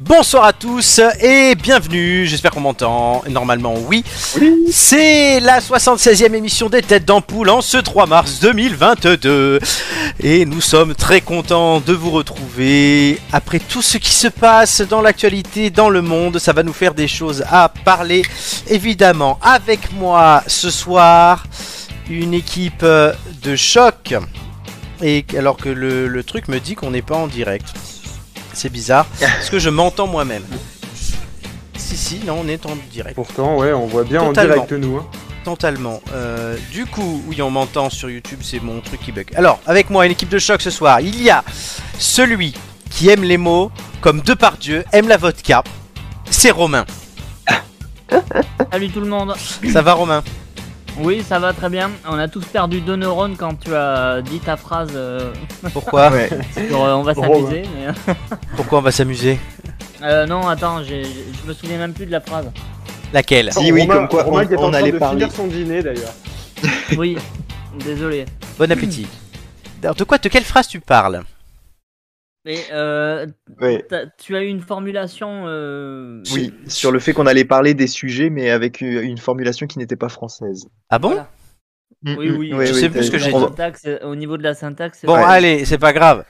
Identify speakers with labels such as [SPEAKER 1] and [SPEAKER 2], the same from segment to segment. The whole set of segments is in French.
[SPEAKER 1] Bonsoir à tous et bienvenue, j'espère qu'on m'entend, normalement oui.
[SPEAKER 2] Oui.
[SPEAKER 1] C'est la 76e émission des Têtes d'Ampoule en ce 3 mars 2022. Et nous sommes très contents de vous retrouver. Après tout ce qui se passe dans l'actualité, dans le monde, ça va nous faire des choses à parler. Évidemment, avec moi ce soir, une équipe euh, de choc. Et alors que le, le truc me dit qu'on n'est pas en direct. C'est bizarre. Parce que je m'entends moi-même. Si, si, non, on est en direct.
[SPEAKER 2] Pourtant, ouais, on voit bien en
[SPEAKER 1] Totalement.
[SPEAKER 2] direct nous. Hein.
[SPEAKER 1] Totalement. Euh, du coup, oui, on m'entend sur YouTube, c'est mon truc qui bug. Alors, avec moi, une équipe de choc ce soir, il y a celui qui aime les mots, comme Depardieu aime la vodka. C'est Romain.
[SPEAKER 3] Salut tout le monde.
[SPEAKER 1] Ça va, Romain
[SPEAKER 3] Oui, ça va très bien. On a tous perdu deux neurones quand tu as dit ta phrase euh,
[SPEAKER 1] Pourquoi
[SPEAKER 3] sur euh, on va
[SPEAKER 2] Drôle,
[SPEAKER 3] s'amuser. mais-
[SPEAKER 1] Pourquoi on va s'amuser
[SPEAKER 3] Euh, non, attends, j'ai- j'ai- je me souviens même plus de la phrase.
[SPEAKER 1] Laquelle
[SPEAKER 4] Si, oui, comme quoi,
[SPEAKER 2] Romain
[SPEAKER 4] on-
[SPEAKER 2] qui est
[SPEAKER 4] on
[SPEAKER 2] en train
[SPEAKER 4] allait
[SPEAKER 2] de
[SPEAKER 4] parler.
[SPEAKER 2] finir son dîner d'ailleurs.
[SPEAKER 3] Oui, désolé.
[SPEAKER 1] Bon appétit. Alors, de quoi, de quelle phrase tu parles
[SPEAKER 3] Mais euh,
[SPEAKER 4] Ouais.
[SPEAKER 3] t'as- tu as eu une formulation. euh,
[SPEAKER 4] Oui, sur le fait qu'on allait parler des sujets, mais avec u- une formulation qui n'était pas française.
[SPEAKER 1] Ah bon
[SPEAKER 3] Voilà. Oui, oui.
[SPEAKER 4] Mm, mm,
[SPEAKER 3] Je
[SPEAKER 1] sais
[SPEAKER 4] oui,
[SPEAKER 1] plus ce que
[SPEAKER 4] t'as-
[SPEAKER 1] j'ai
[SPEAKER 3] la
[SPEAKER 4] on-
[SPEAKER 3] syntaxe, euh, Au niveau de la syntaxe. euh,
[SPEAKER 1] Bon,
[SPEAKER 4] Ouais.
[SPEAKER 1] allez, c'est pas grave.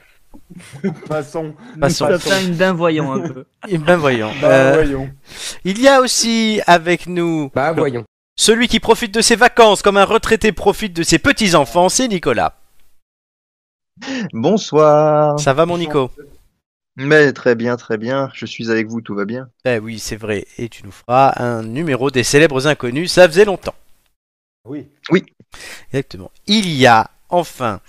[SPEAKER 2] Passons.
[SPEAKER 1] Passons.
[SPEAKER 3] ça fait une d'un voyant un peu.
[SPEAKER 1] Eh Ben voyons.
[SPEAKER 2] Bah,
[SPEAKER 1] Euh,
[SPEAKER 2] voyons.
[SPEAKER 1] Il y a aussi avec nous
[SPEAKER 5] Bah voyons.
[SPEAKER 1] celui qui profite de ses vacances comme un retraité profite de ses petits-enfants, c'est Nicolas.
[SPEAKER 4] Bonsoir.
[SPEAKER 1] Ça va mon Nico
[SPEAKER 4] Mais très bien, très bien. Je suis avec vous, tout va bien.
[SPEAKER 1] Ben oui, c'est vrai. Et tu nous feras un numéro des célèbres inconnus, ça faisait longtemps.
[SPEAKER 2] Oui.
[SPEAKER 1] Exactement. Il y a enfin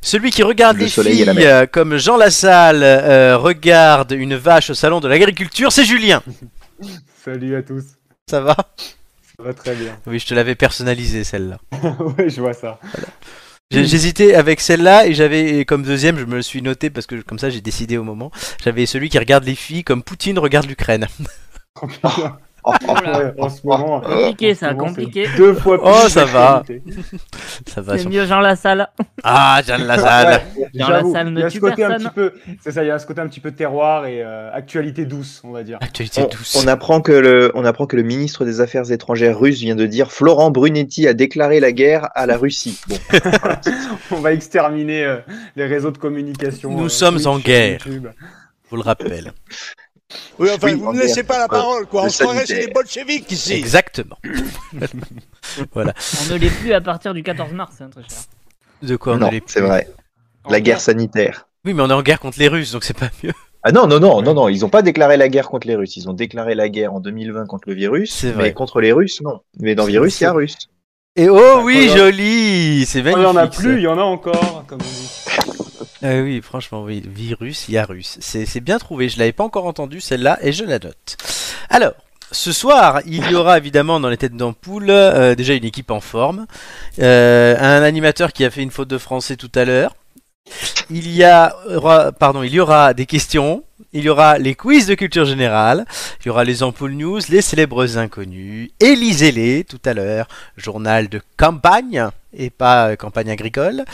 [SPEAKER 1] celui qui regarde
[SPEAKER 4] Le
[SPEAKER 1] les
[SPEAKER 4] soleil et
[SPEAKER 1] filles
[SPEAKER 4] la
[SPEAKER 1] euh, comme Jean Lassalle euh, regarde une vache au salon de l'agriculture, c'est Julien.
[SPEAKER 2] Salut à tous.
[SPEAKER 1] Ça va
[SPEAKER 2] Ça va très bien.
[SPEAKER 1] Oui, je te l'avais personnalisé celle-là.
[SPEAKER 2] ouais, je vois ça.
[SPEAKER 4] Mm.
[SPEAKER 1] J'ai- J'hésitais avec celle-là et j'avais et comme deuxième, je me le suis noté parce que comme ça j'ai décidé au moment. J'avais celui qui regarde les filles comme Poutine regarde l''Ukraine.
[SPEAKER 2] Oh, putain.
[SPEAKER 4] Oh, oh,
[SPEAKER 2] Ouais, en ce moment.
[SPEAKER 3] Compliqué ça,
[SPEAKER 2] en ce moment,
[SPEAKER 3] compliqué.
[SPEAKER 2] c'est Deux fois plus.
[SPEAKER 1] Oh, ça va.
[SPEAKER 2] d'actualité.
[SPEAKER 1] Ça va.
[SPEAKER 3] C'est
[SPEAKER 1] ça-
[SPEAKER 3] mieux Jean Lassalle.
[SPEAKER 1] Ah, Jean Lazal.
[SPEAKER 2] Ouais,
[SPEAKER 3] Dans
[SPEAKER 2] j'avoue,
[SPEAKER 3] la salle, ne
[SPEAKER 2] il y a ce
[SPEAKER 3] tue
[SPEAKER 2] côté un
[SPEAKER 3] personne.
[SPEAKER 2] petit peu. C'est ça, il y a ce côté un petit peu terroir et euh, actualité douce, on va dire.
[SPEAKER 1] Actualité
[SPEAKER 4] On,
[SPEAKER 1] douce.
[SPEAKER 4] on apprend que le, on apprend que le ministre des Affaires étrangères russe vient de dire Florent Brunetti a déclaré la guerre à la Russie. Bon,
[SPEAKER 2] On va exterminer euh, les réseaux de communication. euh,
[SPEAKER 1] Nous sommes en guerre.
[SPEAKER 2] YouTube. Oh,
[SPEAKER 1] Je vous le rappelle.
[SPEAKER 6] Oui, enfin,
[SPEAKER 4] Oui,
[SPEAKER 6] vous
[SPEAKER 4] en
[SPEAKER 6] ne laissez pas la
[SPEAKER 4] guerre, Euh,
[SPEAKER 6] parole, quoi.
[SPEAKER 4] le
[SPEAKER 6] On se croirait chez
[SPEAKER 4] sanitaire.
[SPEAKER 6] les bolcheviks ici.
[SPEAKER 1] Exactement.
[SPEAKER 3] On ne l'est plus à partir du 14 mars, hein, très cher.
[SPEAKER 1] De quoi on
[SPEAKER 4] non,
[SPEAKER 1] allait-
[SPEAKER 4] c'est vrai.
[SPEAKER 3] En
[SPEAKER 4] La guerre sanitaire.
[SPEAKER 1] Oui, mais on est en guerre contre les Russes, donc c'est pas mieux.
[SPEAKER 4] Ah non, non, non, non, non, ils n'ont pas déclaré la guerre contre les Russes. Ils ont déclaré la guerre en 2020 contre le virus,
[SPEAKER 1] C'est vrai.
[SPEAKER 4] mais contre les Russes, non. Mais dans
[SPEAKER 1] C'est-
[SPEAKER 4] virus, il y a
[SPEAKER 1] c'est-
[SPEAKER 4] russe.
[SPEAKER 1] Et oh oui,
[SPEAKER 2] colonne.
[SPEAKER 1] joli, c'est
[SPEAKER 2] Oh,
[SPEAKER 1] magnifique.
[SPEAKER 2] Il y en a
[SPEAKER 1] ça.
[SPEAKER 2] plus, il y en a encore, comme on dit.
[SPEAKER 1] Ah oui, franchement, oui. Virus, il y a russe. C'est c'est bien trouvé. Je l'avais pas encore entendu celle-là et je la note. Alors, ce soir, il y aura évidemment dans les têtes d'ampoule euh, déjà une équipe en forme, euh, un animateur qui a fait une faute de français tout à l'heure. Il y a, aura- pardon, il y aura des questions. Il y aura les quiz de culture générale, il y aura les ampoules news, les célèbres inconnus, et lisez-les tout à l'heure, journal de campagne et pas euh, campagne agricole.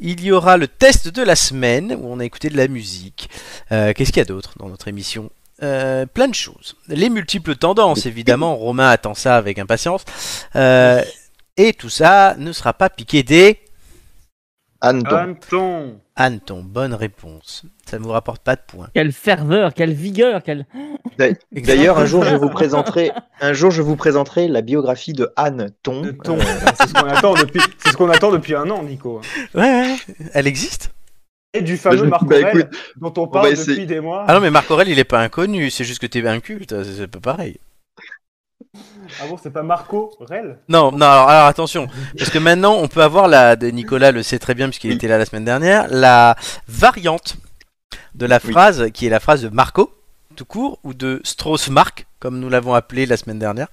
[SPEAKER 1] Il y aura le test de la semaine où on a écouté de la musique. Euh, Qu'est-ce qu'il y a d'autre dans notre émission Euh, plein de choses. Les multiples tendances, évidemment. Romain attend ça avec impatience. Euh, et tout ça ne sera pas piqué des Ah,
[SPEAKER 4] Anton.
[SPEAKER 2] Anton.
[SPEAKER 1] hannetons. Bonne réponse. Ça ne vous rapporte pas de points.
[SPEAKER 3] Quelle ferveur, quelle vigueur, quelle.
[SPEAKER 4] D'ailleurs, un jour, je vous présenterai, un jour, je vous présenterai la biographie de Anne Thon.
[SPEAKER 2] De ton. Euh, c'est ce qu'on attend depuis. C'est ce qu'on attend depuis un an, Nico.
[SPEAKER 1] Ouais, ouais. Elle existe
[SPEAKER 2] Et du fameux
[SPEAKER 4] Bah, je-
[SPEAKER 2] Marc
[SPEAKER 4] bah,
[SPEAKER 2] Aurèle,
[SPEAKER 4] écoute,
[SPEAKER 2] dont on parle
[SPEAKER 4] va essayer.
[SPEAKER 2] depuis des mois.
[SPEAKER 1] Ah non, mais Marc Aurel, il est pas inconnu. C'est juste que t'es inculte. C'est c'est pas pareil.
[SPEAKER 2] Ah bon, c'est pas Marco Aurèle
[SPEAKER 1] Non, non, alors, alors attention. Parce que maintenant, on peut avoir la. de- Nicolas le sait très bien, puisqu'il était là la semaine dernière. La variante de la
[SPEAKER 4] Oui.
[SPEAKER 1] phrase, qui est la phrase de Marco, tout court, ou de Strauss-Marc, comme nous l'avons appelé la semaine dernière,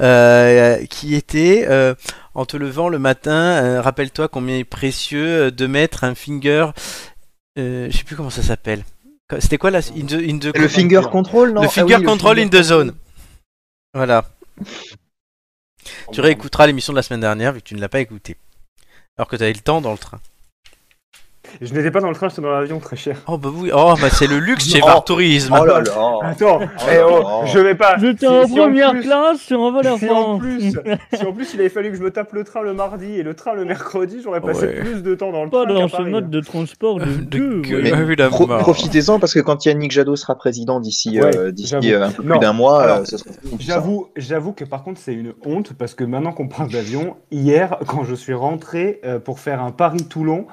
[SPEAKER 1] euh, qui était euh, En te levant le matin, euh, rappelle-toi combien il est précieux euh, de mettre un finger. euh, je sais plus comment ça s'appelle. C'était quoi là in the- in the-
[SPEAKER 4] Euh, Le finger control, non
[SPEAKER 1] le
[SPEAKER 4] Ah
[SPEAKER 1] finger
[SPEAKER 4] oui, le
[SPEAKER 1] control
[SPEAKER 4] finger-
[SPEAKER 1] in the zone. Voilà. Tu réécouteras l'émission de la semaine dernière vu que tu ne l'as pas écouté. Alors que tu avais le temps dans le train.
[SPEAKER 2] Je n'étais pas dans le train, j'étais dans l'avion, très cher.
[SPEAKER 1] Oh bah oui, oh bah c'est le luxe chez
[SPEAKER 4] Oh.
[SPEAKER 1] Var Tourisme.
[SPEAKER 4] Oh là là
[SPEAKER 2] Attends,
[SPEAKER 1] Ah,
[SPEAKER 2] eh oh, je vais pas. Si-
[SPEAKER 3] J'étais en
[SPEAKER 2] si
[SPEAKER 3] première
[SPEAKER 2] plus-
[SPEAKER 3] classe sur un vol
[SPEAKER 2] Si en,
[SPEAKER 3] avant.
[SPEAKER 2] plus, si en plus il avait fallu que je me tape le train le mardi et le train le mercredi, j'aurais passé
[SPEAKER 1] Ouais.
[SPEAKER 2] plus de temps dans le
[SPEAKER 3] Pas
[SPEAKER 2] train.
[SPEAKER 3] dans
[SPEAKER 2] qu'à
[SPEAKER 3] ce
[SPEAKER 2] Paris. hein.
[SPEAKER 3] mode de transport de
[SPEAKER 1] De
[SPEAKER 3] gueux,
[SPEAKER 1] gueux.
[SPEAKER 3] ouais.
[SPEAKER 1] Mais- vu la
[SPEAKER 4] Pro-
[SPEAKER 1] mort.
[SPEAKER 4] Profitez-en parce que quand Yannick Jadot sera président d'ici
[SPEAKER 2] Ouais,
[SPEAKER 4] euh, d'ici,
[SPEAKER 2] j'avoue.
[SPEAKER 4] euh, un peu
[SPEAKER 2] Non.
[SPEAKER 4] plus d'un mois,
[SPEAKER 2] Alors,
[SPEAKER 4] euh, ça sera fini, tout ça.
[SPEAKER 2] J'avoue, j'avoue que par contre c'est une honte parce que maintenant qu'on parle d'avion, hier quand je suis rentré euh, pour faire un Paris-Toulon,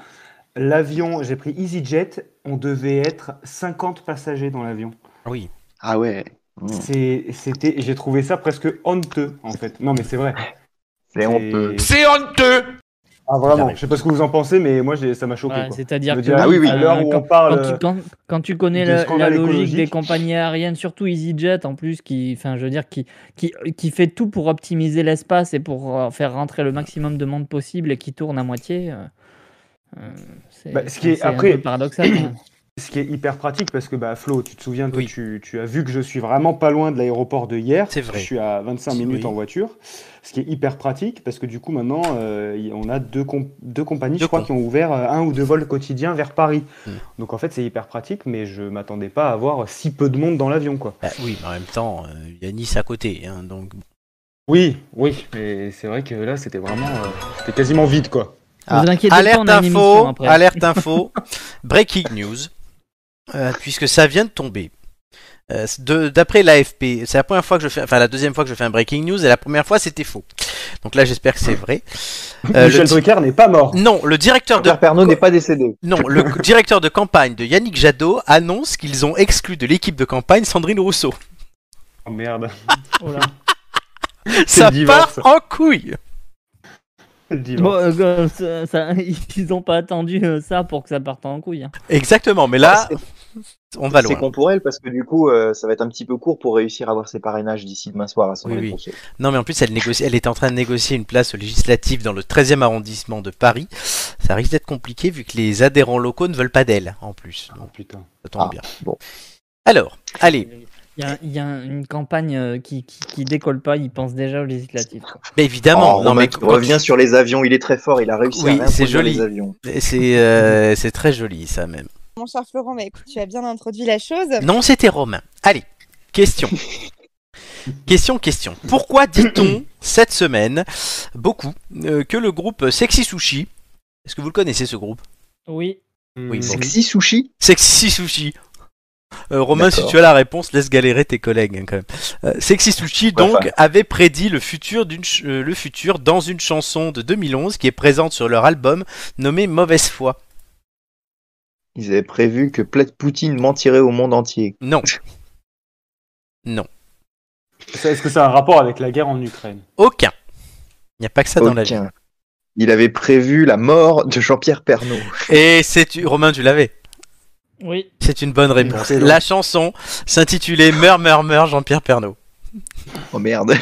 [SPEAKER 2] l'avion, j'ai pris EasyJet, on devait être 50 passagers dans l'avion.
[SPEAKER 1] Oui.
[SPEAKER 4] Ah ouais.
[SPEAKER 2] C'est- C'était, j'ai trouvé ça presque honteux en fait. Non mais c'est vrai.
[SPEAKER 4] C'est honteux.
[SPEAKER 5] C'est honteux
[SPEAKER 2] Ah vraiment. Je sais pas ce que vous en pensez, mais moi j'ai- ça m'a choqué.
[SPEAKER 3] Ouais,
[SPEAKER 2] quoi.
[SPEAKER 3] C'est-à-dire
[SPEAKER 2] Je veux
[SPEAKER 3] que
[SPEAKER 2] dire,
[SPEAKER 4] Ah oui, oui.
[SPEAKER 2] à l'heure
[SPEAKER 3] euh,
[SPEAKER 2] où
[SPEAKER 3] quand,
[SPEAKER 2] on parle.
[SPEAKER 3] quand tu, quand- quand tu connais
[SPEAKER 2] de
[SPEAKER 3] la,
[SPEAKER 2] scandale
[SPEAKER 3] la logique
[SPEAKER 2] écologique.
[SPEAKER 3] des compagnies aériennes, surtout EasyJet en plus, qui, enfin, je veux dire, qui, qui, qui fait tout pour optimiser l'espace et pour euh, faire rentrer le maximum de monde possible et qui tourne à moitié. euh, euh, c'est
[SPEAKER 2] Bah, ce qui est-
[SPEAKER 3] c'est un
[SPEAKER 2] après-
[SPEAKER 3] peu paradoxal. hein.
[SPEAKER 2] Ce qui est hyper pratique parce que bah, Flo, tu te souviens, toi,
[SPEAKER 1] Oui.
[SPEAKER 2] tu, tu as vu que je suis vraiment pas loin de l'aéroport de hier.
[SPEAKER 1] C'est vrai.
[SPEAKER 2] Je suis à 25
[SPEAKER 1] Oui.
[SPEAKER 2] minutes en voiture. Ce qui est hyper pratique parce que du coup, maintenant, euh, y- on a deux, comp- deux compagnies,
[SPEAKER 1] Deux
[SPEAKER 2] je crois,
[SPEAKER 1] com-
[SPEAKER 2] qui ont ouvert euh, un ou deux vols quotidiens vers Paris.
[SPEAKER 1] Mm.
[SPEAKER 2] Donc en fait, c'est hyper pratique, mais je m'attendais pas à avoir si peu de monde dans l'avion. quoi.
[SPEAKER 1] Bah oui, mais en même temps, euh, il y a Nice à côté, hein, donc.
[SPEAKER 2] Oui, oui, mais c'est vrai que là, c'était vraiment. euh, c'était quasiment vide, quoi.
[SPEAKER 1] Ah,
[SPEAKER 3] inquiétez pas,
[SPEAKER 1] alerte
[SPEAKER 3] on a
[SPEAKER 1] info,
[SPEAKER 3] une émission après.
[SPEAKER 1] alerte info, breaking news, euh, puisque ça vient de tomber. Euh, de- D'après l'AFP, c'est la première fois que je fais, enfin la deuxième fois que je fais un breaking news et la première fois c'était faux. Donc là j'espère que c'est vrai.
[SPEAKER 4] Ah.
[SPEAKER 1] Euh,
[SPEAKER 2] Michel
[SPEAKER 1] le Mm. di-
[SPEAKER 2] Drucker n'est pas mort.
[SPEAKER 1] non, le directeur de
[SPEAKER 4] Pierre Pernaut n'est pas décédé.
[SPEAKER 1] non, le directeur de campagne de Yannick Jadot annonce qu'ils ont exclu de l'équipe de campagne Sandrine Rousseau.
[SPEAKER 2] Oh, merde.
[SPEAKER 3] Oh là.
[SPEAKER 1] Ça
[SPEAKER 2] le
[SPEAKER 1] part
[SPEAKER 2] divorce.
[SPEAKER 1] en couille.
[SPEAKER 2] Le divorce.
[SPEAKER 3] Bon, euh, euh, ça- ça- ils n'ont pas attendu euh, ça pour que ça parte en couille. hein.
[SPEAKER 1] Exactement, mais là
[SPEAKER 4] C'est-
[SPEAKER 1] on va
[SPEAKER 4] Ah, C'est
[SPEAKER 1] loin.
[SPEAKER 4] con pour elle parce que du coup, euh, ça va être un petit peu court pour réussir à avoir ses parrainages d'ici demain soir à son
[SPEAKER 1] Oui, oui. Non, mais en plus, elle, négocie... elle est en train de négocier une place législative dans le 13e arrondissement de Paris. Ça risque d'être compliqué vu que les adhérents locaux ne veulent pas d'elle, en plus.
[SPEAKER 2] Oh,
[SPEAKER 1] Donc,
[SPEAKER 2] putain.
[SPEAKER 1] ça tombe
[SPEAKER 4] Ah,
[SPEAKER 1] bien.
[SPEAKER 4] bon.
[SPEAKER 1] Alors, allez.
[SPEAKER 3] Il y a, il y a une campagne euh, qui, qui, qui décolle pas, ils pensent déjà aux législatives.
[SPEAKER 1] Mais évidemment,
[SPEAKER 4] Oh,
[SPEAKER 1] non, mais quand-
[SPEAKER 4] revient sur les avions, il est très fort, il a réussi
[SPEAKER 1] Oui,
[SPEAKER 4] à
[SPEAKER 1] c'est
[SPEAKER 4] réintroduire
[SPEAKER 1] joli.
[SPEAKER 4] les avions.
[SPEAKER 1] c'est euh, c'est très joli, ça même.
[SPEAKER 7] Mon cher Florent, bah, écoute, tu as bien introduit la chose.
[SPEAKER 1] Non, c'était Romain. Allez, question. question, question. Pourquoi dit-on cette semaine beaucoup euh, que le groupe Sexy Sushi. Est-ce que vous le connaissez ce groupe
[SPEAKER 3] Oui,
[SPEAKER 1] Oui, bon.
[SPEAKER 2] Mm.
[SPEAKER 4] Sexy sushi
[SPEAKER 1] Sexy Sushi. Euh, Romain, si
[SPEAKER 4] D'accord.
[SPEAKER 1] tu as la réponse, laisse galérer tes collègues hein, quand même. Euh, Sexy Sushi
[SPEAKER 4] Ouais,
[SPEAKER 1] donc avait prédit le futur d'une ch- euh, le futur dans une chanson de 2011 qui est présente sur leur album nommé Mauvaise foi.
[SPEAKER 4] Ils avaient prévu que Plat- Poutine mentirait au monde entier.
[SPEAKER 1] Non,
[SPEAKER 2] Ça, Est-ce que ça a un rapport avec la guerre en Ukraine
[SPEAKER 1] aucun. Il n'y a pas que ça dans la vie.
[SPEAKER 4] Aucun. Il avait prévu la mort de Jean-Pierre Pernaut.
[SPEAKER 1] Et c'est tu- Romain, tu l'avais.
[SPEAKER 3] oui.
[SPEAKER 1] C'est une bonne réponse.
[SPEAKER 2] Excellent.
[SPEAKER 1] La chanson s'intitulait Meurs, meurs, meurs Jean-Pierre Pernaud.
[SPEAKER 4] Oh merde.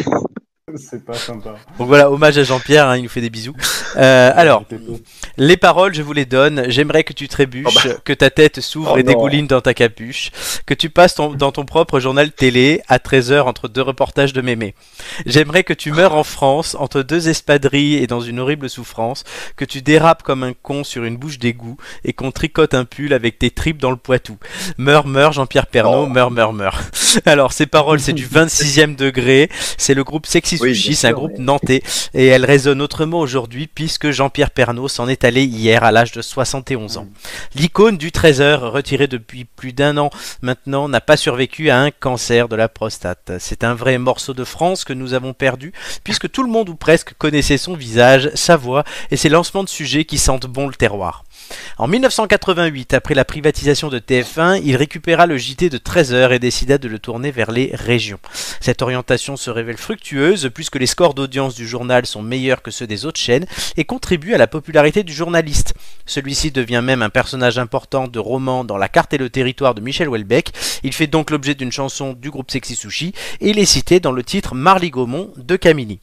[SPEAKER 2] C'est pas sympa.
[SPEAKER 1] Donc voilà, hommage à Jean-Pierre, hein, il nous fait des bisous. Euh, alors,
[SPEAKER 2] C'était beau.
[SPEAKER 1] Les paroles, je vous les donne. J'aimerais que tu trébuches,
[SPEAKER 4] Oh bah.
[SPEAKER 1] que ta tête s'ouvre
[SPEAKER 4] Oh
[SPEAKER 1] et
[SPEAKER 4] non.
[SPEAKER 1] dégouline dans ta capuche, que tu passes ton- dans ton propre journal télé à 13h entre deux reportages de mémé. J'aimerais que tu meurs en France, entre deux espadrilles et dans une horrible souffrance, que tu dérapes comme un con sur une bouche d'égout et qu'on tricote un pull avec tes tripes dans le Poitou. Meurs, meurs, Jean-Pierre Pernaut,
[SPEAKER 4] Oh.
[SPEAKER 1] meurs, meurs, meurs. Alors, ces paroles, c'est du 26e degré. C'est le groupe Sexy
[SPEAKER 4] Oui,
[SPEAKER 1] Sushi,
[SPEAKER 4] bien
[SPEAKER 1] c'est un
[SPEAKER 4] sûr,
[SPEAKER 1] groupe
[SPEAKER 4] mais-
[SPEAKER 1] nantais. Et elle résonne autrement aujourd'hui puisque Jean-Pierre Pernaut s'en est allé hier à l'âge de 71 ans.
[SPEAKER 4] Mm.
[SPEAKER 1] L'icône du 13h, retirée depuis plus d'un an maintenant, n'a pas survécu à un cancer de la prostate. C'est un vrai morceau de France que nous avons perdu puisque tout le monde ou presque connaissait son visage, sa voix et ses lancements de sujets qui sentent bon le terroir. En 1988, après la privatisation de TF1, il récupéra le JT de 13h et décida de le tourner vers les régions. Cette orientation se révèle fructueuse puisque les scores d'audience du journal sont meilleurs que ceux des autres chaînes et contribuent à la popularité du journaliste. Celui-ci devient même un personnage important de roman dans La carte et le territoire de Michel Houellebecq. Il fait donc l'objet d'une chanson du groupe Sexy Sushi et il est cité dans le titre Marly Gaumont de Camini.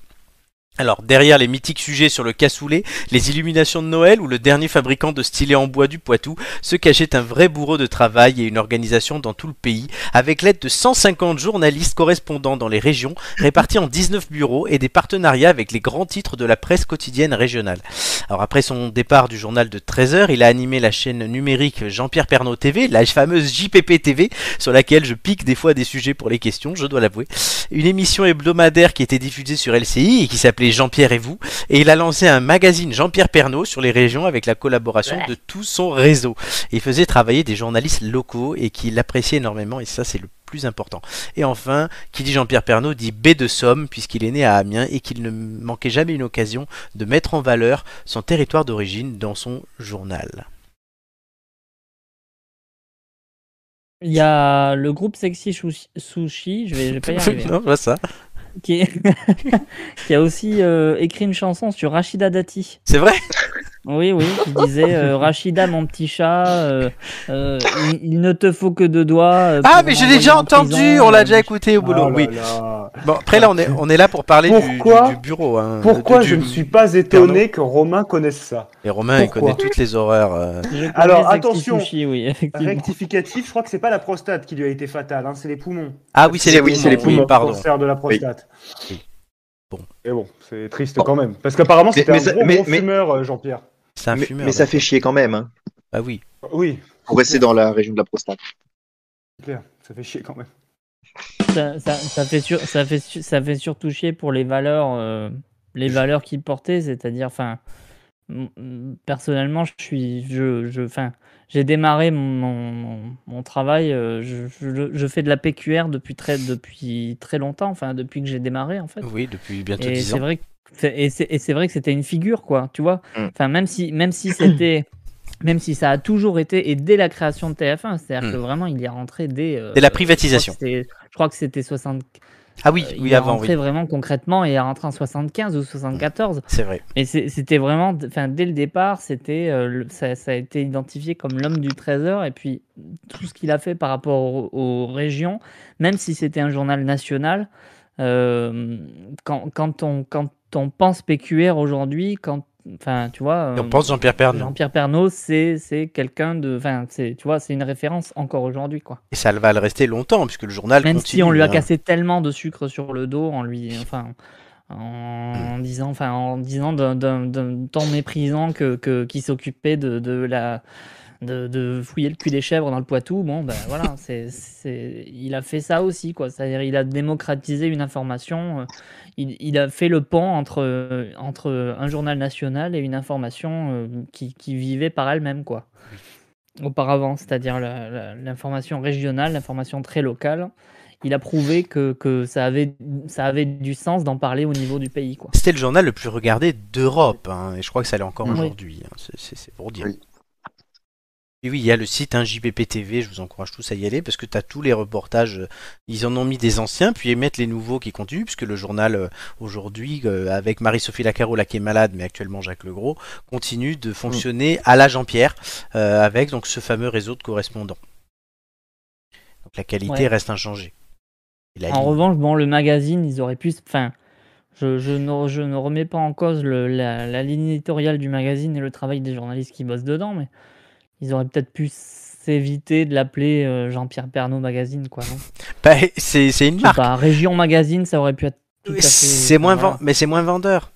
[SPEAKER 1] Alors, derrière les mythiques sujets sur le cassoulet, les illuminations de Noël ou le dernier fabricant de stylets en bois du Poitou, se cachait un vrai bourreau de travail et une organisation dans tout le pays, avec l'aide de 150 journalistes correspondants dans les régions, répartis en 19 bureaux et des partenariats avec les grands titres de la presse quotidienne régionale. Alors, après son départ du journal de 13h, il a animé la chaîne numérique Jean-Pierre Pernaud TV, la fameuse JPP TV, sur laquelle je pique des fois des sujets pour les questions, je dois l'avouer une émission hebdomadaire qui était diffusée sur LCI et qui s'appelait Jean-Pierre et vous. Et il a lancé un magazine Jean-Pierre Pernaud sur les régions avec la collaboration de tout son réseau. Et il faisait travailler des journalistes locaux et qui l'appréciaient énormément. Et ça, c'est le plus important. Et enfin, qui dit Jean-Pierre Pernaud dit B de Somme, puisqu'il est né à Amiens et qu'il ne manquait jamais une occasion de mettre en valeur son territoire d'origine dans son journal.
[SPEAKER 3] Il y a le groupe Sexy Shou- Sushi, je vais, je vais pas y arriver,
[SPEAKER 1] non, voilà ça.
[SPEAKER 3] qui, est- qui a aussi euh, écrit une chanson sur Rachida Dati.
[SPEAKER 1] C'est vrai
[SPEAKER 3] Oui, oui, qui disait euh, Rachida, mon petit chat, euh, euh, il, il ne te faut que deux doigts. euh,
[SPEAKER 1] Ah,
[SPEAKER 3] pour
[SPEAKER 1] mais je l'ai
[SPEAKER 3] renvoyer
[SPEAKER 1] déjà
[SPEAKER 3] en
[SPEAKER 1] entendu,
[SPEAKER 3] prison,
[SPEAKER 1] on
[SPEAKER 3] euh,
[SPEAKER 1] l'a déjà écouté au boulot.
[SPEAKER 2] Oh là
[SPEAKER 1] oui.
[SPEAKER 2] là.
[SPEAKER 1] Bon, après là, on est, on est là pour parler du- du,
[SPEAKER 2] Pourquoi-
[SPEAKER 1] du bureau. hein,
[SPEAKER 2] Pourquoi
[SPEAKER 1] de-
[SPEAKER 2] je
[SPEAKER 1] du-
[SPEAKER 2] ne suis pas étonné que Romain connaisse ça
[SPEAKER 1] Et Romain, il
[SPEAKER 2] Pourquoi
[SPEAKER 1] connaît toutes les horreurs. euh.
[SPEAKER 3] je connais
[SPEAKER 2] Alors,
[SPEAKER 3] Sexy
[SPEAKER 2] attention.
[SPEAKER 3] Sushi, oui, effectivement.
[SPEAKER 2] Rectificatif, je crois que c'est pas la prostate qui lui a été fatale, hein, c'est les poumons.
[SPEAKER 1] Ah oui, c'est les,
[SPEAKER 4] Oui,
[SPEAKER 1] poumons,
[SPEAKER 4] c'est les
[SPEAKER 1] oui,
[SPEAKER 4] poumons.
[SPEAKER 1] pardon.
[SPEAKER 2] Cancer de la prostate.
[SPEAKER 1] Oui. Bon.
[SPEAKER 2] Et bon, c'est triste quand même. Parce qu'apparemment, c'était
[SPEAKER 4] mais
[SPEAKER 2] un
[SPEAKER 4] ça-
[SPEAKER 2] gros,
[SPEAKER 4] mais-
[SPEAKER 2] gros
[SPEAKER 4] mais-
[SPEAKER 2] fumeur, euh, Jean-Pierre.
[SPEAKER 1] C'est un
[SPEAKER 4] mais,
[SPEAKER 1] fumeur.
[SPEAKER 4] mais ça fait chier quand même, hein,
[SPEAKER 1] Ah oui.
[SPEAKER 2] Oui,
[SPEAKER 4] pour rester dans la région de la prostate.
[SPEAKER 2] c'est clair, ça fait chier quand même.
[SPEAKER 3] ça, ça- ça fait sur- ça, fait su- ça fait surtout chier pour les valeurs, euh, les valeurs qu'il portait, c'est-à-dire, enfin, m- m- personnellement, je suis, je, je, enfin, j'ai démarré mon, mon- mon- mon travail, euh, je, je- je fais de la PQR depuis très, depuis très longtemps, enfin, depuis que j'ai démarré, en fait.
[SPEAKER 1] Oui, depuis bientôt
[SPEAKER 3] Et
[SPEAKER 1] 10
[SPEAKER 3] c'est
[SPEAKER 1] ans.
[SPEAKER 3] vrai que c'est- et c'est et c'est vrai que c'était une figure quoi, tu vois.
[SPEAKER 4] Mm.
[SPEAKER 3] Enfin même si même si c'était même si ça a toujours été et dès la création de TF1, c'est-à-dire
[SPEAKER 1] Mm.
[SPEAKER 3] que vraiment il y est rentré dès euh,
[SPEAKER 1] Dès la privatisation.
[SPEAKER 3] Je crois que c'était- je crois que c'était 60
[SPEAKER 1] Ah oui,
[SPEAKER 3] euh, il
[SPEAKER 1] oui,
[SPEAKER 3] est
[SPEAKER 1] avant,
[SPEAKER 3] rentré
[SPEAKER 1] oui.
[SPEAKER 3] vraiment concrètement et est rentré en 75 ou 74.
[SPEAKER 1] C'est vrai.
[SPEAKER 3] Mais c'est- c'était vraiment, enfin dès le départ, c'était, euh, le- ça, ça a été identifié comme l'homme du trésor et puis tout ce qu'il a fait par rapport au- aux, régions, même si c'était un journal national, euh, quand, quand on quand on pense PQR aujourd'hui, quand, enfin tu vois,
[SPEAKER 1] Et
[SPEAKER 3] euh,
[SPEAKER 1] on pense Jean-Pierre Pernaut.
[SPEAKER 3] Jean-Pierre Pernaut, c'est c'est quelqu'un de, enfin c'est, tu vois, c'est une référence encore aujourd'hui quoi.
[SPEAKER 1] Et ça va le rester longtemps, puisque le journal
[SPEAKER 3] Même
[SPEAKER 1] continue.
[SPEAKER 3] si on lui a
[SPEAKER 1] hein.
[SPEAKER 3] cassé tellement de sucre sur le dos en lui, enfin, en disant, enfin, en disant d'un- d'un d'un temps méprisant que que- qu'il s'occupait de, de la de, de fouiller le cul des chèvres dans le Poitou, bon ben voilà, c'est c'est il a fait ça aussi quoi, c'est-à-dire il a démocratisé une information, euh, il, il a fait le pont entre euh, entre un journal national et une information euh, qui, qui vivait par elle-même quoi. Auparavant, c'est-à-dire la- la- l'information régionale, l'information très locale, il a prouvé que, que ça, avait, ça avait du sens d'en parler au niveau du pays. Quoi.
[SPEAKER 1] C'était le journal le plus regardé d'Europe, hein, et je crois que ça l'est encore
[SPEAKER 4] Oui.
[SPEAKER 1] aujourd'hui. hein, c'est- C'est c'est pour dire.
[SPEAKER 4] Oui.
[SPEAKER 1] Et oui, il y a le site hein, JPP TV, je vous encourage tous à y aller, parce que tu as tous les reportages. euh, Ils en ont mis des anciens, puis ils mettent les nouveaux qui continuent, puisque le journal euh, aujourd'hui, euh, avec Marie-Sophie Lacaro, là qui est malade, mais actuellement Jacques Legros, continue de fonctionner à la Jean-Pierre, euh, avec donc ce fameux réseau de correspondants. Donc la qualité
[SPEAKER 3] Ouais.
[SPEAKER 1] reste inchangée. Et la
[SPEAKER 3] En
[SPEAKER 1] ligne-
[SPEAKER 3] revanche, bon, le magazine, ils auraient pu. Enfin, je, je, ne, je ne remets pas en cause le- la, la ligne éditoriale du magazine et le travail des journalistes qui bossent dedans, mais ils auraient peut-être pu s'éviter de l'appeler euh, Jean-Pierre Pernaud Magazine. Quoi, non
[SPEAKER 1] Bah, c'est c'est une
[SPEAKER 3] Je sais
[SPEAKER 1] marque.
[SPEAKER 3] pas, Région Magazine, ça aurait pu être. tout à fait-
[SPEAKER 1] C'est moins,
[SPEAKER 3] voilà.
[SPEAKER 1] ven- mais c'est moins vendeur.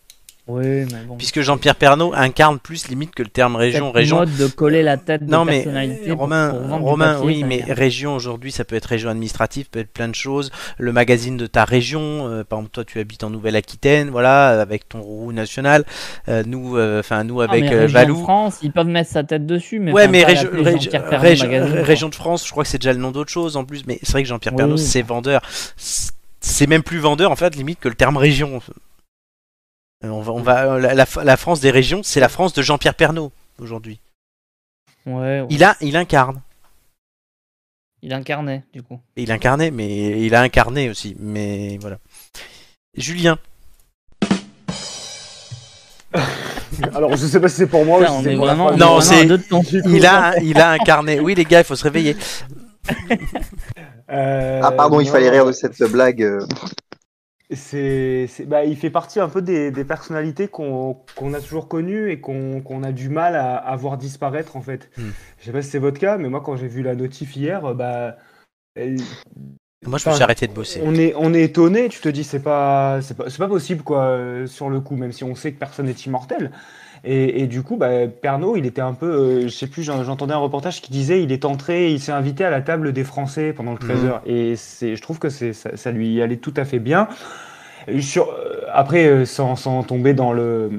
[SPEAKER 3] Oui, mais bon.
[SPEAKER 1] Puisque Jean-Pierre Pernaud incarne plus limite que le terme région.
[SPEAKER 3] Cette
[SPEAKER 1] Région.
[SPEAKER 3] mode de coller la tête de
[SPEAKER 1] Non mais
[SPEAKER 3] personnalité.
[SPEAKER 1] euh,
[SPEAKER 3] pour-
[SPEAKER 1] Romain,
[SPEAKER 3] pour vendre du
[SPEAKER 1] Romain,
[SPEAKER 3] papier,
[SPEAKER 1] oui,
[SPEAKER 3] ça
[SPEAKER 1] mais
[SPEAKER 3] m'énerve.
[SPEAKER 1] région aujourd'hui, ça peut être région administrative, peut être plein de choses. Le magazine de ta région, euh, par exemple, toi tu habites en Nouvelle-Aquitaine, voilà, avec ton roux national. Euh, nous, euh, enfin nous
[SPEAKER 3] Ah, mais
[SPEAKER 1] avec euh,
[SPEAKER 3] Région
[SPEAKER 1] Valou.
[SPEAKER 3] de France, ils peuvent mettre sa tête dessus, mais
[SPEAKER 1] ouais,
[SPEAKER 3] enfin,
[SPEAKER 1] mais
[SPEAKER 3] pas
[SPEAKER 1] région,
[SPEAKER 3] l'appeler
[SPEAKER 1] région-
[SPEAKER 3] Jean-Pierre Pernaut
[SPEAKER 1] région-
[SPEAKER 3] Magazine, quoi. Bah
[SPEAKER 1] région de France, je crois que c'est déjà le nom d'autre chose en plus. Mais c'est vrai que Jean-Pierre
[SPEAKER 3] Oui.
[SPEAKER 1] Pernaut, c'est vendeur. C'est même plus vendeur en fait, limite que le terme région. Euh, On va, on va, la, la- la France des régions, c'est la France de Jean-Pierre Pernaut aujourd'hui.
[SPEAKER 3] Ouais, ouais.
[SPEAKER 1] Il a, il incarne.
[SPEAKER 3] Il incarnait, du coup.
[SPEAKER 1] Il incarnait, mais il a incarné aussi. Mais voilà. Julien,
[SPEAKER 2] Alors, Oh, je sais pas si c'est pour moi ou
[SPEAKER 3] Putain,
[SPEAKER 2] si
[SPEAKER 3] on est
[SPEAKER 2] c'est pour la
[SPEAKER 3] vraiment, on
[SPEAKER 2] phrase.
[SPEAKER 3] est
[SPEAKER 1] Non,
[SPEAKER 3] vraiment
[SPEAKER 1] c'est-
[SPEAKER 3] à deux de ton.
[SPEAKER 1] il a, il a incarné. Oui, les gars, il faut se réveiller.
[SPEAKER 2] Euh,
[SPEAKER 4] ah pardon, il
[SPEAKER 2] non.
[SPEAKER 4] euh, fallait rire de cette blague. euh,
[SPEAKER 2] C'est, c'est- bah, il fait partie un peu des, des personnalités qu'on, qu'on a toujours connues et qu'on, qu'on a du mal à, à voir disparaître en fait.
[SPEAKER 1] Hmm.
[SPEAKER 2] Je sais pas si c'est votre cas, mais moi quand j'ai vu la notif hier, euh, bah, elle-
[SPEAKER 1] Moi, je me suis
[SPEAKER 2] Enfin,
[SPEAKER 1] arrêté de bosser.
[SPEAKER 2] on est, on est étonné. Tu te dis c'est pas, c'est pas, c'est pas possible quoi euh, sur le coup, même si on sait que personne n'est immortel. Et, et du coup, bah, Pernaud, il était un peu, euh, je sais plus, j'en- j'entendais un reportage qui disait il est entré, il s'est invité à la table des Français pendant le 13h. Et c'est, je trouve que c'est, ça, ça lui allait tout à fait bien. Et Sur, euh, après, euh, sans, sans tomber dans le,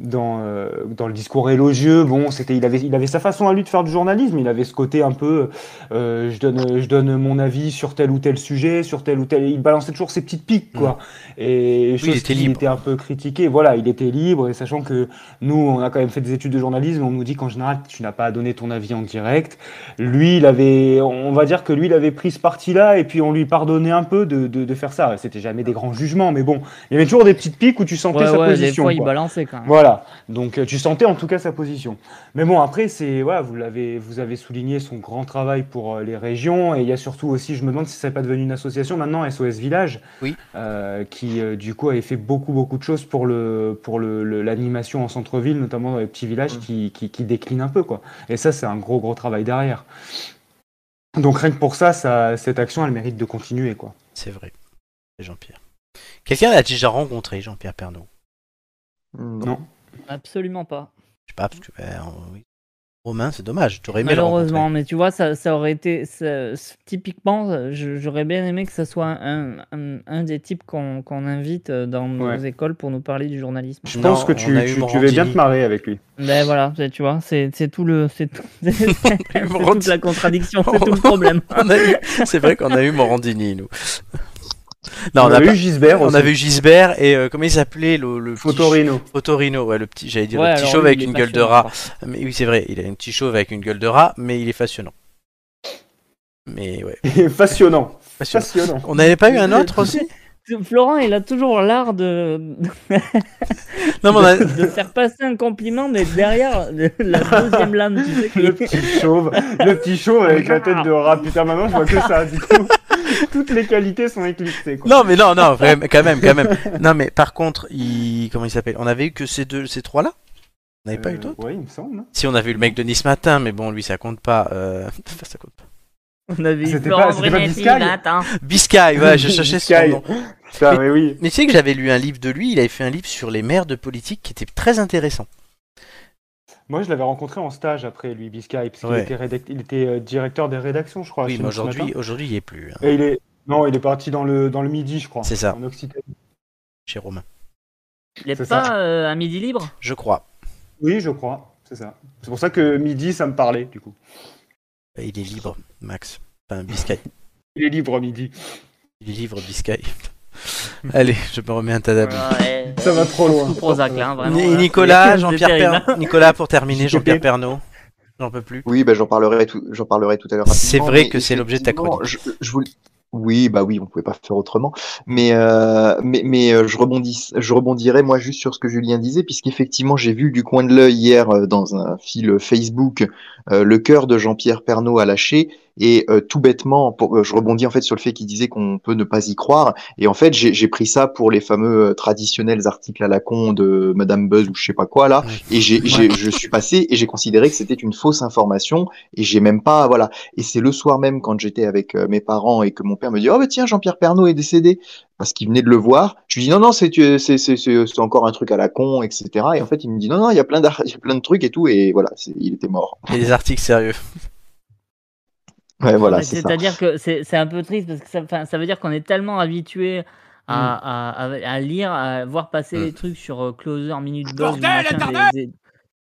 [SPEAKER 2] dans, euh, dans le discours élogieux, bon, c'était, il avait, il avait sa façon à lui de faire du journalisme, il avait ce côté un peu, euh, je donne, je donne mon avis sur tel ou tel sujet, sur tel ou tel, il balançait toujours ses petites piques, quoi.
[SPEAKER 3] Mm.
[SPEAKER 2] Et chose
[SPEAKER 1] il était
[SPEAKER 2] qui
[SPEAKER 1] libre.
[SPEAKER 2] était un peu critiqué, voilà, il était libre, et sachant que nous, on a quand même fait des études de journalisme, on nous dit qu'en général, tu n'as pas à donner ton avis en direct. Lui, il avait, on va dire que lui, il avait pris ce parti-là, et puis on lui pardonnait un peu de, de, de faire ça. C'était jamais des grands jugements, mais bon, il y avait toujours des petites piques où tu sentais
[SPEAKER 3] Ouais,
[SPEAKER 2] sa
[SPEAKER 3] ouais, des
[SPEAKER 2] position.
[SPEAKER 3] fois, il
[SPEAKER 2] quoi.
[SPEAKER 3] balançait quand même.
[SPEAKER 2] Voilà. Donc euh, tu sentais en tout cas sa position. Mais bon, après c'est voilà, vous l'avez vous avez souligné son grand travail pour euh, les régions et il y a surtout aussi, je me demande si ça n'est pas devenu une association maintenant SOS Village.
[SPEAKER 1] Oui.
[SPEAKER 2] euh, qui euh, du coup avait fait beaucoup beaucoup de choses pour le pour le- le- l'animation en centre-ville, notamment dans les petits villages
[SPEAKER 4] Mm.
[SPEAKER 2] qui, qui qui déclinent un peu quoi. Et ça c'est un gros gros travail derrière. Donc rien que pour ça, ça cette action elle mérite de continuer quoi.
[SPEAKER 1] C'est vrai. C'est Jean-Pierre. Quelqu'un l'a déjà rencontré, Jean-Pierre Pernaud
[SPEAKER 4] Non.
[SPEAKER 2] Non.
[SPEAKER 3] Absolument pas.
[SPEAKER 1] Je sais pas, parce que. ben, on- oui. Romain, c'est dommage. T'aurais aimé le
[SPEAKER 3] Malheureusement,
[SPEAKER 1] rencontrer.
[SPEAKER 3] mais tu vois, ça, ça aurait été. ça- c- typiquement, je- j'aurais bien aimé que ça soit un, un, un des types qu'on qu'on invite euh, dans nos
[SPEAKER 2] Ouais.
[SPEAKER 3] écoles pour nous parler du journalisme.
[SPEAKER 2] Je
[SPEAKER 1] Non,
[SPEAKER 2] pense que
[SPEAKER 1] on
[SPEAKER 2] tu,
[SPEAKER 1] a eu
[SPEAKER 2] tu, tu vas
[SPEAKER 1] Morandini.
[SPEAKER 2] bien te marrer avec lui.
[SPEAKER 3] Ben voilà, c'est- tu vois, c'est c'est tout le. C'est tout- c'est- c'est toute la contradiction, c'est tout le problème.
[SPEAKER 1] On a eu- C'est vrai qu'on a eu Morandini, nous. Non, on,
[SPEAKER 2] on,
[SPEAKER 1] a
[SPEAKER 2] avait
[SPEAKER 1] pas-
[SPEAKER 2] eu Gisbert
[SPEAKER 1] on
[SPEAKER 2] aussi.
[SPEAKER 1] avait eu Gisbert et euh, comment il s'appelait le, le petit
[SPEAKER 2] Fotorino.
[SPEAKER 1] ch- Fotorino, ouais, le petit, j'allais dire
[SPEAKER 3] Ouais,
[SPEAKER 1] le petit
[SPEAKER 3] alors,
[SPEAKER 1] chauve
[SPEAKER 3] lui,
[SPEAKER 1] avec
[SPEAKER 3] il est
[SPEAKER 1] une gueule de
[SPEAKER 3] passionnant,
[SPEAKER 1] rat.
[SPEAKER 3] par contre.
[SPEAKER 1] Mais oui, c'est vrai, il a un petit chauve avec une gueule de rat, mais il est passionnant. Mais ouais,
[SPEAKER 2] Passionnant.
[SPEAKER 1] passionnant.
[SPEAKER 2] Passionnant.
[SPEAKER 1] On n'avait pas eu un autre aussi
[SPEAKER 3] Florent, il a toujours l'art de,
[SPEAKER 1] Non, mais on a-
[SPEAKER 3] de faire passer un compliment, mais derrière la deuxième lame, tu sais, qui
[SPEAKER 2] Le petit chauve. Le petit chauve avec la tête de rat. Putain, maintenant, je vois que ça. Du coup, toutes les qualités sont éclipsées. Quoi.
[SPEAKER 1] Non, mais non, non, vraiment, quand même, quand même. Non, mais par contre, il... comment il s'appelle On avait eu que ces deux, ces trois-là On n'avait pas eu d'autres
[SPEAKER 2] Oui, il me semble.
[SPEAKER 1] Si, on avait eu le mec de Nice matin, mais bon, lui, ça compte pas. euh, enfin, ça compte pas.
[SPEAKER 3] on avait eu
[SPEAKER 2] C'était
[SPEAKER 3] Florent
[SPEAKER 2] pas- c'était pas
[SPEAKER 3] Brunetti,
[SPEAKER 2] Biscaye
[SPEAKER 3] là, attends.
[SPEAKER 1] Biscay, ouais, je cherchais son
[SPEAKER 2] Biscaye.
[SPEAKER 1] nom.
[SPEAKER 2] Putain, mais oui.
[SPEAKER 1] Mais tu sais que j'avais lu un livre de lui, il avait fait un livre sur les maires de politique qui était très intéressant.
[SPEAKER 2] Moi, je l'avais rencontré en stage après lui, Biscaye, parce qu'il
[SPEAKER 1] Ouais.
[SPEAKER 2] était, rédac- il était euh, directeur des rédactions, je crois.
[SPEAKER 1] Oui,
[SPEAKER 2] chez
[SPEAKER 1] mais
[SPEAKER 2] nous ce
[SPEAKER 1] aujourd'hui,
[SPEAKER 2] Ah, matin. Euh.
[SPEAKER 1] aujourd'hui, il n'y est plus, hein,
[SPEAKER 2] Et il est. Non, il est parti dans le, dans le midi, je crois.
[SPEAKER 1] C'est ça.
[SPEAKER 2] En Occitanie.
[SPEAKER 1] chez Romain.
[SPEAKER 3] Il est
[SPEAKER 2] C'est ça.
[SPEAKER 3] pas euh, à midi libre
[SPEAKER 1] Je crois.
[SPEAKER 2] Oui, je crois. C'est ça. C'est pour ça que midi, ça me parlait, du coup.
[SPEAKER 1] Il est libre, Max. Enfin, Biscay.
[SPEAKER 2] Il est libre midi.
[SPEAKER 1] Il est libre, Biscay. Allez, je me remets un tas d'amis.
[SPEAKER 3] Ouais,
[SPEAKER 2] Ça va trop loin.
[SPEAKER 3] tout Prozac, là, vraiment.
[SPEAKER 1] Ni-
[SPEAKER 3] là,
[SPEAKER 1] Nicolas,
[SPEAKER 3] c'est-
[SPEAKER 1] Jean-Pierre
[SPEAKER 3] c'est terrible.
[SPEAKER 1] Per- Nicolas, pour terminer,
[SPEAKER 2] JPP.
[SPEAKER 1] Jean-Pierre Pernaud. J'en peux plus.
[SPEAKER 4] Oui, bah, j'en parlerai tout, j'en parlerai tout à l'heure.
[SPEAKER 1] C'est
[SPEAKER 4] rapidement,
[SPEAKER 1] vrai
[SPEAKER 4] mais
[SPEAKER 1] que c'est l'objet de ta
[SPEAKER 4] effectivement,
[SPEAKER 1] chronique.
[SPEAKER 4] je- je voulais- Oui, bah oui, on pouvait pas faire autrement. Mais, euh, mais, mais euh, je rebondis, je rebondirai moi juste sur ce que Julien disait, puisqu'effectivement j'ai vu du coin de l'œil hier euh, dans un fil Facebook euh, le cœur de Jean-Pierre Pernaud à lâcher. Et euh, tout bêtement, pour- euh, je rebondis en fait sur le fait qu'il disait qu'on peut ne pas y croire. Et en fait, j'ai j'ai pris ça pour les fameux euh, traditionnels articles à la con de Madame Buzz ou je sais pas quoi là. Et j'ai, j'ai- je suis passé et j'ai considéré que c'était une fausse information. Et j'ai même pas, voilà. Et c'est le soir même quand j'étais avec euh, mes parents et que mon père me dit, oh bah tiens, Jean-Pierre Pernaud est décédé parce qu'il venait de le voir. Je lui dis non non, c'est tu- c'est c'est euh, c'est c'est encore un truc à la con, etc. Et en fait, il me dit non non, il y a plein d'ar- il y a plein de trucs et tout et voilà, c'est- il était mort.
[SPEAKER 1] Et des articles sérieux.
[SPEAKER 4] Ouais voilà,
[SPEAKER 3] Mais
[SPEAKER 4] c'est ça.
[SPEAKER 3] Bah, C'est-à-dire que c'est c'est un peu triste parce que ça, 'fin, ça veut dire qu'on est tellement habitué à, à- à- à lire, à voir passer
[SPEAKER 1] Mm.
[SPEAKER 3] les trucs sur euh, Closer, Minute Buzz, ou
[SPEAKER 6] Bordel,
[SPEAKER 3] machin, des, des-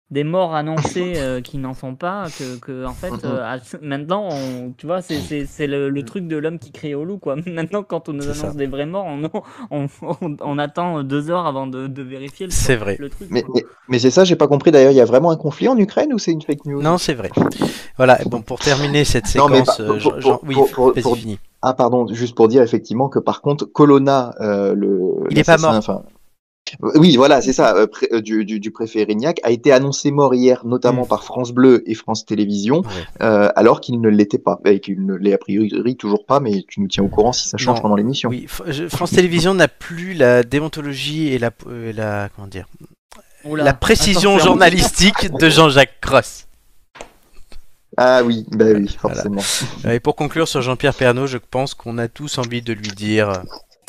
[SPEAKER 3] des morts annoncées euh, qui n'en sont pas, que, que, en
[SPEAKER 1] Mm,
[SPEAKER 3] fait
[SPEAKER 4] Mhm.
[SPEAKER 3] euh, à- maintenant, on- tu vois, c'est- c'est c'est le, le truc de l'homme qui crie au loup quoi. Maintenant, quand on nous
[SPEAKER 1] C'est ça.
[SPEAKER 3] annonce des vrais morts, on, on- on- on attend deux heures avant de, de vérifier le,
[SPEAKER 1] C'est vrai.
[SPEAKER 3] le truc.
[SPEAKER 4] Mais,
[SPEAKER 3] quoi.
[SPEAKER 4] mais, mais c'est ça, j'ai pas compris d'ailleurs, il y a vraiment un conflit en Ukraine ou c'est une fake news
[SPEAKER 1] Non, c'est vrai. Voilà, et bon, pour terminer cette
[SPEAKER 4] Non, mais
[SPEAKER 1] séquence,
[SPEAKER 4] pas-
[SPEAKER 1] euh,
[SPEAKER 4] pour-
[SPEAKER 1] Jean-
[SPEAKER 4] pour-
[SPEAKER 1] Jean- oui,
[SPEAKER 4] pour- pour-
[SPEAKER 1] vas-y,
[SPEAKER 4] pour-
[SPEAKER 1] fini.
[SPEAKER 4] Ah pardon, juste pour dire effectivement que par contre Colonna, euh, le
[SPEAKER 1] Il est pas
[SPEAKER 4] l'assassin,
[SPEAKER 1] mort.
[SPEAKER 4] enfin, Euh, Oui, voilà, c'est ça, euh, pré- euh, du, du, du préfet Erignac a été annoncé mort hier, notamment
[SPEAKER 1] Mm.
[SPEAKER 4] par France Bleu et France Télévisions,
[SPEAKER 1] Ouais.
[SPEAKER 4] euh, alors qu'il ne l'était pas, et qu'il ne l'est a priori toujours pas, mais tu nous tiens au courant si ça change
[SPEAKER 1] Non.
[SPEAKER 4] pendant l'émission.
[SPEAKER 1] Oui, F- je- France Télévisions n'a plus la déontologie et la, euh, la comment dire,
[SPEAKER 3] Oula,
[SPEAKER 1] la précision
[SPEAKER 3] attention.
[SPEAKER 1] journalistique de Jean-Jacques Cross.
[SPEAKER 4] Ah oui, bah oui,
[SPEAKER 1] Voilà.
[SPEAKER 4] forcément.
[SPEAKER 1] Euh, Et pour conclure sur Jean-Pierre Pernaut, je pense qu'on a tous envie de lui dire euh,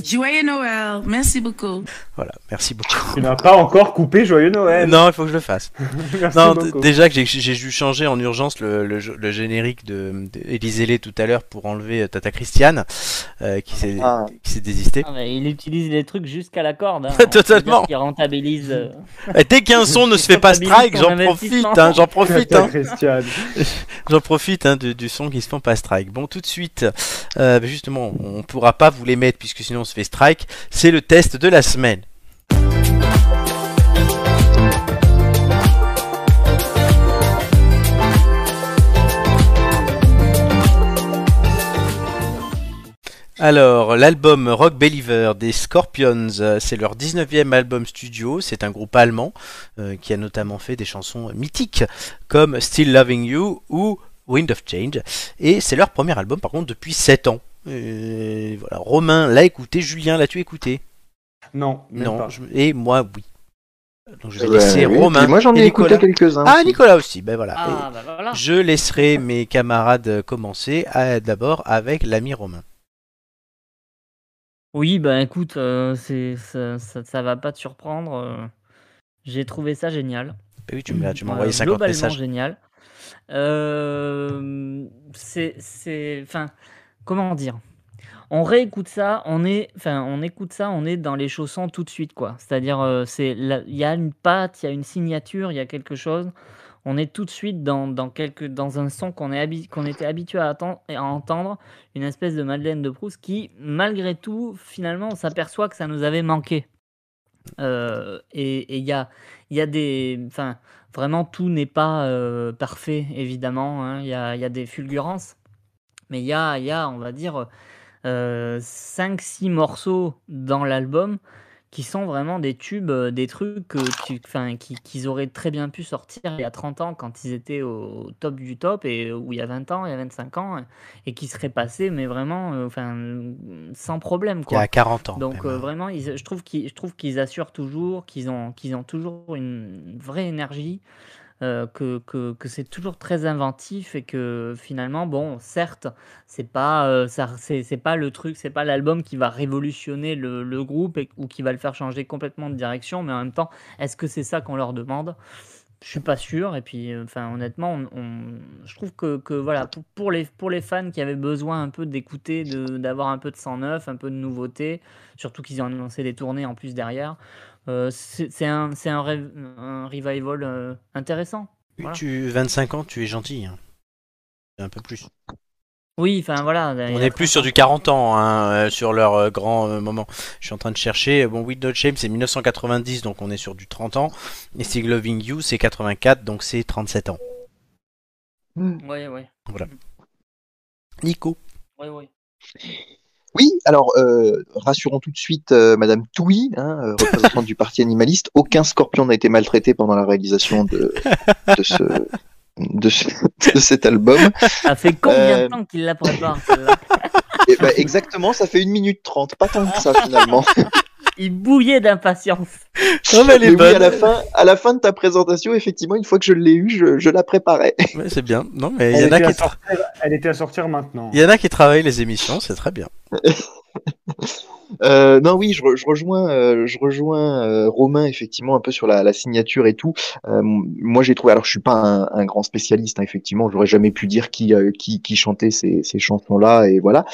[SPEAKER 5] Joyeux Noël, merci beaucoup.
[SPEAKER 1] voilà, merci
[SPEAKER 3] hein.
[SPEAKER 1] beaucoup.
[SPEAKER 2] Tu n'as pas encore coupé Joyeux Noël.
[SPEAKER 1] Non, il faut que je le fasse.
[SPEAKER 2] Merci
[SPEAKER 1] Non, d-
[SPEAKER 2] beaucoup.
[SPEAKER 1] déjà que j'ai- j'ai dû changer en urgence le, le g- le générique de, de Élysée Lay tout à l'heure pour enlever euh, Tata Christiane euh, qui s'est
[SPEAKER 4] Ah.
[SPEAKER 1] qui s'est désistée.
[SPEAKER 3] Ah, mais il utilise les trucs jusqu'à la corde. hein.
[SPEAKER 1] Totalement.
[SPEAKER 3] C'est-à-dire qu'il rentabilise. euh,
[SPEAKER 1] Euh, Dès qu'un son ne se fait pas strike, j'en profite, hein, j'en profite,
[SPEAKER 2] Putain,
[SPEAKER 1] hein,
[SPEAKER 2] Christiane.
[SPEAKER 1] j'en profite hein, du, du son qui se fait pas strike. Bon, tout de suite, euh, bah, justement, on pourra pas vous les mettre puisque sinon on se fait strike. C'est le test de la semaine. Alors, l'album Rock Believer des Scorpions, euh, c'est leur 19e album studio. C'est un groupe allemand euh, qui a notamment fait des chansons mythiques comme Still Loving You ou Wind of Change. Et c'est leur premier album, par contre, depuis 7 ans. Euh, voilà. Romain l'a écouté, Julien l'as-tu écouté
[SPEAKER 2] Non, même
[SPEAKER 1] Non.
[SPEAKER 2] pas.
[SPEAKER 1] je- Et moi, oui. Donc je vais
[SPEAKER 4] Ouais,
[SPEAKER 1] laisser
[SPEAKER 4] oui,
[SPEAKER 1] Romain.
[SPEAKER 4] puis moi j'en
[SPEAKER 1] et
[SPEAKER 4] ai
[SPEAKER 1] Nicolas.
[SPEAKER 4] écouté quelques-uns.
[SPEAKER 1] Ah,
[SPEAKER 4] aussi.
[SPEAKER 1] Nicolas aussi, ben voilà.
[SPEAKER 3] Ah, bah voilà.
[SPEAKER 1] Et Je laisserai mes camarades commencer à- d'abord avec l'ami Romain.
[SPEAKER 3] Oui, bah écoute, euh, c'est, ça, ça, ça va pas te surprendre. euh, J'ai trouvé ça génial.
[SPEAKER 1] Ben oui, tu m'as tu m'as
[SPEAKER 3] Euh,
[SPEAKER 1] envoyé 50
[SPEAKER 3] globalement
[SPEAKER 1] messages.
[SPEAKER 3] génial. Euh, c'est, c'est, enfin, comment dire On réécoute ça, on est, enfin, on écoute ça, on est dans les chaussons tout de suite, quoi. C'est-à-dire, euh, c'est, la- il y a une patte, il y a une signature, il y a quelque chose. On est tout de suite dans, dans, quelque, dans un son qu'on, est habi- qu'on était habitué à, atten- à entendre, une espèce de Madeleine de Proust qui, malgré tout, finalement, on s'aperçoit que ça nous avait manqué. Euh, et et il y a, il y a des. Enfin, vraiment, tout n'est pas euh, parfait, évidemment. hein. Il y, a, il y a des fulgurances. Mais il y a, il y a, on va dire, 5-6 morceaux dans l'album qui sont vraiment des tubes, euh, des trucs que tu- 'fin, qui- qu'ils auraient très bien pu sortir il y a 30 ans quand ils étaient au top du top, et où il y a 20 ans, il y a 25 ans, et qui seraient passés, mais vraiment euh, 'fin, sans problème.
[SPEAKER 1] Il y
[SPEAKER 3] Quoi.
[SPEAKER 1] a 40 ans. Ben,
[SPEAKER 3] Donc
[SPEAKER 1] même. hein.
[SPEAKER 3] euh, vraiment, ils- je trouve qu'ils, je trouve qu'ils assurent toujours, qu'ils ont, qu'ils ont toujours une vraie énergie, euh, que, que, que c'est toujours très inventif et que finalement, bon, certes, c'est pas, euh, ça, c'est, c'est pas le truc, c'est pas l'album qui va révolutionner le, le groupe et- ou qui va le faire changer complètement de direction, mais en même temps, est-ce que c'est ça qu'on leur demande je suis pas sûr, et puis euh, enfin honnêtement, on- on- je trouve que, que, voilà pour, pour les pour les fans qui avaient besoin un peu d'écouter, de- d'avoir un peu de sang neuf, un peu de nouveauté, surtout qu'ils ont annoncé des tournées en plus derrière. Euh, c'est c'est un, c'est un, rev- un revival euh, intéressant. voilà.
[SPEAKER 1] tu, 25 ans, tu es gentil. hein. Un peu plus.
[SPEAKER 3] Oui, enfin voilà. il y
[SPEAKER 1] On
[SPEAKER 3] a
[SPEAKER 1] est plus sur
[SPEAKER 3] 30
[SPEAKER 1] du 40 ans hein, euh, sur leur euh, grand euh, moment. Je suis en train de chercher. Bon, With No Shame, c'est 1990, donc on est sur du 30 ans. Et Still Loving You, c'est 84, donc c'est 37 ans.
[SPEAKER 3] ans. Ouais, ouais,
[SPEAKER 1] Nico.
[SPEAKER 3] ouais, ouais.
[SPEAKER 4] Oui, alors euh, rassurons tout de suite euh, Madame Touy, hein, euh, représentante du Parti animaliste. Aucun scorpion n'a été maltraité pendant la réalisation de, de, ce, de, ce- de cet album.
[SPEAKER 3] Ça fait combien
[SPEAKER 4] Euh,
[SPEAKER 3] de temps qu'il la prépare celle-là
[SPEAKER 4] Et ben, exactement, ça fait une minute trente, pas tant que ça finalement.
[SPEAKER 3] Il bouillait d'impatience.
[SPEAKER 1] Oh, mais elle est
[SPEAKER 4] Mais oui,
[SPEAKER 1] bonne.
[SPEAKER 4] à la fin, à la fin de ta présentation, effectivement, une fois que je l'ai eue, je, je la préparais.
[SPEAKER 1] Ouais, c'est bien. Non, mais il y,
[SPEAKER 2] Elle
[SPEAKER 1] en a
[SPEAKER 2] était,
[SPEAKER 1] qui
[SPEAKER 2] à
[SPEAKER 1] tra-
[SPEAKER 2] sortir, elle était à sortir maintenant.
[SPEAKER 1] il y en a qui travaillent les émissions, c'est très bien.
[SPEAKER 4] Euh, non, oui, je, re- je rejoins, euh, je rejoins euh, Romain effectivement un peu sur la, la signature et tout. Euh, m- moi, j'ai trouvé. Alors, je suis pas un, un grand spécialiste, hein, effectivement. J'aurais jamais pu dire qui euh, qui, qui chantait ces, ces chansons-là et voilà.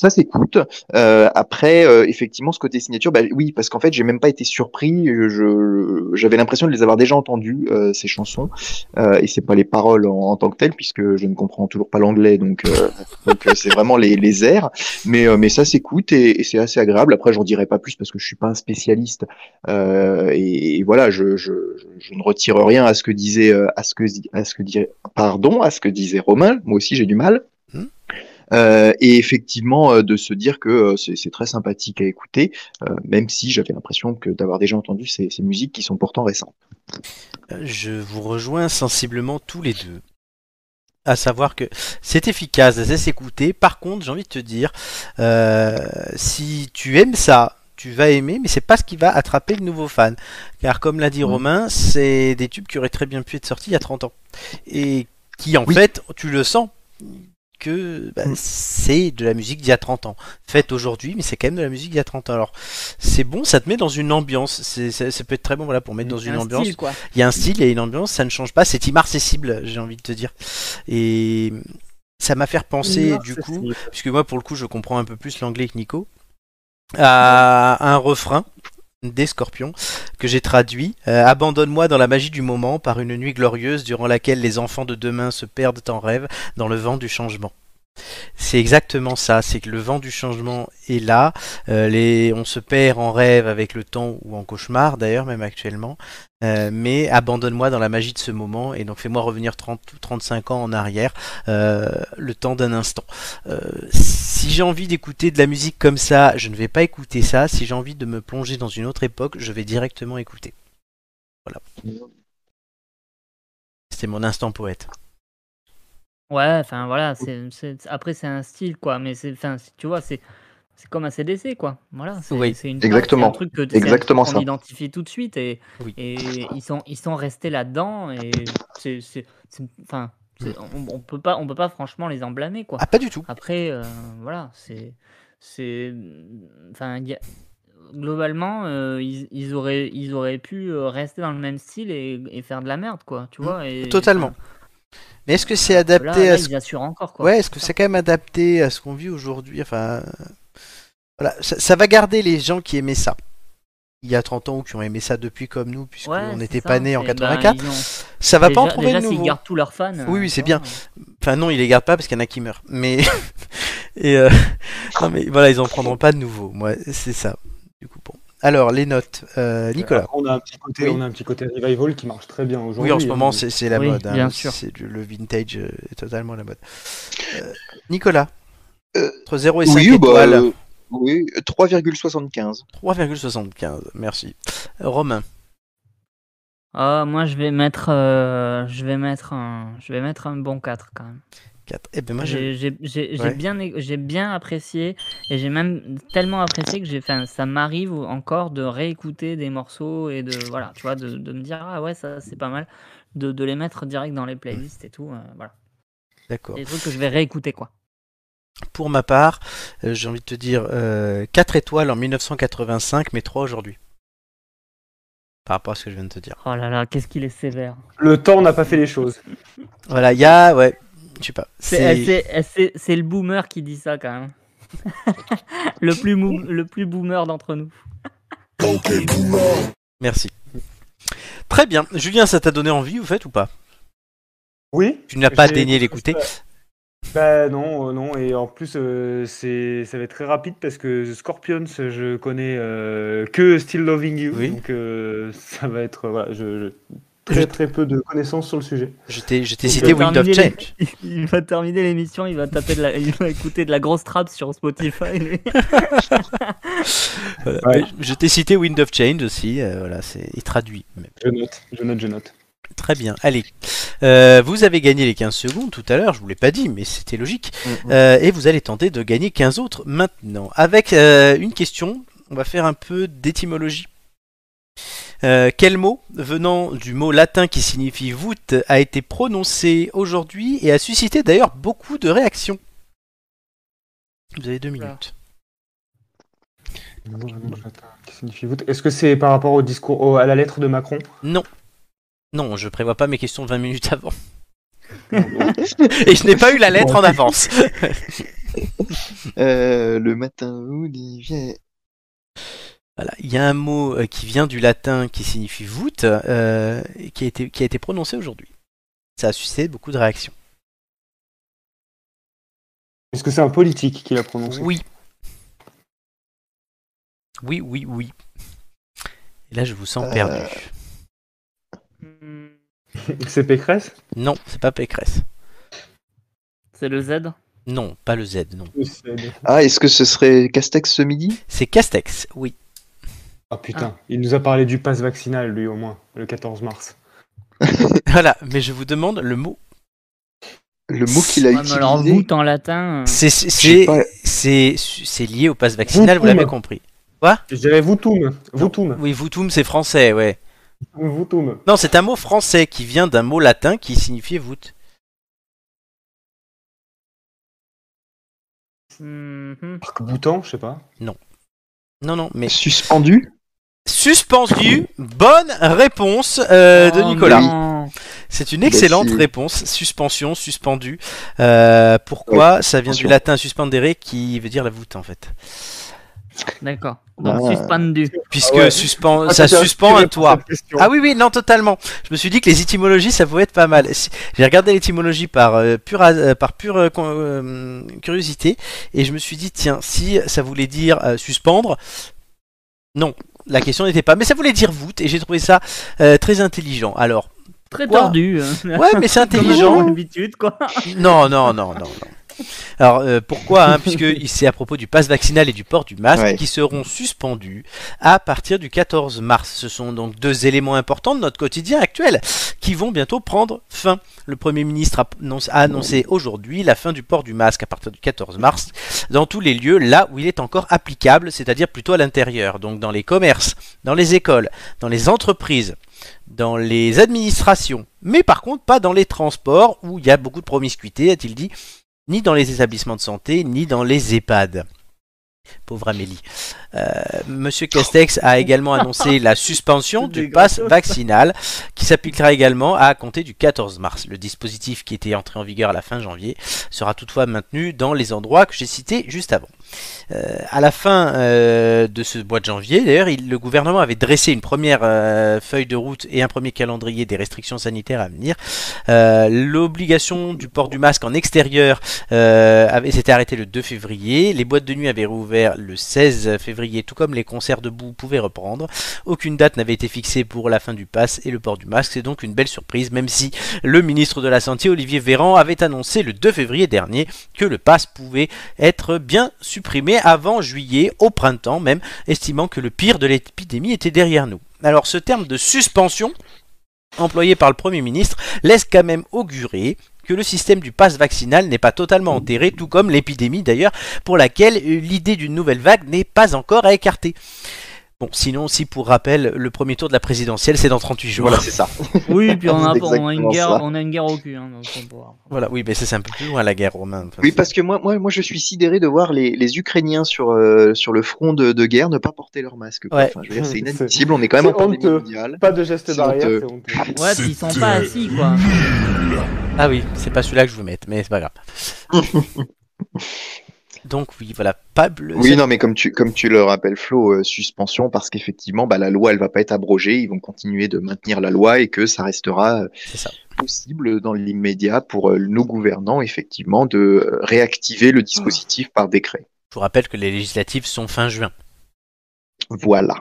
[SPEAKER 4] Ça s'écoute. Euh, après, euh, effectivement, ce côté signature, bah, oui, parce qu'en fait, j'ai même pas été surpris. Je j'avais l'impression de les avoir déjà entendues euh, ces chansons. Euh, et c'est pas les paroles en, en tant que telles, puisque je ne comprends toujours pas l'anglais, donc euh, donc euh, c'est vraiment les les airs mais euh, mais ça s'écoute et, et c'est assez agréable. Après, j'en dirai pas plus parce que je suis pas un spécialiste euh, et, et voilà, je, je je ne retire rien à ce que disait euh, à ce que à ce que disait pardon à ce que disait Romain. Moi aussi, j'ai du mal.
[SPEAKER 1] Hmm.
[SPEAKER 4] Euh, et effectivement, euh, de se dire que euh, c'est c'est très sympathique à écouter, euh, même si j'avais l'impression que d'avoir déjà entendu ces, ces musiques qui sont pourtant récentes.
[SPEAKER 1] Je vous rejoins sensiblement tous les deux. À savoir que c'est efficace, ça s'écouter. Par contre, j'ai envie de te dire, euh, si tu aimes ça, tu vas aimer, mais c'est pas ce qui va attraper le nouveau fan. Car comme l'a dit Romain, c'est des tubes qui auraient très bien pu être sortis il y a 30 ans. Et qui, en
[SPEAKER 4] Oui.
[SPEAKER 1] fait, tu le sens que bah,
[SPEAKER 4] Mm.
[SPEAKER 1] c'est de la musique d'il y a 30 ans. Faite aujourd'hui, mais c'est quand même de la musique d'il y a 30 ans. Alors, c'est bon, ça te met dans une ambiance. C'est, c'est- ça peut être très bon voilà, pour mettre dans une
[SPEAKER 3] Un
[SPEAKER 1] ambiance
[SPEAKER 3] style, quoi.
[SPEAKER 1] il y a un style et une ambiance, ça ne change pas, c'est immarcessible, j'ai envie de te dire. Et ça m'a fait penser, du coup, puisque moi pour le coup je comprends un peu plus l'anglais que Nico, à un refrain des Scorpions que j'ai traduit euh, Abandonne-moi dans la magie du moment par une nuit glorieuse durant laquelle les enfants de demain se perdent en rêve dans le vent du changement. C'est exactement ça, c'est que le vent du changement est là, euh, les, on se perd en rêve avec le temps ou en cauchemar d'ailleurs même actuellement, euh, mais abandonne-moi dans la magie de ce moment et donc fais-moi revenir 30 ou 35 ans en arrière euh, le temps d'un instant. Euh, si j'ai envie d'écouter de la musique comme ça, je ne vais pas écouter ça. Si j'ai envie de me plonger dans une autre époque, je vais directement écouter. Voilà. C'était mon instant poète.
[SPEAKER 3] Ouais, enfin voilà, c'est, c'est- après c'est un style quoi, mais c'est, enfin si tu vois, c'est, c'est comme un CDC quoi. Voilà, c'est,
[SPEAKER 1] Oui.
[SPEAKER 3] c'est une
[SPEAKER 4] Exactement.
[SPEAKER 3] c'est un truc que
[SPEAKER 4] Exactement
[SPEAKER 3] on
[SPEAKER 4] ça.
[SPEAKER 3] identifie tout de suite et,
[SPEAKER 1] Oui.
[SPEAKER 3] et ils sont ils sont restés là-dedans et c'est, c'est, c'est- enfin c'est- on, on peut pas on peut pas franchement les en blâmer quoi.
[SPEAKER 1] Ah, pas du tout.
[SPEAKER 3] Après euh, voilà, c'est c'est enfin il y a- globalement euh, ils, ils auraient ils auraient pu euh, rester dans le même style et, et faire de la merde quoi, tu
[SPEAKER 1] Mm,
[SPEAKER 3] vois et,
[SPEAKER 1] Totalement. Mais est-ce que c'est
[SPEAKER 3] Là,
[SPEAKER 1] adapté
[SPEAKER 3] là,
[SPEAKER 1] à ce
[SPEAKER 3] ils assurent encore quoi.
[SPEAKER 1] Ouais, est-ce que c'est quand même adapté à ce qu'on vit aujourd'hui Enfin, euh, voilà, ça, ça va garder les gens qui aimaient ça il y a 30 ans ou qui ont aimé ça depuis comme nous, puisqu'on
[SPEAKER 3] Ouais, c'est
[SPEAKER 1] n'était
[SPEAKER 3] ça,
[SPEAKER 1] pas nés en
[SPEAKER 3] c'est- ben,
[SPEAKER 1] 84.
[SPEAKER 3] ils ont-
[SPEAKER 1] ça va
[SPEAKER 3] déjà,
[SPEAKER 1] pas en trouver
[SPEAKER 3] déjà,
[SPEAKER 1] de
[SPEAKER 3] s'ils
[SPEAKER 1] nouveau.
[SPEAKER 3] gardent tous leurs fans.
[SPEAKER 1] Oui,
[SPEAKER 3] euh,
[SPEAKER 1] oui, c'est
[SPEAKER 3] tu
[SPEAKER 1] bien.
[SPEAKER 3] vois,
[SPEAKER 1] Enfin, non, ils les gardent pas parce qu'il y en a qui meurent. Mais. Et euh, Non, mais voilà, ils en prendront pas de nouveau. Moi, c'est ça. Du coup, bon. Alors, les notes. Euh, Nicolas.
[SPEAKER 3] Ah,
[SPEAKER 2] Après, on a un petit côté,
[SPEAKER 1] Oui.
[SPEAKER 2] on a un petit côté revival qui marche très bien aujourd'hui.
[SPEAKER 1] Oui, en ce
[SPEAKER 2] hein.
[SPEAKER 1] moment, c'est c'est la
[SPEAKER 3] euh, Oui,
[SPEAKER 1] mode. hein.
[SPEAKER 3] bien sûr.
[SPEAKER 1] C'est du- le vintage euh, est totalement la mode. Euh, Nicolas.
[SPEAKER 4] Euh,
[SPEAKER 1] Entre 0 et 5
[SPEAKER 4] Oui, bah,
[SPEAKER 1] étoiles.
[SPEAKER 4] euh, oui, 3,75.
[SPEAKER 1] 3,75. Merci. Romain.
[SPEAKER 3] Ah, moi, je vais mettre, euh, je vais mettre un, je vais mettre un bon 4 quand même.
[SPEAKER 1] 4. Eh ben, moi, je.
[SPEAKER 3] J'ai j'ai- j'ai- j'ai
[SPEAKER 1] Ouais.
[SPEAKER 3] bien, é- j'ai bien apprécié et j'ai même tellement apprécié que j'ai, enfin, ça m'arrive encore de réécouter des morceaux et de, voilà, tu vois, de, de me dire ah ouais, ça c'est pas mal, de, de les mettre direct dans les playlists et tout, euh, voilà,
[SPEAKER 1] D'accord.
[SPEAKER 3] des trucs que je vais réécouter quoi.
[SPEAKER 1] Pour ma part, euh, j'ai envie de te dire euh, 4 étoiles en 1985, mais 3 aujourd'hui. Par rapport à ce que je viens de te dire.
[SPEAKER 3] Oh là là, qu'est-ce qu'il est sévère.
[SPEAKER 2] Le temps n'a pas fait les choses.
[SPEAKER 1] Voilà, il y a, ouais, je sais pas.
[SPEAKER 3] C'est-
[SPEAKER 1] C'est-
[SPEAKER 3] euh, C'est euh, c'est- c'est le boomer qui dit ça quand même. le, plus mou- le plus boomer d'entre nous.
[SPEAKER 1] Merci. Très bien. Julien, ça t'a donné envie, au fait, ou pas
[SPEAKER 2] Oui.
[SPEAKER 1] Tu n'as pas
[SPEAKER 2] J'ai-
[SPEAKER 1] daigné l'écouter.
[SPEAKER 2] Bah non, euh, non, et en plus euh, c'est ça va être très rapide parce que The Scorpions, je connais euh, que Still Loving You,
[SPEAKER 1] Oui.
[SPEAKER 2] donc euh, ça va être euh, voilà, je, je-
[SPEAKER 1] Je-
[SPEAKER 2] très très peu de connaissances sur le sujet.
[SPEAKER 1] Je t'ai je t'ai
[SPEAKER 2] Je
[SPEAKER 1] cité
[SPEAKER 3] vais
[SPEAKER 1] Wind of
[SPEAKER 3] terminer les-
[SPEAKER 1] Change.
[SPEAKER 3] Il va terminer l'émission, il va taper de la- il va écouter de la grosse trappe sur Spotify. lui.
[SPEAKER 1] Voilà. Mais
[SPEAKER 2] Ouais.
[SPEAKER 1] Je t'ai cité Wind of Change aussi. euh, voilà, c'est il traduit. mais-
[SPEAKER 2] Je note, je note, je note.
[SPEAKER 1] Très bien. Allez. Euh, vous avez gagné les 15 secondes tout à l'heure. Je vous l'ai pas dit, mais c'était logique. Euh, et vous allez tenter de gagner 15 autres maintenant. Avec euh, une question, on va faire un peu d'étymologie. Euh, quel mot venant du mot latin qui signifie voûte a été prononcé aujourd'hui et a suscité d'ailleurs beaucoup de réactions Vous avez deux minutes.
[SPEAKER 2] Qu'est-ce que signifie voûte Est-ce que c'est par rapport au discours au- à la lettre de Macron
[SPEAKER 1] Non, je prévois pas mes questions 20 minutes avant. et je n'ai pas eu la lettre en avance.
[SPEAKER 4] Euh, le matin, Olivier.
[SPEAKER 1] Voilà. Il y a un mot euh, qui vient du latin qui signifie voûte euh, et qui, a été, qui a été prononcé aujourd'hui. Ça a suscité beaucoup de réactions.
[SPEAKER 2] Est-ce que c'est un politique qui l'a prononcé
[SPEAKER 1] Oui. Oui, oui, oui. Et là, je vous sens
[SPEAKER 4] Euh.
[SPEAKER 1] perdu.
[SPEAKER 3] Hmm,
[SPEAKER 2] C'est Pécresse
[SPEAKER 1] Non, c'est pas Pécresse.
[SPEAKER 3] C'est le Z
[SPEAKER 1] Non, pas le Z, non.
[SPEAKER 4] Ah, est-ce que ce serait Castex ce midi
[SPEAKER 1] C'est Castex, oui.
[SPEAKER 2] Ah putain, il nous a parlé du pass vaccinal, lui au moins, le 14 mars.
[SPEAKER 1] Voilà, mais je vous demande le mot.
[SPEAKER 4] Le mot qu'il a
[SPEAKER 3] Ouais, mais alors,
[SPEAKER 4] utilisé
[SPEAKER 3] bout en latin. euh,
[SPEAKER 1] C'est
[SPEAKER 4] sais
[SPEAKER 1] c'est-
[SPEAKER 4] pas.
[SPEAKER 1] c'est- c'est lié au pass vaccinal, vous l'avez
[SPEAKER 2] Voutoum.
[SPEAKER 1] compris.
[SPEAKER 2] Je dirais Voutoum, Voutoum,
[SPEAKER 1] Oui, Voutum, c'est français, ouais.
[SPEAKER 2] Voutoum.
[SPEAKER 1] Non, c'est un mot français qui vient d'un mot latin qui signifiait voûte.
[SPEAKER 3] mhm.
[SPEAKER 2] Parc Boutan, je sais pas.
[SPEAKER 1] Non, non, mais
[SPEAKER 4] Suspendu
[SPEAKER 1] suspendu. Bonne réponse euh,
[SPEAKER 2] Ah
[SPEAKER 1] de
[SPEAKER 3] Oh,
[SPEAKER 1] Nicolas.
[SPEAKER 3] non.
[SPEAKER 1] C'est une excellente
[SPEAKER 4] Merci.
[SPEAKER 1] réponse. Suspension, suspendu. Euh, pourquoi Ça vient du
[SPEAKER 4] suspension.
[SPEAKER 1] latin suspendere qui veut dire la voûte en fait.
[SPEAKER 3] D'accord. Donc
[SPEAKER 4] Ah.
[SPEAKER 3] suspendu.
[SPEAKER 1] Puisque
[SPEAKER 2] Ah ouais.
[SPEAKER 1] suspend,
[SPEAKER 2] Ah,
[SPEAKER 1] ça
[SPEAKER 2] t'as
[SPEAKER 1] suspend
[SPEAKER 2] assuré
[SPEAKER 1] un
[SPEAKER 2] pour
[SPEAKER 1] toit.
[SPEAKER 2] cette question.
[SPEAKER 1] Ah oui, oui, non, totalement. Je me suis dit que les étymologies, ça pouvait être pas mal. Si- J'ai regardé l'étymologie par, euh, pure, has- euh, par pure euh, con- euh, curiosité et je me suis dit, tiens, si ça voulait dire euh, suspendre, non, la question n'était pas. Mais ça voulait dire voûte et j'ai trouvé ça euh, très intelligent. Alors,
[SPEAKER 3] Très
[SPEAKER 1] Quoi
[SPEAKER 3] tordu. hein.
[SPEAKER 1] ouais, mais c'est
[SPEAKER 3] Comme
[SPEAKER 1] intelligent.
[SPEAKER 3] d'habitude, quoi.
[SPEAKER 1] Non, non, non, non, non. Alors euh, pourquoi hein, Puisque il- c'est à propos du pass vaccinal et du port du masque
[SPEAKER 4] Ouais.
[SPEAKER 1] qui seront suspendus à partir du 14 mars. Ce sont donc deux éléments importants de notre quotidien actuel qui vont bientôt prendre fin. Le Premier ministre a annonce- a annoncé aujourd'hui la fin du port du masque à partir du 14 mars dans tous les lieux là où il est encore applicable, c'est-à-dire plutôt à l'intérieur, donc dans les commerces, dans les écoles, dans les entreprises, dans les administrations, mais par contre pas dans les transports où il y a beaucoup de promiscuité, a-t-il dit, ni dans les établissements de santé, ni dans les EHPAD. Pauvre Amélie. Euh, Monsieur Castex a également annoncé la suspension
[SPEAKER 3] C'est
[SPEAKER 1] du
[SPEAKER 3] dégueulasse.
[SPEAKER 1] pass vaccinal qui s'appliquera également à compter du 14 mars. Le dispositif qui était entré en vigueur à la fin janvier sera toutefois maintenu dans les endroits que j'ai cités juste avant. Euh, à la fin euh, de ce mois de janvier, d'ailleurs, il- le gouvernement avait dressé une première euh, feuille de route et un premier calendrier des restrictions sanitaires à venir. Euh, L'obligation du port du masque en extérieur euh, avait- s'était arrêtée le 2 février. Les boîtes de nuit avaient rouvert le 16 février, tout comme les concerts debout pouvaient reprendre. Aucune date n'avait été fixée pour la fin du pass et le port du masque. C'est donc une belle surprise, même si le ministre de la Santé, Olivier Véran, avait annoncé le 2 février dernier que le pass pouvait être bien supprimé avant juillet, au printemps même, estimant que le pire de l'épidémie était derrière nous. Alors ce terme de suspension, employé par le Premier ministre, laisse quand même augurer que le système du pass vaccinal n'est pas totalement enterré, tout comme l'épidémie d'ailleurs, pour laquelle euh, l'idée d'une nouvelle vague n'est pas encore à écarter. Bon, sinon, si pour rappel, le premier tour de la présidentielle, c'est dans 38 jours.
[SPEAKER 4] Voilà, c'est ça.
[SPEAKER 3] Oui, puis on a,
[SPEAKER 4] C'est
[SPEAKER 3] on a une
[SPEAKER 4] exactement
[SPEAKER 3] guerre,
[SPEAKER 4] ça.
[SPEAKER 3] on a une guerre au cul. hein, donc on pourra-
[SPEAKER 1] Voilà, oui, mais ça c'est un peu plus loin la guerre romaine.
[SPEAKER 4] Oui, parce que moi, moi, moi, je suis sidéré de voir les, les Ukrainiens sur, euh, sur le front de, de guerre ne pas porter leur masque. quoi.
[SPEAKER 1] Ouais.
[SPEAKER 4] Enfin, je veux dire, c'est
[SPEAKER 2] C'est-
[SPEAKER 4] inadmissible. On est quand même
[SPEAKER 2] c'est
[SPEAKER 4] en pandémie
[SPEAKER 2] honteux.
[SPEAKER 4] mondiale.
[SPEAKER 2] Pas de geste
[SPEAKER 4] C'est
[SPEAKER 2] barrière,
[SPEAKER 4] honteux.
[SPEAKER 2] c'est honteux.
[SPEAKER 3] Ouais, puis ils sont pas assis, quoi.
[SPEAKER 1] Ah oui, c'est pas celui-là que je vous mette, mais c'est pas grave. Donc oui, voilà, pas bleu.
[SPEAKER 4] Oui,
[SPEAKER 1] c'est-
[SPEAKER 4] non, mais comme tu, comme tu le rappelles, Flo, euh, suspension, parce qu'effectivement, bah, la loi, elle va pas être abrogée. Ils vont continuer de maintenir la loi et que ça restera euh,
[SPEAKER 1] C'est ça.
[SPEAKER 4] possible dans l'immédiat pour euh, nos gouvernants, effectivement, de euh, réactiver le dispositif par décret.
[SPEAKER 1] Je vous rappelle que les législatives sont fin juin.
[SPEAKER 4] Voilà.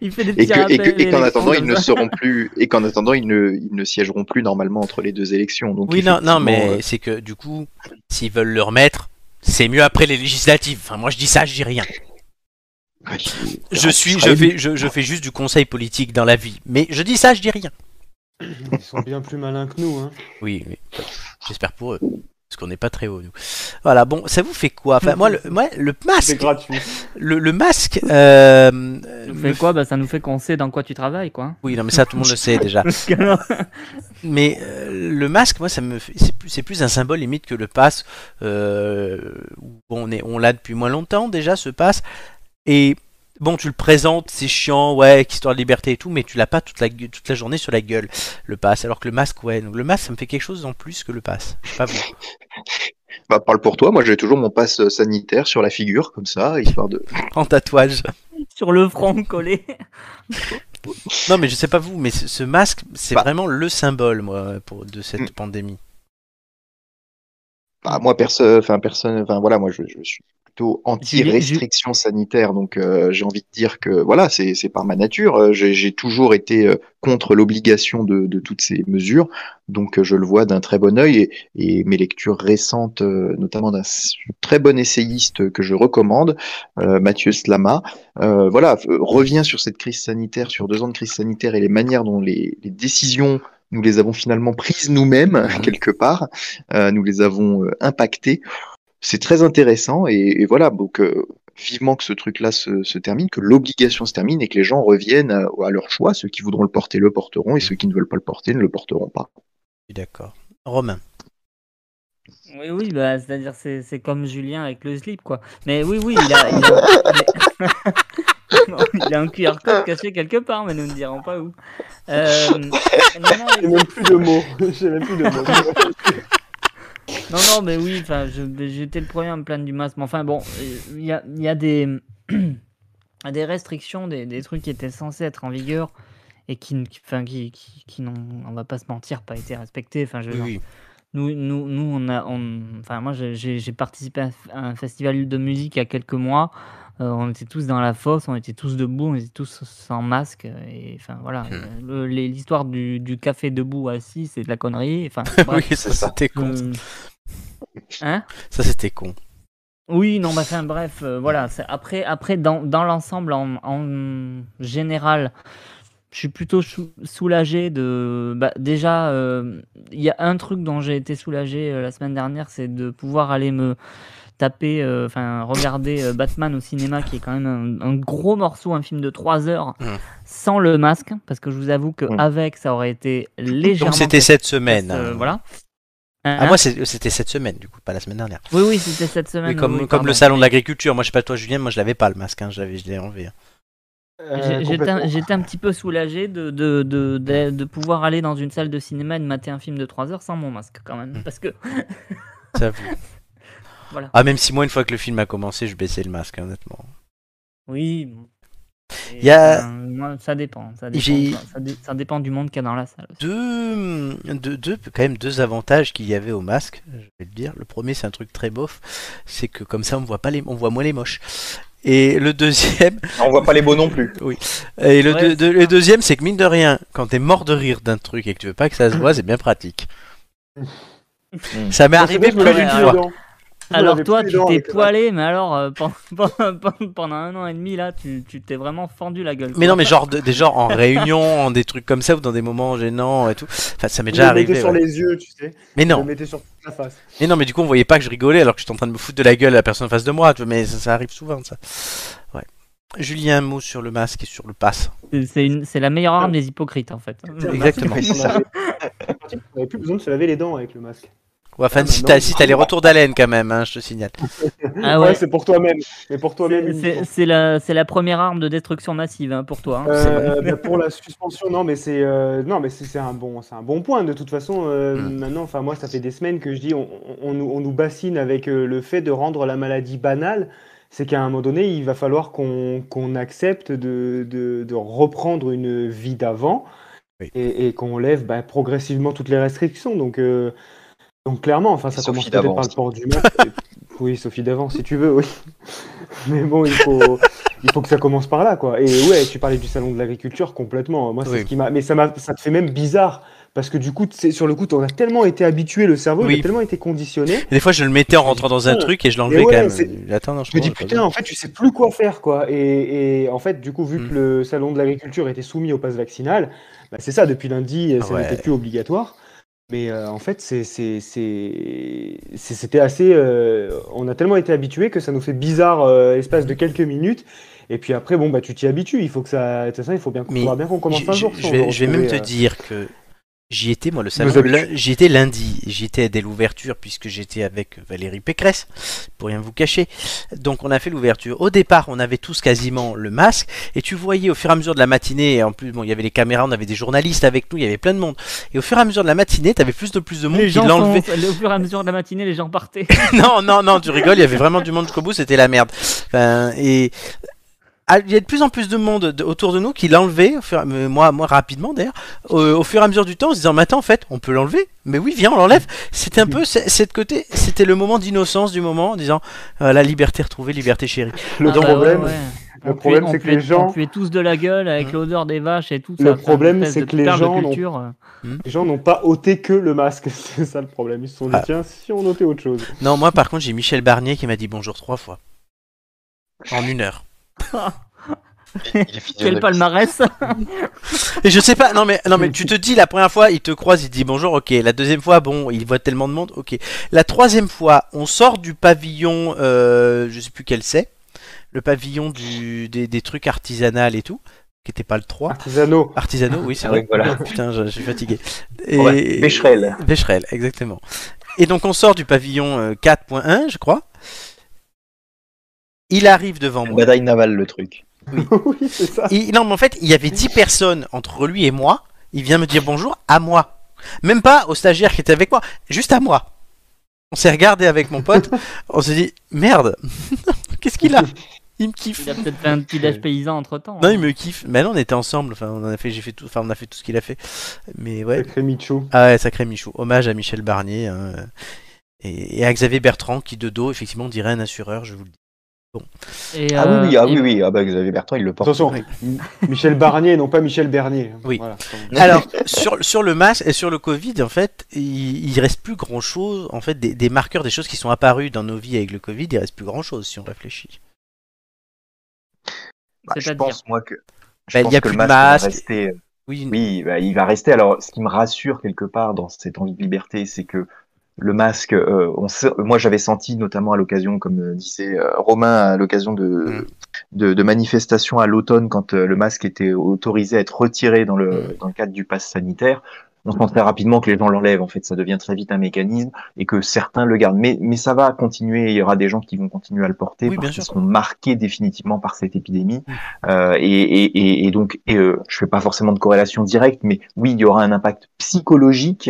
[SPEAKER 3] Il fait des petits
[SPEAKER 4] Et que- et que-
[SPEAKER 3] rappels
[SPEAKER 4] et qu'en
[SPEAKER 3] électrons
[SPEAKER 4] attendant, ils
[SPEAKER 3] comme
[SPEAKER 4] ne
[SPEAKER 3] ça.
[SPEAKER 4] seront plus, et qu'en attendant, ils ne, ils ne siégeront plus normalement entre les deux élections. Donc,
[SPEAKER 1] Oui, non, non, mais
[SPEAKER 4] effectivement, euh,
[SPEAKER 1] c'est que du coup, s'ils veulent le remettre, c'est mieux après les législatives. Enfin, moi je dis ça, je dis rien.
[SPEAKER 4] Ah, oui,
[SPEAKER 1] Je suis, je fais, je, je fais juste du conseil politique dans la vie, mais je dis ça, je dis rien.
[SPEAKER 2] Ils sont bien plus malins que nous. Hein.
[SPEAKER 1] Oui, oui. j'espère pour eux, parce qu'on n'est pas très haut nous. Voilà, bon, ça vous fait quoi
[SPEAKER 4] Mm.
[SPEAKER 1] Enfin, moi, le, moi, le
[SPEAKER 2] C'est
[SPEAKER 1] masque,
[SPEAKER 2] gratuit.
[SPEAKER 1] le, le masque. euh,
[SPEAKER 3] Ça nous
[SPEAKER 1] me
[SPEAKER 3] fait quoi bah, Ça nous fait qu'on sait dans quoi tu travailles, quoi.
[SPEAKER 1] Oui, non, mais ça tout le monde le sait déjà.
[SPEAKER 3] Parce que alors-
[SPEAKER 1] Mais euh, le masque, moi, ça me fait- c'est plus, c'est plus un symbole limite que le pass. euh, où on est, on l'a depuis moins longtemps déjà ce pass. Et bon, tu le présentes, c'est chiant, ouais, avec histoire de liberté et tout, mais tu l'as pas toute la gue- toute la journée sur la gueule le pass. Alors que le masque, ouais, donc le masque, ça me fait quelque chose en plus que le pass. Je sais Pas vous.
[SPEAKER 4] Bah, parle pour toi. Moi, j'ai toujours mon passe euh, sanitaire sur la figure, comme ça, histoire de.
[SPEAKER 1] En tatouage.
[SPEAKER 3] Sur le front collé.
[SPEAKER 1] Non, mais je sais pas vous, mais ce, ce masque, c'est
[SPEAKER 4] Bah.
[SPEAKER 1] vraiment le symbole, moi, pour, de cette
[SPEAKER 4] Mm.
[SPEAKER 1] pandémie.
[SPEAKER 4] Bah, moi, perso... enfin, personne. Enfin, voilà, moi, je, je suis plutôt anti-restrictions sanitaires. Donc, euh, j'ai envie de dire que voilà, c'est c'est par ma nature. Euh, J'ai j'ai toujours été euh, contre l'obligation de, de toutes ces mesures. Donc, euh, je le vois d'un très bon œil. Et, et mes lectures récentes, euh, notamment d'un s- très bon essayiste que je recommande, euh, Mathieu Slama, euh, voilà, f- revient sur cette crise sanitaire, sur deux ans de crise sanitaire et les manières dont les, les décisions nous les avons finalement prises nous-mêmes quelque part, euh, nous les avons euh, impactées c'est très intéressant et, et voilà donc euh, vivement que ce truc-là se, se termine, que l'obligation se termine et que les gens reviennent à, à leur choix. Ceux qui voudront le porter le porteront et ceux qui ne veulent pas le porter ne le porteront pas.
[SPEAKER 1] suis d'accord. Romain.
[SPEAKER 3] Oui, oui, bah, c'est-à-dire c'est, c'est comme Julien avec le slip, quoi. Mais oui, oui, il a, il a- Non, il a un QR code caché quelque part, mais nous ne dirons pas où. Euh, non,
[SPEAKER 2] J'ai
[SPEAKER 3] non,
[SPEAKER 2] même plus de mots. J'ai même plus de mots.
[SPEAKER 3] non, non, mais oui, enfin, je- j'étais le premier à me plaindre du masque. Mais enfin, bon, euh, il y a, il y a des, des restrictions, des, des trucs qui étaient censés être en vigueur et qui, n- qui, enfin, qui, qui, qui n'ont, on va pas se mentir, pas été respectés. Enfin, je veux dire, Nous, nous, nous, on a, on- enfin moi, j'ai- j'ai j'ai participé à un f- à un festival de musique il y a quelques mois. Euh, on était tous dans la fosse, on était tous debout, on était tous sans masque. Et enfin voilà,
[SPEAKER 1] Hmm.
[SPEAKER 3] Le- les- l'histoire du, du café debout assis, c'est de la connerie. Enfin, bref,
[SPEAKER 1] oui, ça, c'était con.
[SPEAKER 3] euh, hein
[SPEAKER 1] Ça, c'était con.
[SPEAKER 3] oui, non, bah, enfin, bref, euh, voilà. c'est- Après, après, dans, dans l'ensemble, en, en général, je suis plutôt chou- soulagé de. bah, déjà, euh, il y a un truc dont j'ai été soulagé euh, la semaine dernière, c'est de pouvoir aller me taper, euh, enfin, regarder euh, Batman au cinéma, qui est quand même un, un gros morceau, un film de 3 heures,
[SPEAKER 1] Mhm.
[SPEAKER 3] sans le masque, parce que je vous avoue
[SPEAKER 4] Mhm.
[SPEAKER 3] qu'avec, ça aurait été
[SPEAKER 1] Mmh.
[SPEAKER 3] légèrement.
[SPEAKER 1] Donc, c'était cette
[SPEAKER 3] efficace,
[SPEAKER 1] semaine.
[SPEAKER 3] euh, voilà.
[SPEAKER 1] Ah,
[SPEAKER 3] Hein
[SPEAKER 1] moi, c'est- c'était cette semaine, du coup, pas la semaine dernière.
[SPEAKER 3] oui, oui, c'était cette semaine.
[SPEAKER 1] Oui, comme,
[SPEAKER 3] oui,
[SPEAKER 1] comme le
[SPEAKER 3] pardon.
[SPEAKER 1] salon de l'agriculture. Moi, je sais pas toi, Julien, moi, je l'avais pas le masque. hein, je l'avais- je l'ai enlevé. hein.
[SPEAKER 2] Euh,
[SPEAKER 3] J'ai- J'étais
[SPEAKER 2] complètement.
[SPEAKER 3] un, j'étais un petit peu soulagé de, de, de, de, de pouvoir aller dans une salle de cinéma et de mater un film de 3 heures sans mon masque quand même.
[SPEAKER 1] Mm.
[SPEAKER 3] Parce que,
[SPEAKER 1] J'avoue.
[SPEAKER 3] Voilà.
[SPEAKER 1] Ah, même si moi, une fois que le film a commencé, je baissais le masque, hein, honnêtement.
[SPEAKER 3] oui. bon. Et,
[SPEAKER 1] Il y a-
[SPEAKER 3] euh, moi, ça dépend. Ça dépend,
[SPEAKER 1] J'ai-
[SPEAKER 3] quoi. ça, dé- ça dépend du monde qu'il y a dans la salle. aussi.
[SPEAKER 1] deux, deux, deux- quand même deux avantages qu'il y avait au masque, je vais le dire. Le premier, c'est un truc très bof, c'est que comme ça, on voit pas les, on voit moins les moches. Et le deuxième,
[SPEAKER 4] On voit pas les beaux non plus.
[SPEAKER 1] et le,
[SPEAKER 3] Ouais,
[SPEAKER 1] deux- deux- le deuxième, c'est que mine de rien, quand t'es mort de rire d'un truc et que tu veux pas que ça se voit, c'est bien pratique.
[SPEAKER 4] Hmm.
[SPEAKER 1] ça m'est
[SPEAKER 2] Moi, c'est
[SPEAKER 1] arrivé
[SPEAKER 2] vrai, je me
[SPEAKER 1] plus
[SPEAKER 2] l'avais
[SPEAKER 1] d'une
[SPEAKER 2] plus
[SPEAKER 3] alors-
[SPEAKER 1] fois.
[SPEAKER 2] dedans. Je me
[SPEAKER 3] Alors
[SPEAKER 2] l'avais
[SPEAKER 3] toi,
[SPEAKER 2] plus
[SPEAKER 3] tu
[SPEAKER 2] dedans
[SPEAKER 3] t'es
[SPEAKER 2] avec le
[SPEAKER 3] poilé, mais alors euh, pen- pen- pen- pendant un an et demi, là, tu tu t'es vraiment fendu la gueule.
[SPEAKER 1] Mais non,
[SPEAKER 3] quoi.
[SPEAKER 1] mais genre de- des gens en réunion, en des trucs comme ça ou dans des moments gênants et tout. Enfin, ça m'est
[SPEAKER 2] Je
[SPEAKER 1] déjà
[SPEAKER 2] le mettais
[SPEAKER 1] arrivé.
[SPEAKER 2] sur
[SPEAKER 1] ouais.
[SPEAKER 2] les yeux, tu sais.
[SPEAKER 1] Mais
[SPEAKER 2] Je le
[SPEAKER 1] non,
[SPEAKER 2] mettais sur toute la face.
[SPEAKER 1] mais non, mais du coup, on voyait pas que je rigolais alors que j'étais en train de me foutre de la gueule à la personne en face de moi. tu vois, Mais ça, ça arrive souvent, ça. Ouais. Julien, un mot sur le masque et sur le pass.
[SPEAKER 3] C'est- C'est une- c'est la meilleure arme des hypocrites en fait.
[SPEAKER 1] Exactement.
[SPEAKER 4] C'est
[SPEAKER 2] On
[SPEAKER 4] ça.
[SPEAKER 2] avait- on avait plus besoin de se laver les dents avec le masque.
[SPEAKER 1] Ouais, enfin,
[SPEAKER 2] Ah,
[SPEAKER 1] si
[SPEAKER 2] maintenant,
[SPEAKER 1] t'as
[SPEAKER 2] on
[SPEAKER 1] si
[SPEAKER 2] prend
[SPEAKER 1] t'as les
[SPEAKER 2] le droit.
[SPEAKER 1] retours d'haleine quand même, hein, je te signale.
[SPEAKER 3] Ah
[SPEAKER 2] ouais,
[SPEAKER 3] ouais.
[SPEAKER 2] c'est pour toi-même. Mais pour toi-même
[SPEAKER 3] C'est-
[SPEAKER 2] uniquement.
[SPEAKER 3] C'est c'est la, c'est la première arme de destruction massive hein, pour toi. hein.
[SPEAKER 2] Euh, bah, pour la suspension, non, mais c'est euh, non, mais c'est c'est un bon, c'est un bon point. De toute façon, euh,
[SPEAKER 1] Mm.
[SPEAKER 2] maintenant, enfin moi, ça fait des semaines que je dis, on, on- on nous- on nous bassine avec euh, le fait de rendre la maladie banale. C'est qu'à un moment donné, il va falloir qu'on qu'on accepte de, de, de reprendre une vie d'avant
[SPEAKER 1] Oui.
[SPEAKER 2] et, et qu'on lève bah, progressivement toutes les restrictions. Donc euh, donc clairement, enfin ça commence
[SPEAKER 4] Sophie
[SPEAKER 2] peut-être
[SPEAKER 4] d'avant.
[SPEAKER 2] par le port du masque. Et- oui, Sophie d'avant, si tu veux, oui. Mais bon, il faut, il faut que ça commence par là, quoi. Et ouais, tu parlais du salon de l'agriculture complètement. Moi, c'est
[SPEAKER 1] Oui.
[SPEAKER 2] ce qui m'a. Mais ça, m'a- ça te fait même bizarre. Parce que du coup, tu sais, sur le coup, on a tellement été habitué, le cerveau, il
[SPEAKER 1] Oui.
[SPEAKER 2] a tellement été conditionné.
[SPEAKER 1] Et des fois, je le mettais en rentrant dans un
[SPEAKER 2] Putain.
[SPEAKER 1] truc et je l'enlevais
[SPEAKER 2] Et ouais,
[SPEAKER 1] quand
[SPEAKER 2] c'est-
[SPEAKER 1] même. Attends, non, je
[SPEAKER 2] Je me dis,
[SPEAKER 1] comprends pas.
[SPEAKER 2] putain, en fait, tu sais plus quoi faire, quoi. Et, et en fait, du coup, vu
[SPEAKER 1] Mm.
[SPEAKER 2] que le salon de l'agriculture était soumis au pass vaccinal, bah, c'est ça, depuis lundi, ça
[SPEAKER 1] Ouais.
[SPEAKER 2] n'était plus obligatoire. Mais euh, en fait, c'est, c'est, c'est, c'est- c'était assez. euh, on a tellement été habitués que ça nous fait bizarre euh, l'espace de quelques minutes. Et puis après, bon, bah, tu t'y habitues. Il faut que ça. De toute façon, il faut bien, qu'on-
[SPEAKER 1] Mais
[SPEAKER 2] faudra bien qu'on commence un
[SPEAKER 1] Je-
[SPEAKER 2] jour.
[SPEAKER 1] je-
[SPEAKER 2] si
[SPEAKER 1] Je
[SPEAKER 2] on
[SPEAKER 1] vais-
[SPEAKER 2] veut
[SPEAKER 1] je vais même te
[SPEAKER 2] retrouver, euh,
[SPEAKER 1] dire que j'y étais, moi, le salon.
[SPEAKER 2] Nos habitudes.
[SPEAKER 1] lun- J'y étais lundi. J'y étais dès l'ouverture puisque j'étais avec Valérie Pécresse, pour rien vous cacher. Donc, on a fait l'ouverture. Au départ, on avait tous quasiment le masque et tu voyais au fur et à mesure de la matinée, et en plus, bon, il y avait les caméras, on avait des journalistes avec nous, il y avait plein de monde. Et au fur et à mesure de la matinée, t'avais plus de plus de monde
[SPEAKER 3] Les
[SPEAKER 1] qui
[SPEAKER 3] gens
[SPEAKER 1] l'enlevait.
[SPEAKER 3] sont- au fur et à mesure de la matinée, les gens partaient.
[SPEAKER 1] non, non, non, tu rigoles, il y avait vraiment du monde jusqu'au bout, c'était la merde. Enfin, et ah, il y a de plus en plus de monde de- autour de nous qui l'enlevait, au fur et- mais moi, moi rapidement d'ailleurs, euh, au fur et à mesure du temps, en se disant maintenant en fait on peut l'enlever, mais oui viens on l'enlève. C'était un peu c'est- cette côté, c'était le moment d'innocence du moment, en disant euh, la liberté retrouvée, liberté chérie.
[SPEAKER 2] Le
[SPEAKER 1] Ah bah
[SPEAKER 2] problème,
[SPEAKER 3] ouais, ouais.
[SPEAKER 2] le
[SPEAKER 3] On
[SPEAKER 2] problème,
[SPEAKER 3] puait-
[SPEAKER 2] c'est
[SPEAKER 3] on
[SPEAKER 2] que les
[SPEAKER 3] puait-
[SPEAKER 2] gens- Mmh.
[SPEAKER 3] On puait tous de la gueule avec
[SPEAKER 1] Mm.
[SPEAKER 3] l'odeur des vaches et tout.
[SPEAKER 2] Le
[SPEAKER 3] ça fait une
[SPEAKER 2] problème,
[SPEAKER 3] espèce
[SPEAKER 2] c'est
[SPEAKER 3] de
[SPEAKER 2] que les
[SPEAKER 3] perle de
[SPEAKER 2] gens n'ont-
[SPEAKER 3] culture, euh.
[SPEAKER 2] les gens n'ont pas ôté que le masque. C'est ça le problème. Ils se sont dit,
[SPEAKER 1] Ah.
[SPEAKER 2] tiens, si on ôtait autre chose.
[SPEAKER 1] Non moi par contre j'ai Michel Barnier qui m'a dit bonjour trois fois en une heure.
[SPEAKER 4] Il est
[SPEAKER 3] Quel
[SPEAKER 4] physionomiste.
[SPEAKER 3] palmarès
[SPEAKER 1] Et je sais pas, non mais, non mais tu te dis la première fois, il te croise, il te dit bonjour, ok. La deuxième fois, bon, il voit tellement de monde, ok. La troisième fois, on sort du pavillon, euh, je sais plus quel c'est, le pavillon du, des, des trucs artisanales et tout, qui était pas le 3.
[SPEAKER 2] Artisanaux.
[SPEAKER 1] Artisanaux, oui, c'est
[SPEAKER 4] Ah
[SPEAKER 1] vrai. Oh,
[SPEAKER 4] oui, voilà.
[SPEAKER 1] Putain, je, je suis fatigué.
[SPEAKER 4] Ouais, Becherel.
[SPEAKER 1] Becherel, exactement. Et donc on sort du pavillon euh, 4.1, je crois. Il arrive devant moi.
[SPEAKER 4] Bataille navale, le truc.
[SPEAKER 2] oui, c'est ça.
[SPEAKER 1] Il- non, mais en fait, il y avait 10 personnes entre lui et moi. Il vient me dire bonjour à moi. Même pas au stagiaire qui était avec moi, juste à moi. On s'est regardé avec mon pote. on s'est dit, merde, qu'est-ce qu'il a Il me kiffe.
[SPEAKER 3] Il a peut-être fait un petit lèche paysan entre temps.
[SPEAKER 4] hein.
[SPEAKER 1] Non, il me kiffe. Mais là, on était ensemble. Enfin, on en a fait, j'ai fait tout. Enfin, on a fait tout ce qu'il a fait. Mais ouais.
[SPEAKER 2] Sacré Michou.
[SPEAKER 1] Ah ouais, sacré Michou. Hommage à Michel Barnier hein, et, et à Xavier Bertrand qui, de dos, effectivement, dirait un assureur, je vous le dis.
[SPEAKER 4] Ah oui,
[SPEAKER 3] euh,
[SPEAKER 4] oui, ah oui, oui. Ah bah, Xavier Bertrand, il le porte.
[SPEAKER 2] Attention, M- Michel Barnier, non pas Michel Bernier.
[SPEAKER 1] Oui.
[SPEAKER 2] Voilà.
[SPEAKER 1] Alors, sur, sur le masque et sur le Covid, en fait, il, il reste plus grand chose. En fait, des, des marqueurs, des choses qui sont apparues dans nos vies avec le Covid, il reste plus grand chose si on réfléchit.
[SPEAKER 4] Bah, je
[SPEAKER 3] C'est-à-dire
[SPEAKER 4] pense, moi, que. je
[SPEAKER 1] Bah, il
[SPEAKER 4] pense
[SPEAKER 1] y a
[SPEAKER 4] que
[SPEAKER 1] plus
[SPEAKER 4] le
[SPEAKER 1] de
[SPEAKER 4] masque va
[SPEAKER 1] masque.
[SPEAKER 4] rester, euh,
[SPEAKER 1] Oui,
[SPEAKER 4] Oui, bah, il va rester. Alors, ce qui me rassure quelque part dans cette envie de liberté, c'est que le masque, euh, on sait- moi j'avais senti notamment à l'occasion, comme euh, disait euh, Romain, à l'occasion de,
[SPEAKER 1] Mm.
[SPEAKER 4] de, de manifestations à l'automne, quand euh, le masque était autorisé à être retiré dans le, dans le cadre du pass sanitaire, on sent très rapidement que les gens l'enlèvent. En fait, ça devient très vite un mécanisme et que certains le gardent. Mais, mais ça va continuer. Il y aura des gens qui vont continuer à le porter
[SPEAKER 1] Oui, bien
[SPEAKER 4] parce qu'ils
[SPEAKER 1] sûr.
[SPEAKER 4] seront marqués définitivement par cette épidémie. Euh, et, et- et- et donc, et, euh, je fais pas forcément de corrélation directe, mais oui, il y aura un impact psychologique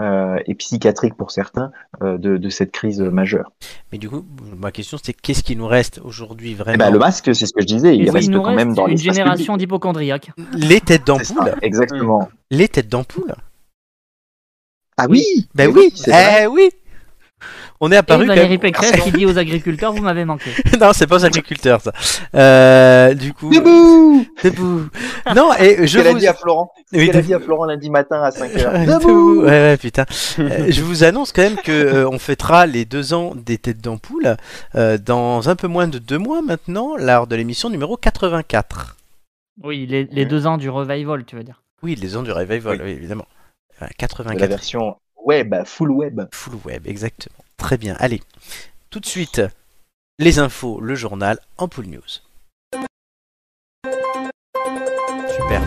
[SPEAKER 4] euh, et psychiatrique pour certains euh, de, de cette crise majeure.
[SPEAKER 1] mais du coup, ma question c'est qu'est-ce qui nous reste aujourd'hui
[SPEAKER 4] Eh
[SPEAKER 1] vraiment
[SPEAKER 4] ben, le masque, c'est ce que je disais, il
[SPEAKER 3] Il,
[SPEAKER 4] reste
[SPEAKER 3] nous
[SPEAKER 4] quand
[SPEAKER 3] reste
[SPEAKER 4] même dans
[SPEAKER 3] une
[SPEAKER 4] l'espace
[SPEAKER 3] génération
[SPEAKER 4] public.
[SPEAKER 3] d'hypochondriaques.
[SPEAKER 1] Les têtes
[SPEAKER 4] C'est ça,
[SPEAKER 1] d'ampoule
[SPEAKER 4] Exactement.
[SPEAKER 1] Les têtes d'ampoule
[SPEAKER 4] Ah oui,
[SPEAKER 1] Ben
[SPEAKER 4] mais
[SPEAKER 1] oui
[SPEAKER 4] c'est vrai.
[SPEAKER 1] Eh oui On est
[SPEAKER 3] Et
[SPEAKER 1] apparu quand
[SPEAKER 3] Eh, Valérie
[SPEAKER 1] même...
[SPEAKER 3] Pécresse qui dit aux agriculteurs, vous m'avez manqué.
[SPEAKER 1] Non, c'est pas aux agriculteurs ça. Euh, du coup... euh,
[SPEAKER 4] Debout
[SPEAKER 1] Debout Non, et je
[SPEAKER 4] Qu'elle a
[SPEAKER 1] vous...
[SPEAKER 4] dit à Florent
[SPEAKER 1] Oui,
[SPEAKER 4] Qu'elle a
[SPEAKER 1] debout.
[SPEAKER 4] dit à Florent lundi matin à 5h
[SPEAKER 1] Ah, debout. Ouais, ouais, putain. Euh, je vous annonce quand même que euh, on fêtera les deux ans des têtes d'ampoule euh, dans un peu moins de deux mois maintenant, lors de l'émission numéro 84.
[SPEAKER 3] Oui, les, les deux ans du revival, tu veux dire.
[SPEAKER 1] Oui, les ans du revival, oui, évidemment. Voilà,
[SPEAKER 4] La
[SPEAKER 1] 84,
[SPEAKER 4] version web, full web.
[SPEAKER 1] full web, exactement. Très bien, allez. Tout de suite, les infos, le journal, Ampoule News. Super.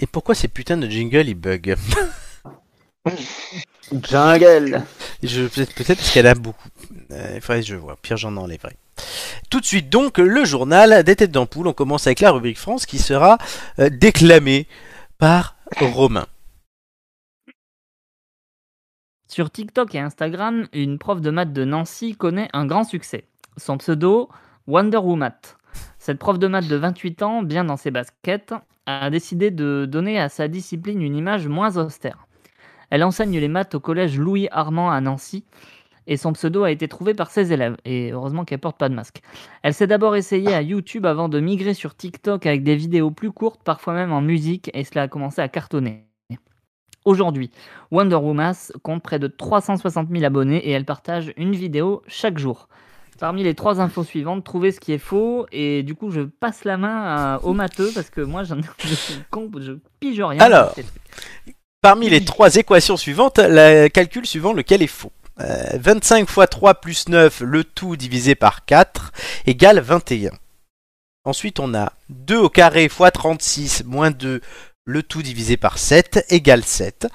[SPEAKER 1] Et pourquoi ces putains de jingles ils bug
[SPEAKER 2] Jungle.
[SPEAKER 1] Je- Peut-être peut-être parce qu'elle a beaucoup. Euh, il faudrait que je vois. Pire, j'en enlèverai. Tout de suite, donc, le journal des têtes d'ampoule. On commence avec la rubrique France qui sera euh, déclamée par Romain.
[SPEAKER 3] Sur TikTok et Instagram, une prof de maths de Nancy connaît un grand succès. Son pseudo, Wonder Woman. Cette prof de maths de 28 ans, bien dans ses baskets, a décidé de donner à sa discipline une image moins austère. Elle enseigne les maths au collège Louis Armand à Nancy et son pseudo a été trouvé par ses élèves et heureusement qu'elle porte pas de masque. Elle s'est d'abord essayée à YouTube avant de migrer sur TikTok avec des vidéos plus courtes, parfois même en musique et cela a commencé à cartonner. Aujourd'hui, Wonder Woman compte près de 360 000 abonnés et elle partage une vidéo chaque jour. Parmi les trois infos suivantes, trouvez ce qui est faux et du coup je passe la main à- au matheux parce que moi j'en je suis con, je pige rien.
[SPEAKER 1] Alors. Parmi les trois équations suivantes, le calcul suivant lequel est faux. Euh, 25 fois 3 plus 9, le tout divisé par 4, égale 21. Ensuite, on a 2 au carré fois 36 moins 2, le tout divisé par 7, égale 7.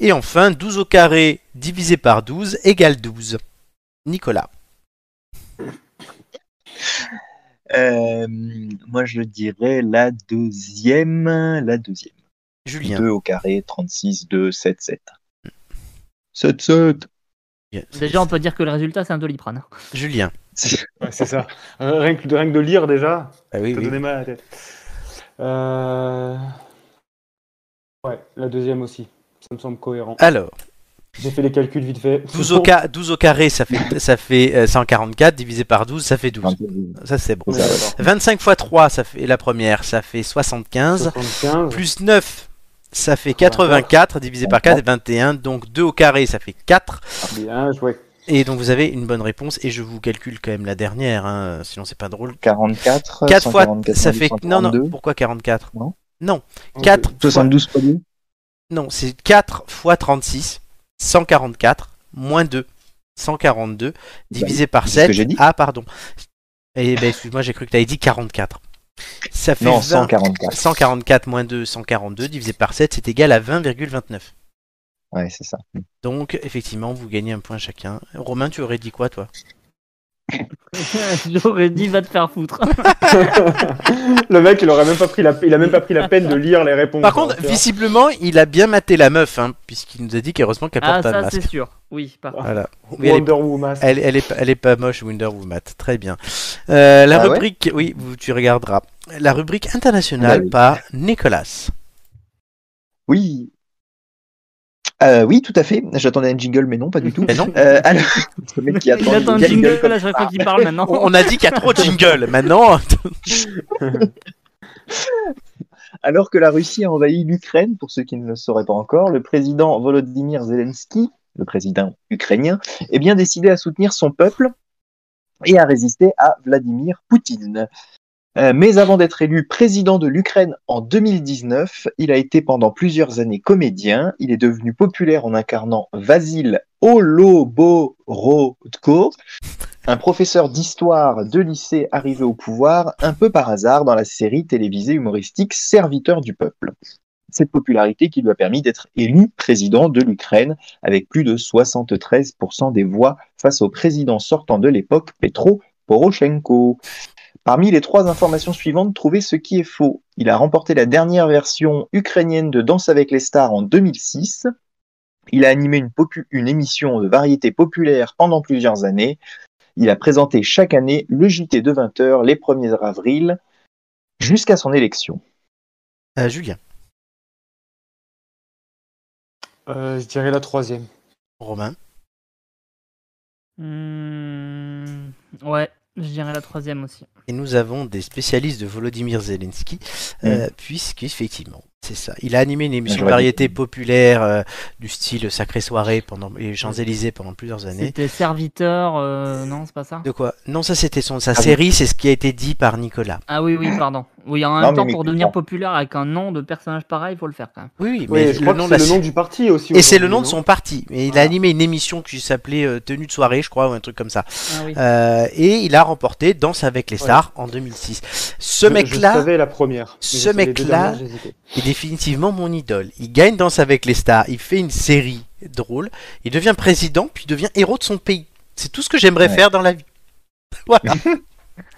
[SPEAKER 1] Et enfin, 12 au carré divisé par 12, égale 12. Nicolas.
[SPEAKER 4] Euh, moi, je dirais la deuxième. La deuxième.
[SPEAKER 1] Julien.
[SPEAKER 4] 2 au carré, 36, 2, 7, 7. 7, 7.
[SPEAKER 3] Déjà, on peut dire que le résultat, c'est un doliprane.
[SPEAKER 1] Julien.
[SPEAKER 2] Ouais, c'est ça. Euh, Rien que, rien que de lire déjà,
[SPEAKER 1] Ah oui,
[SPEAKER 2] ça
[SPEAKER 1] oui.
[SPEAKER 2] donnait mal à la tête. Euh, Ouais, la deuxième aussi. Ça me semble cohérent.
[SPEAKER 1] Alors,
[SPEAKER 2] J'ai fait les calculs vite fait.
[SPEAKER 1] 12 au, ca- 12 au carré, ça fait, ça fait euh, 144, divisé par 12, ça fait 12. Ça, c'est bon.
[SPEAKER 2] Ouais, d'accord.
[SPEAKER 1] 25 x 3, ça fait la première, ça fait 75.
[SPEAKER 2] 75.
[SPEAKER 1] Plus 9, ça fait 84, divisé par 4, c'est 21. Donc 2 au carré, ça fait 4.
[SPEAKER 2] Ah, Bien joué.
[SPEAKER 1] Et donc vous avez une bonne réponse. Et je vous calcule quand même la dernière, hein, sinon c'est pas drôle.
[SPEAKER 4] 44.
[SPEAKER 1] 4 fois,
[SPEAKER 4] 144,
[SPEAKER 1] ça fait. Non, non,
[SPEAKER 4] 142,
[SPEAKER 1] pourquoi 44
[SPEAKER 4] Non.
[SPEAKER 1] Non, 4 fois...
[SPEAKER 4] 72 fois deux.
[SPEAKER 1] Non, c'est 4 fois 36, 144, moins 2, 142, divisé par
[SPEAKER 4] Bah, c'est ce
[SPEAKER 1] 7.
[SPEAKER 4] que j'ai dit.
[SPEAKER 1] Ah, pardon. Eh ben, excuse-moi, j'ai cru que tu avais dit 44. Ça fait
[SPEAKER 4] Non,
[SPEAKER 1] 20
[SPEAKER 4] 144.
[SPEAKER 1] 144 moins 2, 142, divisé par 7, c'est égal à 20,29.
[SPEAKER 4] Ouais, c'est ça.
[SPEAKER 1] Donc, effectivement, vous gagnez un point chacun. Romain, tu aurais dit quoi, toi
[SPEAKER 3] J'aurais dit, va te faire foutre.
[SPEAKER 2] Le mec, il aurait même pas pris la, il a même pas pris la peine de lire les réponses. hein,
[SPEAKER 1] Par contre,
[SPEAKER 2] Tu vois.
[SPEAKER 1] visiblement, il a bien maté la meuf, hein, puisqu'il nous a dit qu'heureusement qu'elle
[SPEAKER 3] Ah,
[SPEAKER 1] porte pas de
[SPEAKER 3] ça,
[SPEAKER 1] masque.
[SPEAKER 3] c'est sûr. Oui, par contre.
[SPEAKER 1] Voilà. Oui, elle est-
[SPEAKER 2] Wonder Woman.
[SPEAKER 1] Elle, elle, est, pas- elle est pas moche, Wonder Woman. Très bien. Euh, la
[SPEAKER 4] Ah ouais
[SPEAKER 1] rubrique, oui, vous- tu regarderas. La rubrique internationale
[SPEAKER 4] Ah oui.
[SPEAKER 1] par Nicolas.
[SPEAKER 4] Oui. Euh, oui, tout à fait. J'attendais un jingle, mais non, pas du tout.
[SPEAKER 1] Mais non.
[SPEAKER 4] Euh, alors, le mec qui
[SPEAKER 3] Il
[SPEAKER 4] attend,
[SPEAKER 3] attend
[SPEAKER 4] le
[SPEAKER 3] le
[SPEAKER 4] jingle
[SPEAKER 3] jingle
[SPEAKER 4] comme
[SPEAKER 3] à chaque fois
[SPEAKER 4] ça.
[SPEAKER 3] qu'il parle maintenant.
[SPEAKER 1] On on a dit qu'il y a trop de jingles. Maintenant,
[SPEAKER 4] Alors que la Russie a envahi l'Ukraine, pour ceux qui ne le sauraient pas encore, le président Volodymyr Zelensky, le président ukrainien, est bien décidé à soutenir son peuple et à résister à Vladimir Poutine. Euh, mais avant d'être élu président de l'Ukraine en 2019, il a été pendant plusieurs années comédien. Il est devenu populaire en incarnant Vasil Holoborodko, un professeur d'histoire de lycée arrivé au pouvoir un peu par hasard dans la série télévisée humoristique Serviteur du peuple. Cette popularité qui lui a permis d'être élu président de l'Ukraine avec plus de 73% des voix face au président sortant de l'époque, Petro Poroshenko. Parmi les trois informations suivantes, trouvez ce qui est faux. Il a remporté la dernière version ukrainienne de Danse avec les stars en 2006. Il a animé une, popu- une émission de variété populaire pendant plusieurs années. Il a présenté chaque année le JT de 20h les 1er avril jusqu'à son élection.
[SPEAKER 1] Euh, Julien,
[SPEAKER 2] Euh, je dirais la troisième.
[SPEAKER 1] Romain,
[SPEAKER 3] Hmm, Ouais, je dirais la troisième aussi.
[SPEAKER 1] et nous avons des spécialistes de Volodymyr Zelensky, euh,
[SPEAKER 2] Mm.
[SPEAKER 1] puisqu'effectivement, c'est ça. Il a animé une émission de
[SPEAKER 4] J'aurais dit-
[SPEAKER 1] variété populaire euh, du style Sacré Soirée pendant les Champs-Élysées pendant plusieurs années.
[SPEAKER 3] C'était serviteur, euh, non, c'est pas ça
[SPEAKER 1] De quoi Non, ça c'était son sa
[SPEAKER 4] Ah oui.
[SPEAKER 1] série, c'est ce qui a été dit par Nicolas.
[SPEAKER 3] Ah oui, oui, pardon. Oui, en
[SPEAKER 4] Non,
[SPEAKER 3] même
[SPEAKER 4] mais
[SPEAKER 3] temps,
[SPEAKER 4] oui,
[SPEAKER 3] pour
[SPEAKER 4] je
[SPEAKER 3] devenir
[SPEAKER 4] comprends.
[SPEAKER 3] populaire avec un nom de personnage pareil, faut le faire quand même.
[SPEAKER 1] Oui, oui,
[SPEAKER 2] Oui,
[SPEAKER 1] mais le
[SPEAKER 2] je crois
[SPEAKER 1] nom
[SPEAKER 2] que
[SPEAKER 1] de la
[SPEAKER 2] c'est le
[SPEAKER 1] série.
[SPEAKER 2] nom du parti aussi.
[SPEAKER 1] Et c'est le
[SPEAKER 2] aujourd'hui,
[SPEAKER 1] nom de
[SPEAKER 2] non Ah.
[SPEAKER 1] son parti. Mais il a
[SPEAKER 2] Voilà.
[SPEAKER 1] animé une émission qui s'appelait euh, Tenue de soirée, je crois, ou un truc comme ça.
[SPEAKER 3] Ah oui.
[SPEAKER 1] Euh, et il a remporté Danse avec les
[SPEAKER 2] Ouais.
[SPEAKER 1] stars en 2006. Ce
[SPEAKER 2] Je- Je
[SPEAKER 1] mec-là
[SPEAKER 2] savais la première.
[SPEAKER 1] ce
[SPEAKER 2] mais je- les deux
[SPEAKER 1] mec-là-
[SPEAKER 2] dernières, j'hésitais.
[SPEAKER 1] est définitivement mon idole. Il gagne Danse avec les stars, il fait une série drôle, il devient président, puis il devient héros de son pays. C'est tout ce que j'aimerais
[SPEAKER 4] Ouais.
[SPEAKER 1] faire dans la vie. Voilà.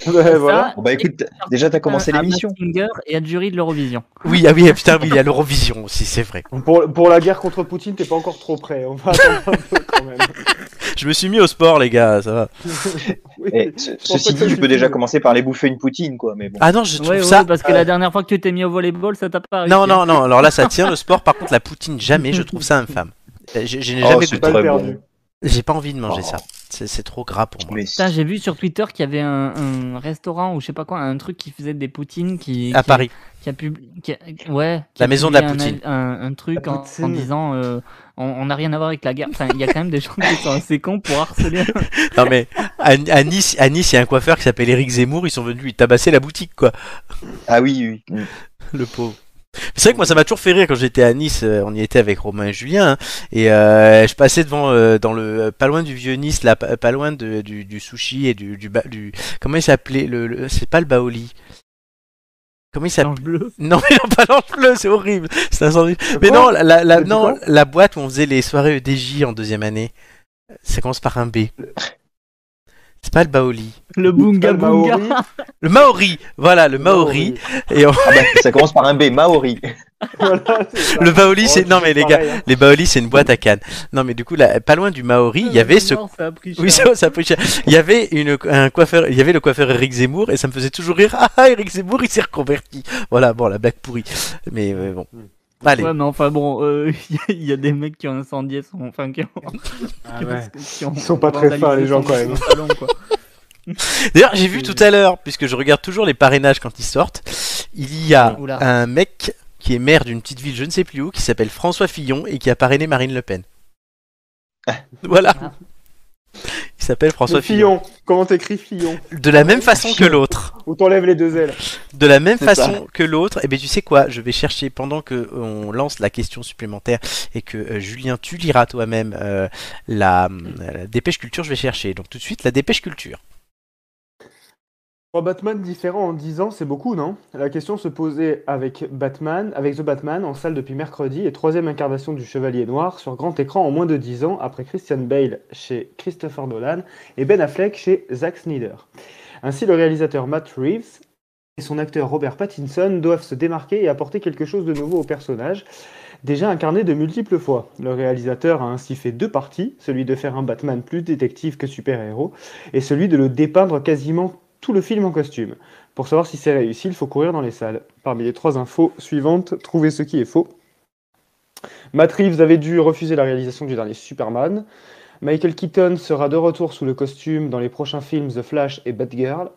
[SPEAKER 2] Ouais, voilà.
[SPEAKER 4] Bon bah écoute, déjà t'as commencé
[SPEAKER 3] Ah,
[SPEAKER 4] l'émission.
[SPEAKER 3] Euh, Singer et être jury de l'Eurovision.
[SPEAKER 1] oui, ah oui, ah putain, oui, il y a l'Eurovision aussi, c'est vrai.
[SPEAKER 2] Pour, pour la guerre contre Poutine, t'es pas encore trop prêt. On va attendre un peu quand même.
[SPEAKER 1] Je me suis mis au sport, les gars, ça va.
[SPEAKER 2] Oui.
[SPEAKER 4] Eh, ce-
[SPEAKER 2] pense pas
[SPEAKER 4] ceci
[SPEAKER 2] que ça
[SPEAKER 4] dit, je peux
[SPEAKER 2] suffit,
[SPEAKER 4] déjà
[SPEAKER 2] mais-
[SPEAKER 4] commencer par les bouffer une poutine quoi, mais bon.
[SPEAKER 1] Ah non, je trouve
[SPEAKER 3] Ouais, ouais, bah,
[SPEAKER 1] ça euh,
[SPEAKER 3] parce que la dernière fois que tu t'es mis au volleyball, ça t'a pas réussi.
[SPEAKER 1] Non, non, non, alors là ça tient le sport, par contre la poutine jamais, je trouve ça infâme. Euh, Je, je n'ai
[SPEAKER 4] Oh,
[SPEAKER 1] jamais
[SPEAKER 4] c'est
[SPEAKER 1] goûté.
[SPEAKER 2] Pas
[SPEAKER 4] Très
[SPEAKER 2] perdu.
[SPEAKER 1] J'ai pas envie de manger
[SPEAKER 4] Oh.
[SPEAKER 1] ça. C'est c'est trop gras pour moi.
[SPEAKER 4] Mais
[SPEAKER 3] Putain, j'ai vu sur Twitter qu'il y avait un, un restaurant ou je sais pas quoi, un truc qui faisait des poutines qui.
[SPEAKER 1] À
[SPEAKER 3] qui-
[SPEAKER 1] Paris.
[SPEAKER 3] qui a pub- qui a- ouais, qui
[SPEAKER 1] La
[SPEAKER 3] a
[SPEAKER 1] maison de la
[SPEAKER 3] publié un-
[SPEAKER 1] poutine.
[SPEAKER 3] Un, un truc
[SPEAKER 2] La
[SPEAKER 3] en, en
[SPEAKER 2] poutine.
[SPEAKER 3] disant euh, on- on n'a rien à voir avec la guerre. Enfin, il y a quand même des gens qui sont assez cons pour harceler.
[SPEAKER 1] Non mais à, à Nice, à Nice, il y a un coiffeur qui s'appelle Eric Zemmour. Ils sont venus lui tabasser la boutique, quoi.
[SPEAKER 4] ah oui, oui.
[SPEAKER 1] Le pauvre. C'est vrai que moi ça m'a toujours fait rire quand j'étais à Nice. euh, On y était avec Romain et Julien hein, et euh, je passais devant euh, dans le pas loin du vieux Nice, là, pas pas loin de- du, du sushi et du du, ba- du- comment il s'appelait le, le- c'est pas le Baoli. Comment il s'appelle
[SPEAKER 3] L'ange bleu.
[SPEAKER 1] Non, mais non, pas l'ange bleu, c'est horrible. C'est un sandwich. Mais
[SPEAKER 2] Quoi
[SPEAKER 1] non, la, la- la-
[SPEAKER 2] Mais
[SPEAKER 1] non,
[SPEAKER 2] pourquoi
[SPEAKER 1] la E boîte où on faisait les soirées EDJ en deuxième année, ça commence par un B. C'est pas le Baoli.
[SPEAKER 3] Le
[SPEAKER 2] Pas
[SPEAKER 3] Bunga
[SPEAKER 2] le
[SPEAKER 3] Bunga.
[SPEAKER 2] Maori.
[SPEAKER 1] Le Maori Voilà, le Maori. Et on-
[SPEAKER 4] Ah bah, ça commence par un B, Maori.
[SPEAKER 2] Voilà, c'est ça.
[SPEAKER 1] Le Baoli,
[SPEAKER 2] Oh,
[SPEAKER 1] c'est. Non, mais les gars,
[SPEAKER 2] pareil, hein.
[SPEAKER 1] les Baoli, c'est une boîte à cannes. Non, mais du coup, là, pas loin du Maori, il y avait ce.
[SPEAKER 3] Non, ça a pris cher.
[SPEAKER 1] Oui, ça, ça a pris cher. Il y avait une, un coiffeur, il y avait le coiffeur Eric Zemmour et ça me faisait toujours rire. Ah, ah, Eric Zemmour, il s'est reconverti. Voilà, bon, la blague pourrie. Mais euh, bon. Allez.
[SPEAKER 3] Ouais, mais enfin bon, euh, il y a- il y, a des mecs qui ont incendié son. Enfin, qui ont.
[SPEAKER 2] Ah
[SPEAKER 3] qui ont-
[SPEAKER 2] ouais.
[SPEAKER 3] qui ont
[SPEAKER 2] Ils sont pas très
[SPEAKER 3] vandalisé
[SPEAKER 2] fins, les gens,
[SPEAKER 3] son-
[SPEAKER 2] quand même.
[SPEAKER 3] son salon, quoi.
[SPEAKER 1] D'ailleurs, j'ai vu tout à l'heure, puisque je regarde toujours les parrainages quand ils sortent, il y a
[SPEAKER 3] Oula.
[SPEAKER 1] un mec qui est maire d'une petite ville, je ne sais plus où, qui s'appelle François Fillon et qui a parrainé Marine Le Pen. voilà.
[SPEAKER 3] Ah.
[SPEAKER 1] Il s'appelle François
[SPEAKER 2] Le
[SPEAKER 1] Fillon.
[SPEAKER 2] Fillon. Comment t'écris Fillon
[SPEAKER 1] De
[SPEAKER 3] Ah
[SPEAKER 1] la même façon que
[SPEAKER 4] Fillon.
[SPEAKER 1] l'autre.
[SPEAKER 2] Ou t'enlèves les deux ailes
[SPEAKER 1] De la même
[SPEAKER 4] C'est
[SPEAKER 1] façon que l'autre. Et eh bien, tu sais quoi Je vais chercher pendant que euh, on lance la question supplémentaire et que euh, Julien, tu liras toi-même euh, la, euh, la dépêche culture. Je vais chercher. Donc tout de suite la dépêche culture.
[SPEAKER 2] Trois Batman différents en 10 ans, c'est beaucoup, non La question se posait avec Batman, avec The Batman en salle depuis mercredi et troisième incarnation du Chevalier Noir sur grand écran en moins de 10 ans après Christian Bale chez Christopher Nolan et Ben Affleck chez Zack Snyder. Ainsi, le réalisateur Matt Reeves et son acteur Robert Pattinson doivent se démarquer et apporter quelque chose de nouveau au personnage, déjà incarné de multiples fois. Le réalisateur a ainsi fait deux parties, celui de faire un Batman plus détective que super-héros et celui de le dépeindre quasiment tout le film en costume. Pour savoir si c'est réussi, il faut courir dans les salles. Parmi les trois infos suivantes, trouvez ce qui est faux. Matt Reeves avait dû refuser la réalisation du dernier Superman. Michael Keaton sera de retour sous le costume dans les prochains films The Flash et Batgirl.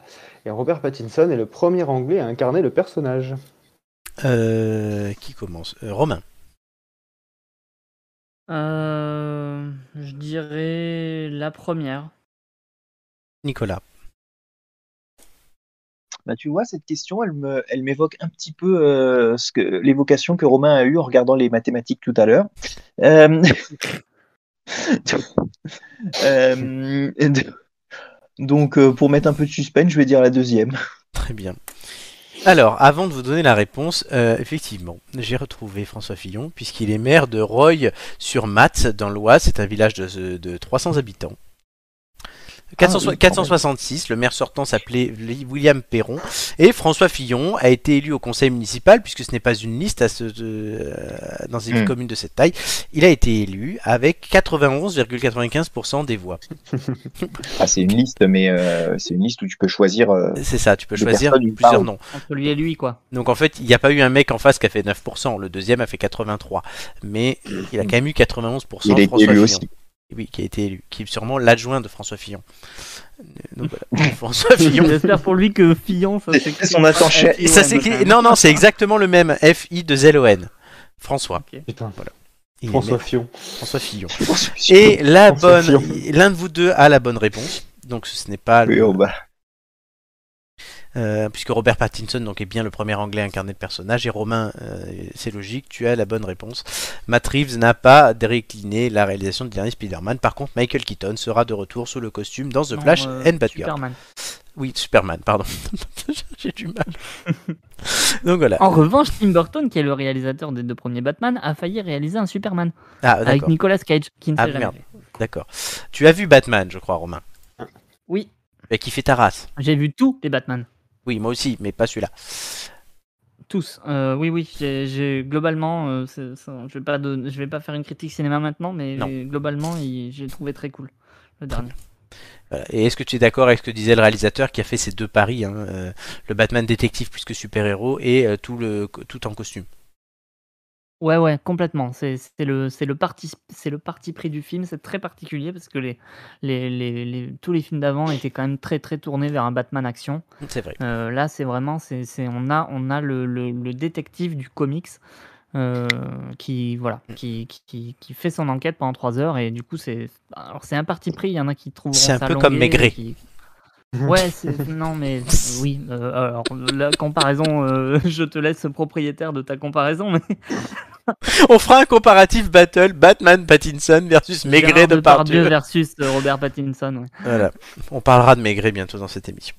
[SPEAKER 2] Et Robert Pattinson est le premier anglais à incarner le personnage.
[SPEAKER 1] Euh, qui commence Euh, Romain.
[SPEAKER 3] Euh, je dirais la première.
[SPEAKER 1] Nicolas.
[SPEAKER 4] Bah, tu vois, cette question, elle me, elle m'évoque un petit peu euh, ce que, l'évocation que Romain a eue en regardant les mathématiques tout à l'heure. Euh, euh, Donc, euh, pour mettre un peu de suspense, je vais dire la deuxième.
[SPEAKER 1] Très bien. Alors, avant de vous donner la réponse, euh, effectivement, j'ai retrouvé François Fillon, puisqu'il est maire de Roy-sur-Mat, dans l'Oise. C'est un village de, de 300 habitants. 400
[SPEAKER 4] Ah, oui, quand même.
[SPEAKER 1] 466, le maire sortant s'appelait Li- William Perron. Et François Fillon a été élu au conseil municipal, puisque ce n'est pas une liste à ce, de- euh, dans une
[SPEAKER 4] Hmm.
[SPEAKER 1] commune de cette taille. Il a été élu avec 91,95% des voix.
[SPEAKER 4] Ah, c'est une liste, mais euh, c'est une liste où tu peux choisir. euh,
[SPEAKER 1] C'est ça, tu peux
[SPEAKER 4] Des
[SPEAKER 1] choisir
[SPEAKER 4] personnes, une
[SPEAKER 1] plusieurs
[SPEAKER 4] parole.
[SPEAKER 1] noms.
[SPEAKER 3] Entre lui et lui, quoi.
[SPEAKER 1] Donc en fait, il n'y a pas eu un mec en face qui a fait 9%, le deuxième a fait 83%, mais il a quand même eu 91%
[SPEAKER 4] il a été
[SPEAKER 1] François
[SPEAKER 4] élu
[SPEAKER 1] Fillon.
[SPEAKER 4] aussi.
[SPEAKER 1] Oui, qui a été élu, qui est sûrement l'adjoint de François Fillon. Euh, Donc voilà, François Fillon.
[SPEAKER 3] J'espère pour lui que Fillon, ça
[SPEAKER 4] C'est-
[SPEAKER 3] s'écrit.
[SPEAKER 4] son attaché.
[SPEAKER 3] F-I-O-N.
[SPEAKER 1] Et ça s'écrit... Non, non, c'est exactement le même, F-I-2-L-O-N. François.
[SPEAKER 2] Putain,
[SPEAKER 1] Il est
[SPEAKER 2] François
[SPEAKER 1] né-
[SPEAKER 2] Fillon.
[SPEAKER 1] François Fillon.
[SPEAKER 4] Et
[SPEAKER 1] Et la
[SPEAKER 2] François
[SPEAKER 1] bonne... L'un de vous deux a la bonne réponse, donc ce n'est pas...
[SPEAKER 4] oui,
[SPEAKER 1] Le...
[SPEAKER 4] oh, bah,
[SPEAKER 1] Euh, puisque Robert Pattinson donc, est bien le premier anglais à incarner le personnage, et Romain, euh, c'est logique, tu as la bonne réponse. Matt Reeves n'a pas décliné la réalisation du dernier Spider-Man, par contre Michael Keaton sera de retour sous le costume dans The
[SPEAKER 3] Non,
[SPEAKER 1] Flash
[SPEAKER 3] euh,
[SPEAKER 1] and Batgirl.
[SPEAKER 3] Superman.
[SPEAKER 1] Oui, Superman, pardon. J'ai du mal. donc voilà.
[SPEAKER 3] En revanche, Tim Burton, qui est le réalisateur des deux premiers Batman, a failli réaliser un Superman
[SPEAKER 1] Ah,
[SPEAKER 3] avec
[SPEAKER 1] d'accord.
[SPEAKER 3] Nicolas Cage, qui ne
[SPEAKER 1] Ah,
[SPEAKER 3] s'est jamais
[SPEAKER 1] merde.
[SPEAKER 3] fait.
[SPEAKER 1] d'accord. Tu as vu Batman, je crois, Romain,
[SPEAKER 3] Oui,
[SPEAKER 1] et qui fait ta race.
[SPEAKER 3] j'ai vu tous les Batman.
[SPEAKER 1] Oui, moi aussi, mais pas celui-là.
[SPEAKER 3] Tous. Euh, oui, oui, j'ai- j'ai globalement, euh, c'est- ça- je vais pas don- je vais pas faire une critique cinéma maintenant, mais
[SPEAKER 1] Non.
[SPEAKER 3] globalement, il- j'ai trouvé très cool le dernier.
[SPEAKER 1] Voilà. Et est-ce que tu es d'accord avec ce que disait le réalisateur qui a fait ces deux paris, hein, euh, le Batman détective plus que super-héros et euh, tout, le, tout en costume
[SPEAKER 3] Ouais, ouais, complètement. C'est c'est le, c'est le, parti, c'est le parti pris du film. C'est très particulier parce que les, les, les, les- tous les films d'avant étaient quand même très, très tournés vers un Batman action.
[SPEAKER 1] C'est vrai.
[SPEAKER 3] Euh, là, c'est vraiment, c'est, c'est- on a, on a le, le- le détective du comics euh, qui, voilà,
[SPEAKER 1] Mm.
[SPEAKER 3] qui, qui- qui, qui fait son enquête pendant trois heures et du coup, c'est, alors c'est un parti pris. Il y en a qui trouvent
[SPEAKER 1] C'est un peu comme Maigret.
[SPEAKER 3] Ouais, c'est- non mais oui. euh, alors la comparaison, euh, je te laisse propriétaire de ta comparaison, mais
[SPEAKER 1] On fera un comparatif battle Batman Pattinson versus Maigret
[SPEAKER 3] Gérard
[SPEAKER 1] de
[SPEAKER 3] Depardieu
[SPEAKER 1] Pardieu.
[SPEAKER 3] versus euh, Robert Pattinson. ouais.
[SPEAKER 1] Voilà. On parlera de Maigret bientôt dans cette émission.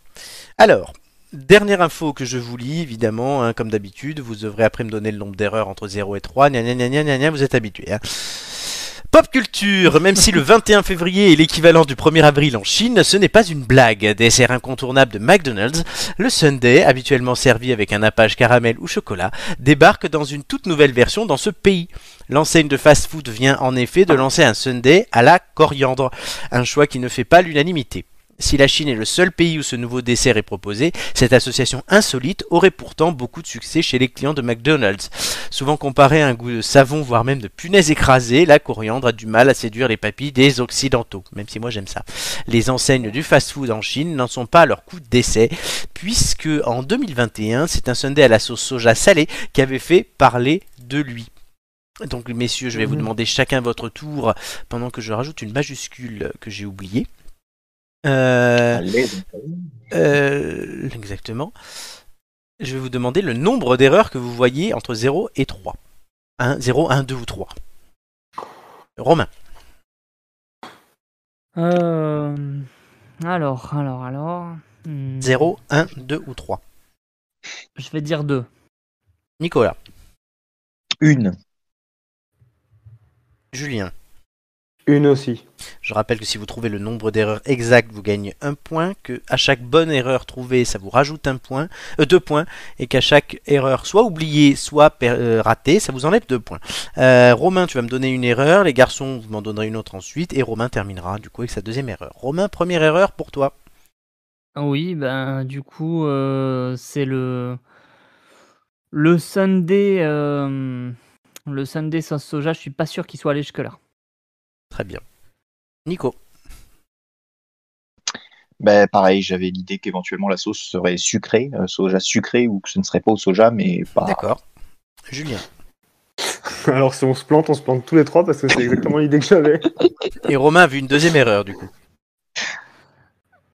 [SPEAKER 1] Alors, dernière info que je vous lis, évidemment, hein, comme d'habitude, vous devrez après me donner le nombre d'erreurs entre 0 et 3. Gna gna gna gna gna gna, vous êtes habitués. hein. Pop culture, même si le 21 février est l'équivalent du 1er avril en Chine, ce n'est pas une blague. Dessert incontournable de McDonald's, le Sunday, habituellement servi avec un nappage caramel ou chocolat, débarque dans une toute nouvelle version dans ce pays. L'enseigne de fast-food vient en effet de lancer un Sunday à la coriandre, un choix qui ne fait pas l'unanimité. Si la Chine est le seul pays où ce nouveau dessert est proposé, cette association insolite aurait pourtant beaucoup de succès chez les clients de McDonald's. Souvent comparée à un goût de savon, voire même de punaise écrasée, la coriandre a du mal à séduire les papilles des Occidentaux, même si moi j'aime ça. Les enseignes du fast-food en Chine n'en sont pas à leur coup d'essai, puisque en 2021, c'est un sundae à la sauce soja salée qui avait fait parler de lui. Donc messieurs, je vais vous
[SPEAKER 3] Mhm.
[SPEAKER 1] demander chacun votre tour pendant que je rajoute une majuscule que j'ai oubliée. Euh,
[SPEAKER 4] Allez.
[SPEAKER 1] euh, exactement. Je vais vous demander le nombre d'erreurs que vous voyez entre 0 et 3. 1, 0, 1, 2 ou 3. Romain.
[SPEAKER 3] Euh, Alors, alors, alors. Hmm,
[SPEAKER 1] 0, 1, 2 ou 3.
[SPEAKER 3] Je vais dire 2.
[SPEAKER 1] Nicolas.
[SPEAKER 4] Une.
[SPEAKER 1] Julien.
[SPEAKER 2] Une aussi.
[SPEAKER 1] Je rappelle que si vous trouvez le nombre d'erreurs exactes, vous gagnez un point, que à chaque bonne erreur trouvée, ça vous rajoute un point, euh, deux points, et qu'à chaque erreur soit oubliée, soit per- euh, ratée, ça vous enlève deux points. Euh, Romain, tu vas me donner une erreur, les garçons, vous m'en donnerez une autre ensuite, et Romain terminera du coup avec sa deuxième erreur. Romain, première erreur pour toi.
[SPEAKER 3] Oui, ben du coup, euh, c'est le le Sunday, euh, le Sunday sauce soja. Je suis pas sûr qu'il soit allé jusque là.
[SPEAKER 1] Très bien. Nico,
[SPEAKER 4] Ben, pareil, j'avais l'idée qu'éventuellement la sauce serait sucrée, euh, soja sucré, ou que ce ne serait pas au soja, mais pas.
[SPEAKER 1] d'accord. Julien.
[SPEAKER 2] Alors si on se plante, on se plante tous les trois parce que c'est exactement l'idée que j'avais.
[SPEAKER 1] Et Romain a vu une deuxième erreur du coup.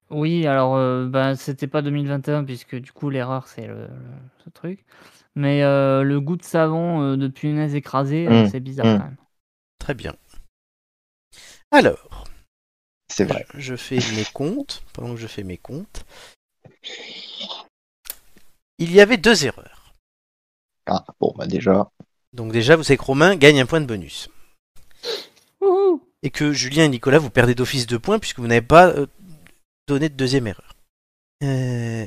[SPEAKER 3] Oui, alors euh, ben c'était pas 2021 puisque du coup l'erreur c'est le, le- ce truc. Mais euh, le goût de savon euh, de punaise écrasée, euh,
[SPEAKER 1] Mmh,
[SPEAKER 4] Mm,
[SPEAKER 3] c'est bizarre
[SPEAKER 4] mm.
[SPEAKER 3] quand même.
[SPEAKER 1] Très bien. Alors,
[SPEAKER 4] C'est vrai.
[SPEAKER 1] Je, je fais mes comptes. Pendant que je fais mes comptes, il y avait deux erreurs.
[SPEAKER 4] Ah, bon, bah déjà.
[SPEAKER 1] Donc déjà, vous savez que Romain gagne un point de bonus.
[SPEAKER 3] Wouhou
[SPEAKER 1] Et que Julien et Nicolas, vous perdez d'office deux points puisque vous n'avez pas euh, donné de deuxième erreur. Euh,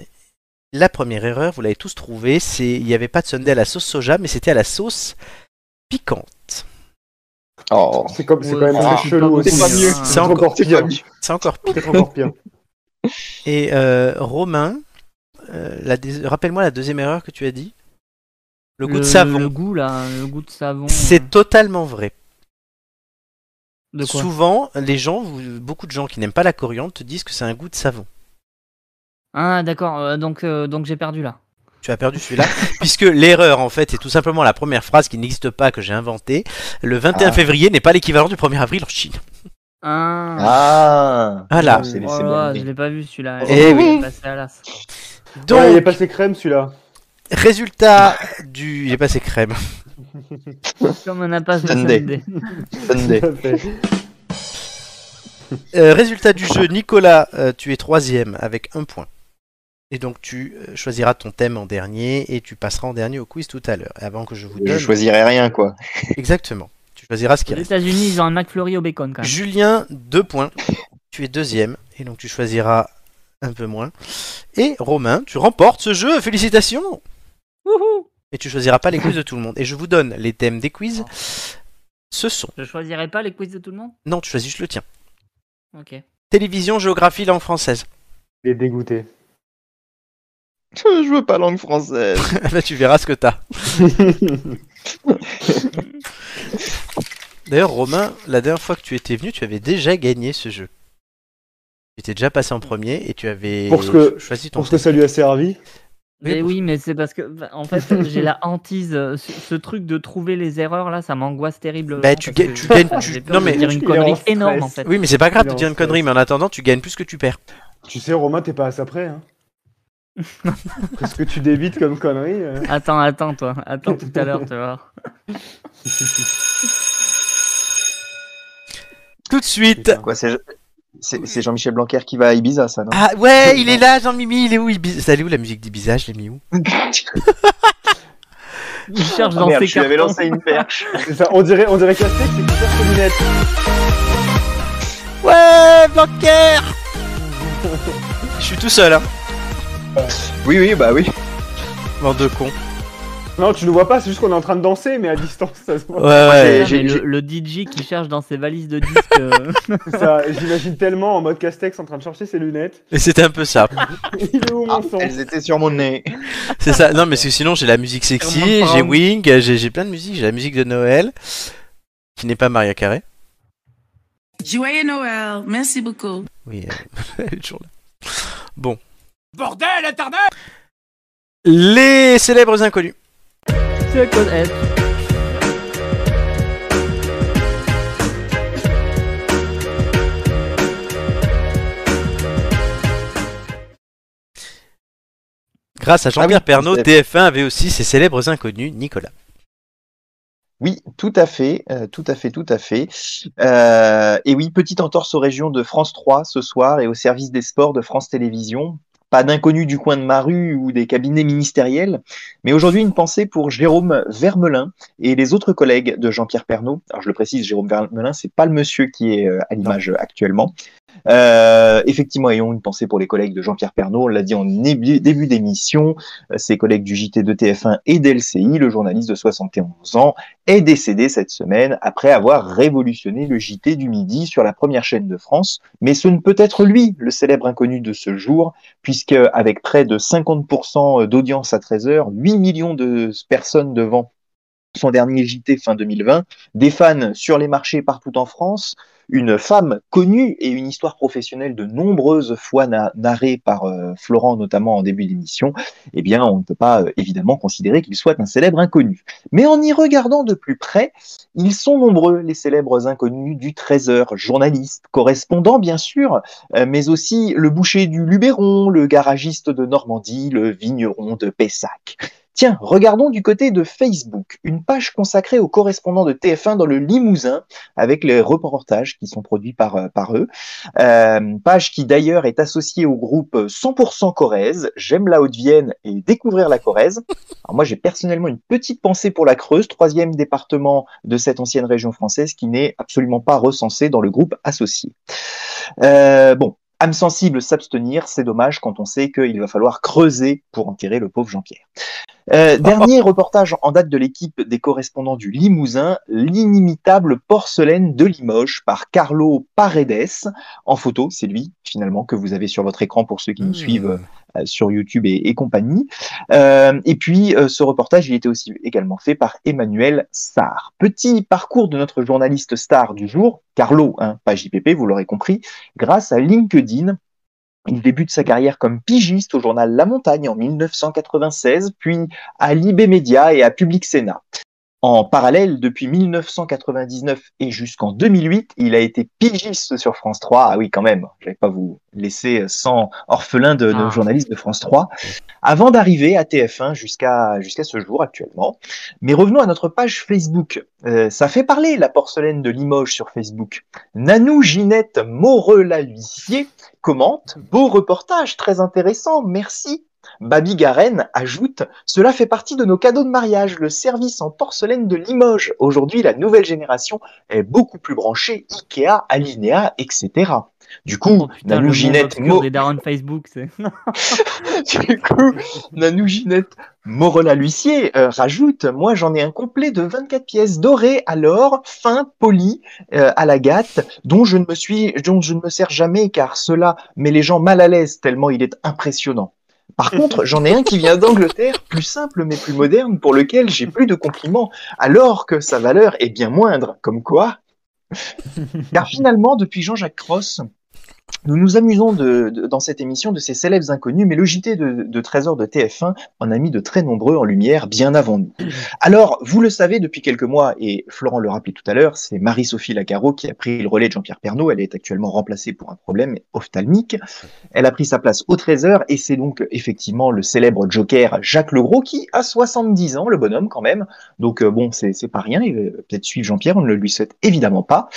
[SPEAKER 1] la première erreur, vous l'avez tous trouvée, c'est il n'y avait pas de Sunday à la sauce soja, mais c'était à la sauce piquante.
[SPEAKER 4] Oh.
[SPEAKER 2] C'est comme- c'est
[SPEAKER 3] Ouais,
[SPEAKER 2] quand même
[SPEAKER 4] c'est
[SPEAKER 2] très
[SPEAKER 4] pas
[SPEAKER 2] chelou
[SPEAKER 3] beaucoup
[SPEAKER 2] aussi.
[SPEAKER 4] C'est pas mieux.
[SPEAKER 3] Ah.
[SPEAKER 1] C'est
[SPEAKER 2] C'est
[SPEAKER 1] encore,
[SPEAKER 2] encore pire.
[SPEAKER 1] c'est encore pire.
[SPEAKER 2] C'est encore pire.
[SPEAKER 1] Et euh, Romain, euh, la dés- rappelle-moi la deuxième erreur que tu as dit. Le goût de savon.
[SPEAKER 3] Euh, Le goût là, le goût de savon.
[SPEAKER 1] C'est
[SPEAKER 3] euh,
[SPEAKER 1] totalement vrai.
[SPEAKER 3] de quoi
[SPEAKER 1] Souvent, les gens, vous- beaucoup de gens qui n'aiment pas la coriandre te disent que c'est un goût de savon.
[SPEAKER 3] Ah d'accord, euh, donc euh, donc j'ai perdu là.
[SPEAKER 1] Tu as perdu celui-là, puisque l'erreur, en fait, c'est tout simplement la première phrase qui n'existe pas, que j'ai inventée. Le 21
[SPEAKER 4] Ah.
[SPEAKER 1] février n'est pas l'équivalent du 1er avril en Chine.
[SPEAKER 3] Ah.
[SPEAKER 4] Ah.
[SPEAKER 1] Voilà.
[SPEAKER 4] C'est
[SPEAKER 3] Oh
[SPEAKER 4] laissé
[SPEAKER 3] là,
[SPEAKER 4] m'emmener.
[SPEAKER 3] je l'ai pas vu celui-là.
[SPEAKER 1] Eh
[SPEAKER 3] Il est
[SPEAKER 1] oui.
[SPEAKER 3] passé à l'as.
[SPEAKER 1] Donc,
[SPEAKER 2] Ouais, il est passé crème celui-là.
[SPEAKER 1] résultat du... Il est passé crème.
[SPEAKER 3] Comme on n'a pas ce
[SPEAKER 4] Sunday.
[SPEAKER 3] Sunday.
[SPEAKER 4] Sunday.
[SPEAKER 2] Tout à fait.
[SPEAKER 1] Euh, résultat du jeu, Nicolas, euh, tu es troisième avec un point. Et donc tu euh, choisiras ton thème en dernier et tu passeras en dernier au quiz tout à l'heure. Avant que je vous donne...
[SPEAKER 4] Je choisirais rien, quoi.
[SPEAKER 1] Exactement. Tu choisiras ce qui
[SPEAKER 3] Les
[SPEAKER 1] reste.
[SPEAKER 3] États-Unis, ils ont un McFlurry au bacon quand même.
[SPEAKER 1] Julien, deux points. Tu es deuxième et donc tu choisiras un peu moins. Et Romain, tu remportes ce jeu. Félicitations.
[SPEAKER 3] Wouhou
[SPEAKER 1] Et tu choisiras pas les quiz de tout le monde. Et je vous donne les thèmes des quiz. Ce sont.
[SPEAKER 3] Je choisirais pas les quiz de tout le monde
[SPEAKER 1] Non, tu choisis juste le tien.
[SPEAKER 3] Ok.
[SPEAKER 1] Télévision, géographie, langue française.
[SPEAKER 2] Il est dégoûté.
[SPEAKER 4] Je veux pas langue française.
[SPEAKER 1] Là, Ah bah, tu verras ce que t'as. D'ailleurs, Romain, la dernière fois que tu étais venu, tu avais déjà gagné ce jeu. Tu étais déjà passé en premier et tu avais
[SPEAKER 2] Pour ce que-
[SPEAKER 1] choisi ton
[SPEAKER 2] Pour ce que ça lui a servi.
[SPEAKER 1] Oui,
[SPEAKER 3] Mais
[SPEAKER 1] pour-
[SPEAKER 3] oui, mais c'est parce que, bah, en fait, j'ai la hantise. euh, Ce, ce truc de trouver les erreurs là, ça m'angoisse terriblement.
[SPEAKER 1] Bah, tu
[SPEAKER 3] parce
[SPEAKER 1] ga-
[SPEAKER 3] que
[SPEAKER 1] tu gagnes-
[SPEAKER 3] j'ai
[SPEAKER 1] tu-
[SPEAKER 3] peur
[SPEAKER 1] non,
[SPEAKER 3] de
[SPEAKER 1] mais-
[SPEAKER 3] dire une
[SPEAKER 2] Il est
[SPEAKER 3] connerie
[SPEAKER 2] en stress.
[SPEAKER 3] énorme en fait.
[SPEAKER 1] Oui, mais c'est pas grave de
[SPEAKER 2] Non,
[SPEAKER 1] dire une
[SPEAKER 2] c'est-
[SPEAKER 1] connerie, mais en attendant, tu gagnes plus que tu perds.
[SPEAKER 2] Tu sais, Romain, t'es pas à ça près. Hein. Parce que tu débites comme connerie. euh.
[SPEAKER 3] Attends, attends, toi. Attends tout à l'heure, tu vas voir.
[SPEAKER 1] Tout de suite
[SPEAKER 2] Putain.
[SPEAKER 4] Quoi, c'est c'est- c'est Jean-Michel Blanquer qui va à Ibiza, ça, non
[SPEAKER 1] Ah ouais, il est là, Jean-Mimi, il est où Ibiza- Ça, Elle est où la musique d'Ibiza Je l'ai mis où
[SPEAKER 3] cherche
[SPEAKER 4] Ah
[SPEAKER 3] dans
[SPEAKER 4] merde,
[SPEAKER 3] ces
[SPEAKER 4] je lui avais
[SPEAKER 3] cartons.
[SPEAKER 4] lancé une perche.
[SPEAKER 2] C'est ça, on dirait, on dirait Castex, c'est qui cherche ses lunettes.
[SPEAKER 1] Ouais, Blanquer Je suis tout seul, hein.
[SPEAKER 4] Oui, oui, bah oui.
[SPEAKER 1] Bande de con.
[SPEAKER 2] Non, tu le vois pas, c'est juste qu'on est en train de danser, mais à distance, ça se
[SPEAKER 1] Ouais,
[SPEAKER 2] voit.
[SPEAKER 1] ouais.
[SPEAKER 3] Mais
[SPEAKER 4] J'ai-
[SPEAKER 3] le,
[SPEAKER 4] j'ai-
[SPEAKER 3] le DJ qui cherche dans ses valises de disques. euh,
[SPEAKER 2] Ça, J'imagine tellement en mode Castex en train de chercher ses lunettes.
[SPEAKER 1] Et c'était un peu ça.
[SPEAKER 2] Il est
[SPEAKER 1] Ah,
[SPEAKER 2] où mon son
[SPEAKER 4] Ah, Elles étaient sur mon nez.
[SPEAKER 1] C'est ça. Non, mais c'est- sinon, j'ai la musique sexy,
[SPEAKER 3] Vraiment pas
[SPEAKER 1] j'ai
[SPEAKER 3] un-
[SPEAKER 1] Wing, j'ai j'ai plein de musique. J'ai la musique de Noël, qui n'est pas Maria Carré.
[SPEAKER 5] Joyeux Noël. Merci beaucoup.
[SPEAKER 1] Oui, euh, elle est toujours là. Bon.
[SPEAKER 6] Bordel, Internet
[SPEAKER 1] Les célèbres inconnus.
[SPEAKER 3] c'est cause F.
[SPEAKER 1] Grâce à Jean-Pierre
[SPEAKER 4] Ah oui,
[SPEAKER 1] Pernaut,
[SPEAKER 4] c'est-
[SPEAKER 1] TF1 avait aussi ses célèbres inconnus, Nicolas.
[SPEAKER 4] Oui, tout à fait, euh, tout à fait, tout à fait. Euh, et oui, petite entorse aux régions de France 3 ce soir et au service des sports de France Télévisions. Pas d'inconnus du coin de ma rue ou des cabinets ministériels, mais aujourd'hui une pensée pour Jérôme Vermelin et les autres collègues de Jean-Pierre Pernaut. Alors je le précise, Jérôme Vermelin, c'est pas le monsieur qui est euh, à l'image euh, actuellement. Euh, effectivement, ayons une pensée pour les collègues de Jean-Pierre Pernaut. On l'a dit en nébu- début d'émission, euh, ses collègues du JT de TF1 et d'LCI, le journaliste de 71 ans, est décédé cette semaine après avoir révolutionné le JT du midi sur la première chaîne de France. Mais ce ne peut être lui, le célèbre inconnu de ce jour, puisque avec près de 50% d'audience à 13h, 8 millions de personnes devant son dernier JT fin 2020, des fans sur les marchés partout en France, une femme connue et une histoire professionnelle de nombreuses fois na- narrée par euh, Florent notamment en début d'émission, eh bien on ne peut pas euh, évidemment considérer qu'il soit un célèbre inconnu. Mais en y regardant de plus près, ils sont nombreux, les célèbres inconnus du Trésor, journalistes, correspondants bien sûr, euh, mais aussi le boucher du Luberon, le garagiste de Normandie, le vigneron de Pessac. Tiens, regardons du côté de Facebook, une page consacrée aux correspondants de TF1 dans le Limousin, avec les reportages qui sont produits par, euh, par eux. Euh, page qui d'ailleurs est associée au groupe 100% Corrèze, J'aime la Haute-Vienne et Découvrir la Corrèze. Alors moi, j'ai personnellement une petite pensée pour la Creuse, troisième département de cette ancienne région française qui n'est absolument pas recensé dans le groupe associé. Euh, bon, âme sensible, s'abstenir, c'est dommage quand on sait qu'il va falloir creuser pour enterrer le pauvre Jean-Pierre. Euh, dernier reportage en date de l'équipe des correspondants du Limousin, l'inimitable porcelaine de Limoges par Carlo Paredes. En photo, c'est lui finalement que vous avez sur votre écran pour ceux
[SPEAKER 1] Mmh.
[SPEAKER 4] qui nous suivent euh, sur YouTube et, et compagnie. Euh, et puis, euh, ce reportage, il était aussi également fait par Emmanuel Sarr. Petit parcours de notre journaliste star du jour, Carlo, hein, pas JPP, vous l'aurez compris, grâce à LinkedIn. Il débute sa carrière comme pigiste au journal La Montagne en 1996, puis à l'IB Média et à Public Sénat. En parallèle, depuis 1999 et jusqu'en 2008, il a été pigiste sur France 3. Ah oui, quand même, je vais pas vous laisser euh, sans orphelin de nos
[SPEAKER 3] Ah.
[SPEAKER 4] journalistes de France 3. Avant d'arriver à TF1 jusqu'à jusqu'à ce jour actuellement. Mais revenons à notre page Facebook. Euh, ça fait parler la porcelaine de Limoges sur Facebook. Nanou Ginette Moreux-Lahuissier commente Beau reportage, très intéressant, merci. Babi Garenne ajoute Cela fait partie de nos cadeaux de mariage, le service en porcelaine de Limoges. Aujourd'hui, la nouvelle génération est beaucoup plus branchée Ikea, Alinea, etc. Du coup,
[SPEAKER 3] Oh, putain, le
[SPEAKER 4] Nanou
[SPEAKER 3] monde
[SPEAKER 4] Ginette
[SPEAKER 3] obscur
[SPEAKER 4] Mo-
[SPEAKER 3] des darons de Facebook, c'est.
[SPEAKER 4] du coup, Nanou Ginette Morola-L'huissier euh, rajoute Moi, j'en ai un complet de 24 pièces dorées à l'or, fin, poli, euh, à l'agate, dont je ne me suis, dont je ne me sers jamais car cela met les gens mal à l'aise tellement il est impressionnant. Par contre, j'en ai un qui vient d'Angleterre, plus simple mais plus moderne, pour lequel j'ai plus de compliments, alors que sa valeur est bien moindre. Comme quoi Car finalement, depuis Jean-Jacques Cross, nous nous amusons de, de- dans cette émission de ces célèbres inconnus, mais le JT de, de Trésor de TF1 en a mis de très nombreux en lumière bien avant nous. Alors, vous le savez depuis quelques mois, et Florent le rappelait tout à l'heure, c'est Marie-Sophie Lacaro qui a pris le relais de Jean-Pierre Pernaud. Elle est actuellement remplacée pour un problème ophtalmique. Elle a pris sa place au Trésor, et c'est donc effectivement le célèbre joker Jacques Legros qui a 70 ans, le bonhomme quand même. Donc euh, bon, c'est c'est pas rien, il va peut-être suivre Jean-Pierre, on ne le lui souhaite évidemment pas.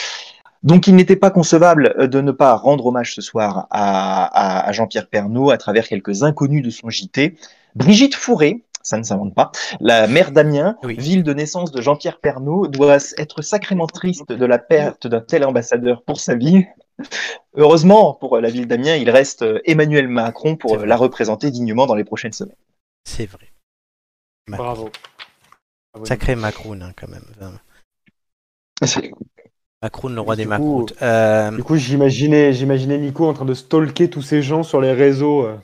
[SPEAKER 4] Donc il n'était pas concevable euh, de ne pas rendre hommage ce soir à, à- à Jean-Pierre Pernaud à travers quelques inconnus de son JT. Brigitte Fourré, ça ne s'invente pas. La mère d'Amiens,
[SPEAKER 1] Oui.
[SPEAKER 4] ville de naissance de Jean-Pierre Pernaud, doit s- être sacrément triste de la perte d'un tel ambassadeur pour sa vie. Heureusement pour euh, la ville d'Amiens, il reste euh, Emmanuel Macron
[SPEAKER 1] C'est
[SPEAKER 4] pour euh,
[SPEAKER 1] vrai.
[SPEAKER 4] la représenter dignement dans les prochaines semaines.
[SPEAKER 1] C'est vrai. Macron.
[SPEAKER 2] Bravo. Bravo.
[SPEAKER 1] Sacré Macron, hein, quand même. Enfin, Macron, le roi
[SPEAKER 2] Du
[SPEAKER 1] des
[SPEAKER 2] coup,
[SPEAKER 1] Macron. Euh,
[SPEAKER 2] Du coup, j'imaginais, j'imaginais Nico en train de stalker tous ces gens sur les réseaux euh,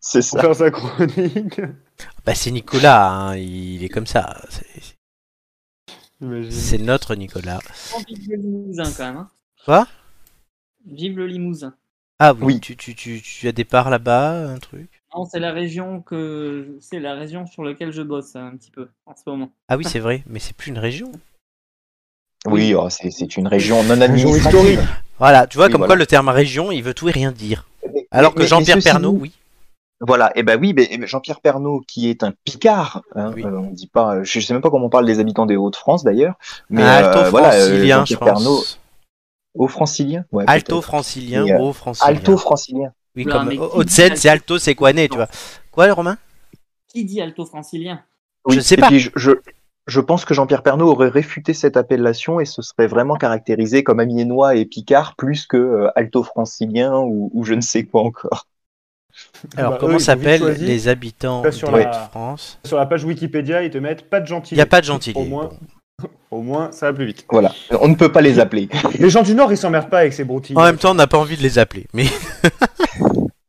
[SPEAKER 4] C'est
[SPEAKER 2] pour
[SPEAKER 4] ça.
[SPEAKER 2] faire sa chronique.
[SPEAKER 1] bah, c'est Nicolas, hein, il est comme ça. C'est-
[SPEAKER 2] J'imagine.
[SPEAKER 1] C'est notre Nicolas.
[SPEAKER 3] Vive le Limousin quand même. hein.
[SPEAKER 1] Quoi
[SPEAKER 3] Vive le Limousin.
[SPEAKER 1] Ah oui,
[SPEAKER 4] Oui.
[SPEAKER 1] Tu, tu, tu, tu as des parts là-bas, un truc
[SPEAKER 3] Non, c'est la région que c'est la région sur laquelle je bosse un petit peu en ce moment.
[SPEAKER 1] Ah oui, c'est vrai, mais c'est plus une région.
[SPEAKER 4] Oui, oh, c'est- c'est une région non
[SPEAKER 2] Région
[SPEAKER 4] administrative.
[SPEAKER 2] historique.
[SPEAKER 1] Voilà, tu vois,
[SPEAKER 4] Oui,
[SPEAKER 1] comme
[SPEAKER 4] voilà.
[SPEAKER 1] quoi le terme région, il veut tout et rien dire.
[SPEAKER 4] Mais-
[SPEAKER 1] Alors
[SPEAKER 4] mais-
[SPEAKER 1] que
[SPEAKER 4] mais
[SPEAKER 1] Jean-Pierre
[SPEAKER 4] ceci
[SPEAKER 1] Pernaud,
[SPEAKER 4] dit-
[SPEAKER 1] oui.
[SPEAKER 4] Voilà, et ben oui, mais mais Jean-Pierre Pernaud, qui est un Picard, hein,
[SPEAKER 1] Oui.
[SPEAKER 4] euh, on dit pas, je sais même pas comment on parle des habitants des Hauts-de-France d'ailleurs, mais
[SPEAKER 1] Ah, Alto
[SPEAKER 4] euh, voilà, euh,
[SPEAKER 1] francilien, je
[SPEAKER 4] Jean-Pierre
[SPEAKER 1] pense.
[SPEAKER 4] Pernaud, haut francilien, ouais,
[SPEAKER 1] Alto
[SPEAKER 4] peut-être.
[SPEAKER 1] francilien,
[SPEAKER 4] Mais, euh,
[SPEAKER 1] haut francilien.
[SPEAKER 4] alto francilien,
[SPEAKER 1] Oui,
[SPEAKER 3] Oula,
[SPEAKER 1] comme
[SPEAKER 3] mais qui
[SPEAKER 1] haute seine
[SPEAKER 3] dit
[SPEAKER 1] c'est alto, c'est quané, tu vois. Quoi, le Romain
[SPEAKER 3] Qui dit alto francilien
[SPEAKER 1] Je sais
[SPEAKER 4] et
[SPEAKER 1] pas.
[SPEAKER 4] puis je, je, je pense que Jean-Pierre Pernaud aurait réfuté cette appellation et se serait vraiment caractérisé comme amiénois et Picard plus que euh, alto francilien ou, ou je ne sais quoi encore.
[SPEAKER 1] Alors,
[SPEAKER 2] Bah, eux,
[SPEAKER 1] comment
[SPEAKER 2] ils ont
[SPEAKER 1] s'appellent
[SPEAKER 2] vite choisi.
[SPEAKER 1] les habitants de
[SPEAKER 2] Pas sur la-
[SPEAKER 1] France
[SPEAKER 2] Sur la page Wikipédia, ils te mettent pas de
[SPEAKER 1] Il
[SPEAKER 2] gentil.
[SPEAKER 1] n'y a pas de gentil.
[SPEAKER 2] Au moins, au moins, ça va plus vite.
[SPEAKER 4] Voilà, on ne peut pas les appeler.
[SPEAKER 2] Les gens du Nord, ils s'emmerdent pas avec ces broutilles.
[SPEAKER 1] En même temps, on n'a pas envie de les appeler. Mais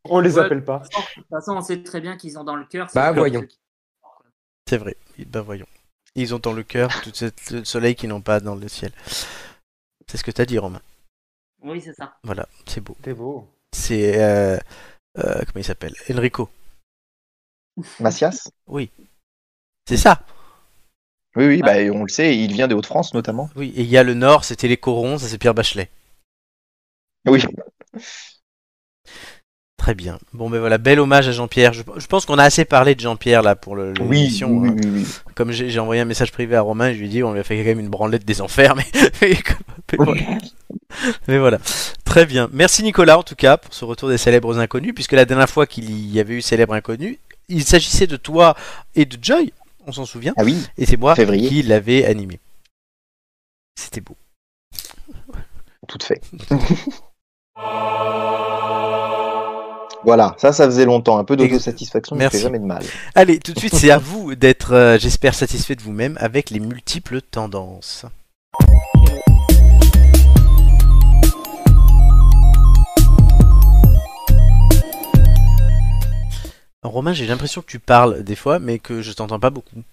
[SPEAKER 2] On les
[SPEAKER 3] Ouais.
[SPEAKER 2] appelle pas.
[SPEAKER 3] De toute façon, on sait très bien qu'ils ont dans le cœur.
[SPEAKER 8] Bah, voyons.
[SPEAKER 1] c'est vrai. Ben voyons. Ils ont dans le cœur tout ce ce soleil qu'ils n'ont pas dans le ciel. C'est ce que t'as dit, Romain.
[SPEAKER 3] Oui, c'est ça.
[SPEAKER 1] Voilà, c'est beau.
[SPEAKER 2] C'est beau.
[SPEAKER 1] C'est. euh, euh, comment il s'appelle Enrico.
[SPEAKER 4] Macias
[SPEAKER 1] C'est ça
[SPEAKER 4] Oui,
[SPEAKER 1] Ah.
[SPEAKER 4] oui, bah, on le sait, il vient des Hauts-de-France notamment.
[SPEAKER 1] Oui, et il y a le Nord, c'était les corons, ça c'est Pierre Bachelet.
[SPEAKER 4] Oui.
[SPEAKER 1] Très bien. Bon, ben voilà, bel hommage à Jean-Pierre. Je, je pense qu'on a assez parlé de Jean-Pierre là pour le-
[SPEAKER 4] Oui,
[SPEAKER 1] l'émission.
[SPEAKER 4] oui,
[SPEAKER 1] hein.
[SPEAKER 4] oui, oui.
[SPEAKER 1] Comme j'ai j'ai envoyé un message privé à Romain, je lui ai dit on lui a fait quand même une branlette des enfers, mais, mais comme- mais voilà. Mais voilà. Très bien. Merci Nicolas en tout cas pour ce retour des célèbres inconnus, puisque la dernière fois qu'il y avait eu célèbres inconnus, il s'agissait de toi et de Joy, on s'en souvient,
[SPEAKER 4] Ah oui,
[SPEAKER 1] et c'est moi
[SPEAKER 4] Février.
[SPEAKER 1] qui l'avais animé. C'était beau.
[SPEAKER 4] tout fait. voilà, ça, ça faisait longtemps. Un peu d'autosatisfaction ne
[SPEAKER 1] Merci.
[SPEAKER 4] fait jamais de mal.
[SPEAKER 1] Allez, tout de suite, c'est à vous d'être, euh, j'espère, satisfait de vous-même avec les multiples tendances. Romain, j'ai l'impression que tu parles des fois, mais que je t'entends pas beaucoup.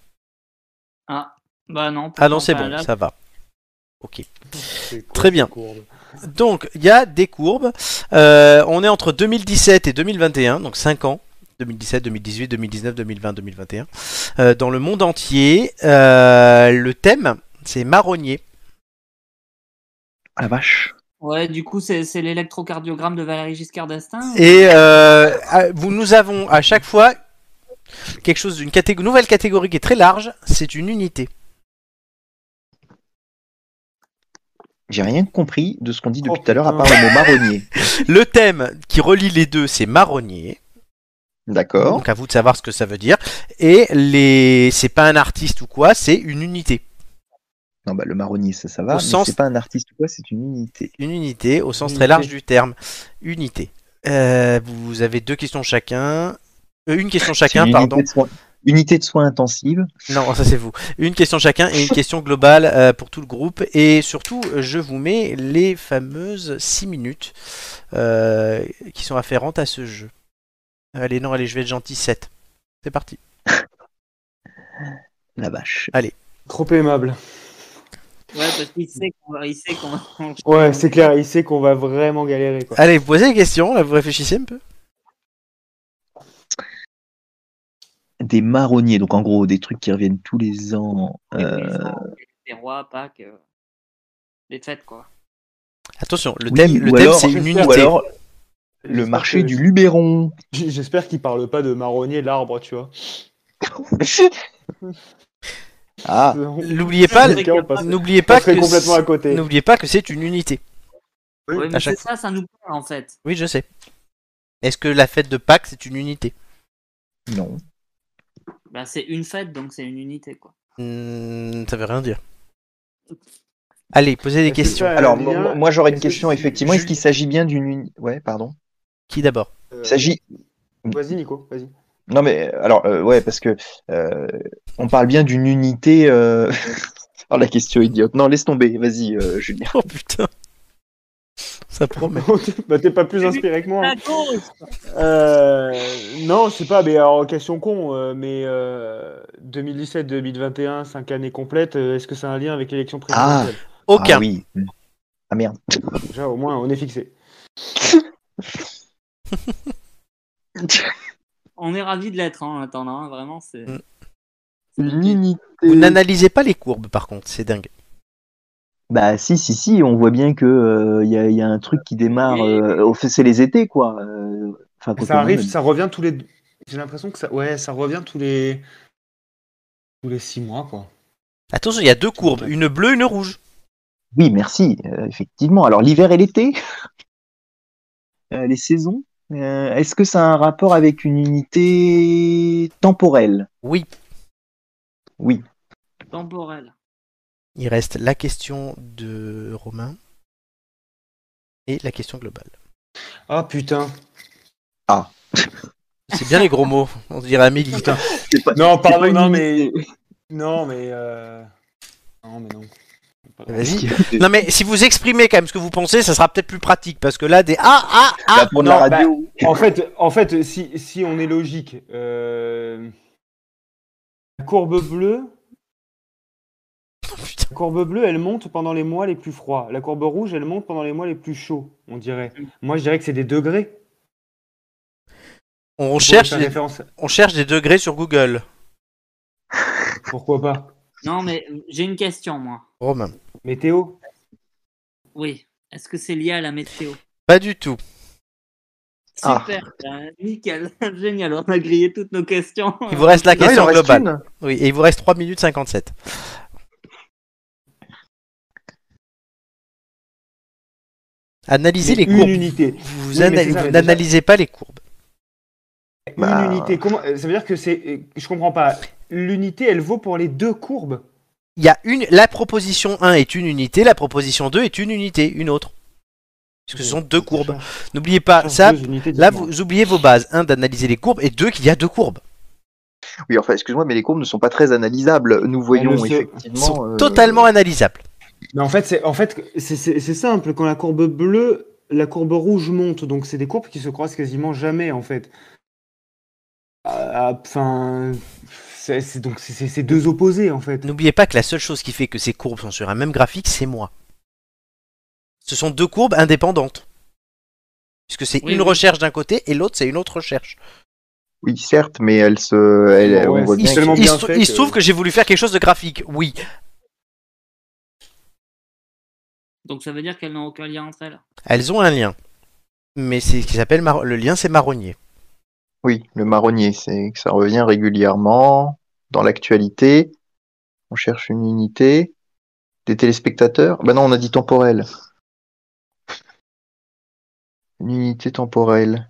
[SPEAKER 3] Ah, bah non.
[SPEAKER 1] Ah non, c'est
[SPEAKER 3] pourtant,
[SPEAKER 1] bon,
[SPEAKER 3] bah, là,
[SPEAKER 1] ça va. Ok. Très bien. Donc, il y a des courbes. Euh, on est entre 2017 et 2021, donc 5 ans. 2017, 2018, 2019, 2020, 2021. Euh, dans le monde entier, euh, le thème, c'est marronnier.
[SPEAKER 4] Ah la vache.
[SPEAKER 3] Ouais, du coup, c'est c'est l'électrocardiogramme de Valérie Giscard d'Estaing.
[SPEAKER 1] Et euh, à- vous, nous avons à chaque fois quelque chose d'une catég- nouvelle catégorie qui est très large, c'est une unité.
[SPEAKER 4] J'ai rien compris de ce qu'on dit depuis
[SPEAKER 2] Oh,
[SPEAKER 4] tout à l'heure, à
[SPEAKER 2] putain.
[SPEAKER 4] part le mot marronnier.
[SPEAKER 1] Le thème qui relie les deux, c'est marronnier.
[SPEAKER 4] D'accord.
[SPEAKER 1] Donc à vous de savoir ce que ça veut dire. Et les... c'est pas un artiste ou quoi, c'est une unité.
[SPEAKER 4] Non, bah, le marronnier, ça, ça va.
[SPEAKER 1] Au
[SPEAKER 4] mais
[SPEAKER 1] sens-
[SPEAKER 4] c'est pas un artiste ou quoi, c'est une unité.
[SPEAKER 1] Une unité au sens
[SPEAKER 2] Une
[SPEAKER 1] très
[SPEAKER 2] unité.
[SPEAKER 1] large du terme. Unité. Euh, vous avez deux questions chacun. Euh, une question
[SPEAKER 4] C'est
[SPEAKER 1] chacun,
[SPEAKER 4] une
[SPEAKER 1] pardon.
[SPEAKER 4] Unité de, soins... unité de soins intensives.
[SPEAKER 1] Non, ça c'est vous. Une question chacun et une question globale euh, pour tout le groupe. Et surtout, euh, je vous mets les fameuses 6 minutes euh, qui sont afférentes à ce jeu. Allez, non, allez, je vais être gentil, 7. C'est parti.
[SPEAKER 4] La vache.
[SPEAKER 2] Trop aimable.
[SPEAKER 3] Ouais, parce qu'il sait qu'on va- il sait qu'on va.
[SPEAKER 2] Ouais, c'est clair, il sait qu'on va vraiment galérer. Quoi.
[SPEAKER 1] Allez, vous posez les questions, là, vous réfléchissez un peu.
[SPEAKER 4] Des marronniers, donc en gros, des trucs qui reviennent tous les ans. euh,
[SPEAKER 3] Des rois, Pâques, euh, des fêtes, quoi.
[SPEAKER 1] Attention, le
[SPEAKER 4] oui,
[SPEAKER 1] thème, le
[SPEAKER 4] ou
[SPEAKER 1] thème
[SPEAKER 4] alors-
[SPEAKER 1] c'est une
[SPEAKER 2] ou
[SPEAKER 1] unité.
[SPEAKER 4] Ou alors, le
[SPEAKER 2] J'espère
[SPEAKER 4] marché
[SPEAKER 2] que-
[SPEAKER 4] du Luberon.
[SPEAKER 2] J- J'espère qu'il parle pas de marronnier l'arbre, tu vois.
[SPEAKER 4] ah,
[SPEAKER 1] N'oubliez pas,
[SPEAKER 3] le-
[SPEAKER 2] Quelqu'un, on passe-
[SPEAKER 1] n'oubliez
[SPEAKER 2] on
[SPEAKER 1] pas
[SPEAKER 2] serait
[SPEAKER 1] que
[SPEAKER 2] complètement à
[SPEAKER 1] c'est-
[SPEAKER 2] côté.
[SPEAKER 1] n'oubliez pas que c'est une unité.
[SPEAKER 2] Oui,
[SPEAKER 3] Ouais,
[SPEAKER 1] à
[SPEAKER 3] mais
[SPEAKER 1] chaque
[SPEAKER 3] c'est ça, ça nous perd en fait.
[SPEAKER 1] Oui, je sais. Est-ce que la fête de Pâques c'est une unité
[SPEAKER 4] non.
[SPEAKER 8] Bah, c'est une fête, donc c'est une unité, quoi.
[SPEAKER 1] Hmm, ça veut rien dire. Allez, posez des
[SPEAKER 2] Est-ce que-
[SPEAKER 1] questions.
[SPEAKER 2] Euh,
[SPEAKER 4] Alors,
[SPEAKER 2] bien,
[SPEAKER 4] moi, moi, j'aurais une
[SPEAKER 2] est-ce que
[SPEAKER 4] question,
[SPEAKER 2] tu-
[SPEAKER 4] effectivement. Est-ce
[SPEAKER 2] Ju-
[SPEAKER 4] qu'il s'agit bien d'une. uni- Ouais, pardon.
[SPEAKER 1] Qui d'abord
[SPEAKER 2] Euh,
[SPEAKER 4] Il s'agit.
[SPEAKER 2] Vas-y, Nico, vas-y.
[SPEAKER 4] Non, mais alors, euh, ouais, parce que euh, on parle bien d'une unité. euh, Oh, la question idiote. Non, laisse tomber. Vas-y, euh, Julien.
[SPEAKER 1] Oh putain. Ça promet.
[SPEAKER 2] bah, t'es pas plus inspiré que moi. hein.
[SPEAKER 8] D'accord.
[SPEAKER 2] Euh, non, je sais pas, mais alors, question con, euh, mais euh, 2017-2021, 5 années complètes, euh, est-ce que ça a un lien avec l'élection présidentielle
[SPEAKER 1] Aucun.
[SPEAKER 4] Ah oui. Ah merde.
[SPEAKER 2] Déjà, au moins, on est fixé.
[SPEAKER 8] On est ravis de l'être, hein, en attendant, hein, vraiment, c'est...
[SPEAKER 1] Mm.
[SPEAKER 4] Une unité.
[SPEAKER 1] Vous n'analysez pas les courbes par contre, c'est dingue.
[SPEAKER 4] Bah si si si, on voit bien que euh, il y, a- y a un truc qui démarre. euh, au fait, c'est les étés quoi. Euh, Enfin, quoi que
[SPEAKER 2] Ça arrive,
[SPEAKER 4] même.
[SPEAKER 2] ça revient tous les. J'ai l'impression que ça. Ouais, ça revient tous les. Tous les 6 mois, quoi.
[SPEAKER 1] Attention, il y a deux courbes, une bleue, une rouge.
[SPEAKER 4] Oui, merci. euh, effectivement. Alors l'hiver et l'été, Euh, les saisons. euh, Est-ce que ça a un rapport avec une unité temporelle
[SPEAKER 1] Oui,
[SPEAKER 4] Oui.
[SPEAKER 8] temporel.
[SPEAKER 1] il reste la question de Romain et la question globale.
[SPEAKER 2] Ah putain.
[SPEAKER 1] C'est bien les gros mots, on dirait Amélie.
[SPEAKER 4] C'est pas-
[SPEAKER 2] Non,
[SPEAKER 4] c'est pas
[SPEAKER 2] pardon,
[SPEAKER 4] une
[SPEAKER 2] non, mais.
[SPEAKER 4] unité.
[SPEAKER 2] Non, mais. euh, Non, mais non.
[SPEAKER 1] Vas-y. Non mais si vous exprimez quand même ce que vous pensez, ça sera peut-être plus pratique parce que là des ah ah
[SPEAKER 4] Bah,
[SPEAKER 1] ah
[SPEAKER 4] pour
[SPEAKER 1] non.
[SPEAKER 4] la radio.
[SPEAKER 2] En fait, en fait si, si on est logique, euh, la courbe bleue,
[SPEAKER 1] Oh, Putain.
[SPEAKER 2] la courbe bleue, elle monte pendant les mois les plus froids. La courbe rouge, elle monte pendant les mois les plus chauds, on dirait. Moi, je dirais que c'est des degrés.
[SPEAKER 1] On
[SPEAKER 2] Pour
[SPEAKER 1] cherche,
[SPEAKER 2] faire
[SPEAKER 1] des,
[SPEAKER 2] référence.
[SPEAKER 1] on cherche des degrés sur Google.
[SPEAKER 2] Pourquoi pas
[SPEAKER 8] Non, mais euh, j'ai une question, moi.
[SPEAKER 1] Romain.
[SPEAKER 2] Météo.
[SPEAKER 8] Oui. Est-ce que c'est lié à la météo
[SPEAKER 1] Pas du tout.
[SPEAKER 4] Ah.
[SPEAKER 8] Super, euh, nickel, génial, on a grillé toutes nos questions.
[SPEAKER 1] Il vous
[SPEAKER 2] Ah,
[SPEAKER 1] reste la
[SPEAKER 4] Non, il en
[SPEAKER 1] question
[SPEAKER 4] reste
[SPEAKER 1] globale.
[SPEAKER 4] une.
[SPEAKER 1] Oui, et il vous reste 3 minutes 57. Analysez
[SPEAKER 2] Mais
[SPEAKER 1] les
[SPEAKER 2] une
[SPEAKER 1] courbes.
[SPEAKER 2] unité.
[SPEAKER 1] Vous
[SPEAKER 2] Oui, mais
[SPEAKER 1] ana-
[SPEAKER 2] c'est ça,
[SPEAKER 1] vous
[SPEAKER 2] mais
[SPEAKER 1] n'analysez pas les courbes.
[SPEAKER 4] Bah.
[SPEAKER 2] Une unité. Comment euh, Ça veut dire que c'est. euh, Je comprends pas. L'unité, elle vaut pour les deux courbes.
[SPEAKER 1] Il y a une, la proposition 1 est une unité, la proposition 2 est une unité, une autre. Parce que ce sont deux courbes. N'oubliez pas ça.
[SPEAKER 2] Deux unités
[SPEAKER 1] Là,
[SPEAKER 2] différentes.
[SPEAKER 1] vous oubliez vos bases. Un, d'analyser les courbes, et deux, qu'il y a deux courbes.
[SPEAKER 4] Oui, enfin, excuse-moi, mais les courbes ne sont pas très analysables. Nous voyons
[SPEAKER 2] le sait.
[SPEAKER 1] Ils
[SPEAKER 4] effectivement.
[SPEAKER 1] sont
[SPEAKER 4] euh,
[SPEAKER 1] totalement analysables.
[SPEAKER 2] Mais en fait, c'est en fait c'est- c'est c'est simple. Quand la courbe bleue, la courbe rouge monte, donc c'est des courbes qui se croisent quasiment jamais en fait. Ah, ah, Enfin, c'est c'est- donc c'est- c'est c'est deux opposés en fait.
[SPEAKER 1] N'oubliez pas que la seule chose qui fait que ces courbes sont sur un même graphique, c'est moi. Ce sont deux courbes indépendantes. Puisque c'est
[SPEAKER 8] Oui,
[SPEAKER 1] une
[SPEAKER 8] oui.
[SPEAKER 1] recherche d'un côté et l'autre, c'est une autre recherche.
[SPEAKER 4] Oui, certes, mais elle se. Elle,
[SPEAKER 2] Bon, ouais,
[SPEAKER 4] on voit
[SPEAKER 2] c'est
[SPEAKER 1] Il,
[SPEAKER 4] bien
[SPEAKER 1] se-
[SPEAKER 4] que-
[SPEAKER 2] tellement
[SPEAKER 1] il
[SPEAKER 2] bien
[SPEAKER 1] se-
[SPEAKER 2] fait
[SPEAKER 1] il se
[SPEAKER 2] que-
[SPEAKER 1] trouve que j'ai voulu faire quelque chose de graphique, oui.
[SPEAKER 8] Donc ça veut dire qu'elles n'ont aucun lien entre elles.
[SPEAKER 1] Elles ont un lien. Mais c'est ce qui s'appelle mar- le lien, c'est marronnier.
[SPEAKER 4] Oui, le marronnier, c'est que ça revient régulièrement dans l'actualité. On cherche une unité. Des téléspectateurs. Bah non, on a dit temporel. Une unité temporelle.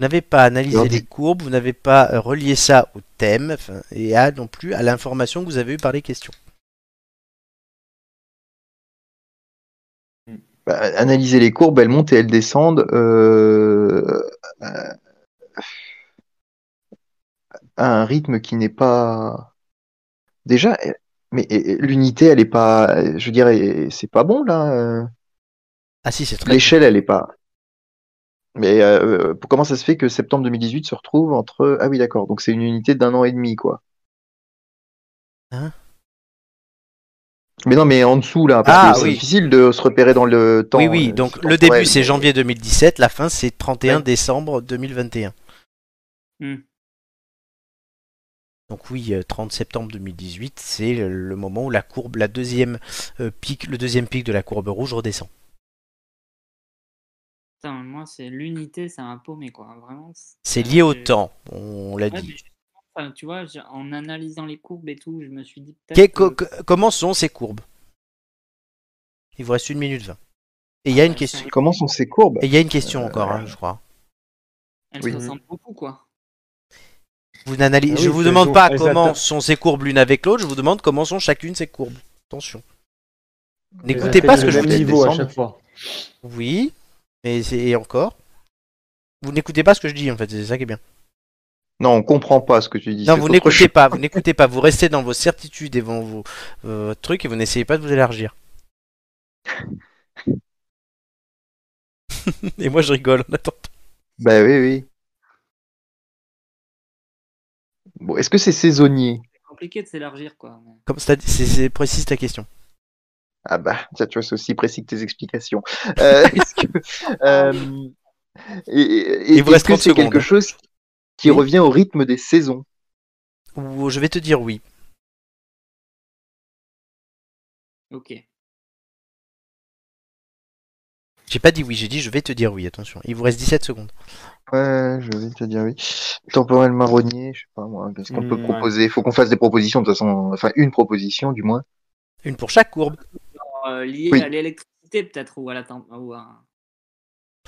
[SPEAKER 1] Vous n'avez pas analysé
[SPEAKER 4] Lundi.
[SPEAKER 1] les courbes, vous n'avez pas euh, relié ça au thème enfin, et à non plus à l'information que vous avez eue par les questions.
[SPEAKER 4] Bah, analyser les courbes, elles montent et elles descendent. euh, euh, à un rythme qui n'est pas. Déjà, euh, mais euh, l'unité, elle est pas. euh, Je dirais, c'est pas bon là. euh.
[SPEAKER 1] Ah si, c'est très.
[SPEAKER 4] L'échelle, elle est pas. Mais euh, euh, comment ça se fait que septembre 2018 se retrouve entre. Ah oui, d'accord. Donc c'est une unité d'un an et demi, quoi.
[SPEAKER 1] Hein
[SPEAKER 4] Mais non, mais en dessous, là. Parce
[SPEAKER 1] Ah,
[SPEAKER 4] que c'est
[SPEAKER 1] oui.
[SPEAKER 4] difficile de se repérer dans le temps.
[SPEAKER 1] oui, oui,
[SPEAKER 4] euh,
[SPEAKER 1] donc
[SPEAKER 4] temporel.
[SPEAKER 1] le début c'est janvier 2017, la fin c'est 31 décembre 2021.
[SPEAKER 8] Hmm.
[SPEAKER 1] Donc oui, euh, 30 septembre 2018, c'est le- le moment où la courbe, la deuxième euh, pic, le deuxième pic de la courbe rouge redescend.
[SPEAKER 8] Putain, moi c'est l'unité, ça m'a paumé quoi, vraiment.
[SPEAKER 1] C'est lié au
[SPEAKER 8] j'ai-
[SPEAKER 1] temps, on l'a
[SPEAKER 8] Ouais, Ah, mais
[SPEAKER 1] dit.
[SPEAKER 8] justement, enfin, tu vois, j'ai- en analysant les courbes et tout, je me suis dit peut-être.
[SPEAKER 1] Que-
[SPEAKER 8] que-
[SPEAKER 1] co- co- comment sont ces courbes Il vous reste une minute 20. Et il
[SPEAKER 8] Ah,
[SPEAKER 1] y a une question.
[SPEAKER 4] Comment sont ces courbes
[SPEAKER 1] Et il y a une question encore, hein, je crois.
[SPEAKER 8] Elles
[SPEAKER 4] Oui.
[SPEAKER 8] se ressemblent beaucoup quoi.
[SPEAKER 1] Vous n'analysez-
[SPEAKER 2] Ah oui,
[SPEAKER 1] je vous
[SPEAKER 2] elles
[SPEAKER 1] demande
[SPEAKER 2] ont-
[SPEAKER 1] pas
[SPEAKER 2] elles
[SPEAKER 1] comment
[SPEAKER 2] atta-
[SPEAKER 1] sont ces courbes l'une avec l'autre, je vous demande comment sont chacune ces courbes. Attention. N'écoutez
[SPEAKER 2] Elles
[SPEAKER 1] pas
[SPEAKER 2] atteignent
[SPEAKER 1] ce que
[SPEAKER 2] le
[SPEAKER 1] je vous
[SPEAKER 2] même
[SPEAKER 1] dis.
[SPEAKER 2] niveau à
[SPEAKER 4] descendre.
[SPEAKER 2] chaque fois.
[SPEAKER 1] Oui, mais c'est et encore. Vous n'écoutez pas ce que je dis en fait, c'est ça qui est bien.
[SPEAKER 4] Non, on comprend pas ce que tu dis.
[SPEAKER 1] Non,
[SPEAKER 4] c'est
[SPEAKER 1] vous
[SPEAKER 4] autre
[SPEAKER 1] n'écoutez
[SPEAKER 4] chose.
[SPEAKER 1] pas, vous n'écoutez pas, vous restez dans vos certitudes et vos, vos, euh, trucs et vous n'essayez pas de vous élargir. et moi je rigole en attendant.
[SPEAKER 4] Bah oui, oui. Bon, est-ce que c'est saisonnier
[SPEAKER 8] C'est compliqué de s'élargir, quoi. mais-
[SPEAKER 1] Comme c'est- c'est c'est précise ta question.
[SPEAKER 4] Ah bah, tiens, tu vois, c'est aussi précis que tes explications. Euh, est-ce que, euh, et, et-
[SPEAKER 1] Il vous reste
[SPEAKER 4] est-ce que
[SPEAKER 1] 30
[SPEAKER 4] c'est quelque
[SPEAKER 1] secondes.
[SPEAKER 4] chose qui
[SPEAKER 1] Oui.
[SPEAKER 4] revient au rythme des saisons
[SPEAKER 1] Ou je vais te dire oui.
[SPEAKER 8] Ok.
[SPEAKER 1] J'ai pas dit oui, j'ai dit je vais te dire oui, attention. Il vous reste 17 secondes.
[SPEAKER 4] Ouais, je vais te dire oui. Temporel marronnier, je sais pas moi, qu'est-ce qu'on peut
[SPEAKER 2] Hmm, ouais.
[SPEAKER 4] proposer Faut qu'on fasse des propositions, de toute façon, enfin une proposition du moins.
[SPEAKER 1] Une pour chaque courbe.
[SPEAKER 8] Genre, euh, lié
[SPEAKER 4] Oui.
[SPEAKER 8] à l'électricité, peut-être, ou à la température. Ou à...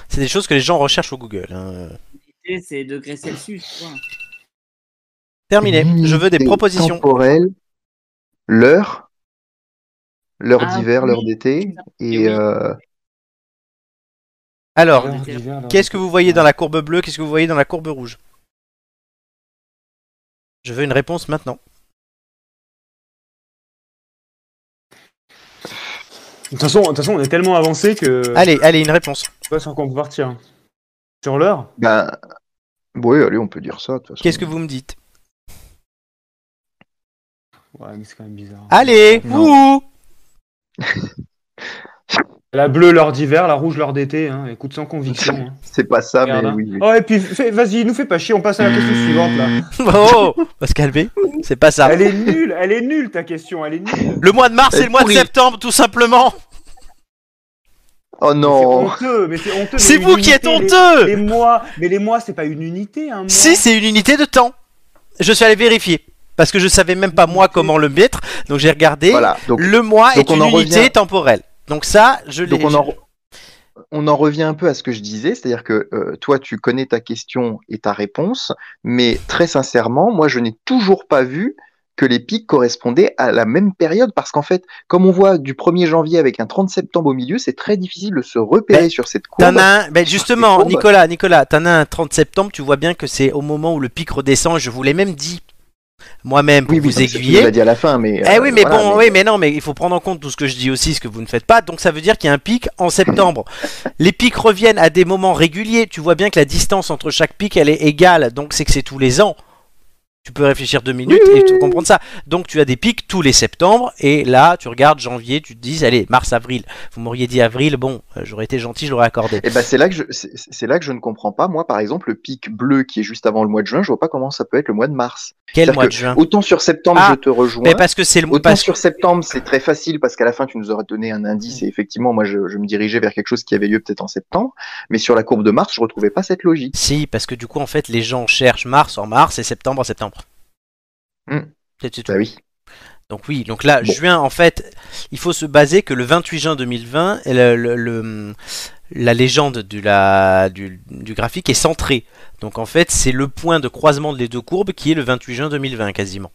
[SPEAKER 1] C'est des choses que les gens recherchent au Google. hein.
[SPEAKER 8] L'idée, c'est degrés Celsius, tu vois.
[SPEAKER 1] Terminé. Je veux des
[SPEAKER 4] Unité
[SPEAKER 1] propositions.
[SPEAKER 4] Temporelle, l'heure, l'heure
[SPEAKER 8] Ah,
[SPEAKER 4] d'hiver,
[SPEAKER 8] oui.
[SPEAKER 4] l'heure d'été,
[SPEAKER 8] oui.
[SPEAKER 4] et euh,
[SPEAKER 1] Alors,
[SPEAKER 2] L'heure d'hiver, l'heure
[SPEAKER 1] qu'est-ce que vous voyez dans la courbe bleue Qu'est-ce que vous voyez dans la courbe rouge Je veux une réponse maintenant.
[SPEAKER 2] De toute façon, de toute façon, on est tellement avancé
[SPEAKER 4] Euh,
[SPEAKER 2] que.
[SPEAKER 1] Allez, allez, une réponse.
[SPEAKER 2] Je sais pas sur quoi on peut partir. hein. Sur l'heure
[SPEAKER 4] ben, oui, allez, on peut dire ça. de toute façon.
[SPEAKER 1] Qu'est-ce que vous me dites
[SPEAKER 2] Ouais, mais c'est quand même bizarre.
[SPEAKER 1] Ah. Allez
[SPEAKER 4] Non.
[SPEAKER 1] ouh
[SPEAKER 2] La bleue, l'heure d'hiver, la rouge, l'heure d'été. Hein. Écoute, sans conviction. hein.
[SPEAKER 4] C'est pas
[SPEAKER 1] Ah,
[SPEAKER 4] ça, mais
[SPEAKER 2] Regarde, hein.
[SPEAKER 4] oui. oui.
[SPEAKER 2] Oh, et puis, fais- vas-y, nous fais pas chier, on passe à la question suivante là.
[SPEAKER 1] Oh On va se calmer. C'est pas ça.
[SPEAKER 2] Elle est nulle, elle est nulle ta question, elle est nulle.
[SPEAKER 1] Le mois de mars et le mois de
[SPEAKER 4] Pourri.
[SPEAKER 1] septembre, tout simplement.
[SPEAKER 4] Oh non
[SPEAKER 2] C'est honteux, mais c'est honteux. mais
[SPEAKER 1] C'est
[SPEAKER 2] une
[SPEAKER 1] vous qui
[SPEAKER 2] unité,
[SPEAKER 1] êtes
[SPEAKER 2] les-
[SPEAKER 1] honteux.
[SPEAKER 2] Les mois, mais les mois, c'est pas une unité, hein.
[SPEAKER 1] Si, c'est une unité de temps. Je suis allé vérifier. Parce que je savais même pas moi comment le mettre. Donc j'ai regardé.
[SPEAKER 4] Voilà, donc,
[SPEAKER 1] Le mois
[SPEAKER 4] Donc
[SPEAKER 1] est
[SPEAKER 4] on
[SPEAKER 1] une
[SPEAKER 4] en
[SPEAKER 1] unité
[SPEAKER 4] revient-
[SPEAKER 1] temporelle. Donc ça, je l'ai.
[SPEAKER 4] donc on, en, on en revient un peu à ce que je disais, c'est-à-dire que euh, toi, tu connais ta question et ta réponse, mais très sincèrement, moi, je n'ai toujours pas vu que les pics correspondaient à la même période, parce qu'en fait, comme on voit du 1er janvier avec un 30 septembre au milieu, c'est très difficile de se repérer
[SPEAKER 1] Ben,
[SPEAKER 4] sur cette courbe. Ah,
[SPEAKER 1] T'en as un, ben justement,
[SPEAKER 4] courbes.
[SPEAKER 1] Nicolas, Nicolas, t'en as un 30 septembre, tu vois bien que c'est au moment où le pic redescend, je vous l'ai même dit moi-même pour
[SPEAKER 4] Oui, oui,
[SPEAKER 1] vous
[SPEAKER 4] donc, c'est ce que tu nous as
[SPEAKER 1] aiguiller.
[SPEAKER 4] dit à la fin, mais.
[SPEAKER 1] Eh
[SPEAKER 4] euh,
[SPEAKER 1] oui, mais
[SPEAKER 4] voilà,
[SPEAKER 1] bon, oui, mais non, mais il faut prendre en compte tout ce que je dis aussi, ce que vous ne faites pas. Donc ça veut dire qu'il y a un pic en septembre. les pics reviennent à des moments réguliers. Tu vois bien que la distance entre chaque pic, elle est égale. Donc c'est que c'est tous les ans. Tu peux réfléchir deux minutes et tu comprendre ça. Donc tu as des pics tous les septembre et là tu regardes janvier, tu te dis allez mars avril. Vous m'auriez dit avril, bon, euh, j'aurais été gentil, je l'aurais accordé.
[SPEAKER 4] Et ben c'est là que je c'est- c'est là que je ne comprends pas moi par exemple le pic bleu qui est juste avant le mois de juin je vois pas comment ça peut être le mois de mars.
[SPEAKER 1] Quel
[SPEAKER 4] C'est-à-dire
[SPEAKER 1] mois
[SPEAKER 4] que
[SPEAKER 1] de juin
[SPEAKER 4] Autant sur septembre
[SPEAKER 1] Ah,
[SPEAKER 4] je te rejoins.
[SPEAKER 1] Mais parce que Mm. c'est le mois
[SPEAKER 4] Autant
[SPEAKER 1] parce
[SPEAKER 4] sur septembre, c'est très facile parce qu'à la fin, tu nous aurais donné un indice et effectivement, moi, je, je me dirigeais vers quelque chose qui avait lieu peut-être en septembre, mais sur la courbe de mars, je retrouvais pas cette logique.
[SPEAKER 1] Si, parce que du coup en fait les gens cherchent mars en mars et septembre en septembre.
[SPEAKER 4] Hmm.
[SPEAKER 1] C'est c'est tout.
[SPEAKER 4] Bah oui.
[SPEAKER 1] Donc oui, donc là,
[SPEAKER 4] Bon.
[SPEAKER 1] juin, en fait, il faut se baser que le 28 juin 2020, le- le- le- la légende de la- du, du graphique est centrée. Donc en fait, c'est le point de croisement des deux courbes qui est le 28 juin 2020 quasiment.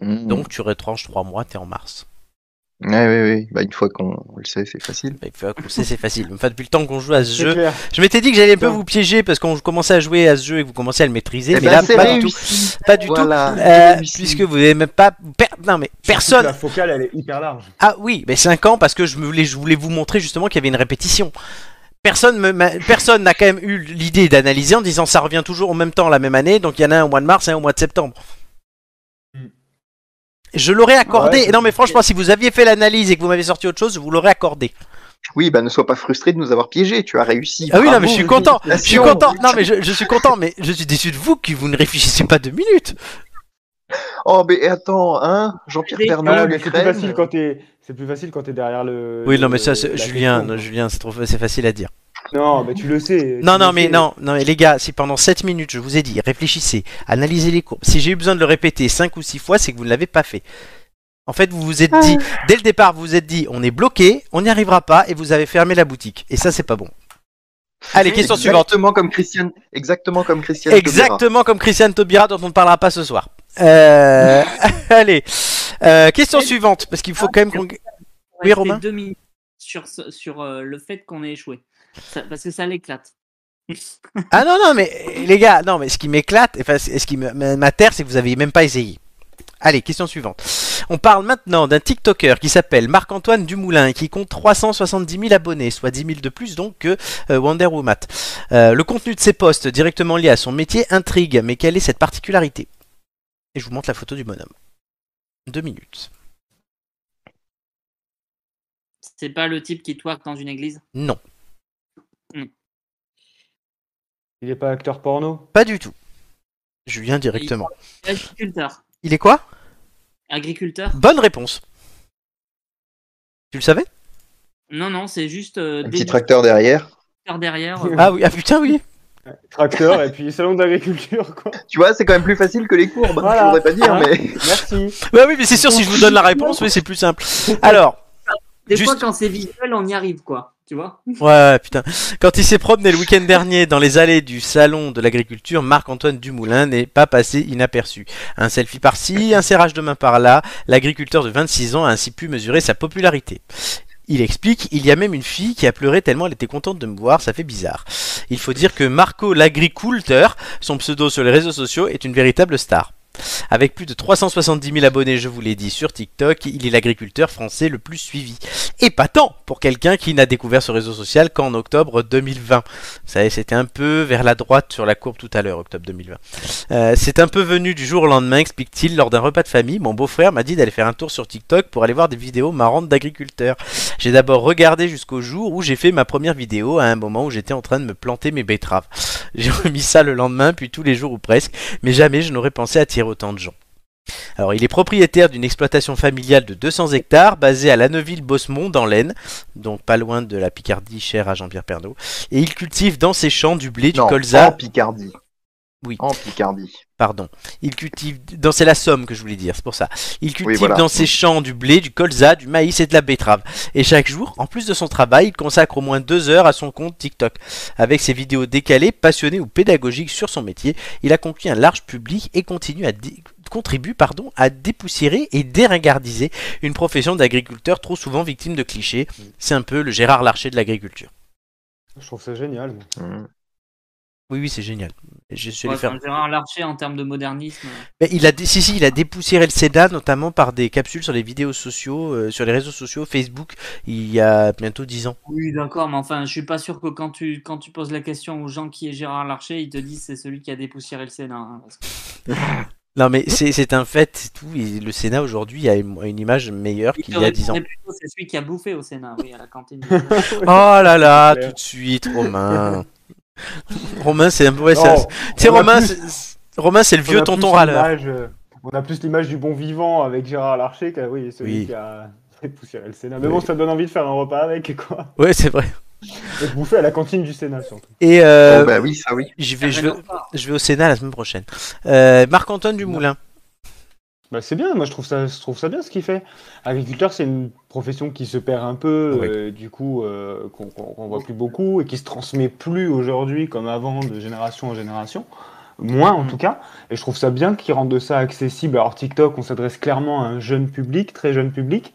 [SPEAKER 4] Mm.
[SPEAKER 1] Donc tu retranches trois mois, t'es en mars.
[SPEAKER 4] Ouais, ouais, ouais. Bah, une fois qu'on on le sait, c'est facile.
[SPEAKER 1] Bah, il faut accrocher, c'est facile. Enfin, depuis le temps qu'on joue à ce
[SPEAKER 2] C'est
[SPEAKER 1] jeu,
[SPEAKER 2] clair.
[SPEAKER 1] je m'étais dit que j'allais un peu
[SPEAKER 2] Putain.
[SPEAKER 1] vous piéger parce qu'on commençait à jouer à ce jeu et que vous commencez à le maîtriser,
[SPEAKER 4] Eh
[SPEAKER 1] mais
[SPEAKER 4] ben,
[SPEAKER 1] là,
[SPEAKER 4] c'est
[SPEAKER 1] pas du tout.
[SPEAKER 4] réussi.
[SPEAKER 1] Pas du tout.
[SPEAKER 4] Voilà,
[SPEAKER 1] Euh,
[SPEAKER 4] c'est réussi.
[SPEAKER 1] puisque vous n'avez même pas. per- Non, mais personne
[SPEAKER 2] La focale, elle est hyper large.
[SPEAKER 1] Ah oui, mais 5 ans parce que je me voulais, je voulais vous montrer justement qu'il y avait une répétition. Personne me- m'a- personne n'a quand même eu l'idée d'analyser en disant ça revient toujours en même temps la même année, donc il y en a un au mois de mars et un au mois de septembre.
[SPEAKER 4] Hmm.
[SPEAKER 2] Mm.
[SPEAKER 1] Je l'aurais accordé.
[SPEAKER 2] Ouais, c'est
[SPEAKER 1] non mais franchement, si vous aviez fait l'analyse et que vous m'avez sorti autre chose, je vous l'aurais accordé.
[SPEAKER 4] Oui, bah, ne sois pas frustré de nous avoir piégés. Tu as réussi.
[SPEAKER 1] Ah oui, non
[SPEAKER 4] Bravo.
[SPEAKER 1] mais je suis content. Je suis
[SPEAKER 4] Félicitations.
[SPEAKER 1] content. Non mais je, je suis content, mais je suis déçu de vous que vous ne réfléchissez pas deux minutes.
[SPEAKER 4] Oh, mais attends, hein, Jean-Pierre
[SPEAKER 8] Ah,
[SPEAKER 4] Pernaut,
[SPEAKER 2] Ah,
[SPEAKER 4] le
[SPEAKER 2] mais c'est plus
[SPEAKER 4] crème.
[SPEAKER 2] facile quand t'es, c'est plus facile quand t'es derrière le.
[SPEAKER 1] Oui, non mais ça,
[SPEAKER 2] le-
[SPEAKER 1] c'est-
[SPEAKER 2] Euh, la
[SPEAKER 1] Julien,
[SPEAKER 2] question.
[SPEAKER 1] non, Julien, c'est trop, fa- c'est facile à dire.
[SPEAKER 2] Non, mais tu le sais.
[SPEAKER 1] Non,
[SPEAKER 2] tu
[SPEAKER 1] non,
[SPEAKER 2] le
[SPEAKER 1] mais
[SPEAKER 2] sais.
[SPEAKER 1] non, non, mais les gars, si pendant 7 minutes, je vous ai dit, réfléchissez, analysez les courbes. Si j'ai eu besoin de le répéter 5 ou 6 fois, c'est que vous ne l'avez pas fait. En fait, vous vous êtes dit, dès le départ, vous vous êtes dit, on est bloqué, on n'y arrivera pas, et vous avez fermé la boutique. Et ça, c'est pas bon. Allez, question suivante.
[SPEAKER 4] Exactement comme Christian, exactement comme Christian.
[SPEAKER 1] Exactement comme Christiane Taubira dont on ne parlera pas ce soir. Euh, allez, Euh, question suivante, parce qu'il faut quand même qu'on...
[SPEAKER 3] On va rester
[SPEAKER 1] Romain
[SPEAKER 3] deux minutes sur, ce- sur euh, le fait qu'on ait échoué. Ça- parce que ça l'éclate.
[SPEAKER 1] Ah non, non, mais euh, les gars, non, mais ce qui m'éclate, enfin, ce ce qui me- m'atterre, c'est que vous avez même pas essayé. Allez, question suivante. On parle maintenant d'un TikToker qui s'appelle Marc-Antoine Dumoulin et qui compte 370 000 abonnés, soit 10 000 de plus donc que euh, Wonder Woman. Euh, le contenu de ses posts directement lié à son métier intrigue, mais quelle est cette particularité Et je vous montre la photo du bonhomme. Deux minutes.
[SPEAKER 3] C'est pas le type qui twerk dans une église.
[SPEAKER 1] Non,
[SPEAKER 2] Il n'est pas acteur porno
[SPEAKER 1] pas du tout. Julien directement.
[SPEAKER 3] Agriculteur.
[SPEAKER 1] Il est quoi
[SPEAKER 3] Agriculteur
[SPEAKER 1] Bonne réponse. Tu le savais
[SPEAKER 3] Non, non, c'est juste euh,
[SPEAKER 4] Un
[SPEAKER 3] des
[SPEAKER 4] petit tracteur derrière.
[SPEAKER 3] tracteurs derrière. euh,
[SPEAKER 1] Ah oui, ah putain oui.
[SPEAKER 2] Tracteur et puis salon d'agriculture, quoi.
[SPEAKER 4] Tu vois, c'est quand même plus facile que les courbes.
[SPEAKER 2] Voilà. Ah
[SPEAKER 4] Je voudrais pas dire, mais
[SPEAKER 2] Merci.
[SPEAKER 1] Bah oui, mais c'est sûr, si je vous donne la réponse, oui, c'est plus simple. Alors,
[SPEAKER 3] Des fois,
[SPEAKER 1] juste-
[SPEAKER 3] quand c'est visuel, on y arrive, quoi. Tu vois
[SPEAKER 1] ouais, putain. Quand il s'est promené le week-end dernier dans les allées du salon de l'agriculture, Marc-Antoine Dumoulin n'est pas passé inaperçu. Un selfie par-ci, un serrage de main par-là, l'agriculteur de 26 ans a ainsi pu mesurer sa popularité. Il explique, il y a même une fille qui a pleuré tellement elle était contente de me voir, ça fait bizarre. Il faut dire que Marco l'agriculteur, son pseudo sur les réseaux sociaux, est une véritable star. Avec plus de 370 000 abonnés, je vous l'ai dit, sur TikTok, il est l'agriculteur français le plus suivi. Et pas tant pour quelqu'un qui n'a découvert ce réseau social qu'en octobre 2020. Vous savez, c'était un peu vers la droite sur la courbe tout à l'heure, octobre 2020. Euh, c'est un peu venu du jour au lendemain, explique-t-il, lors d'un repas de famille. Mon beau-frère m'a dit d'aller faire un tour sur TikTok pour aller voir des vidéos marrantes d'agriculteurs. J'ai d'abord regardé jusqu'au jour où j'ai fait ma première vidéo à un moment où j'étais en train de me planter mes betteraves. J'ai remis ça le lendemain, puis tous les jours ou presque mais jamais je n'aurais pensé attirer autant de gens. Alors, il est propriétaire d'une exploitation familiale de 200 hectares basée à Laneuville-Bosmont dans l'Aisne, donc pas loin de la Picardie chère à Jean-Pierre Pernaud, et il cultive dans ses champs du blé,
[SPEAKER 4] non.
[SPEAKER 1] du colza,
[SPEAKER 4] En Picardie.
[SPEAKER 1] Oui.
[SPEAKER 4] En Picardie.
[SPEAKER 1] pardon. Il cultive dans c'est la Somme que je voulais dire, c'est pour ça. Il cultive
[SPEAKER 4] voilà.
[SPEAKER 1] dans ses champs du blé, du colza, du maïs et de la betterave. Et chaque jour, en plus de son travail, il consacre au moins deux heures à son compte TikTok. Avec ses vidéos décalées, passionnées ou pédagogiques sur son métier, il a conquis un large public et continue à dé- contribue pardon, à dépoussiérer et déringardiser une profession d'agriculteur trop souvent victime de clichés. C'est un peu le Gérard Larcher de l'agriculture.
[SPEAKER 2] Je trouve ça génial. moi.
[SPEAKER 4] Mm.
[SPEAKER 1] Oui, oui, c'est génial. Je suis allé
[SPEAKER 3] Ouais,
[SPEAKER 1] faire
[SPEAKER 3] enfin, Gérard Larcher, en termes de modernisme.
[SPEAKER 1] Mais il a, dé- si, si, il a dépoussiéré le SEDA, notamment par des capsules sur les vidéos sociaux, euh, sur les réseaux sociaux, Facebook, il y a bientôt 10 ans.
[SPEAKER 3] Oui, d'accord, mais enfin, je suis pas sûr que quand tu, quand tu poses la question aux gens qui est Gérard Larcher, ils te disent c'est celui qui a dépoussiéré le Sénat. hein, parce que-
[SPEAKER 1] Non, mais c'est c'est un fait, c'est tout. Et le Sénat aujourd'hui a une, a une image meilleure qu'il y a 10 ans.
[SPEAKER 3] Mais plutôt, C'est celui qui a bouffé au Sénat, oui, à la cantine.
[SPEAKER 1] Oh là là,
[SPEAKER 2] C'est clair.
[SPEAKER 1] tout de suite, Romain. Romain, c'est un peu. ouais, c'est un-
[SPEAKER 2] Non,
[SPEAKER 1] Tu sais,
[SPEAKER 2] on a
[SPEAKER 1] Romain,
[SPEAKER 2] plus-
[SPEAKER 1] c'est- c'est- Romain, c'est le
[SPEAKER 2] on
[SPEAKER 1] vieux
[SPEAKER 2] a plus
[SPEAKER 1] tonton râleur.
[SPEAKER 2] l'image, euh, On a plus l'image du bon vivant avec Gérard Larcher que oui, celui
[SPEAKER 1] Oui.
[SPEAKER 2] qui a poussiéré le Sénat. Mais
[SPEAKER 1] Oui.
[SPEAKER 2] bon, ça donne envie de faire un repas avec, quoi.
[SPEAKER 1] Ouais, c'est vrai.
[SPEAKER 2] Et de bouffer à la cantine du Sénat, surtout.
[SPEAKER 1] Et euh,
[SPEAKER 4] Oh, bah oui, ça oui.
[SPEAKER 1] je, vais, je,
[SPEAKER 3] Ah,
[SPEAKER 1] vais,
[SPEAKER 3] mais non, pas.
[SPEAKER 1] je vais au Sénat la semaine prochaine. Euh, Marc-Antoine Dumoulin.
[SPEAKER 2] Bah, c'est bien, moi je trouve, ça, je trouve ça bien ce qu'il fait. Agriculteur, c'est une profession qui se perd un peu,
[SPEAKER 1] Oui.
[SPEAKER 2] euh, du coup, euh, qu'on qu'on- qu'on voit plus beaucoup et qui se transmet plus aujourd'hui comme avant de génération en génération. Moins en tout cas. Et je trouve ça bien qu'ils rendent ça accessible. Alors TikTok, on s'adresse clairement à un jeune public, très jeune public.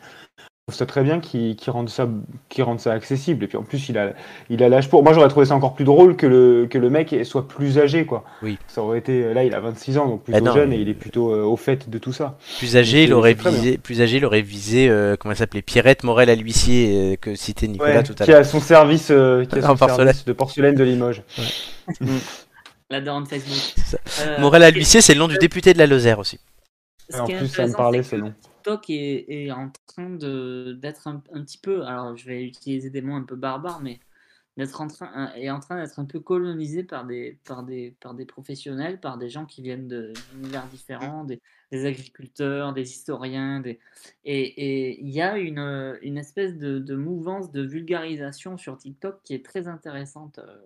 [SPEAKER 2] Je trouve ça très bien qu'ils qu'ils rendent ça, qu'ils rendent ça accessible. Et puis en plus, il a il a l'âge pour. Moi, j'aurais trouvé ça encore plus drôle que le, que le mec soit plus âgé, quoi.
[SPEAKER 1] Oui.
[SPEAKER 2] Ça aurait été. Là, il a 26 ans, donc
[SPEAKER 1] Bah
[SPEAKER 2] plutôt
[SPEAKER 1] non,
[SPEAKER 2] jeune,
[SPEAKER 1] mais-
[SPEAKER 2] et il est plutôt euh, au fait de tout ça.
[SPEAKER 1] Plus âgé,
[SPEAKER 2] Donc,
[SPEAKER 1] il
[SPEAKER 2] euh,
[SPEAKER 1] aurait
[SPEAKER 2] c'est très
[SPEAKER 1] visé, plus âgé, il aurait visé, euh, comment elle s'appelait, Pierrette Morel à l'huissier, euh, que citait Nicolas tout à
[SPEAKER 2] qui
[SPEAKER 1] l'heure.
[SPEAKER 2] a son service, euh, qui a
[SPEAKER 1] En
[SPEAKER 2] son
[SPEAKER 1] porcelaine.
[SPEAKER 2] service de porcelaine de Limoges.
[SPEAKER 3] La daronne Facebook.
[SPEAKER 1] ça.
[SPEAKER 3] Euh,
[SPEAKER 1] Morel à l'huissier, c'est le nom du député de la Lozère aussi.
[SPEAKER 3] ce
[SPEAKER 2] en
[SPEAKER 3] qui est
[SPEAKER 2] plus, ça me
[SPEAKER 3] intéressant,
[SPEAKER 2] parlait,
[SPEAKER 3] c'est
[SPEAKER 2] ce
[SPEAKER 3] que
[SPEAKER 2] nom.
[SPEAKER 3] TikTok est, est en train de- d'être un, un petit peu, alors je vais utiliser des mots un peu barbares, mais d'être en train un- est en train d'être un peu colonisé par des par des par des professionnels, par des gens qui viennent de- d'univers différents, des, des agriculteurs, des historiens, des et et il y a une, euh, une espèce de, de mouvance de vulgarisation sur TikTok qui est très intéressante. euh.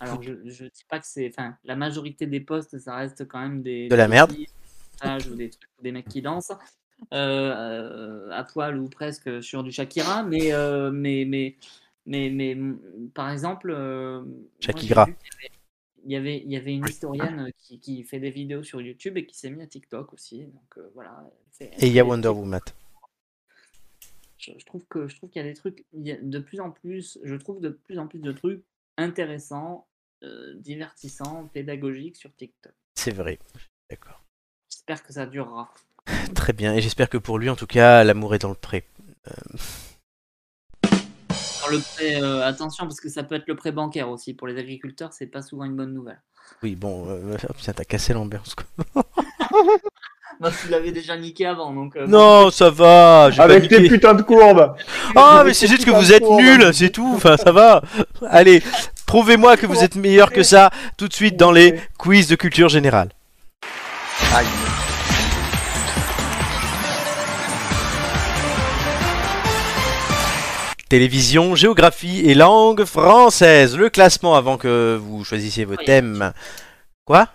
[SPEAKER 3] Alors je je dis pas que c'est enfin la majorité des posts ça reste quand même des
[SPEAKER 1] De la
[SPEAKER 3] des
[SPEAKER 1] merde.
[SPEAKER 3] filles, des montages ou des trucs ou des mecs qui dansent euh, euh, à poil ou presque sur du Shakira, mais, euh, mais, mais, Mais, mais mm, par exemple, euh, moi,
[SPEAKER 1] Jackie
[SPEAKER 3] j'ai
[SPEAKER 1] Gras.
[SPEAKER 3] vu qu'il y avait- Il y, avait, il y avait une historienne euh, qui, qui fait des vidéos sur YouTube et qui s'est mis à TikTok aussi. Donc euh, voilà. C'est-
[SPEAKER 1] Et il y a
[SPEAKER 3] c'est-
[SPEAKER 1] Wonder Woman.
[SPEAKER 3] je, je trouve que je trouve qu'il y a des trucs il y a de plus en plus je trouve de plus en plus de trucs intéressants euh, divertissants pédagogiques sur TikTok
[SPEAKER 1] C'est vrai. D'accord.
[SPEAKER 3] j'espère que ça durera
[SPEAKER 1] Très bien. Et j'espère que pour lui, en tout cas, l'amour est dans le pré. Euh,
[SPEAKER 3] Alors, le prêt euh, attention parce que ça peut être le prêt bancaire aussi pour les agriculteurs c'est pas souvent une bonne nouvelle
[SPEAKER 1] oui, bon. euh, oh, putain, t'as cassé l'ambiance. quoi.
[SPEAKER 3] bah tu l'avais déjà niqué avant donc euh,
[SPEAKER 1] Non, ça va. j'ai pas
[SPEAKER 2] Avec
[SPEAKER 1] niqué.
[SPEAKER 2] tes putains de courbes
[SPEAKER 1] Ah,
[SPEAKER 2] Avec
[SPEAKER 1] mais c'est
[SPEAKER 2] tes
[SPEAKER 1] juste que
[SPEAKER 2] putains de
[SPEAKER 1] vous êtes
[SPEAKER 2] courbes.
[SPEAKER 1] nuls, c'est tout. Enfin, ça va. Allez, prouvez-moi que vous êtes meilleur que ça tout de suite dans les quiz de culture générale.
[SPEAKER 4] Aïe.
[SPEAKER 1] Télévision, géographie et langue française. Le classement avant que vous choisissiez vos
[SPEAKER 3] Oui.
[SPEAKER 1] thèmes. Quoi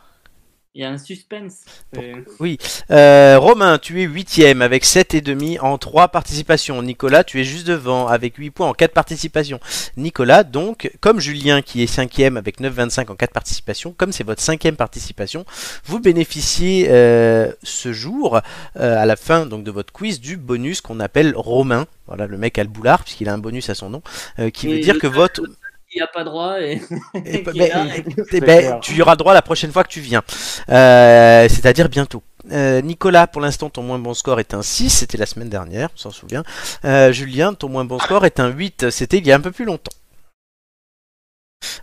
[SPEAKER 3] il y a un suspense C'est-
[SPEAKER 1] Euh, Romain, tu es huitième avec 7,5 en 3 participations. Nicolas, tu es juste devant avec 8 points en 4 participations. Nicolas, donc, comme Julien qui est cinquième avec 9,25 en 4 participations, comme c'est votre cinquième participation, vous bénéficiez euh, ce jour, euh, à la fin donc de votre quiz, du bonus qu'on appelle Romain. Voilà, le mec a le boulard puisqu'il a un bonus à son nom, euh, qui veut
[SPEAKER 3] Et
[SPEAKER 1] dire
[SPEAKER 3] le
[SPEAKER 1] que
[SPEAKER 3] seul-
[SPEAKER 1] votre...
[SPEAKER 3] il n'y a pas droit et
[SPEAKER 1] Eh,
[SPEAKER 3] qui
[SPEAKER 1] ben,
[SPEAKER 3] est là, et-
[SPEAKER 1] eh
[SPEAKER 2] C'est
[SPEAKER 1] ben,
[SPEAKER 2] clair.
[SPEAKER 1] tu y auras droit la prochaine fois que tu viens. Euh, C'est-à-dire bientôt. Euh, Nicolas, pour l'instant, ton moins bon score est un 6, c'était la semaine dernière, on s'en souvient. Euh, Julien, ton moins bon score est un 8, c'était il y a un peu plus longtemps.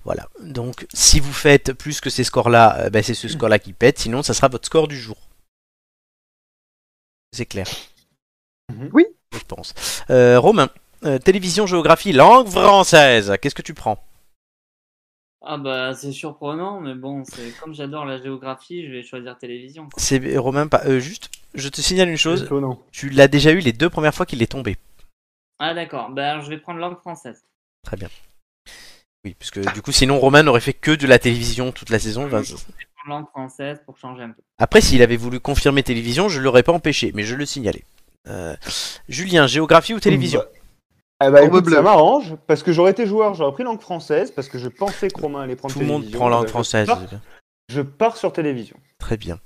[SPEAKER 1] Voilà, donc si vous faites plus que ces scores-là, euh, ben, c'est ce score-là qui pète, sinon ça sera votre score du jour. C'est clair.
[SPEAKER 2] Mhm.
[SPEAKER 4] Oui.
[SPEAKER 1] Je pense. Euh, Romain, euh, télévision, géographie, langue française, qu'est-ce que tu prends
[SPEAKER 3] ah bah c'est surprenant mais bon c'est comme j'adore la géographie je vais choisir télévision quoi.
[SPEAKER 1] C'est Romain, pas euh, juste. Je te signale une chose,
[SPEAKER 2] Étonnant.
[SPEAKER 1] tu l'as déjà eu les deux premières fois qu'il est tombé.
[SPEAKER 3] ah d'accord bah alors, je vais prendre langue française
[SPEAKER 1] Très bien. Oui, puisque du coup, sinon Romain n'aurait fait que de la télévision toute la saison. Enfin, c'est-
[SPEAKER 3] en langue française pour changer un peu.
[SPEAKER 1] Après, s'il avait voulu confirmer télévision, je l'aurais pas empêché, mais je le signalais. Euh, Julien, géographie ou télévision
[SPEAKER 2] Eh ben,
[SPEAKER 4] Oh,
[SPEAKER 2] écoute,
[SPEAKER 4] bleu.
[SPEAKER 2] ça m'arrange, parce que j'aurais été joueur, j'aurais pris langue française, parce que je pensais que Romain allait prendre
[SPEAKER 1] Tout le monde
[SPEAKER 2] bah, télévision.
[SPEAKER 1] prend langue
[SPEAKER 2] Je
[SPEAKER 1] française.
[SPEAKER 2] pars-
[SPEAKER 1] c'est bien.
[SPEAKER 2] Je pars sur télévision.
[SPEAKER 1] Très bien.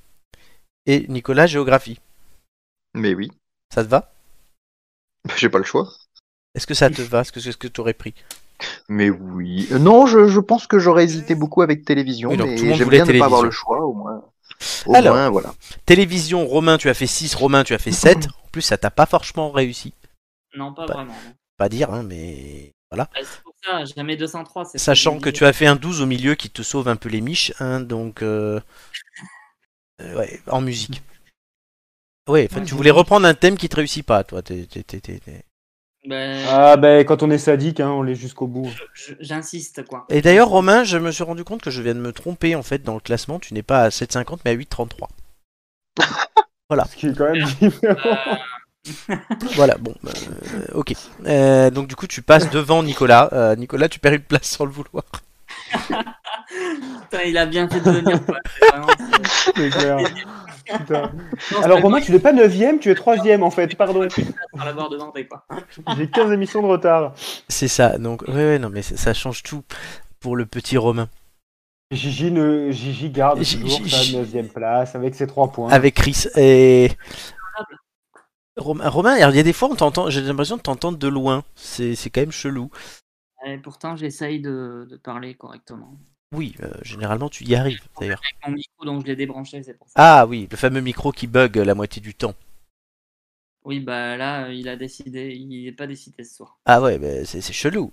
[SPEAKER 1] Et Nicolas, géographie.
[SPEAKER 4] Mais oui,
[SPEAKER 1] Ça te va
[SPEAKER 4] j'ai pas le choix.
[SPEAKER 1] Est-ce que ça te va Est-ce que c'est ce que tu aurais pris
[SPEAKER 4] Mais oui. Euh, Non, je, je pense que j'aurais hésité beaucoup avec télévision,
[SPEAKER 1] Oui, donc
[SPEAKER 4] mais
[SPEAKER 1] tout le monde
[SPEAKER 4] j'aime
[SPEAKER 1] voulait
[SPEAKER 4] bien ne pas avoir
[SPEAKER 1] télévision.
[SPEAKER 4] le choix, au moins. Au
[SPEAKER 1] Alors.
[SPEAKER 4] moins, voilà.
[SPEAKER 1] Télévision, Romain, tu as fait 6, Romain, tu as fait 7. En plus, ça t'a pas franchement réussi.
[SPEAKER 3] Non, pas
[SPEAKER 1] Bah,
[SPEAKER 3] vraiment. non.
[SPEAKER 1] Pas dire, hein, mais voilà.
[SPEAKER 3] Bah, c'est pour ça, jamais 203. c'est ce
[SPEAKER 1] Sachant
[SPEAKER 3] je
[SPEAKER 1] que
[SPEAKER 3] dis.
[SPEAKER 1] tu as fait un 12 au milieu qui te sauve un peu les miches, hein, donc euh, euh, ouais, en musique. Ouais, enfin, tu voulais reprendre un thème qui te réussit pas, toi. t'es- t'es- t'es- t'es- t'es-
[SPEAKER 3] Bah,
[SPEAKER 2] Ah ben, quand on est sadique, hein, on l'est jusqu'au bout.
[SPEAKER 1] Ah.
[SPEAKER 3] je- J'insiste, quoi.
[SPEAKER 1] Et d'ailleurs, Romain, je me suis rendu compte que je viens de me tromper en fait dans le classement. Tu n'es pas à 7,50 mais à 8,33.
[SPEAKER 2] Ce qui est quand même
[SPEAKER 3] Euh,
[SPEAKER 2] différent.
[SPEAKER 1] Voilà, bon, euh, ok. Euh, donc du coup, tu passes devant Nicolas. Euh, Nicolas, tu perds une place sans le vouloir.
[SPEAKER 3] Putain, il a bien fait de venir, quoi. C'est vraiment- c'est-
[SPEAKER 2] C'est clair. Putain.
[SPEAKER 3] Non,
[SPEAKER 2] Alors
[SPEAKER 3] c'est
[SPEAKER 2] Romain,
[SPEAKER 3] pas
[SPEAKER 2] tu n'es pas 9ème, tu es 3ème en fait, pardon.
[SPEAKER 3] moi, par la barre de Vendée, quoi.
[SPEAKER 2] J'ai 15 émissions de retard.
[SPEAKER 1] C'est ça. Donc, ouais, ouais, non, mais ça- ça change tout pour le petit Romain.
[SPEAKER 2] Gigi, ne... Gigi garde
[SPEAKER 1] Gigi-
[SPEAKER 2] toujours
[SPEAKER 1] Gigi-
[SPEAKER 2] sa 9ème place avec ses 3 points.
[SPEAKER 1] avec Chris. Et... Romain, Romain, alors, il y a des fois, on t'entend, j'ai l'impression de t'entendre de loin. C'est c'est quand même chelou.
[SPEAKER 3] Et pourtant, j'essaye de, de parler correctement.
[SPEAKER 1] Oui, euh, généralement, tu y arrives, d'ailleurs.
[SPEAKER 3] Avec mon micro, donc je l'ai débranché, c'est pour ça.
[SPEAKER 1] Ah oui, le fameux micro qui bug euh, la moitié du temps.
[SPEAKER 3] Oui, bah là, euh, il a décidé, il n'est pas décidé ce soir.
[SPEAKER 1] Ah ouais, bah, c'est c'est chelou.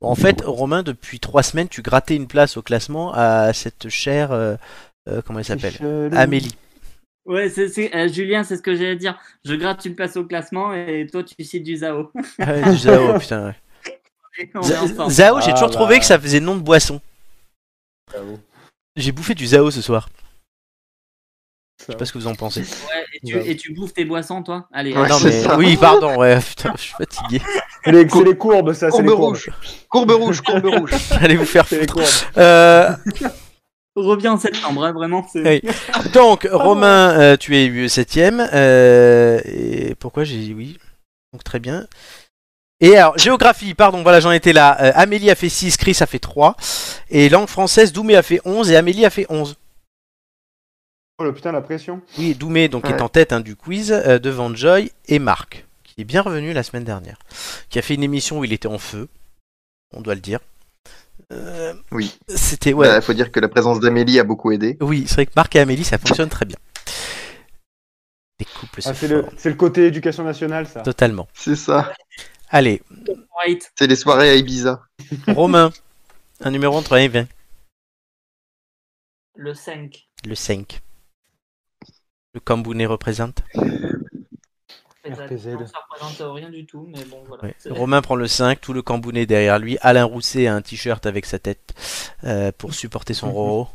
[SPEAKER 1] En fait, Romain, depuis trois semaines, tu grattais une place au classement à cette chère. euh, euh, comment elle
[SPEAKER 2] C'est
[SPEAKER 1] s'appelle
[SPEAKER 2] chelou.
[SPEAKER 1] Amélie.
[SPEAKER 3] Ouais, c'est c'est- euh, Julien, c'est ce que j'allais dire. Je gratte une place au classement et toi, tu cites du Zao.
[SPEAKER 1] Ah ouais, Zao, putain. ouais.
[SPEAKER 3] Et on est
[SPEAKER 1] Za-
[SPEAKER 3] ensemble.
[SPEAKER 1] Zao, j'ai
[SPEAKER 2] Ah,
[SPEAKER 1] toujours trouvé
[SPEAKER 2] bah.
[SPEAKER 1] que ça faisait nom de boisson.
[SPEAKER 2] Bravo.
[SPEAKER 1] J'ai bouffé du Zao ce soir. Je sais pas
[SPEAKER 2] Zao.
[SPEAKER 1] ce que vous en pensez.
[SPEAKER 3] Ouais, et, tu, et tu bouffes tes boissons, toi Allez,
[SPEAKER 4] Ouais,
[SPEAKER 3] allez.
[SPEAKER 1] non,
[SPEAKER 4] c'est
[SPEAKER 1] mais...
[SPEAKER 4] ça.
[SPEAKER 1] Oui, pardon, ouais, putain, je suis fatigué.
[SPEAKER 2] C'est les, c'est les courbes, ça, c'est
[SPEAKER 4] Courbe
[SPEAKER 2] les courbes.
[SPEAKER 4] rouge. Courbe rouge, courbe rouge.
[SPEAKER 1] Allez vous faire
[SPEAKER 2] C'est les
[SPEAKER 1] foutre.
[SPEAKER 2] courbes.
[SPEAKER 1] Euh,
[SPEAKER 3] reviens en septembre, hein, vraiment. c'est-
[SPEAKER 1] Oui. donc, Romain, euh, tu es 7 septième. Euh, et pourquoi j'ai dit oui Donc, très bien. Et alors, géographie, pardon, voilà, j'en étais là. Euh, Amélie a fait 6, Chris a fait 3. Et langue française, Doumé a fait 11 et Amélie a fait 11.
[SPEAKER 2] Oh le putain, la pression.
[SPEAKER 1] Oui, Doumé donc est
[SPEAKER 4] Ouais.
[SPEAKER 1] en tête hein, du quiz euh, devant Joy et Marc, qui est bien revenu la semaine dernière, qui a fait une émission où il était en feu, on doit le dire. Euh,
[SPEAKER 4] Oui.
[SPEAKER 1] C'était
[SPEAKER 4] Il
[SPEAKER 1] ouais.
[SPEAKER 4] Bah, faut dire que la présence d'Amélie a beaucoup aidé.
[SPEAKER 1] Oui, c'est vrai que Marc et Amélie ça fonctionne très bien. Les couples se
[SPEAKER 2] Ah, c'est le,
[SPEAKER 1] forment.
[SPEAKER 2] c'est le côté éducation nationale, ça.
[SPEAKER 1] totalement.
[SPEAKER 4] C'est ça.
[SPEAKER 1] Allez,
[SPEAKER 8] Right.
[SPEAKER 4] C'est les soirées à Ibiza.
[SPEAKER 1] Romain, un numéro entre 1 et 20,
[SPEAKER 8] Le 5.
[SPEAKER 1] le 5. Le Cambounet représente.
[SPEAKER 2] RPZ.
[SPEAKER 8] Ça représente rien du tout, mais bon, voilà.
[SPEAKER 1] Ouais.
[SPEAKER 8] C'est-
[SPEAKER 1] Romain prend le 5, tout le Cambounet derrière lui. Alain Rousset a un t-shirt avec sa tête euh, pour supporter
[SPEAKER 2] Mhm.
[SPEAKER 1] son Roro.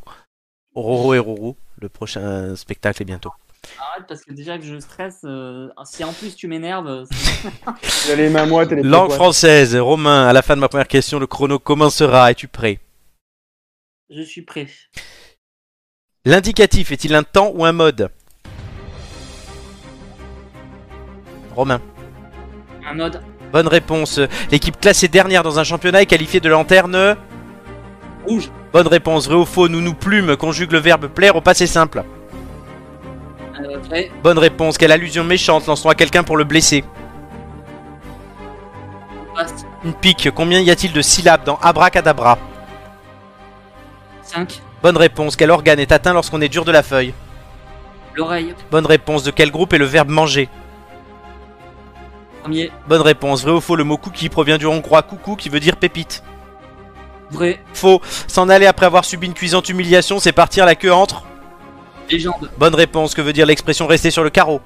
[SPEAKER 1] Roro et Roro, le prochain spectacle est bientôt.
[SPEAKER 8] Arrête, parce que déjà que je stresse, euh, si en plus tu m'énerves, c'est-
[SPEAKER 2] Il a les mains moites et les pieds
[SPEAKER 1] Langue
[SPEAKER 2] moites.
[SPEAKER 1] française, Romain, à la fin de ma première question, le chrono commencera. Es-tu prêt
[SPEAKER 8] je suis prêt.
[SPEAKER 1] L'indicatif est-il un temps ou un mode Romain.
[SPEAKER 8] Un mode
[SPEAKER 1] Bonne réponse. L'équipe classée dernière dans un championnat est qualifiée de lanterne.
[SPEAKER 8] rouge,
[SPEAKER 1] Bonne réponse. Vrai ou faux, nous nous plume conjugue le verbe plaire au passé simple.
[SPEAKER 8] euh, vrai,
[SPEAKER 1] Bonne réponse. Quelle allusion méchante lançons à quelqu'un pour le blesser
[SPEAKER 8] passe,
[SPEAKER 1] Une pique. Combien y a-t-il de syllabes dans abracadabra
[SPEAKER 8] 5,
[SPEAKER 1] Bonne réponse. Quel organe est atteint lorsqu'on est dur de la feuille
[SPEAKER 8] l'oreille,
[SPEAKER 1] Bonne réponse. De quel groupe est le verbe manger
[SPEAKER 8] premier,
[SPEAKER 1] Bonne réponse. Vrai ou faux, le mot cookie provient du hongrois coucou qui veut dire pépite.
[SPEAKER 8] vrai,
[SPEAKER 1] Faux. S'en aller après avoir subi une cuisante humiliation, c'est partir la queue entre.
[SPEAKER 8] légende,
[SPEAKER 1] Bonne réponse. Que veut dire l'expression rester sur le carreau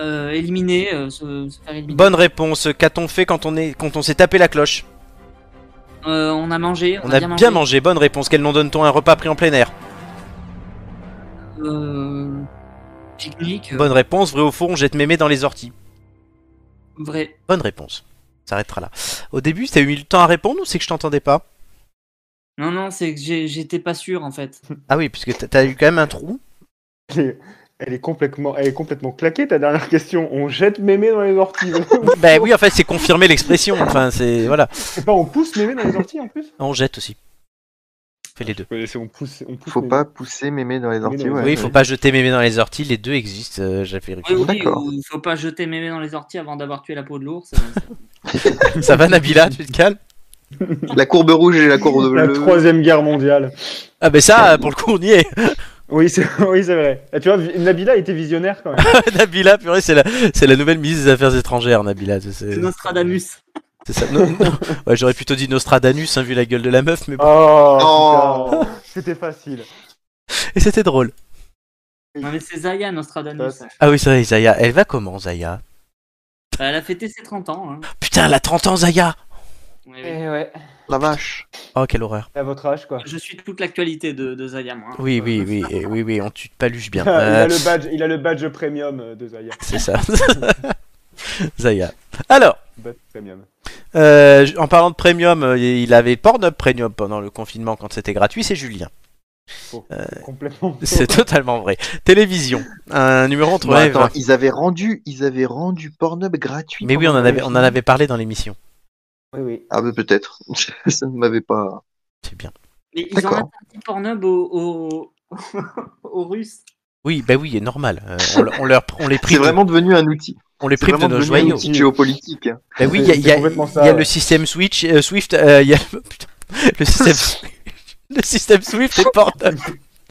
[SPEAKER 8] euh, éliminer, euh, se, se faire éliminer.
[SPEAKER 1] Bonne réponse. Qu'a-t-on fait quand on est quand on s'est tapé la cloche
[SPEAKER 8] Euh, on a mangé, on,
[SPEAKER 1] On a
[SPEAKER 8] bien
[SPEAKER 1] bien mangé. Bonne réponse. Quel nom donne-t-on à un repas pris en plein air
[SPEAKER 8] Euh, pique-nique, euh,
[SPEAKER 1] Bonne réponse. Vrai ou faux, on jette mémé dans les orties.
[SPEAKER 8] vrai.
[SPEAKER 1] Bonne réponse. On S'arrêtera là. Au début, t'as eu le temps à répondre ou c'est que je t'entendais pas
[SPEAKER 8] Non, non, c'est que j'ai- j'étais pas sûr en fait.
[SPEAKER 1] Ah oui, puisque t'as- t'as eu quand même un trou.
[SPEAKER 2] Elle est, elle est complètement, elle est complètement claquée ta dernière question. On jette mémé dans les orties.
[SPEAKER 1] Bah oui, en fait, c'est confirmer l'expression. Enfin, c'est voilà.
[SPEAKER 2] C'est pas on pousse mémé dans les orties en plus.
[SPEAKER 1] On jette aussi. On fait les deux.
[SPEAKER 2] Ouais, c'est on pousse, on pousse
[SPEAKER 4] Faut
[SPEAKER 2] mémé.
[SPEAKER 4] pas pousser mémé dans les orties.
[SPEAKER 2] dans les
[SPEAKER 4] ouais.
[SPEAKER 1] oui, faut pas jeter mémé dans les orties. Les deux existent. euh, J'ai vérifié.
[SPEAKER 8] Oui, oui,
[SPEAKER 4] D'accord.
[SPEAKER 8] ou faut pas jeter mémé dans les orties avant d'avoir tué la peau de l'ours. euh,
[SPEAKER 1] Ça va, Nabila Tu te calmes
[SPEAKER 4] La courbe rouge et la courbe
[SPEAKER 2] La
[SPEAKER 4] bleue.
[SPEAKER 2] troisième guerre mondiale.
[SPEAKER 1] Ah ben ça, euh, pour le coup, on y est.
[SPEAKER 2] Oui, c'est oui, c'est vrai. Et tu vois, Vi- Nabila était visionnaire quand même.
[SPEAKER 1] Nabila, purée, c'est la, c'est la nouvelle ministre des Affaires étrangères, Nabila. C'est, c'est-
[SPEAKER 8] c'est Nostradamus.
[SPEAKER 1] c'est ça. Non, non. Ouais, j'aurais plutôt dit Nostradamus, hein, vu la gueule de la meuf, mais bon.
[SPEAKER 2] Oh,
[SPEAKER 4] Oh.
[SPEAKER 2] putain. c'était facile.
[SPEAKER 1] Et c'était drôle.
[SPEAKER 8] Non, mais c'est Zaya Nostradamus.
[SPEAKER 2] Ça,
[SPEAKER 1] Ah oui, c'est vrai, Zaya. Elle va comment, Zaya
[SPEAKER 8] Bah, Elle a fêté ses 30 ans. Hein.
[SPEAKER 1] Putain, elle a 30 ans, Zaya
[SPEAKER 8] Oui, oui.
[SPEAKER 2] Eh ouais.
[SPEAKER 4] La vache.
[SPEAKER 1] Oh, quelle horreur.
[SPEAKER 2] À votre âge quoi.
[SPEAKER 8] Je suis toute l'actualité de, de Zaya, moi. hein.
[SPEAKER 1] Oui, oui, oui, eh, oui, oui, on tue paluche bien.
[SPEAKER 2] Il
[SPEAKER 1] Euh,
[SPEAKER 2] a le badge, il a le badge premium euh, de Zaya.
[SPEAKER 1] c'est ça. Zaya. Alors,
[SPEAKER 2] Badge premium.
[SPEAKER 1] euh, j- en parlant de premium, euh, il avait Pornhub Premium pendant le confinement quand c'était gratuit, c'est Julien.
[SPEAKER 2] Faux. C'est Complètement. faux.
[SPEAKER 1] C'est totalement vrai. Télévision, un numéro entre
[SPEAKER 4] Bon,
[SPEAKER 1] 1 et
[SPEAKER 4] attends,
[SPEAKER 1] 20.
[SPEAKER 4] ils avaient rendu, ils avaient rendu Pornhub gratuit.
[SPEAKER 1] Mais oui, on
[SPEAKER 4] pendant
[SPEAKER 1] en
[SPEAKER 4] le
[SPEAKER 1] avait, on en avait parlé dans l'émission.
[SPEAKER 2] Oui, oui.
[SPEAKER 4] Ah, mais peut-être. ça ne m'avait pas.
[SPEAKER 1] C'est bien.
[SPEAKER 8] Mais ils ont
[SPEAKER 4] D'accord.
[SPEAKER 8] interdit Pornhub aux, aux... aux Russes.
[SPEAKER 1] Oui, bah oui, normal. Euh, on, le- on leur, on les
[SPEAKER 4] C'est
[SPEAKER 1] prive, de-
[SPEAKER 4] vraiment devenu un outil.
[SPEAKER 1] on les
[SPEAKER 4] C'est
[SPEAKER 1] prive de
[SPEAKER 4] vraiment
[SPEAKER 1] nos
[SPEAKER 4] devenu un
[SPEAKER 1] joyaux.
[SPEAKER 4] outil géopolitique. hein.
[SPEAKER 1] Bah oui,
[SPEAKER 2] C'est-
[SPEAKER 1] il y a,
[SPEAKER 2] c'est
[SPEAKER 1] il y a-
[SPEAKER 2] complètement ça,
[SPEAKER 1] il y a
[SPEAKER 2] ouais.
[SPEAKER 1] le système Switch, euh, Swift, euh, il y a le, putain, le système, le système Swift et Pornhub.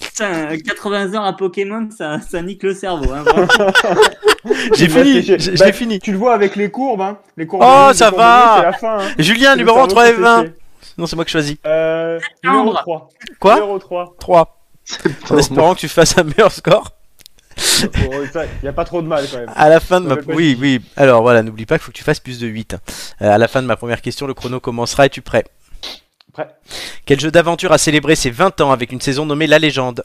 [SPEAKER 8] Putain, 80 heures à Pokémon, ça, ça nique le cerveau. Hein, vraiment.
[SPEAKER 1] J'ai
[SPEAKER 2] Il m'a
[SPEAKER 1] fini,
[SPEAKER 2] séché.
[SPEAKER 1] j'ai
[SPEAKER 2] Bah,
[SPEAKER 1] j'ai fini.
[SPEAKER 2] Tu le vois avec les courbes, hein. Les courbes.
[SPEAKER 1] Oh,
[SPEAKER 2] de nuit,
[SPEAKER 1] ça
[SPEAKER 2] les courbes de
[SPEAKER 1] va.
[SPEAKER 2] nuit, C'est la fin. hein.
[SPEAKER 1] Julien,
[SPEAKER 2] C'est le
[SPEAKER 1] numéro
[SPEAKER 2] cerveau
[SPEAKER 1] entre
[SPEAKER 2] qui
[SPEAKER 1] et 20.
[SPEAKER 2] séché.
[SPEAKER 1] Non, c'est moi qui choisis.
[SPEAKER 2] Euh, numéro
[SPEAKER 8] Septembre.
[SPEAKER 2] 3.
[SPEAKER 1] Quoi
[SPEAKER 2] Numéro 3.
[SPEAKER 1] 3. En espérant que tu fasses un meilleur score.
[SPEAKER 2] Il n'y a pas trop de mal quand même.
[SPEAKER 1] À la fin de
[SPEAKER 2] Ça
[SPEAKER 1] ma.
[SPEAKER 2] fait pas
[SPEAKER 1] Oui, oui. Alors voilà, n'oublie pas qu'il faut que tu fasses plus de 8. à la fin de ma première question, le chrono commencera. Es-tu prêt
[SPEAKER 2] Prêt.
[SPEAKER 1] Quel jeu d'aventure a célébré ses 20 ans avec une saison nommée La Légende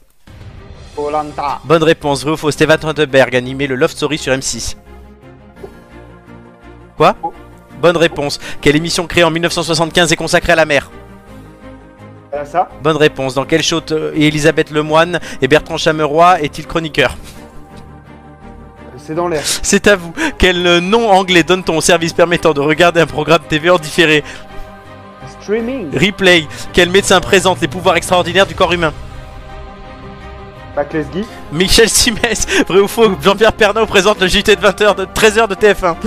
[SPEAKER 2] Polanta.
[SPEAKER 1] Bonne réponse, vrai ou faux Steven Trachtenberg animé le Love Story sur M6. Quoi Bonne réponse. Quelle émission créée en 1975 est consacrée à la mer
[SPEAKER 2] Voilà ça.
[SPEAKER 1] Bonne réponse. Dans quel show t- Elisabeth Lemoine et Bertrand Chameroy est-il chroniqueur
[SPEAKER 2] Euh, c'est dans l'air.
[SPEAKER 1] C'est à vous. Quel euh, nom anglais donne-t-on au service permettant de regarder un programme TV en différé
[SPEAKER 2] Streaming
[SPEAKER 1] Replay. Quel médecin présente les pouvoirs extraordinaires du corps humain
[SPEAKER 2] Back Leslie.
[SPEAKER 1] Michel Simès. Vrai ou faux Jean-Pierre Pernaut présente le JT de 20h de 13h de TF1.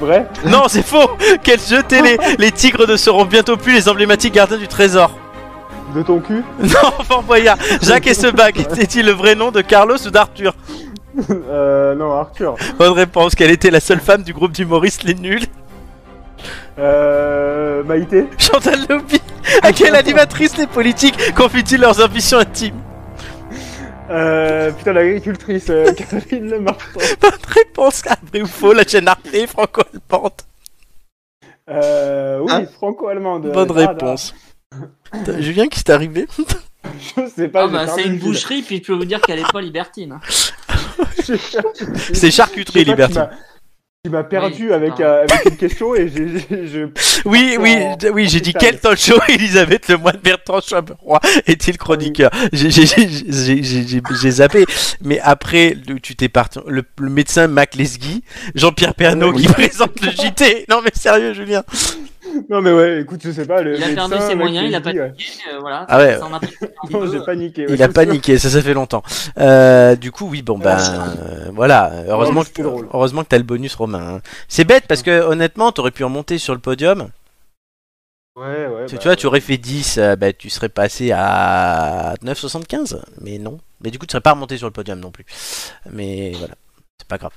[SPEAKER 2] Vrai
[SPEAKER 1] Non, c'est faux Quel jeu télé Les tigres ne seront bientôt plus les emblématiques gardiens du trésor.
[SPEAKER 2] De ton cul
[SPEAKER 1] Non, Fort Boyard Jacques Essebag était-il le vrai nom de Carlos ou d'Arthur
[SPEAKER 2] euh, Non, Arthur.
[SPEAKER 1] Bonne réponse. Quelle était la seule femme du groupe d'humoristes Les Nuls
[SPEAKER 2] Euh, Maïté
[SPEAKER 1] Chantal Lobby À quelle animatrice les politiques confient-ils leurs ambitions intimes
[SPEAKER 2] Euh, putain, l'agricultrice, euh, Caroline Lemarchand.
[SPEAKER 1] Bonne réponse Après ou faux, la chaîne Arte franco-allemande
[SPEAKER 2] Euh, oui,
[SPEAKER 4] Hein
[SPEAKER 8] Ah.
[SPEAKER 2] franco-allemande.
[SPEAKER 1] Bonne
[SPEAKER 2] Ah, là,
[SPEAKER 1] réponse. Putain, Julien, qu'est-ce qui t'est arrivé
[SPEAKER 2] Je sais pas.
[SPEAKER 8] Ah
[SPEAKER 2] j'ai
[SPEAKER 8] bah,
[SPEAKER 2] perdu
[SPEAKER 8] c'est une
[SPEAKER 2] le fil.
[SPEAKER 8] boucherie, puis je peux vous dire qu'elle est pas libertine. hein.
[SPEAKER 2] Je sais pas, je sais
[SPEAKER 1] C'est charcuterie,
[SPEAKER 2] pas, tu
[SPEAKER 1] Liberty.
[SPEAKER 2] m'as- Tu m'as perdu
[SPEAKER 8] Oui,
[SPEAKER 2] avec,
[SPEAKER 8] pardon.
[SPEAKER 2] euh, avec une question et j'ai- j'ai- je.
[SPEAKER 1] Oui, oui,
[SPEAKER 2] en-
[SPEAKER 1] d- oui, j'ai dit
[SPEAKER 2] détail.
[SPEAKER 1] quel talk show Elisabeth Lemoine Bertrand Chameroy est-il chroniqueur J'ai- j'ai- J'ai j'ai- j'ai- j'ai- j'ai zappé. Mais après, le- tu t'es parti. Le, le médecin Mac Lesguy, Jean-Pierre Pernaud qui présente le JT. Non, mais sérieux, Julien.
[SPEAKER 2] Non, mais ouais, écoute, je sais pas. Le
[SPEAKER 8] Il a perdu
[SPEAKER 2] médecin,
[SPEAKER 8] ses
[SPEAKER 2] mec,
[SPEAKER 8] moyens, il a
[SPEAKER 2] dit,
[SPEAKER 8] pas-
[SPEAKER 2] ouais.
[SPEAKER 8] Euh, voilà,
[SPEAKER 1] Ah ouais.
[SPEAKER 8] ça en a pas fait un
[SPEAKER 2] Non,
[SPEAKER 8] peu. hein.
[SPEAKER 2] j'ai paniqué. ouais,
[SPEAKER 1] Il a
[SPEAKER 2] c'est sûr.
[SPEAKER 1] paniqué, ça, ça fait longtemps. Euh, du coup, oui,
[SPEAKER 2] Ah,
[SPEAKER 1] bon, ben, euh, voilà. Heureusement, que,
[SPEAKER 2] c'était drôle.
[SPEAKER 1] heureusement que t'as le bonus romain. hein. C'est bête parce que, honnêtement, t'aurais pu remonter sur le podium.
[SPEAKER 2] Ouais, ouais.
[SPEAKER 1] Tu,
[SPEAKER 2] bah,
[SPEAKER 1] tu vois, tu aurais fait 10, euh, bah, tu serais passé à 9,75. Mais non. Mais du coup, tu serais pas remonté sur le podium non plus. Mais voilà, c'est pas grave.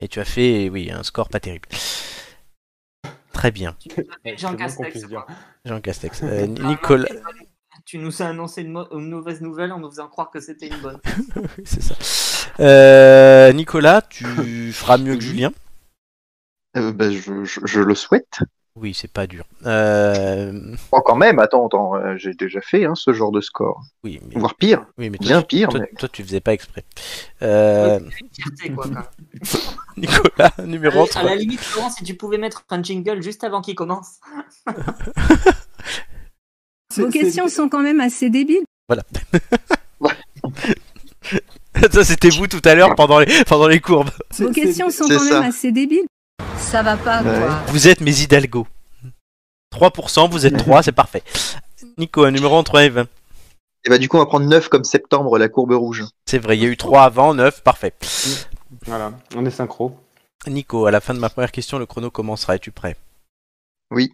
[SPEAKER 1] Et tu as fait, oui, un score pas terrible. Très bien,
[SPEAKER 2] ouais,
[SPEAKER 8] Jean
[SPEAKER 2] c'est le moins qu'on
[SPEAKER 8] Castex,
[SPEAKER 2] puisse dire.
[SPEAKER 1] Jean Castex. Euh, Nicolas,
[SPEAKER 8] Tu nous as annoncé une, mo- une mauvaise nouvelle en nous faisant croire que c'était une bonne.
[SPEAKER 1] oui, c'est ça. Euh, Nicolas, tu feras mieux que Julien.
[SPEAKER 4] Euh, bah, je, je- je le souhaite.
[SPEAKER 1] Oui, c'est pas dur. Euh,
[SPEAKER 4] Oh, quand même, attends, attends, euh, j'ai déjà fait hein, ce genre de score.
[SPEAKER 1] oui, mais,
[SPEAKER 4] Voire pire,
[SPEAKER 1] oui, mais toi,
[SPEAKER 4] bien
[SPEAKER 1] tu-
[SPEAKER 4] pire.
[SPEAKER 1] toi,
[SPEAKER 4] mais-
[SPEAKER 1] toi, tu faisais pas exprès. Euh,
[SPEAKER 8] Fierté, quoi, quand même.
[SPEAKER 1] Nicolas,
[SPEAKER 8] À la-
[SPEAKER 1] numéro
[SPEAKER 8] à la
[SPEAKER 1] 3.
[SPEAKER 8] limite, Laurent, si tu pouvais mettre un jingle juste avant qu'il commence.
[SPEAKER 9] Vos questions sont quand même assez débiles.
[SPEAKER 1] Ça, c'était vous tout à l'heure pendant les, pendant les courbes.
[SPEAKER 9] Vos questions sont
[SPEAKER 4] c'est
[SPEAKER 9] quand
[SPEAKER 4] ça.
[SPEAKER 9] même assez débiles. Ça va pas,
[SPEAKER 4] Ouais. quoi.
[SPEAKER 1] Vous êtes mes Hidalgo. 3%, vous êtes 3, c'est parfait. Nico, un numéro en 3 et 20.
[SPEAKER 4] Et bah, du coup, on va prendre 9 comme septembre, la courbe rouge.
[SPEAKER 1] C'est vrai, il y a eu 3 avant, 9, parfait.
[SPEAKER 2] Voilà, on est synchro.
[SPEAKER 1] Nico, à la fin de ma première question, le chrono commencera. Es-tu prêt
[SPEAKER 4] Oui.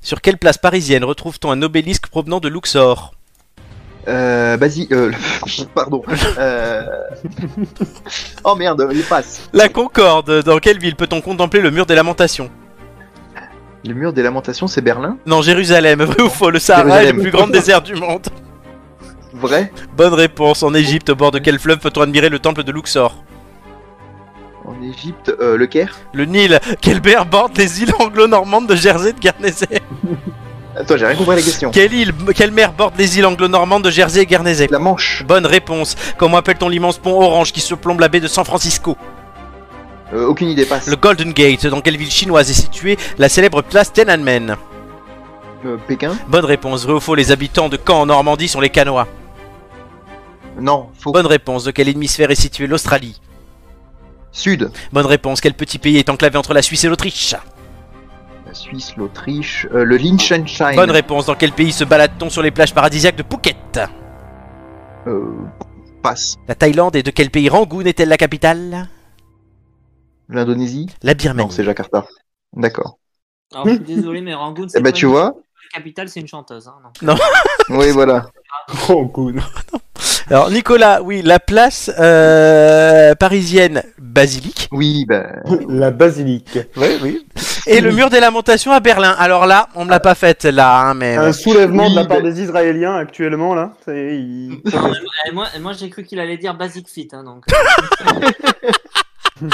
[SPEAKER 1] Sur quelle place parisienne retrouve-t-on un obélisque provenant de Luxor
[SPEAKER 4] Euh, vas-y, euh, pardon. Euh... oh merde, les passes.
[SPEAKER 1] La Concorde, dans quelle ville peut-on contempler le mur des lamentations
[SPEAKER 4] Le mur des lamentations, c'est Berlin
[SPEAKER 1] Non, Jérusalem, vrai ou faux, le Sahara est
[SPEAKER 4] Jérusalem.
[SPEAKER 1] le plus grand désert du monde.
[SPEAKER 4] Vrai
[SPEAKER 1] Bonne réponse, en Égypte, au bord de quel fleuve peut-on admirer le temple de Luxor
[SPEAKER 4] En Égypte, euh, le Caire
[SPEAKER 1] Le Nil, quelle mer borde les îles anglo-normandes de Jersey et de Guernesey
[SPEAKER 4] Attends, j'ai rien compris à la question.
[SPEAKER 1] Quelle, île, quelle mer borde les îles anglo-normandes de Jersey et Guernesey
[SPEAKER 4] La Manche,
[SPEAKER 1] Bonne réponse. Comment appelle-t-on l'immense pont orange qui surplombe la baie de San Francisco
[SPEAKER 4] Euh, aucune idée passe.
[SPEAKER 1] Le Golden Gate, dans quelle ville chinoise est située la célèbre place Tiananmen
[SPEAKER 4] Euh, Pékin
[SPEAKER 1] Bonne réponse. Vrai ou faux, les habitants de Caen en Normandie sont les Canois
[SPEAKER 4] Non, faux.
[SPEAKER 1] Bonne réponse. De quel hémisphère est située l'Australie
[SPEAKER 4] Sud
[SPEAKER 1] Bonne réponse. Quel petit pays est enclavé entre la Suisse et l'Autriche
[SPEAKER 4] La Suisse, l'Autriche, euh, le Liechtenstein.
[SPEAKER 1] Bonne réponse. Dans quel pays se balade-t-on sur les plages paradisiaques de Phuket
[SPEAKER 4] Euh, passe.
[SPEAKER 1] La Thaïlande et de quel pays Rangoon est-elle la capitale
[SPEAKER 4] L'Indonésie
[SPEAKER 1] La
[SPEAKER 4] Non,
[SPEAKER 1] Birmanie.
[SPEAKER 4] c'est Jakarta. D'accord.
[SPEAKER 8] Alors, je suis désolé, mais Rangoon, c'est
[SPEAKER 4] Eh ben,
[SPEAKER 8] pas
[SPEAKER 4] tu
[SPEAKER 8] une-
[SPEAKER 4] vois
[SPEAKER 8] La capitale, c'est une chanteuse. hein, non.
[SPEAKER 4] Oui, voilà.
[SPEAKER 2] Oh, cool.
[SPEAKER 1] Alors Nicolas, oui, la place euh, parisienne basilique.
[SPEAKER 4] Oui, ben.
[SPEAKER 2] La basilique.
[SPEAKER 4] Oui, oui.
[SPEAKER 1] Et le mur des lamentations à Berlin. Alors là, on me l'a pas faite là, hein,
[SPEAKER 4] Ah,
[SPEAKER 1] mais
[SPEAKER 2] Un soulèvement de la
[SPEAKER 4] Oui,
[SPEAKER 2] part
[SPEAKER 4] mais-
[SPEAKER 2] des Israéliens actuellement, là. C'est- ils-
[SPEAKER 8] Et moi, et moi j'ai cru qu'il allait dire Basic Fit. hein, donc. Je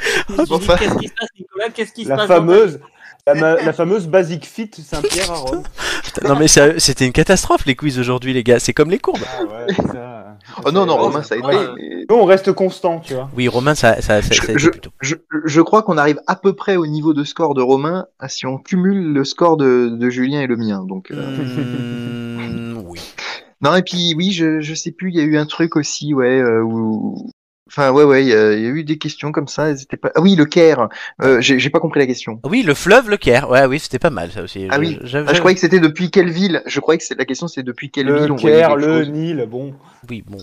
[SPEAKER 8] me suis dit,
[SPEAKER 4] Enfin.
[SPEAKER 8] Qu'est-ce qui se passe, Nicolas Qu'est-ce qui se
[SPEAKER 2] La
[SPEAKER 8] passe
[SPEAKER 2] fameuse, la, ma- la fameuse Basic Fit Saint-Pierre à Rome.
[SPEAKER 1] Putain, non mais sérieux, c'était une catastrophe les quiz aujourd'hui les gars. C'est comme les courbes.
[SPEAKER 2] Ah ouais, ça.
[SPEAKER 4] Oh non, non,
[SPEAKER 2] Ouais.
[SPEAKER 4] Romain, ça a
[SPEAKER 8] Ouais.
[SPEAKER 4] été. mais-
[SPEAKER 2] Nous, on reste constant, tu vois.
[SPEAKER 1] Oui, Romain, ça, ça, ça,
[SPEAKER 4] Je-
[SPEAKER 1] ça a été
[SPEAKER 4] je-
[SPEAKER 1] plutôt.
[SPEAKER 4] Je, je crois qu'on arrive à peu près au niveau de score de Romain ah, si on cumule le score de, de Julien et le mien. Donc, euh,
[SPEAKER 1] Hmm, oui.
[SPEAKER 4] Non, et puis oui, je, je sais plus, il y a eu un truc aussi, ouais, euh, où. Enfin, ouais, ouais, il y, a il y a eu des questions comme ça, elles étaient pas. Ah oui, le Caire Euh, J'ai j'ai pas compris la question.
[SPEAKER 1] Oui, le fleuve, le Caire. Ouais, oui, c'était pas mal ça aussi.
[SPEAKER 4] Ah
[SPEAKER 1] Je-
[SPEAKER 4] oui.
[SPEAKER 1] j'avais-
[SPEAKER 4] Ah, je croyais que c'était depuis quelle ville Je croyais que c'est- la question c'est depuis quelle ville
[SPEAKER 2] Le
[SPEAKER 4] on voyait
[SPEAKER 2] Caire,
[SPEAKER 4] quelque
[SPEAKER 2] le
[SPEAKER 4] chose.
[SPEAKER 2] Nil, bon.
[SPEAKER 1] Oui, bon.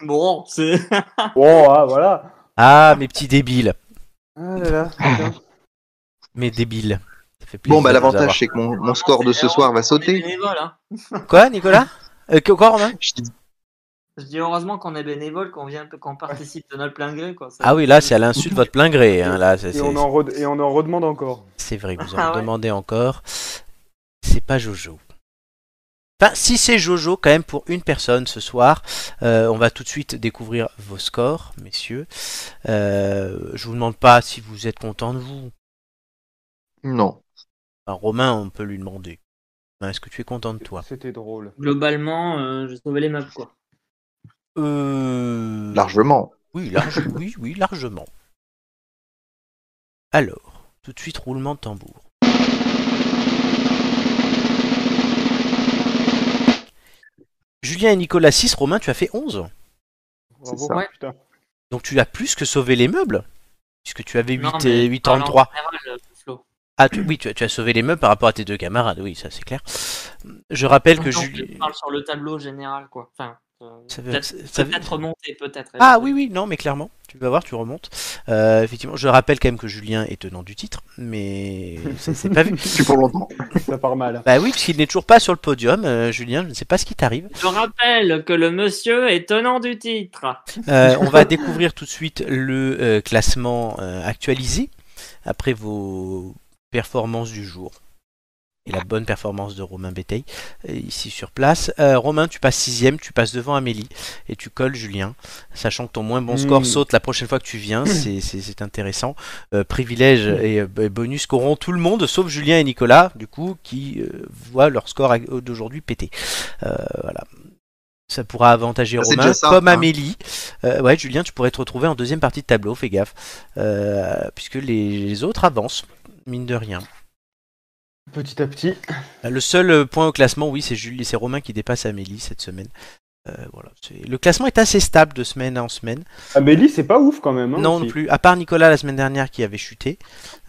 [SPEAKER 8] Bon, c'est.
[SPEAKER 2] Oh, ah, voilà.
[SPEAKER 1] Ah, mes petits débiles.
[SPEAKER 2] Ah là là, putain.
[SPEAKER 1] Mes débiles. Ça fait plaisir
[SPEAKER 4] Bon, bah
[SPEAKER 1] de vous
[SPEAKER 4] l'avantage
[SPEAKER 1] avoir.
[SPEAKER 4] c'est que mon, mon score de ce soir va
[SPEAKER 8] On est
[SPEAKER 4] sauter.
[SPEAKER 8] bénévole, hein.
[SPEAKER 1] Quoi, Nicolas euh, que- Quoi, Romain
[SPEAKER 4] Je dis-
[SPEAKER 8] Je dis heureusement qu'on est bénévole, qu'on vient, qu'on participe de notre plein gré, quoi. Ça-
[SPEAKER 1] Ah oui, là, c'est à l'insu de votre plein gré. hein, là, c'est,
[SPEAKER 2] et, on
[SPEAKER 1] c'est-
[SPEAKER 2] en re- et on en redemande encore.
[SPEAKER 1] c'est vrai, vous en
[SPEAKER 8] Ah ouais.
[SPEAKER 1] demandez encore. C'est pas Jojo. Enfin, si c'est Jojo, quand même, pour une personne ce soir, euh, on va tout de suite découvrir vos scores, messieurs. Euh, je vous demande pas si vous êtes content de vous.
[SPEAKER 4] Non.
[SPEAKER 1] Enfin, Romain, on peut lui demander. Romain, Est-ce que tu es content de toi
[SPEAKER 2] C'était drôle.
[SPEAKER 8] Globalement, euh, j'ai sauvé les meubles, quoi.
[SPEAKER 1] Euh...
[SPEAKER 4] Largement.
[SPEAKER 1] Oui, large, oui, oui, largement. Alors, tout de suite roulement de tambour. Julien et Nicolas 6, Romain, tu as fait 11.
[SPEAKER 4] C'est
[SPEAKER 2] Bravo,
[SPEAKER 4] ça.
[SPEAKER 8] Ouais.
[SPEAKER 2] putain.
[SPEAKER 1] Donc tu as plus que sauvé les meubles. Puisque tu avais 8
[SPEAKER 8] Non, mais
[SPEAKER 1] et
[SPEAKER 8] je
[SPEAKER 1] 8
[SPEAKER 8] parle
[SPEAKER 1] en
[SPEAKER 8] en
[SPEAKER 1] 3.
[SPEAKER 8] général, euh, Flo.
[SPEAKER 1] Ah tu- oui, tu as, tu as sauvé les meubles par rapport à tes deux camarades, oui, ça c'est clair. Je rappelle que
[SPEAKER 8] Non,
[SPEAKER 1] Julien...
[SPEAKER 8] Je parle sur le tableau général, quoi. Enfin, euh,
[SPEAKER 1] ça veut-
[SPEAKER 8] peut-être
[SPEAKER 1] ça veut-
[SPEAKER 8] peut-être remonter, peut-être.
[SPEAKER 1] Ah oui, oui, non, mais clairement, tu vas voir, tu remontes. Euh, effectivement, je rappelle quand même que Julien est tenant du titre, mais c'est c'est pas vu.
[SPEAKER 4] Plus pour longtemps.
[SPEAKER 2] Ça part mal.
[SPEAKER 1] Bah oui, puisqu'il n'est toujours pas sur le podium, euh, Julien, je ne sais pas ce qui t'arrive.
[SPEAKER 8] Je rappelle que le monsieur est tenant du titre.
[SPEAKER 1] Euh, on va découvrir tout de suite le euh, classement euh, actualisé après vos performances du jour. Et la bonne performance de Romain Béteille, euh, ici sur place. Euh, Romain, tu passes sixième, tu passes devant Amélie et tu colles Julien, sachant que ton moins bon score
[SPEAKER 2] Mm.
[SPEAKER 1] saute la prochaine fois que tu viens, c'est- c'est c'est intéressant. Euh, privilèges
[SPEAKER 4] Mm.
[SPEAKER 1] et euh, b- bonus qu'auront tout le monde, sauf Julien et Nicolas, du coup, qui euh, voient leur score ag- d'aujourd'hui péter. Euh, voilà. Ça pourra avantager
[SPEAKER 4] Ça, c'est
[SPEAKER 1] Romain,
[SPEAKER 4] déjà ça,
[SPEAKER 1] comme
[SPEAKER 4] hein.
[SPEAKER 1] Amélie. Euh, ouais, Julien, tu pourrais te retrouver en deuxième partie de tableau, fais gaffe. Euh, puisque les, les autres avancent, mine de rien.
[SPEAKER 2] Petit à petit.
[SPEAKER 1] Le seul euh, point au classement, oui, c'est Julie, c'est Romain qui dépasse Amélie cette semaine. Euh, voilà, c'est- le classement est assez stable de semaine en semaine.
[SPEAKER 2] Amélie, Ah, c'est pas ouf quand même. hein,
[SPEAKER 1] non, non
[SPEAKER 2] aussi.
[SPEAKER 1] plus. À part Nicolas la semaine dernière qui avait chuté.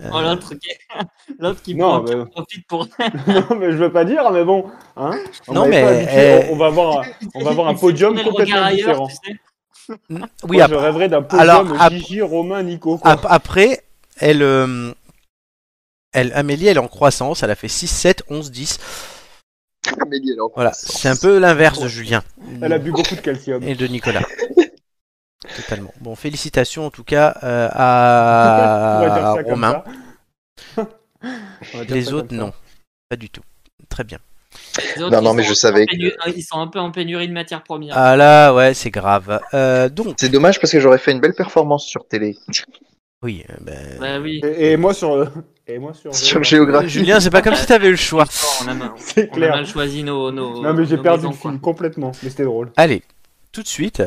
[SPEAKER 1] Euh,
[SPEAKER 8] Oh, l'autre qui, l'autre qui
[SPEAKER 2] Non,
[SPEAKER 8] prend- qui
[SPEAKER 2] bah-
[SPEAKER 8] profite pour.
[SPEAKER 2] non, mais je veux pas dire, mais bon. Hein on
[SPEAKER 1] Non,
[SPEAKER 2] m'avait
[SPEAKER 1] mais,
[SPEAKER 2] pas habitué,
[SPEAKER 1] euh,
[SPEAKER 2] On, on va avoir, un- on va avoir un
[SPEAKER 8] Il s'est
[SPEAKER 2] podium
[SPEAKER 8] tourné le
[SPEAKER 2] complètement
[SPEAKER 8] regard ailleurs,
[SPEAKER 2] différent.
[SPEAKER 8] tu sais.
[SPEAKER 1] n-
[SPEAKER 2] Oui,
[SPEAKER 1] oui,
[SPEAKER 2] Moi,
[SPEAKER 1] ap-
[SPEAKER 2] je rêverais d'un podium
[SPEAKER 1] Alors, ap-
[SPEAKER 2] Gigi, Romain, Nico. quoi.
[SPEAKER 1] ap- après, elle, euh, elle, Amélie, elle est en croissance. Elle a fait 6, 7, 11, 10.
[SPEAKER 4] Amélie, elle est en
[SPEAKER 1] Voilà,
[SPEAKER 4] croissance.
[SPEAKER 1] c'est un peu l'inverse de Julien.
[SPEAKER 2] Elle a bu beaucoup de calcium.
[SPEAKER 1] et de Nicolas. Totalement. Bon, félicitations en tout cas euh, à,
[SPEAKER 2] On va dire ça comme
[SPEAKER 1] euh, Romain.
[SPEAKER 2] ça. On va dire ça
[SPEAKER 1] Les
[SPEAKER 2] comme
[SPEAKER 1] autres,
[SPEAKER 2] ça.
[SPEAKER 1] non. Pas du tout. Très bien.
[SPEAKER 8] Les autres,
[SPEAKER 4] Non, non,
[SPEAKER 8] ils
[SPEAKER 4] mais
[SPEAKER 8] sont
[SPEAKER 4] je
[SPEAKER 8] en
[SPEAKER 4] savais que-
[SPEAKER 8] pénu- Ils sont un peu en pénurie de matières premières.
[SPEAKER 1] Ah là, ouais, c'est grave. Euh, donc,
[SPEAKER 4] C'est dommage parce que j'aurais fait une belle performance sur télé.
[SPEAKER 1] oui. euh, ben,
[SPEAKER 8] Bah oui.
[SPEAKER 2] Et, et moi sur. Et moi sur.
[SPEAKER 4] Sur géographie.
[SPEAKER 1] Julien, c'est pas comme si t'avais eu le choix.
[SPEAKER 8] Oh, On a mal,
[SPEAKER 2] C'est
[SPEAKER 8] on a
[SPEAKER 2] clair.
[SPEAKER 8] mal choisi nos. nos
[SPEAKER 2] Non, mais j'ai
[SPEAKER 8] nos
[SPEAKER 2] perdu
[SPEAKER 8] maisons,
[SPEAKER 2] le
[SPEAKER 8] quoi.
[SPEAKER 2] film complètement. Mais c'était drôle.
[SPEAKER 1] Allez, tout de suite,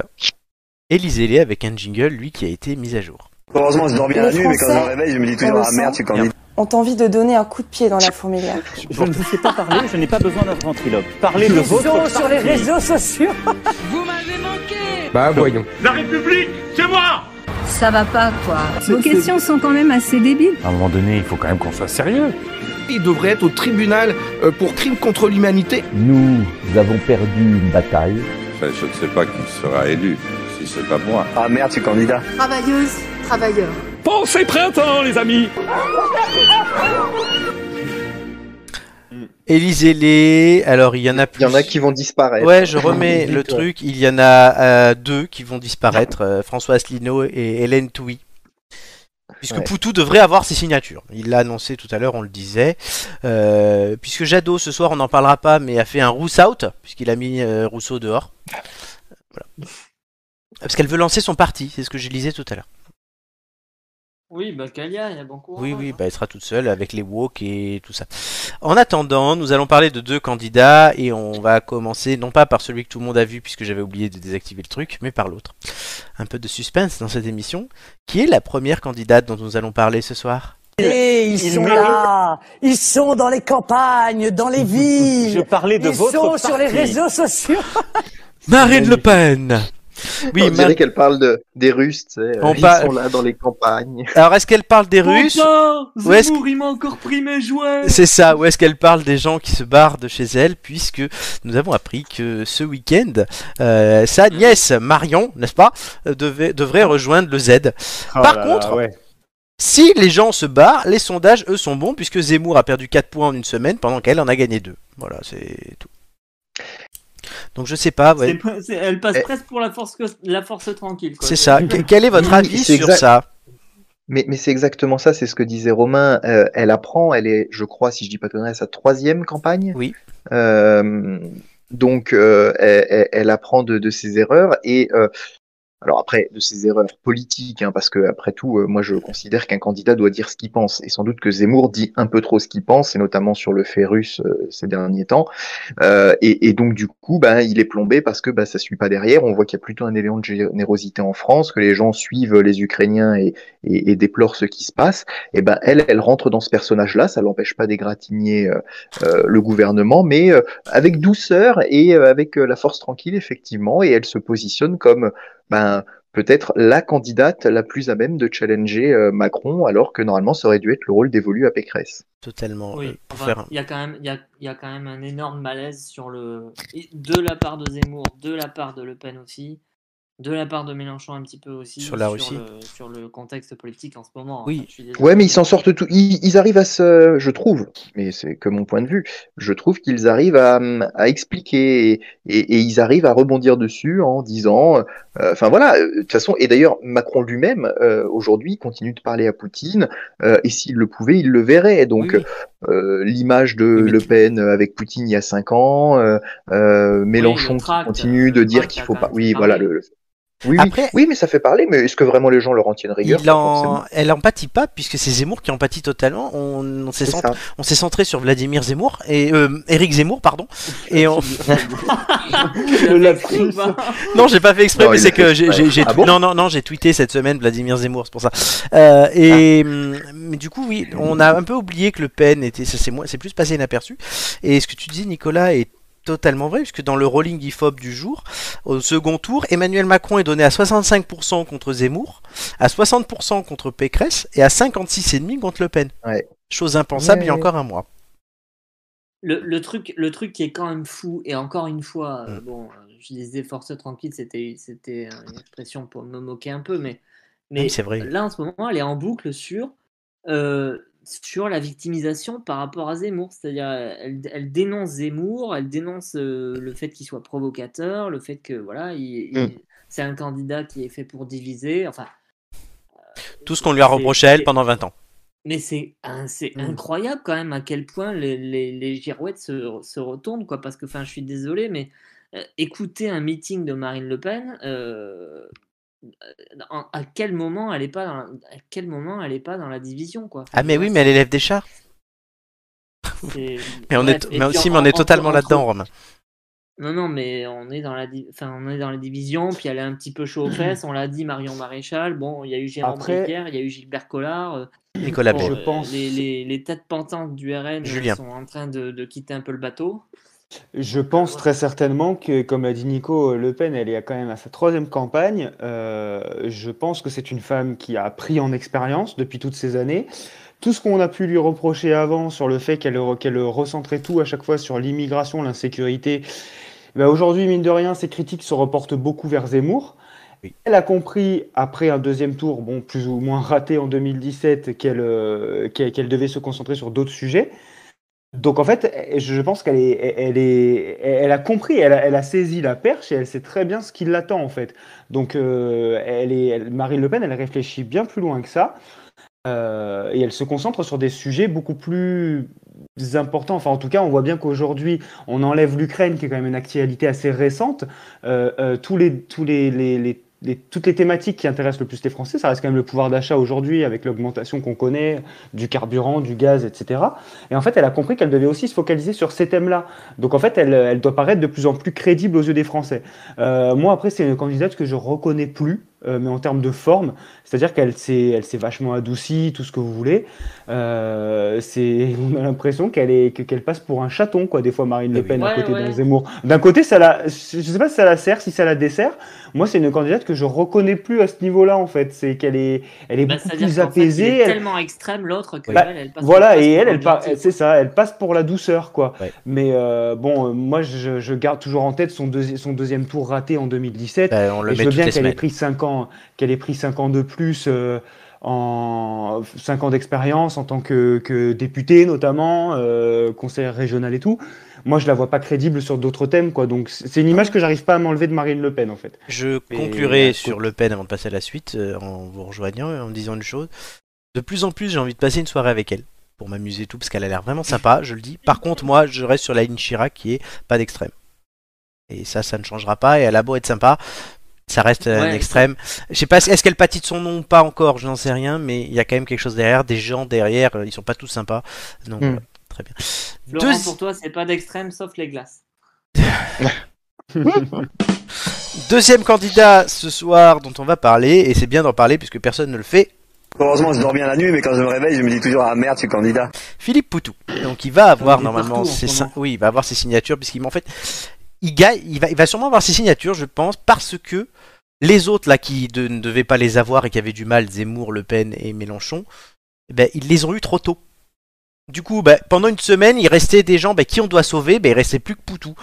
[SPEAKER 1] élisez-les avec un jingle, lui qui a été mis à jour.
[SPEAKER 10] Heureusement, je dors
[SPEAKER 7] Les
[SPEAKER 10] bien la nuit, mais quand je me
[SPEAKER 7] Français,
[SPEAKER 10] réveille, je me dis
[SPEAKER 7] on
[SPEAKER 10] toujours,
[SPEAKER 7] le
[SPEAKER 10] ah merde,
[SPEAKER 7] sent.
[SPEAKER 1] Bah,
[SPEAKER 10] tu candidat.
[SPEAKER 7] Ont envie de donner un coup de pied dans la fourmilière.
[SPEAKER 11] Je ne sais pas parler, je n'ai pas besoin d'un ventriloque. Parlez de votre
[SPEAKER 9] sur les réseaux sociaux.
[SPEAKER 5] Vous m'avez manqué
[SPEAKER 11] Bah voyons.
[SPEAKER 9] Ça va pas, quoi.
[SPEAKER 11] C'est-
[SPEAKER 9] Vos
[SPEAKER 11] c'est-
[SPEAKER 9] questions sont quand même assez débiles.
[SPEAKER 11] À un moment donné, il faut quand même qu'on soit sérieux.
[SPEAKER 10] Il devrait être au tribunal pour crime contre l'humanité.
[SPEAKER 11] Nous avons perdu une bataille.
[SPEAKER 10] je ne sais pas qui sera élu, si c'est pas moi. Ah merde, tu candidat.
[SPEAKER 9] Travailleuses, travailleurs.
[SPEAKER 11] Pensez printemps, les amis
[SPEAKER 1] Élisez-les. Alors, il y en a
[SPEAKER 4] Il y
[SPEAKER 1] plus.
[SPEAKER 4] en a qui vont disparaître.
[SPEAKER 1] Ouais, je remets le
[SPEAKER 2] Dis-toi.
[SPEAKER 1] truc. Il y en a euh, deux qui vont disparaître, euh, Françoise Lino et Hélène Touy. Puisque
[SPEAKER 4] Ouais.
[SPEAKER 1] Poutou devrait avoir ses signatures. Il l'a annoncé tout à l'heure, on le disait. Euh, puisque Jadot, ce soir, on n'en parlera pas, mais a fait un rouse-out, puisqu'il a mis euh, Rousseau dehors. Voilà. Parce qu'elle veut lancer son parti, c'est ce que je lisais tout à l'heure.
[SPEAKER 8] Oui, bah Kalia, il y a bon courage.
[SPEAKER 1] Oui, oui, bah, elle sera toute seule avec les woke et tout ça. En attendant, nous allons parler de deux candidats et on va commencer non pas par celui que tout le monde a vu puisque j'avais oublié de désactiver le truc, mais par l'autre. Un peu de suspense dans cette émission. Qui est la première candidate dont nous allons parler ce soir
[SPEAKER 12] Et ils,
[SPEAKER 13] il
[SPEAKER 12] sont
[SPEAKER 13] mérite-
[SPEAKER 12] là, ils sont dans les campagnes, dans les villes.
[SPEAKER 13] Je parlais de
[SPEAKER 12] ils
[SPEAKER 13] votre
[SPEAKER 12] sont sur les
[SPEAKER 13] parti.
[SPEAKER 12] réseaux sociaux.
[SPEAKER 1] Marine Le Pen Oui,
[SPEAKER 4] On dirait
[SPEAKER 1] Mar-
[SPEAKER 4] qu'elle parle de, des Russes, tu sais, euh,
[SPEAKER 1] On
[SPEAKER 4] ils
[SPEAKER 1] parle-
[SPEAKER 4] sont là dans les campagnes.
[SPEAKER 1] Alors, est-ce qu'elle parle des Russes
[SPEAKER 3] Putain,
[SPEAKER 1] Ou est-ce
[SPEAKER 3] Zemmour, il m'a encore pris mes jouets
[SPEAKER 1] C'est ça, ou est-ce qu'elle parle des gens qui se barrent de chez elle, puisque nous avons appris que ce week-end, euh, sa nièce Marion, n'est-ce pas, euh, devait, devrait rejoindre le Z.
[SPEAKER 2] Oh
[SPEAKER 1] Par
[SPEAKER 2] là là,
[SPEAKER 1] contre,
[SPEAKER 2] ouais.
[SPEAKER 1] si les gens se barrent, les sondages, eux, sont bons, puisque Zemmour a perdu 4 points en une semaine, pendant qu'elle en a gagné 2. Voilà, c'est tout. Donc je sais pas, ouais.
[SPEAKER 3] C'est pas- c'est- Elle passe
[SPEAKER 1] Eh.
[SPEAKER 3] presque pour la force, cos- la force tranquille. quoi.
[SPEAKER 1] C'est ça. Que- Quel est votre
[SPEAKER 4] Oui,
[SPEAKER 1] avis
[SPEAKER 4] c'est
[SPEAKER 1] sur
[SPEAKER 4] exact.
[SPEAKER 1] ça
[SPEAKER 4] Mais, mais c'est exactement ça, c'est ce que disait Romain. Euh, elle apprend, elle est, je crois, si je dis pas de conneries, à sa troisième campagne.
[SPEAKER 1] Oui.
[SPEAKER 4] donc, euh, elle, elle- elle apprend de, de ses erreurs et euh, alors après de ses erreurs politiques, hein, parce que après tout, euh, moi je considère qu'un candidat doit dire ce qu'il pense et sans doute que Zemmour dit un peu trop ce qu'il pense et notamment sur le fait russe euh, ces derniers temps. Euh, et, et donc du coup, ben il est plombé parce que ben, ça suit pas derrière. On voit qu'il y a plutôt un élément de générosité en France, que les gens suivent les Ukrainiens et, et, et déplore ce qui se passe, et ben elle, elle rentre dans ce personnage-là. Ça l'empêche pas d'égratigner euh, euh, le gouvernement, mais euh, avec douceur et euh, avec euh, la force tranquille, effectivement. Et elle se positionne comme ben peut-être la candidate la plus à même de challenger euh, Macron, alors que normalement ça aurait dû être le rôle dévolu à Pécresse.
[SPEAKER 1] Totalement. euh,
[SPEAKER 3] Oui,
[SPEAKER 1] pour
[SPEAKER 3] enfin,
[SPEAKER 1] faire un-
[SPEAKER 3] il y, a quand même- il y, a, il y a quand même un énorme malaise sur le... et de la part de Zemmour, de la part de Le Pen aussi, de la part de Mélenchon un petit peu aussi.
[SPEAKER 1] Sur la Russie.
[SPEAKER 3] le- sur le contexte politique en ce moment. hein.
[SPEAKER 1] Oui.
[SPEAKER 3] je suis désolé.
[SPEAKER 4] Ouais, mais ils s'en sortent tout. Ils, ils arrivent à se, je trouve, mais c'est que mon point de vue, je trouve qu'ils arrivent à, à expliquer et, et- et ils arrivent à rebondir dessus en disant, euh, enfin voilà, euh, de toute façon, et d'ailleurs Macron lui-même euh, aujourd'hui continue de parler à Poutine euh, et s'il le pouvait, il le verrait. Donc euh, l'image de Le Pen euh, avec Poutine il y a cinq ans, euh, euh, Mélenchon qui
[SPEAKER 3] tract,
[SPEAKER 4] continue de dire
[SPEAKER 3] tract
[SPEAKER 4] qu'il
[SPEAKER 3] a
[SPEAKER 4] faut
[SPEAKER 3] quand
[SPEAKER 4] pas,
[SPEAKER 3] même
[SPEAKER 4] oui
[SPEAKER 3] fait
[SPEAKER 4] voilà
[SPEAKER 3] parler.
[SPEAKER 4] le. le- Oui, oui. oui, mais ça fait parler, mais est-ce que vraiment les gens leur en tiennent rigueur
[SPEAKER 1] Il
[SPEAKER 4] pas
[SPEAKER 1] en-
[SPEAKER 4] forcément.
[SPEAKER 1] Elle empathie pas, puisque c'est Zemmour qui empathie totalement. On, on s'est
[SPEAKER 4] C'est
[SPEAKER 1] centré,
[SPEAKER 4] ça.
[SPEAKER 1] on s'est centré sur Vladimir Zemmour et euh, Eric Zemmour, pardon. Et on...
[SPEAKER 2] Le lapsus.
[SPEAKER 1] non, j'ai pas fait exprès,
[SPEAKER 2] Non,
[SPEAKER 1] mais
[SPEAKER 2] il
[SPEAKER 1] c'est
[SPEAKER 2] l'a
[SPEAKER 1] que
[SPEAKER 2] fait
[SPEAKER 1] j'ai,
[SPEAKER 2] exprès.
[SPEAKER 1] j'ai- j'ai-
[SPEAKER 2] Ah bon
[SPEAKER 1] non, non, non, j'ai tweeté cette semaine Vladimir Zemmour, c'est pour ça. Euh,
[SPEAKER 2] Ah.
[SPEAKER 1] et hum, mais du coup, oui, on a un peu oublié que Le Pen était, ça c'est moins- c'est plus passé inaperçu. Et ce que tu dis, Nicolas, est totalement vrai, puisque dans le rolling IFOP du jour, au second tour, Emmanuel Macron est donné à 65% contre Zemmour, à 60% contre Pécresse et à 56,5% contre Le Pen. Chose impensable il y a
[SPEAKER 3] Ouais.
[SPEAKER 1] encore un mois.
[SPEAKER 3] Le, le truc, le truc qui est quand même fou, et encore une fois,
[SPEAKER 1] Mm.
[SPEAKER 3] euh, bon, euh, je disais force tranquille, c'était c'était, euh, une expression pour me moquer un peu, mais, mais
[SPEAKER 1] Ah, c'est vrai.
[SPEAKER 3] là en ce moment, elle est en boucle sur, euh, sur la victimisation par rapport à Zemmour. C'est-à-dire, euh, elle, elle dénonce Zemmour, elle dénonce euh, le fait qu'il soit provocateur, le fait que, voilà, il- il-
[SPEAKER 1] Mm.
[SPEAKER 3] c'est un candidat qui est fait pour diviser, enfin, euh,
[SPEAKER 1] Tout ce qu'on lui a reproché à elle pendant 20 ans.
[SPEAKER 3] mais c'est un- c'est
[SPEAKER 1] Mmh.
[SPEAKER 3] incroyable quand même à quel point les, les, les girouettes se, se retournent, quoi. Parce que, enfin, je suis désolé, mais euh, écouter un meeting de Marine Le Pen, euh, euh, en- à quel moment elle est pas dans, la- à quel moment elle est pas dans la division, quoi.
[SPEAKER 1] Ah mais oui, mais elle élève des chats.
[SPEAKER 3] C'est-
[SPEAKER 1] Mais on
[SPEAKER 3] bref,
[SPEAKER 1] est,
[SPEAKER 3] et
[SPEAKER 1] mais
[SPEAKER 3] puis
[SPEAKER 1] aussi,
[SPEAKER 3] en-
[SPEAKER 1] mais on est
[SPEAKER 3] en-
[SPEAKER 1] totalement
[SPEAKER 3] entre-
[SPEAKER 1] là-dedans, hein. Romain.
[SPEAKER 3] Non, non, mais on est dans la, di- enfin, on est dans la division, puis elle est un petit peu chaud aux fesses. On l'a dit, Marion Maréchal. Bon, il y a eu Jérôme
[SPEAKER 2] Après-
[SPEAKER 3] Briquière, il y a eu Gilbert Collard. euh,
[SPEAKER 1] Nicolas
[SPEAKER 3] bon,
[SPEAKER 1] Bay.
[SPEAKER 3] euh,
[SPEAKER 1] Je
[SPEAKER 2] pense-
[SPEAKER 3] Les, les, les têtes pentantes du RN
[SPEAKER 1] Julien.
[SPEAKER 3] sont en train de, de quitter un peu le bateau.
[SPEAKER 2] Je pense très certainement que, comme l'a dit Nico, Le Pen, elle est quand même à sa troisième campagne. Euh, je pense que c'est une femme qui a pris en expérience depuis toutes ces années. Tout ce qu'on a pu lui reprocher avant sur le fait qu'elle qu'elle recentrait tout à chaque fois sur l'immigration, l'insécurité, ben aujourd'hui, mine de rien, ces critiques se reportent beaucoup vers Zemmour. Elle a compris, après un deuxième tour, bon, plus ou moins raté en 2017, qu'elle euh, qu'elle qu'elle devait se concentrer sur d'autres sujets. Donc en fait, je je pense qu'elle est, elle est, elle a compris, elle a, elle a saisi la perche et elle sait très bien ce qui l'attend en fait. Donc euh, elle est, elle- Marine Le Pen, elle réfléchit bien plus loin que ça euh, et elle se concentre sur des sujets beaucoup plus importants. Enfin, en tout cas, on voit bien qu'aujourd'hui, on enlève l'Ukraine, qui est quand même une actualité assez récente. Euh, euh, tous les, tous les, les- les- les- toutes les thématiques qui intéressent le plus les Français, ça reste quand même le pouvoir d'achat aujourd'hui, avec l'augmentation qu'on connaît du carburant, du gaz, etc. Et en fait, elle a compris qu'elle devait aussi se focaliser sur ces thèmes-là. Donc, en fait, elle, Euh, elle doit paraître de plus en plus crédible aux yeux des Français. Euh, moi, après, c'est une candidate que je reconnais plus euh, mais en termes de forme. C'est-à-dire qu'elle s'est, elle s'est vachement adoucie, tout ce que vous voulez. Euh, c'est, on a l'impression qu'elle est, que- qu'elle passe pour un chaton, quoi, des fois, Marine Le Pen,
[SPEAKER 8] Eh
[SPEAKER 2] à
[SPEAKER 8] Ouais,
[SPEAKER 2] côté
[SPEAKER 8] ouais.
[SPEAKER 2] d'un Zemmour. D'un côté, ça la, je sais pas si ça la sert, si ça la dessert. Moi, c'est une candidate que je reconnais plus à ce niveau-là, en fait. C'est qu'elle est, elle est
[SPEAKER 8] Bah,
[SPEAKER 2] beaucoup
[SPEAKER 8] C'est-à-dire
[SPEAKER 2] plus
[SPEAKER 8] qu'en fait, il
[SPEAKER 2] apaisée.
[SPEAKER 8] est
[SPEAKER 2] elle-
[SPEAKER 8] tellement extrême l'autre que
[SPEAKER 2] bah,
[SPEAKER 8] elle, elle passe
[SPEAKER 2] voilà,
[SPEAKER 8] elle
[SPEAKER 2] et
[SPEAKER 8] passe
[SPEAKER 2] elle,
[SPEAKER 8] pour
[SPEAKER 2] elle,
[SPEAKER 8] une
[SPEAKER 2] par-
[SPEAKER 8] gentille.
[SPEAKER 2] c'est ça, elle passe pour la douceur, quoi. Mais euh, bon, euh, moi, je, je garde toujours en tête son, deuxi- son deuxième tour raté en 2017.
[SPEAKER 1] Bah, on le
[SPEAKER 2] et je
[SPEAKER 1] met
[SPEAKER 2] veux
[SPEAKER 1] toutes
[SPEAKER 2] bien
[SPEAKER 1] les
[SPEAKER 2] qu'elle ait
[SPEAKER 1] semaines.
[SPEAKER 2] pris 5 ans, qu'elle ait pris cinq ans de plus. euh, en 5 ans d'expérience en tant que, que députée notamment, euh, conseillère régionale et tout. Moi, je la vois pas crédible sur d'autres thèmes, quoi. Donc, c'est c'est une image que j'arrive pas à m'enlever de Marine Le Pen, en fait.
[SPEAKER 1] Je
[SPEAKER 2] Et-
[SPEAKER 1] conclurai sur Le Pen avant de passer à la suite euh, en vous rejoignant et en me disant une chose. De plus en plus, j'ai envie de passer une soirée avec elle pour m'amuser et tout parce qu'elle a l'air vraiment sympa, je le dis. Par contre, moi, je reste sur la ligne Chirac qui est pas d'extrême. Et ça, ça ne changera pas. Et elle a beau être sympa, ça reste euh, un
[SPEAKER 8] Ouais,
[SPEAKER 1] extrême. Je sais pas, est-ce qu'elle pâtit de son nom ou pas encore, je n'en sais rien, mais il y a quand même quelque chose derrière. Des gens derrière, euh, ils sont pas tous sympas. Donc, euh,
[SPEAKER 2] Hmm.
[SPEAKER 1] voilà, très bien.
[SPEAKER 8] Laurent,
[SPEAKER 1] Deuxi-
[SPEAKER 8] pour toi, c'est pas d'extrême sauf les glaces.
[SPEAKER 1] Deuxième candidat ce soir dont on va parler, et c'est bien d'en parler puisque personne ne le fait,
[SPEAKER 10] Heureusement, je dors bien la nuit, mais quand je me réveille, je me dis toujours Ah merde, je suis candidat.
[SPEAKER 1] Philippe Poutou. Donc il va avoir
[SPEAKER 10] est
[SPEAKER 1] normalement
[SPEAKER 10] partout en
[SPEAKER 1] ses
[SPEAKER 10] ce
[SPEAKER 1] sin- oui, il va avoir ses signatures puisqu'il en fait il gagne, il va il va sûrement avoir ses signatures, je pense, parce que les autres là qui de- ne devaient pas les avoir et qui avaient du mal, Zemmour, Le Pen et Mélenchon, eh ben, ils les ont eu trop tôt. Du coup, ben, pendant une semaine, il restait des gens ben, qui on doit sauver, ben, il restait plus que Poutou.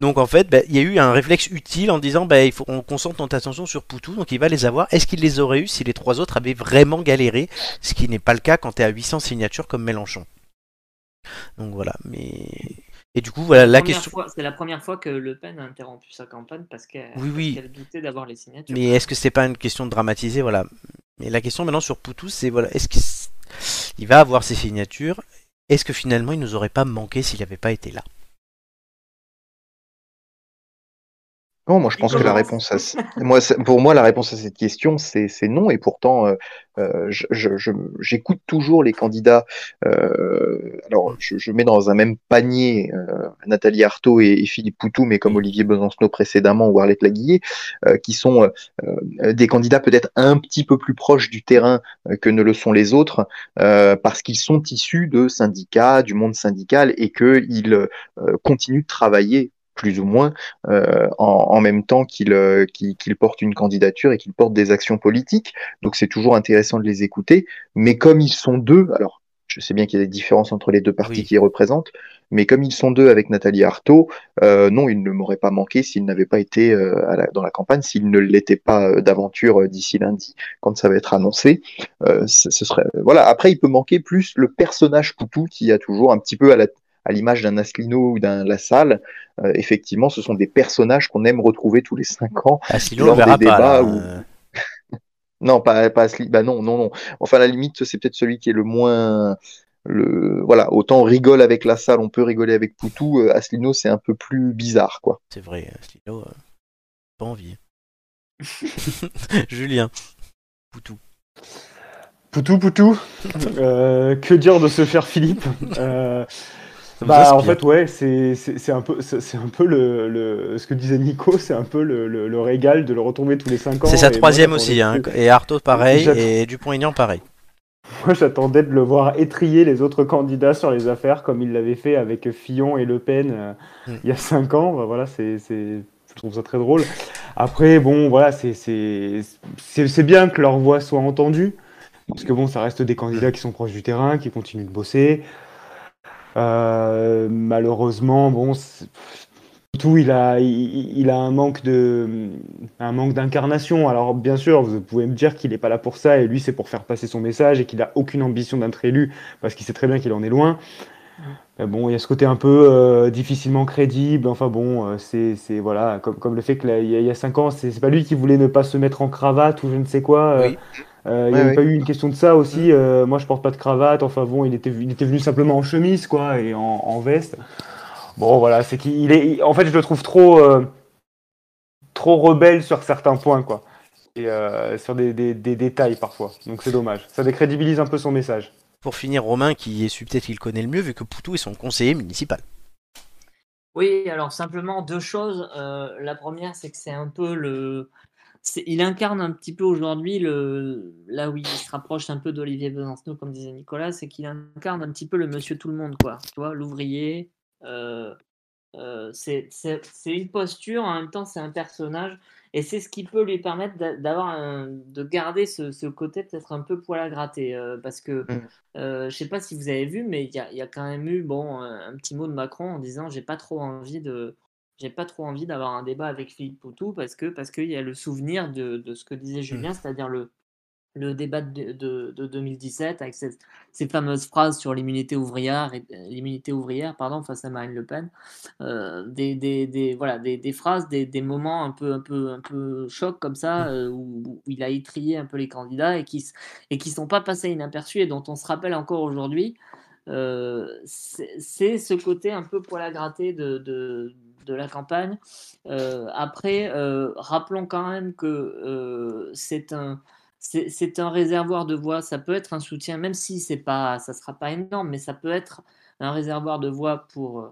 [SPEAKER 1] Donc en fait, ben, il y a eu un réflexe utile en disant ben, il faut qu'on concentre notre attention sur Poutou, donc il va les avoir. Est-ce qu'il les aurait eu si les trois autres avaient vraiment galéré Ce qui n'est pas le cas quand tu es à 800 signatures comme Mélenchon. Donc voilà, mais. Et du coup, voilà la
[SPEAKER 8] Première
[SPEAKER 1] question.
[SPEAKER 8] fois- C'est la première fois que Le Pen a interrompu sa campagne parce qu'elle
[SPEAKER 1] Oui, oui.
[SPEAKER 8] parce qu'elle doutait d'avoir les signatures.
[SPEAKER 1] Mais est-ce que c'est pas une question de dramatiser Voilà. Mais la question maintenant sur Poutou, c'est voilà, est-ce qu'il s- il va avoir ses signatures Est-ce que finalement il nous aurait pas manqué s'il n'avait pas été là
[SPEAKER 4] Non, moi je pense que la réponse à ce- moi, c'est- pour moi la réponse à cette question c'est c'est non et pourtant euh, euh, je- je- je- j'écoute toujours les candidats. euh, alors je, je mets dans un même panier euh, Nathalie Arthaud et, et Philippe Poutou, mais comme Olivier Besancenot précédemment ou Arlette Laguiller, euh, qui sont euh, euh, des candidats peut-être un petit peu plus proches du terrain euh, que ne le sont les autres euh, parce qu'ils sont issus de syndicats, du monde syndical et qu'ils euh, continuent de travailler plus ou moins, euh, en, en même temps qu'il euh, qu'il- qu'il porte une candidature et qu'il porte des actions politiques. Donc c'est toujours intéressant de les écouter. Mais comme ils sont deux, alors je sais bien qu'il y a des différences entre les deux partis qui les représentent, mais comme ils sont deux avec Nathalie Arthaud, euh, non, il ne m'aurait pas manqué s'il n'avait pas été euh, à la- dans la campagne, s'il ne l'était pas euh, d'aventure euh, d'ici lundi, quand ça va être annoncé. Euh, ce, ce serait, voilà. Après, il peut manquer plus le personnage Poutou qui a toujours un petit peu à la à l'image d'un Asselineau ou d'un Lassalle, euh, effectivement, ce sont des personnages qu'on aime retrouver tous les cinq ans
[SPEAKER 1] Asselineau, Ah, on
[SPEAKER 4] lors
[SPEAKER 1] le verra
[SPEAKER 4] des
[SPEAKER 1] pas,
[SPEAKER 4] débats.
[SPEAKER 1] là,
[SPEAKER 4] ou-
[SPEAKER 1] euh.
[SPEAKER 4] non, pas, pas Asselineau. Bah non, non, non. Enfin, à la limite, c'est peut-être celui qui est le moins. Le... Voilà, autant on rigole avec Lassalle, on peut rigoler avec Poutou. euh, Asselineau, c'est un peu plus bizarre, quoi.
[SPEAKER 1] C'est vrai, Asselineau, euh, pas envie. Julien. Poutou.
[SPEAKER 2] Poutou, poutou. Euh, que dire de se faire Philippe Euh,
[SPEAKER 1] Ça vous
[SPEAKER 2] Bah, en
[SPEAKER 1] inspire.
[SPEAKER 2] fait, ouais, c'est c'est- c'est un peu, c'est c'est un peu le, le- ce que disait Nico, c'est un peu le, le- le régal de le retrouver tous les 5 ans.
[SPEAKER 1] C'est
[SPEAKER 2] Et
[SPEAKER 1] sa
[SPEAKER 2] moi,
[SPEAKER 1] troisième
[SPEAKER 2] j'attendais
[SPEAKER 1] aussi, hein,
[SPEAKER 2] que-
[SPEAKER 1] et Artaud pareil,
[SPEAKER 2] J'attends-
[SPEAKER 1] et Dupont-Aignan pareil.
[SPEAKER 2] Moi, j'attendais de le voir étrier les autres candidats sur les affaires comme il l'avait fait avec Fillon et Le Pen euh, il y a 5 ans. Bah, voilà, c'est. c'est- Je trouve ça très drôle. Après, bon, voilà, c'est- c'est c'est- c'est bien que leur voix soit entendue. Parce que bon, ça reste des candidats qui sont proches du terrain, qui continuent de bosser. Euh, malheureusement, bon, c'est- tout il a, il, il a un manque de, un manque d'incarnation. Alors bien sûr, vous pouvez me dire qu'il n'est pas là pour ça et lui c'est pour faire passer son message et qu'il n'a aucune ambition d'être élu parce qu'il sait très bien qu'il en est loin. Mais bon, il y a ce côté un peu euh, difficilement crédible. Enfin bon, euh, c'est, c'est voilà, comme, comme le fait que là, il y a- il y a cinq ans, c'est, c'est pas lui qui voulait ne pas se mettre en cravate ou je ne sais quoi. euh, euh, il n'y
[SPEAKER 4] Ouais,
[SPEAKER 2] avait
[SPEAKER 4] ouais.
[SPEAKER 2] pas eu une question de ça aussi. euh, moi, je porte pas de cravate. Enfin bon, il était, il était venu simplement en chemise, quoi, et en, en veste. Bon, voilà, c'est qu'il il est. il- en fait, je le trouve trop, euh, trop rebelle sur certains points, quoi, et euh, sur des, des- des détails parfois. Donc c'est dommage. Ça décrédibilise un peu son message.
[SPEAKER 1] Pour finir, Romain, qui est celui peut-être qu'il connaît le mieux, vu que Poutou est son conseiller municipal.
[SPEAKER 8] Oui, alors simplement deux choses. Euh, la première, c'est que c'est un peu le,
[SPEAKER 3] c'est- il incarne un petit peu aujourd'hui le là où il se rapproche un peu d'Olivier Besancenot, comme disait Nicolas, c'est qu'il incarne un petit peu le monsieur tout le monde, quoi. Tu vois, l'ouvrier. euh, euh, c'est c'est- c'est une posture, en même temps, c'est un personnage, et c'est ce qui peut lui permettre d'a- d'avoir un- de garder ce, ce côté peut-être un peu poil à gratter, euh, parce que euh, je sais pas si vous avez vu, mais il y a, il y a quand même eu bon un un petit mot de Macron en disant j'ai pas trop envie de j'ai pas trop envie d'avoir un débat avec Philippe Poutou parce que parce qu'il y a le souvenir de, de ce que disait Julien, c'est-à-dire le le débat de, de- de 2017 avec cette- ces fameuses phrases sur l'immunité ouvrière, et- euh, l'immunité ouvrière pardon, face à Marine Le Pen, euh, des, des, des- voilà, des, des phrases, des, des moments un peu, un peu, un peu choc comme ça, euh, où, où il a étrié un peu les candidats et qui s- et qui sont pas passés inaperçus et dont on se rappelle encore aujourd'hui. Euh, c'est c'est ce côté un peu poil à gratter de, de, de la campagne. Euh, après, euh, rappelons quand même que euh, c'est un. C'est c'est un réservoir de voix, ça peut être un soutien, même si c'est pas, ça sera pas énorme, mais ça peut être un réservoir de voix pour, euh,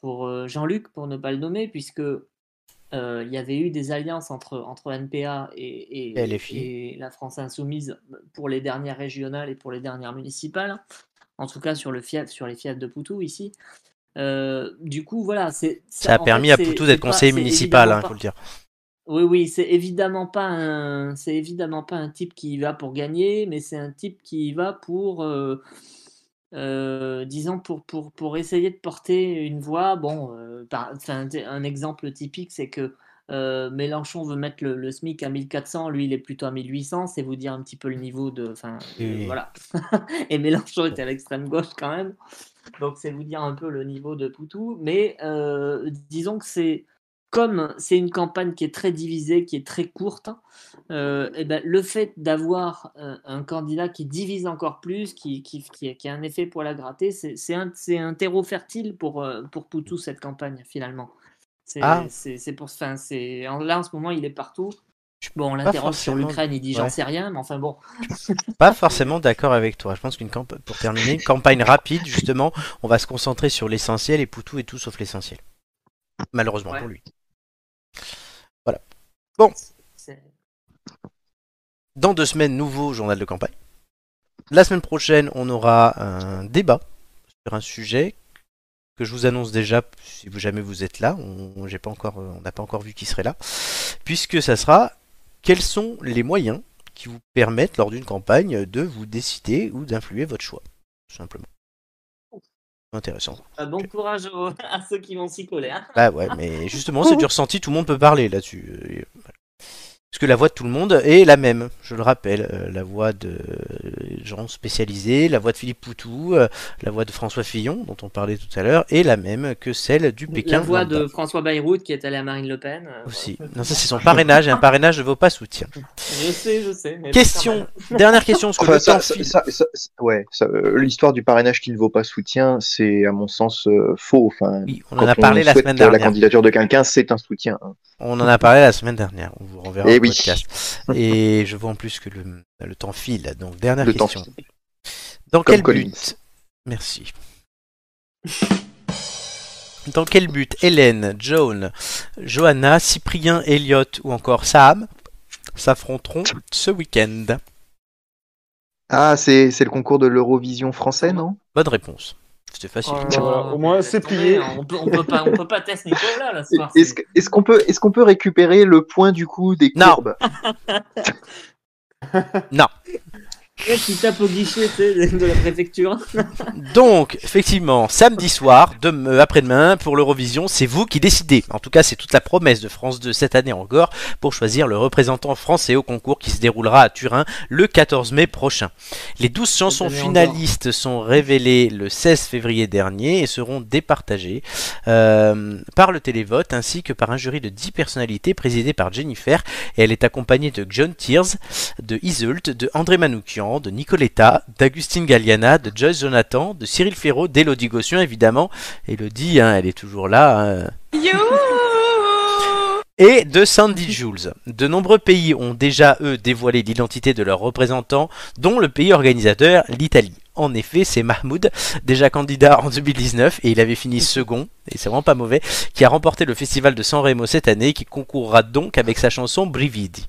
[SPEAKER 3] pour euh, Jean-Luc, pour ne pas le nommer, puisque euh, il y avait eu des alliances entre, entre NPA et, et-
[SPEAKER 1] Et LFI.
[SPEAKER 3] et la France Insoumise pour les dernières régionales et pour les dernières municipales, en tout cas sur, le fief, sur les fiefs de Poutou ici. Euh, du coup, voilà. c'est-
[SPEAKER 1] Ça a
[SPEAKER 3] en
[SPEAKER 1] permis
[SPEAKER 3] fait,
[SPEAKER 1] à
[SPEAKER 3] c'est-
[SPEAKER 1] Poutou
[SPEAKER 3] c'est
[SPEAKER 1] d'être
[SPEAKER 3] pas-
[SPEAKER 1] conseiller
[SPEAKER 3] c'est
[SPEAKER 1] municipal, hein,
[SPEAKER 3] évidemment
[SPEAKER 1] il
[SPEAKER 3] pas-
[SPEAKER 1] faut le dire.
[SPEAKER 3] oui, oui, c'est évidemment pas un, c'est évidemment pas un type qui y va pour gagner, mais c'est un type qui y va pour, euh, euh, disons pour, pour pour essayer de porter une voix. Bon, euh, par- enfin, t- un exemple typique, c'est que euh, Mélenchon veut mettre le, le SMIC à 1400, lui il est plutôt à 1800, c'est vous dire un petit peu le niveau de, enfin, euh,
[SPEAKER 1] Oui, oui.
[SPEAKER 3] voilà. Et Mélenchon est à l'extrême gauche quand même, donc c'est vous dire un peu le niveau de Poutou. Mais euh, disons que c'est comme c'est une campagne qui est très divisée, qui est très courte, euh, eh ben, le fait d'avoir euh, un candidat qui divise encore plus, qui, qui, qui, qui a un effet poil à gratter, c'est c'est un, c'est un terreau fertile pour, euh, pour Poutou, cette campagne, finalement. C'est
[SPEAKER 1] Ah.
[SPEAKER 3] c'est- c'est pour enfin, c'est- en- Là, en ce moment, il est partout. Bon, on
[SPEAKER 1] pas
[SPEAKER 3] l'interroge sur
[SPEAKER 1] forcément-
[SPEAKER 3] l'Ukraine, il dit j'en
[SPEAKER 1] Ouais.
[SPEAKER 3] sais rien, mais enfin bon.
[SPEAKER 1] Pas forcément d'accord avec toi. Je pense qu'une camp... pour terminer, une campagne rapide, justement, on va se concentrer sur l'essentiel et Poutou est tout sauf l'essentiel. Malheureusement
[SPEAKER 3] Ouais.
[SPEAKER 1] pour lui. Voilà. Bon,
[SPEAKER 3] c'est-
[SPEAKER 1] dans deux semaines, nouveau journal de campagne. La semaine prochaine, on aura un débat sur un sujet que je vous annonce déjà si vous- jamais vous êtes là. On j'ai pas encore, euh, on n'a pas encore vu qui serait là. Puisque ça sera quels sont les moyens qui vous permettent, lors d'une campagne, de vous décider ou d'influer votre choix. Tout simplement. Intéressant.
[SPEAKER 3] Euh, bon courage aux- à ceux qui vont s'y coller. hein.
[SPEAKER 1] Bah ouais, mais justement, c'est du ressenti, tout le monde peut parler là-dessus. Euh, et voilà. Parce que la voix de tout le monde est la même, je le rappelle. Euh, la voix de euh, gens spécialisés, la voix de Philippe Poutou, euh, la voix de François Fillon, dont on parlait tout à l'heure, est la même que celle du Pékin.
[SPEAKER 3] La voix
[SPEAKER 1] lambda.
[SPEAKER 3] de François Bayrou qui est allé à Marine Le Pen. euh,
[SPEAKER 1] Aussi. Non, ça c'est son parrainage, et un parrainage ne vaut pas soutien.
[SPEAKER 3] Je sais, je sais. mais
[SPEAKER 1] Question,
[SPEAKER 3] quand même.
[SPEAKER 1] dernière question, parce que
[SPEAKER 4] Enfin,
[SPEAKER 1] le
[SPEAKER 4] ça-
[SPEAKER 1] temps
[SPEAKER 4] ça-
[SPEAKER 1] file.
[SPEAKER 4] ça- ça- ça- ouais, ça, euh, l'histoire du parrainage qui ne vaut pas soutien, c'est à mon sens euh, faux. Enfin,
[SPEAKER 1] on en a parlé la
[SPEAKER 4] souhaite,
[SPEAKER 1] semaine
[SPEAKER 4] euh, La
[SPEAKER 1] dernière.
[SPEAKER 4] candidature de quelqu'un, c'est un soutien. hein.
[SPEAKER 1] On en a parlé la semaine dernière, on vous renverra
[SPEAKER 4] Eh
[SPEAKER 1] le
[SPEAKER 4] oui.
[SPEAKER 1] podcast. Et je vois en plus que le, le temps file, donc dernière
[SPEAKER 4] Le temps
[SPEAKER 1] question.
[SPEAKER 4] file.
[SPEAKER 1] Dans
[SPEAKER 4] Comme
[SPEAKER 1] quel
[SPEAKER 4] Collins.
[SPEAKER 1] but Merci. Dans quel but Hélène, Joan, Johanna, Cyprien, Elliot ou encore Sam s'affronteront ce week-end
[SPEAKER 4] Ah, c'est c'est le concours de l'Eurovision français, non
[SPEAKER 1] Bonne réponse. C'était facile.
[SPEAKER 3] Oh,
[SPEAKER 2] Voilà, au moins, c'est
[SPEAKER 3] attendez,
[SPEAKER 2] plié.
[SPEAKER 3] On peut, on peut pas, on peut pas tester Nicolas là ce soir.
[SPEAKER 4] Est-ce que- est-ce qu'on peut, est qu'on peut récupérer le point du coup des
[SPEAKER 1] Non.
[SPEAKER 4] courbes
[SPEAKER 1] Non.
[SPEAKER 3] Le mec qui tape au guichet tu sais, de la préfecture.
[SPEAKER 1] Donc, effectivement, samedi soir, dem- euh, après-demain, pour l'Eurovision, c'est vous qui décidez. En tout cas, c'est toute la promesse de France 2 cette année encore pour choisir le représentant français au concours qui se déroulera à Turin le 14 mai prochain. Les 12 chansons
[SPEAKER 3] année
[SPEAKER 1] finalistes sont révélées le 16 février dernier et seront départagées euh, par le télévote ainsi que par un jury de 10 personnalités présidé par Jennifer et elle est accompagnée de John Tears, de Iseult, de André Manoukian, de Nicoletta, d'Agustine Galliana, de Joyce Jonathan, de Cyril Ferraud, d'Elodie Gossuin évidemment. Elodie, hein, elle est toujours là. hein et de Sandy Jules. De nombreux pays ont déjà, eux, dévoilé l'identité de leurs représentants, dont le pays organisateur, l'Italie. En effet, c'est Mahmoud, déjà candidat en 2019, et il avait fini second, et c'est vraiment pas mauvais, qui a remporté le festival de San Remo cette année, qui concourra donc avec sa chanson Brividi.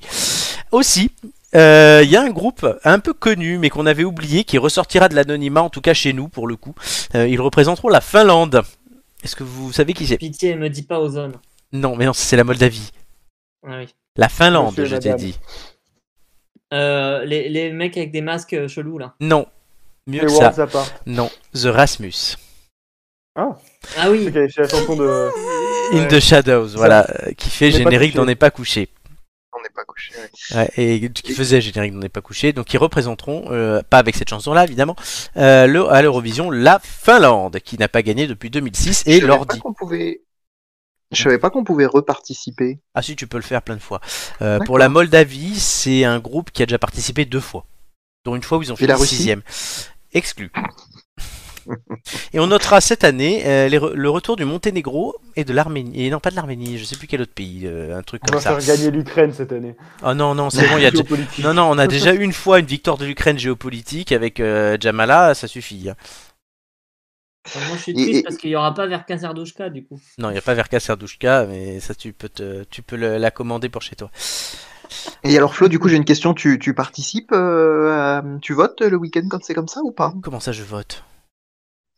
[SPEAKER 1] Aussi, euh, il y a un groupe un peu connu, mais qu'on avait oublié, qui ressortira de l'anonymat, en tout cas chez nous pour le coup. Euh, ils représenteront la Finlande. Est-ce que vous savez qui c'est
[SPEAKER 8] Pitié, me dis pas Ozone.
[SPEAKER 1] Non, mais non, c'est la Moldavie.
[SPEAKER 8] Ah oui.
[SPEAKER 1] La Finlande,
[SPEAKER 8] Monsieur et
[SPEAKER 1] je t'ai
[SPEAKER 8] madame.
[SPEAKER 1] dit.
[SPEAKER 8] Euh, les, les mecs avec des masques euh, chelous là.
[SPEAKER 1] Non. Mieux
[SPEAKER 8] Les
[SPEAKER 1] que ça.
[SPEAKER 8] Worlds Apart.
[SPEAKER 1] Non, The Rasmus.
[SPEAKER 2] Ah,
[SPEAKER 8] Ah oui.
[SPEAKER 2] C'est la chanson de.
[SPEAKER 1] In the Shadows, voilà, euh, qui fait
[SPEAKER 2] On n'est pas
[SPEAKER 1] générique
[SPEAKER 2] couché.
[SPEAKER 1] d'On n'est pas couché. Ouais, et qui faisait générique d'On n'est pas couché, donc ils représenteront, euh, pas avec cette chanson-là évidemment, euh, le, à l'Eurovision la Finlande, qui n'a pas gagné depuis 2006, et
[SPEAKER 4] Je savais pas
[SPEAKER 1] l'ordi.
[SPEAKER 4] qu'on pouvait- Je savais pas qu'on pouvait reparticiper.
[SPEAKER 1] Ah si, tu peux le faire plein de fois. Euh, pour la Moldavie, c'est un groupe qui a déjà participé deux fois, dont une fois où ils ont
[SPEAKER 4] Et
[SPEAKER 1] fait
[SPEAKER 4] la
[SPEAKER 1] le
[SPEAKER 4] Russie
[SPEAKER 1] sixième. Exclu. et on notera cette année euh, les re- le retour du Monténégro et de l'Arménie. Et non, pas de l'Arménie, je sais plus quel autre pays, euh, un truc
[SPEAKER 2] On
[SPEAKER 1] comme
[SPEAKER 2] va
[SPEAKER 1] ça.
[SPEAKER 2] faire gagner l'Ukraine cette année.
[SPEAKER 1] Oh non, non, c'est bon, il y a déjà- non, non, on a déjà eu une fois une victoire de l'Ukraine géopolitique avec euh, Jamala, ça suffit. hein.
[SPEAKER 8] Moi je suis
[SPEAKER 1] Et-
[SPEAKER 8] triste
[SPEAKER 1] et-
[SPEAKER 8] parce qu'il y aura pas Verka Sardouchka du coup.
[SPEAKER 1] Non, il n'y a pas Verka Serdouchka, mais ça, tu peux, te- tu peux le- la commander pour chez toi.
[SPEAKER 4] Et alors Flo, du coup j'ai une question, tu, tu participes, euh, à- tu votes le week-end quand c'est comme ça ou pas
[SPEAKER 1] Comment ça je vote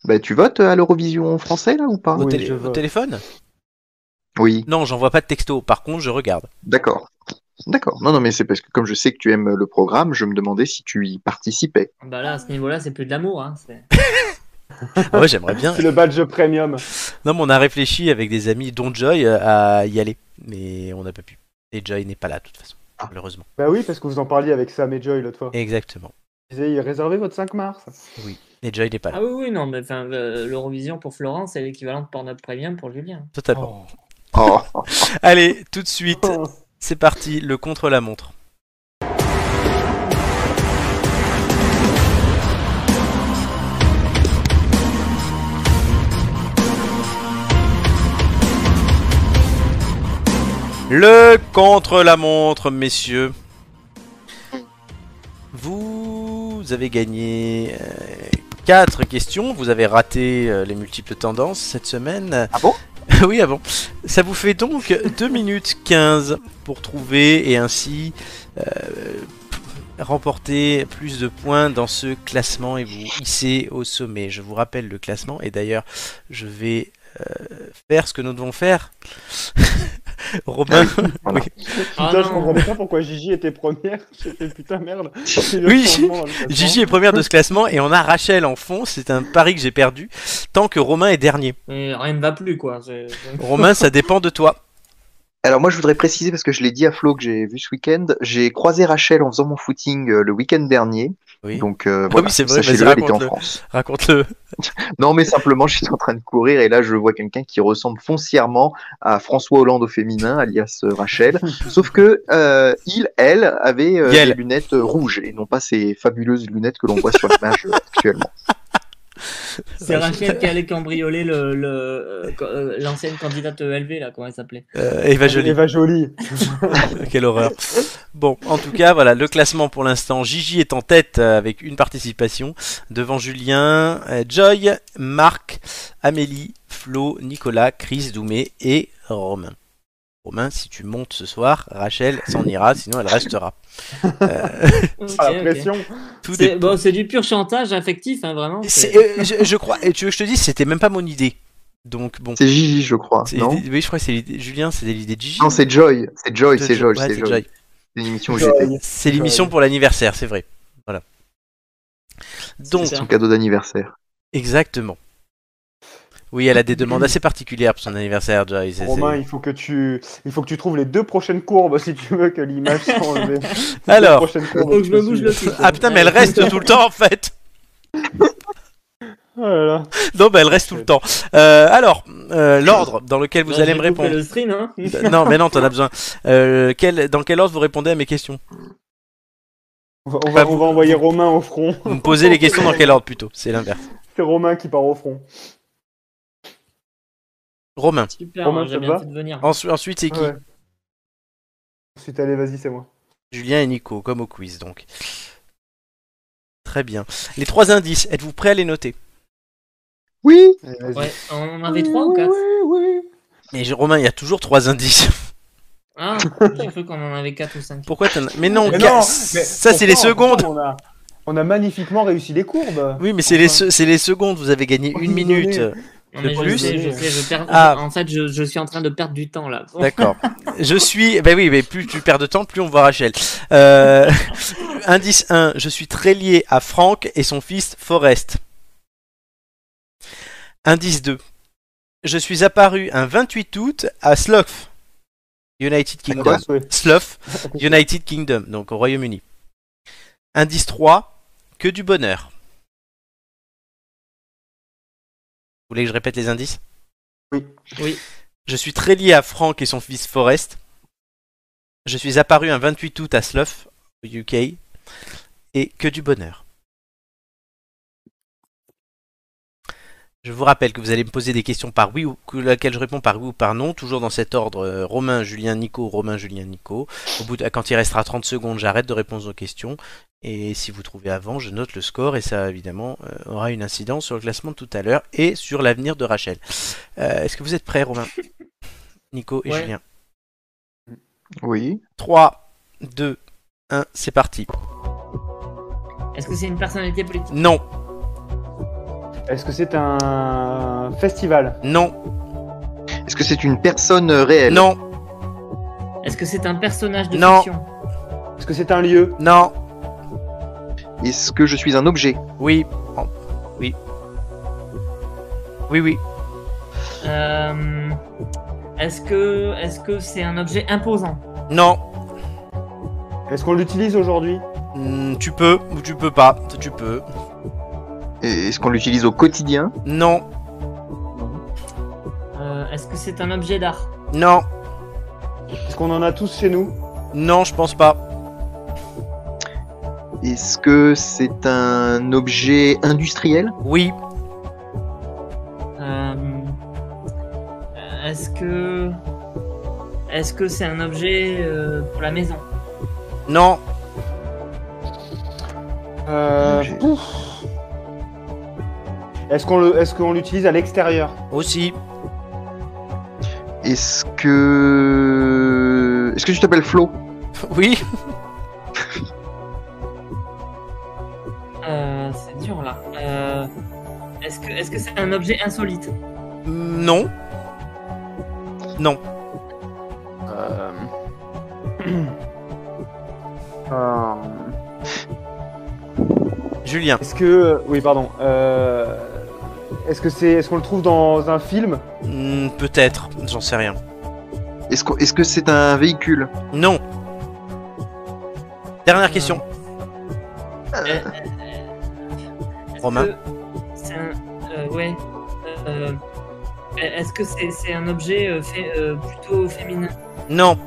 [SPEAKER 4] Bah tu votes à l'Eurovision français là ou pas
[SPEAKER 1] Au, télé- au téléphone
[SPEAKER 4] Oui.
[SPEAKER 1] Non, j'envoie pas de texto. Par contre, je regarde.
[SPEAKER 4] D'accord. D'accord. Non, non, mais c'est parce que comme je sais que tu aimes le programme, je me demandais si tu y participais.
[SPEAKER 8] Bah là à ce niveau là c'est plus de l'amour. Hein. c'est-
[SPEAKER 1] Ah ouais, j'aimerais bien.
[SPEAKER 2] C'est le badge premium.
[SPEAKER 1] Non, mais on a réfléchi avec des amis, dont Joy, euh, à y aller. Mais on n'a pas pu. Et Joy n'est pas là, de toute façon, malheureusement.
[SPEAKER 2] Bah oui, parce que vous en parliez avec Sam et Joy l'autre fois.
[SPEAKER 1] Exactement.
[SPEAKER 2] Vous avez réservé votre 5 mars.
[SPEAKER 1] Oui. Et Joy n'est pas là.
[SPEAKER 8] Ah oui oui non mais enfin le- l'Eurovision pour Florence c'est l'équivalent de Pornhub Premium pour Julien.
[SPEAKER 1] Totalement.
[SPEAKER 4] Oh.
[SPEAKER 1] Allez, tout de suite, c'est parti, le contre-la-montre. Le contre-la-montre, messieurs. Vous avez gagné 4 questions, vous avez raté euh, les multiples tendances cette semaine.
[SPEAKER 4] Ah bon
[SPEAKER 1] Oui, ah bon. Ça vous fait donc 2 minutes 15 pour trouver et ainsi euh, remporter plus de points dans ce classement et vous hisser au sommet. Je vous rappelle le classement et d'ailleurs je vais euh, faire ce que nous devons faire. Robin, oui. Ah
[SPEAKER 2] Putain, je comprenais pas pourquoi Gigi était première. J'ai fait putain merde. C'est le
[SPEAKER 1] Oui,
[SPEAKER 2] changement dans le classement.
[SPEAKER 1] Gigi est première de ce classement et on a Rachel en fond. C'est un pari que j'ai perdu. Tant que Romain est dernier.
[SPEAKER 8] Mais rien ne va plus quoi. c'est-
[SPEAKER 1] Romain, ça dépend de toi.
[SPEAKER 4] Alors moi, je voudrais préciser parce que je l'ai dit à Flo que j'ai vu ce week-end. J'ai croisé Rachel en faisant mon footing euh, le week-end dernier. Donc euh,
[SPEAKER 1] Ah
[SPEAKER 4] voilà,
[SPEAKER 1] oui, c'est vrai,
[SPEAKER 4] sachez-le,
[SPEAKER 1] vas-y,
[SPEAKER 4] elle était en
[SPEAKER 1] raconte-le.
[SPEAKER 4] France.
[SPEAKER 1] Raconte-le.
[SPEAKER 4] Non, mais simplement, j'étais en train de courir et là, je vois quelqu'un qui ressemble foncièrement à François Hollande au féminin, alias euh, Rachel. Sauf que euh, il, elle, avait euh,
[SPEAKER 1] Yel.
[SPEAKER 4] des lunettes euh, rouges et non pas ces fabuleuses lunettes que l'on voit sur l'image euh, actuellement.
[SPEAKER 8] C'est Rachel qui allait cambrioler le- le, euh, co- euh, l'ancienne candidate ELV là, comment elle s'appelait
[SPEAKER 1] Euh, Eva Jolie.
[SPEAKER 2] Eva Jolie.
[SPEAKER 1] Quelle horreur. Bon, en tout cas, voilà, le classement pour l'instant. Gigi est en tête euh, avec une participation. Devant Julien, euh, Joy, Marc, Amélie, Flo, Nicolas, Chris, Doumé et Romain. Romain, si tu montes ce soir, Rachel s'en ira, sinon elle restera. Euh,
[SPEAKER 8] Ok,
[SPEAKER 2] Ah, la
[SPEAKER 8] ok.
[SPEAKER 2] pression.
[SPEAKER 1] Tout
[SPEAKER 8] C'est
[SPEAKER 1] dépend.
[SPEAKER 8] bon, c'est du pur chantage affectif, hein, vraiment.
[SPEAKER 1] c'est- euh, je, je crois, et tu veux que je te dise, c'était même pas mon idée. Donc bon.
[SPEAKER 4] C'est Gigi, je crois.
[SPEAKER 1] C'est
[SPEAKER 4] Non,
[SPEAKER 1] l'idée- oui, je crois que c'est l'idée. Julien, c'est l'idée de Gigi.
[SPEAKER 4] non, c'est Joy. C'est Joy,
[SPEAKER 1] De
[SPEAKER 4] c'est
[SPEAKER 1] Joy,
[SPEAKER 4] Joy,
[SPEAKER 1] ouais,
[SPEAKER 4] c'est
[SPEAKER 1] c'est
[SPEAKER 4] Joy.
[SPEAKER 1] Joy.
[SPEAKER 4] C'est une émission où
[SPEAKER 2] Euh,
[SPEAKER 4] j'étais.
[SPEAKER 1] C'est l'émission pour l'anniversaire, c'est vrai. Voilà. Donc,
[SPEAKER 4] C'est son cadeau d'anniversaire.
[SPEAKER 1] exactement. Oui, elle a des demandes assez particulières pour son anniversaire, Joy. c'est- c'est-
[SPEAKER 2] Romain, il faut que tu, il faut que tu trouves les deux prochaines courbes si tu veux que l'image soit enlevée. Les
[SPEAKER 1] Alors.
[SPEAKER 2] deux prochaines courbes, tu peux suivre.
[SPEAKER 1] Ah putain, mais elle reste tout le temps en fait.
[SPEAKER 2] Oh là là.
[SPEAKER 1] Non, bah elle reste tout le temps. Euh, alors, euh, l'ordre dans lequel vous
[SPEAKER 8] Bah,
[SPEAKER 1] allez
[SPEAKER 8] je
[SPEAKER 1] me
[SPEAKER 8] vais couper
[SPEAKER 1] répondre.
[SPEAKER 8] le stream, hein.
[SPEAKER 1] non, mais non, t'en as besoin. Euh, quel- dans quel ordre vous répondez à mes questions
[SPEAKER 2] On va, on va-
[SPEAKER 1] Bah,
[SPEAKER 2] on va envoyer Romain au front.
[SPEAKER 1] Vous me posez les questions dans quel ordre plutôt C'est l'inverse.
[SPEAKER 2] C'est Romain qui part au front.
[SPEAKER 1] Romain. Oh,
[SPEAKER 8] Super,
[SPEAKER 2] Romain,
[SPEAKER 8] j'ai
[SPEAKER 2] ça te
[SPEAKER 8] bien
[SPEAKER 2] va
[SPEAKER 8] fait de venir.
[SPEAKER 1] Ensuite, ensuite c'est qui
[SPEAKER 2] Ouais. Ensuite, allez, vas-y, c'est moi.
[SPEAKER 1] Julien et Nico, comme au quiz donc. Très bien. Les trois indices, êtes-vous prêts à les noter
[SPEAKER 4] Oui
[SPEAKER 3] Ouais, on en avait trois ou quatre
[SPEAKER 1] Mais je- Romain, il y a toujours trois indices.
[SPEAKER 3] Ah, j'ai cru qu'on en avait quatre ou cinq.
[SPEAKER 1] Pourquoi t'en as- Mais non,
[SPEAKER 3] Mais
[SPEAKER 1] ca-
[SPEAKER 3] non, mais
[SPEAKER 1] ça c'est
[SPEAKER 2] pourtant,
[SPEAKER 1] les secondes.
[SPEAKER 2] pourtant, On a, on a magnifiquement réussi les courbes.
[SPEAKER 1] Oui, mais c'est les, se- c'est les secondes, vous avez gagné une minute.
[SPEAKER 2] désolé.
[SPEAKER 3] Non, mais
[SPEAKER 1] de
[SPEAKER 3] je
[SPEAKER 1] plus.
[SPEAKER 3] sais, je sais, je perds-
[SPEAKER 1] Ah.
[SPEAKER 3] En fait, je, je suis en train de perdre du temps là.
[SPEAKER 1] D'accord. Je suis. Ben oui, mais plus tu perds de temps, plus on voit Rachel. Euh, Indice 1. Je suis très lié à Franck et son fils Forrest. Indice 2. Je suis apparu un 28 août à Slough, United Kingdom.
[SPEAKER 2] quoi, oui.
[SPEAKER 1] Slough, United Kingdom, donc au Royaume-Uni. Indice 3. Que du bonheur. Vous voulez que je répète les indices
[SPEAKER 3] Oui.
[SPEAKER 1] je suis très lié à Frank et son fils Forrest. Je suis apparu un 28 août à Slough, au UK. Et que du bonheur. Je vous rappelle que vous allez me poser des questions par oui ou que laquelle je réponds par oui ou par non, toujours dans cet ordre euh, Romain, Julien, Nico, Romain, Julien, Nico. Au bout de- quand il restera 30 secondes, j'arrête de répondre aux questions. Et si vous trouvez avant, je note le score et ça évidemment euh, aura une incidence sur le classement de tout à l'heure et sur l'avenir de Rachel. Euh, Est-ce que vous êtes prêts, Romain Nico et
[SPEAKER 4] Ouais.
[SPEAKER 1] Julien
[SPEAKER 4] Oui.
[SPEAKER 1] 3, 2, 1, c'est parti.
[SPEAKER 3] Est-ce que c'est une personnalité politique
[SPEAKER 1] Non,
[SPEAKER 2] Est-ce que c'est un festival
[SPEAKER 1] non,
[SPEAKER 4] Est-ce que c'est une personne euh, réelle
[SPEAKER 1] non,
[SPEAKER 3] Est-ce que c'est un personnage de
[SPEAKER 1] Non.
[SPEAKER 3] fiction
[SPEAKER 2] Est-ce que c'est un lieu
[SPEAKER 1] non,
[SPEAKER 4] Est-ce que je suis un objet
[SPEAKER 1] oui, Oh, oui, oui, oui,
[SPEAKER 3] Euh, Est-ce que est-ce que c'est un objet imposant
[SPEAKER 1] non,
[SPEAKER 2] Est-ce qu'on l'utilise aujourd'hui
[SPEAKER 1] Hmm, tu peux ou tu peux pas, tu peux,
[SPEAKER 4] Et Est-ce qu'on l'utilise au quotidien
[SPEAKER 1] non,
[SPEAKER 3] Euh, Est-ce que c'est un objet d'art
[SPEAKER 1] non,
[SPEAKER 2] Est-ce qu'on en a tous chez nous
[SPEAKER 1] non, je pense pas,
[SPEAKER 4] Est-ce que c'est un objet industriel
[SPEAKER 1] oui,
[SPEAKER 3] Euh, Est-ce que est-ce que c'est un objet euh, pour la maison
[SPEAKER 1] non,
[SPEAKER 2] Euh, pouf. Est-ce qu'on le- est-ce qu'on l'utilise à l'extérieur
[SPEAKER 1] aussi,
[SPEAKER 4] Est-ce que... Est-ce que tu t'appelles Flo
[SPEAKER 1] oui,
[SPEAKER 3] Euh, C'est dur là. Euh, est-ce que est-ce que c'est un objet insolite
[SPEAKER 1] hmm, non, non, Euh, Julien,
[SPEAKER 2] Est-ce que oui pardon. euh, est-ce que c'est est-ce qu'on le trouve dans un film
[SPEAKER 1] Hmm, peut-être, j'en sais rien,
[SPEAKER 4] Est-ce qu'on- est-ce que c'est un véhicule
[SPEAKER 1] non. Dernière question,
[SPEAKER 3] Euh,
[SPEAKER 1] Romain.
[SPEAKER 3] que c'est un. euh, ouais. Euh, Est-ce que c'est c'est un objet euh, fait, euh, plutôt féminin
[SPEAKER 1] Non,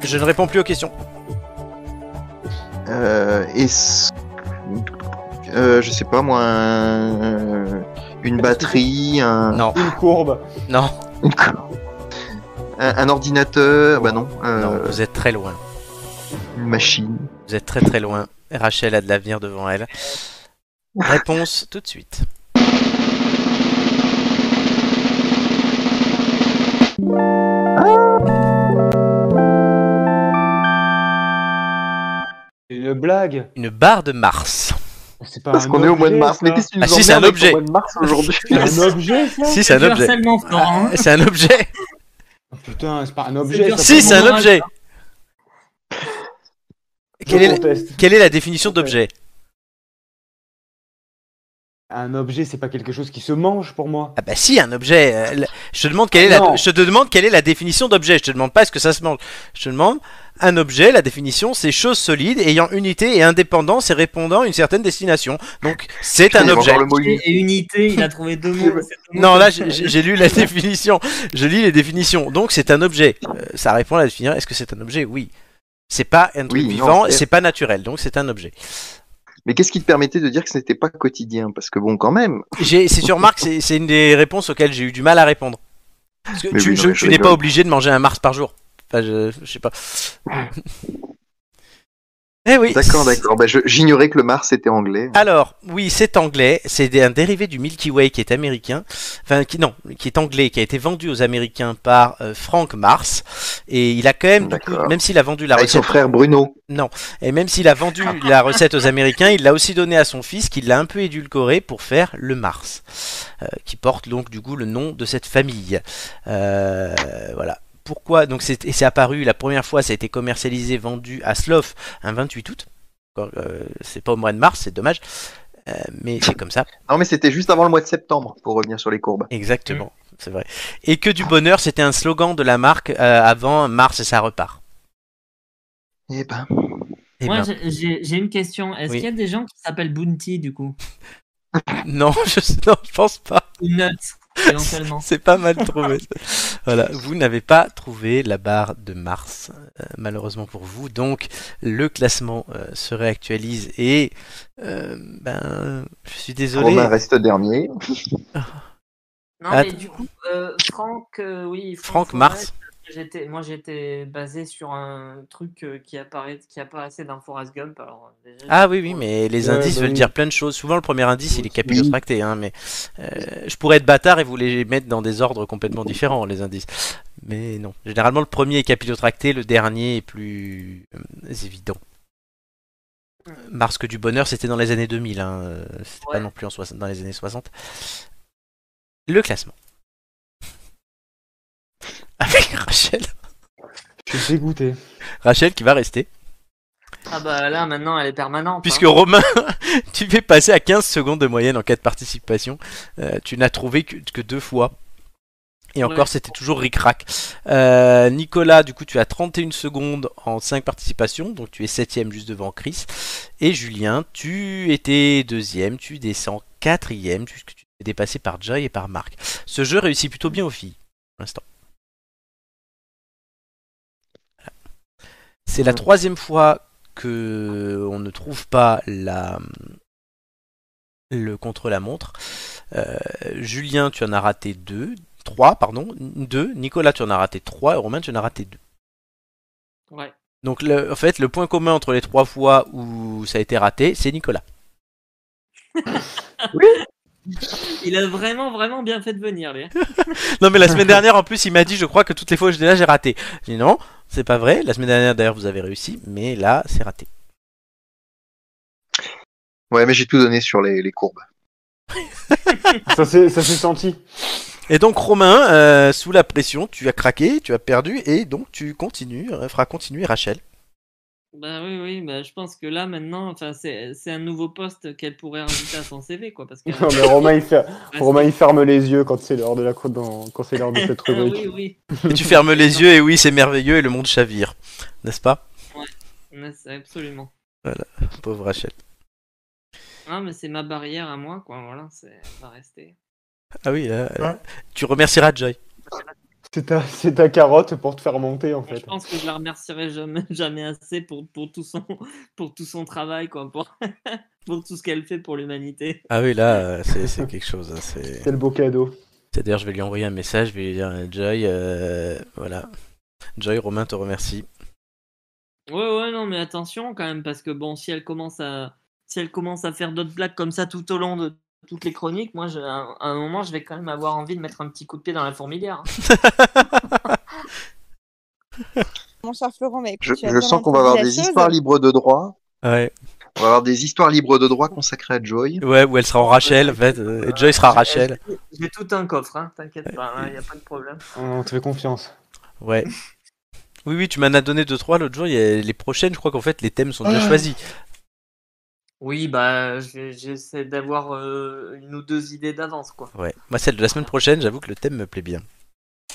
[SPEAKER 1] je ne réponds plus aux questions.
[SPEAKER 4] Euh, Est-ce... Euh, je sais pas moi, un- une batterie, un...
[SPEAKER 1] Non,
[SPEAKER 2] Une courbe
[SPEAKER 1] non,
[SPEAKER 4] Un, un ordinateur, bah non, euh,
[SPEAKER 1] non, vous êtes très loin.
[SPEAKER 4] une machine.
[SPEAKER 1] Vous êtes très très loin. Rachel a de l'avenir devant elle. Réponse tout de suite.
[SPEAKER 2] Une blague
[SPEAKER 1] Une barre de Mars.
[SPEAKER 2] C'est pas
[SPEAKER 4] Parce
[SPEAKER 2] un
[SPEAKER 4] qu'on est au mois de
[SPEAKER 2] objet, ça
[SPEAKER 4] mars, mais qu'est-ce que
[SPEAKER 1] Ah,
[SPEAKER 4] tu nous
[SPEAKER 1] si, c'est un
[SPEAKER 4] emmerdes avec ton
[SPEAKER 1] objet.
[SPEAKER 4] mois de mars aujourd'hui
[SPEAKER 2] C'est un objet ça
[SPEAKER 1] Ah,
[SPEAKER 2] Ah,
[SPEAKER 1] Si, c'est un
[SPEAKER 3] Du
[SPEAKER 1] objet.
[SPEAKER 3] harcèlement, Florent, hein.
[SPEAKER 1] C'est un objet.
[SPEAKER 2] Putain, c'est pas un
[SPEAKER 3] C'est
[SPEAKER 2] objet.
[SPEAKER 3] dur,
[SPEAKER 2] ça,
[SPEAKER 1] Si, c'est un
[SPEAKER 3] moral,
[SPEAKER 1] objet.
[SPEAKER 2] Je
[SPEAKER 1] Quelle est, la-
[SPEAKER 2] conteste.
[SPEAKER 1] quelle est la définition d'objet
[SPEAKER 2] Un objet, c'est pas quelque chose qui se mange pour moi.
[SPEAKER 1] Ah bah si, un objet. euh, la- Je te demande quelle est la.
[SPEAKER 2] Non.
[SPEAKER 1] Je te demande quelle est la définition d'objet. Je te demande pas est-ce que ça se mange. Je te demande un objet. La définition, c'est chose solide ayant unité et indépendance et répondant à une certaine destination. Donc c'est
[SPEAKER 4] Il y
[SPEAKER 1] un
[SPEAKER 4] a
[SPEAKER 1] objet.
[SPEAKER 4] encore le mot
[SPEAKER 3] Et unité, il a trouvé deux mots. c'est deux
[SPEAKER 1] Non,
[SPEAKER 3] mots.
[SPEAKER 1] là, j'ai- j'ai j'ai lu la définition. Je lis les définitions. Donc, c'est un objet. Euh, ça répond à la définition. Est-ce que c'est un objet Oui. C'est pas un truc
[SPEAKER 4] Oui, non,
[SPEAKER 1] vivant,
[SPEAKER 4] c'est-
[SPEAKER 1] c'est pas naturel, donc c'est un objet.
[SPEAKER 4] Mais qu'est-ce qui te permettait de dire que ce n'était pas quotidien Parce que bon, quand même.
[SPEAKER 1] J'ai- Si tu remarques, c'est c'est une des réponses auxquelles j'ai eu du mal à répondre. Parce que
[SPEAKER 4] Mais
[SPEAKER 1] tu
[SPEAKER 4] oui, non,
[SPEAKER 1] je-
[SPEAKER 4] mais je
[SPEAKER 1] tu n'es
[SPEAKER 4] rigole.
[SPEAKER 1] pas obligé de manger un Mars par jour. Enfin, je, je sais pas. Eh oui.
[SPEAKER 4] D'accord, d'accord. Bah, je- J'ignorais que le Mars était anglais.
[SPEAKER 1] Alors, oui, c'est anglais, c'est des- un dérivé du Milky Way qui est américain, enfin, qui, non, qui est anglais, qui a été vendu aux Américains par euh, Frank Mars, et il a quand même, du coup, même s'il a vendu la
[SPEAKER 4] Avec son
[SPEAKER 1] recette...
[SPEAKER 4] frère Bruno.
[SPEAKER 1] Non, et même s'il a vendu la recette aux Américains, il l'a aussi donnée à son fils, qui l'a un peu édulcoré pour faire le Mars, euh, qui porte donc, du coup, le nom de cette famille. Euh, voilà. Pourquoi Donc, c'est et c'est apparu, la première fois, ça a été commercialisé, vendu à Slough, un 28 août. Encore, euh, c'est pas au mois de mars, c'est dommage. Euh, mais c'est comme ça.
[SPEAKER 4] Non, mais c'était juste avant le mois de septembre, pour revenir sur les courbes.
[SPEAKER 1] Exactement, c'est vrai. Et que du bonheur, c'était un slogan de la marque euh, avant mars et ça repart.
[SPEAKER 4] Eh ben.
[SPEAKER 1] Eh
[SPEAKER 3] Moi,
[SPEAKER 1] ben.
[SPEAKER 3] j'ai- j'ai j'ai une question. Est-ce
[SPEAKER 1] Oui.
[SPEAKER 3] qu'il y a des gens qui s'appellent Bounty du coup
[SPEAKER 1] Non, je, non, je pense pas.
[SPEAKER 3] Ou Nuts, éventuellement.
[SPEAKER 1] C'est pas mal trouvé. voilà, vous n'avez pas trouvé la barre de mars, euh, malheureusement pour vous. Donc, le classement euh, se réactualise et euh, ben, je suis désolé.
[SPEAKER 4] Romain reste dernier.
[SPEAKER 3] Non,
[SPEAKER 1] Att-
[SPEAKER 3] mais du coup, euh, Franck, euh, oui.
[SPEAKER 1] Franck
[SPEAKER 3] Forest,
[SPEAKER 1] Mars.
[SPEAKER 3] j'étais- Moi, j'étais basé sur un truc euh, qui, apparaît, qui apparaissait dans Forrest Gump. Alors, euh, déjà,
[SPEAKER 1] Ah oui, oui, mais les
[SPEAKER 3] Ouais,
[SPEAKER 1] indices
[SPEAKER 3] bah
[SPEAKER 1] veulent
[SPEAKER 3] oui.
[SPEAKER 1] dire plein de choses. Souvent, le premier indice, il est capillotracté, hein, mais euh, je pourrais être bâtard et vous les mettre dans des ordres complètement différents, les indices. Mais non. Généralement, le premier est capillotracté, le dernier est plus euh, évident. Mars que du bonheur, c'était dans les années 2000, hein, euh, c'était pas non plus en 60 dans les années 60. Le classement. Avec Rachel.
[SPEAKER 2] Je suis dégoûté.
[SPEAKER 1] Rachel qui va rester.
[SPEAKER 3] Ah bah là, maintenant, elle est permanente.
[SPEAKER 1] Puisque
[SPEAKER 3] hein.
[SPEAKER 1] Romain, tu fais passer à 15 secondes de moyenne en cas de participation. Euh, tu n'as trouvé que, que deux fois. Et encore,
[SPEAKER 3] Ouais.
[SPEAKER 1] c'était toujours ric-rac. Euh, Nicolas, du coup, tu as 31 secondes en 5 participations. Donc tu es 7ème juste devant Chris. Et Julien, tu étais 2ème. Tu descends 4ème puisque tu es dépassé par Joy et par Marc. Ce jeu réussit plutôt bien aux filles pour l'instant. C'est la troisième fois que on ne trouve pas la le contre-la-montre. Euh, Julien, tu en as raté deux, trois, pardon, deux. Nicolas, tu en as raté trois. Et Romain, tu en as raté deux.
[SPEAKER 3] Ouais.
[SPEAKER 1] Donc, le- en fait, le point commun entre les trois fois où ça a été raté, c'est Nicolas.
[SPEAKER 3] Il a vraiment, vraiment bien fait de venir, lui. hein.
[SPEAKER 1] Non, mais la semaine dernière, en plus, il m'a dit, je crois que toutes les fois où j'étais là, j'ai raté. J'ai dit non, c'est pas vrai. La semaine dernière, d'ailleurs, vous avez réussi, mais là, c'est raté.
[SPEAKER 4] Ouais, mais j'ai tout donné sur les, les courbes.
[SPEAKER 2] Ça s'est ça s'est senti.
[SPEAKER 1] Et donc Romain, euh, sous la pression, tu as craqué, tu as perdu, et donc tu continues, euh, feras continuer Rachel.
[SPEAKER 3] Bah oui, oui, bah, je pense que là, maintenant, enfin, c'est c'est un nouveau poste qu'elle pourrait rajouter à son CV, quoi. Parce que...
[SPEAKER 2] Non, mais Romain, il,
[SPEAKER 1] Ah,
[SPEAKER 2] fer- Romain, il ferme les yeux quand c'est l'heure de la cro- dans- quand c'est l'heure de
[SPEAKER 1] Ah
[SPEAKER 2] cette rubrique.
[SPEAKER 3] Ah oui, oui.
[SPEAKER 1] Et tu fermes les yeux, et oui, c'est merveilleux, et le monde chavire, n'est-ce pas
[SPEAKER 3] Ouais, c'est- absolument.
[SPEAKER 1] Voilà, pauvre Rachel.
[SPEAKER 3] Non, mais c'est ma barrière à moi, quoi. Voilà, c'est elle va rester.
[SPEAKER 1] Ah oui, euh, tu remercieras Joy.
[SPEAKER 2] C'est ta, c'est ta carotte pour te faire monter en fait.
[SPEAKER 3] Je pense que je la remercierai jamais, jamais assez pour, pour, tout son, pour tout son travail, quoi, pour, pour tout ce qu'elle fait pour l'humanité.
[SPEAKER 1] Ah oui, là, euh, c'est c'est quelque chose. hein, c'est
[SPEAKER 2] C'est le beau cadeau.
[SPEAKER 1] c'est- D'ailleurs, je vais lui envoyer un message, je vais lui dire euh, Joy, euh, voilà. Joy, Romain te remercie.
[SPEAKER 3] Ouais, ouais, non, mais attention quand même, parce que bon, si elle commence à, si elle commence à faire d'autres blagues comme ça tout au long de toutes les chroniques, moi, je- à un moment, je vais quand même avoir envie de mettre un petit coup de pied dans la fourmilière. hein.
[SPEAKER 7] Mon cher Florent, mais écoute,
[SPEAKER 4] Je,
[SPEAKER 7] tu as
[SPEAKER 4] je
[SPEAKER 7] bien
[SPEAKER 4] sens qu'on
[SPEAKER 7] entendu
[SPEAKER 4] va avoir
[SPEAKER 7] la
[SPEAKER 4] des
[SPEAKER 7] chose.
[SPEAKER 4] histoires libres de droit.
[SPEAKER 1] Ouais.
[SPEAKER 4] On va avoir des histoires libres de droit consacrées à Joy.
[SPEAKER 1] Ouais, ou elle sera en Rachel, en fait, euh, et Joy sera Rachel.
[SPEAKER 3] J'ai tout un coffre, hein, t'inquiète pas, il a pas de problème.
[SPEAKER 2] Ah, On te fait confiance.
[SPEAKER 1] Ouais. Oui, oui, tu m'en as donné 2-3 l'autre jour, il y a- les prochaines, je crois qu'en fait, les thèmes sont déjà
[SPEAKER 3] Ah.
[SPEAKER 1] choisis.
[SPEAKER 3] Oui, bah, j'ai- j'essaie d'avoir euh, une ou deux idées d'avance, quoi.
[SPEAKER 1] Ouais, moi celle de la semaine prochaine, j'avoue que le thème me plaît bien.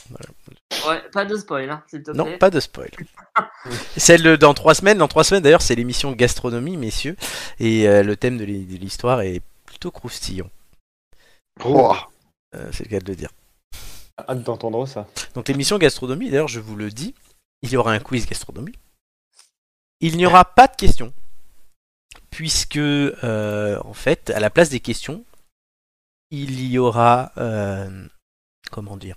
[SPEAKER 1] Voilà.
[SPEAKER 3] Ouais, pas de spoil, hein, s'il te plaît.
[SPEAKER 1] Non, pas de spoil. celle de- dans trois semaines, dans trois semaines d'ailleurs, c'est l'émission gastronomie, messieurs, et euh, le thème de l'hi- de l'histoire est plutôt croustillant. Euh, c'est le cas de le dire.
[SPEAKER 2] Hâte d'entendre ça.
[SPEAKER 1] Donc l'émission gastronomie, d'ailleurs, je vous le dis, il y aura un quiz gastronomie. Il n'y aura pas de questions, puisque euh, en fait, à la place des questions, il y aura euh, comment dire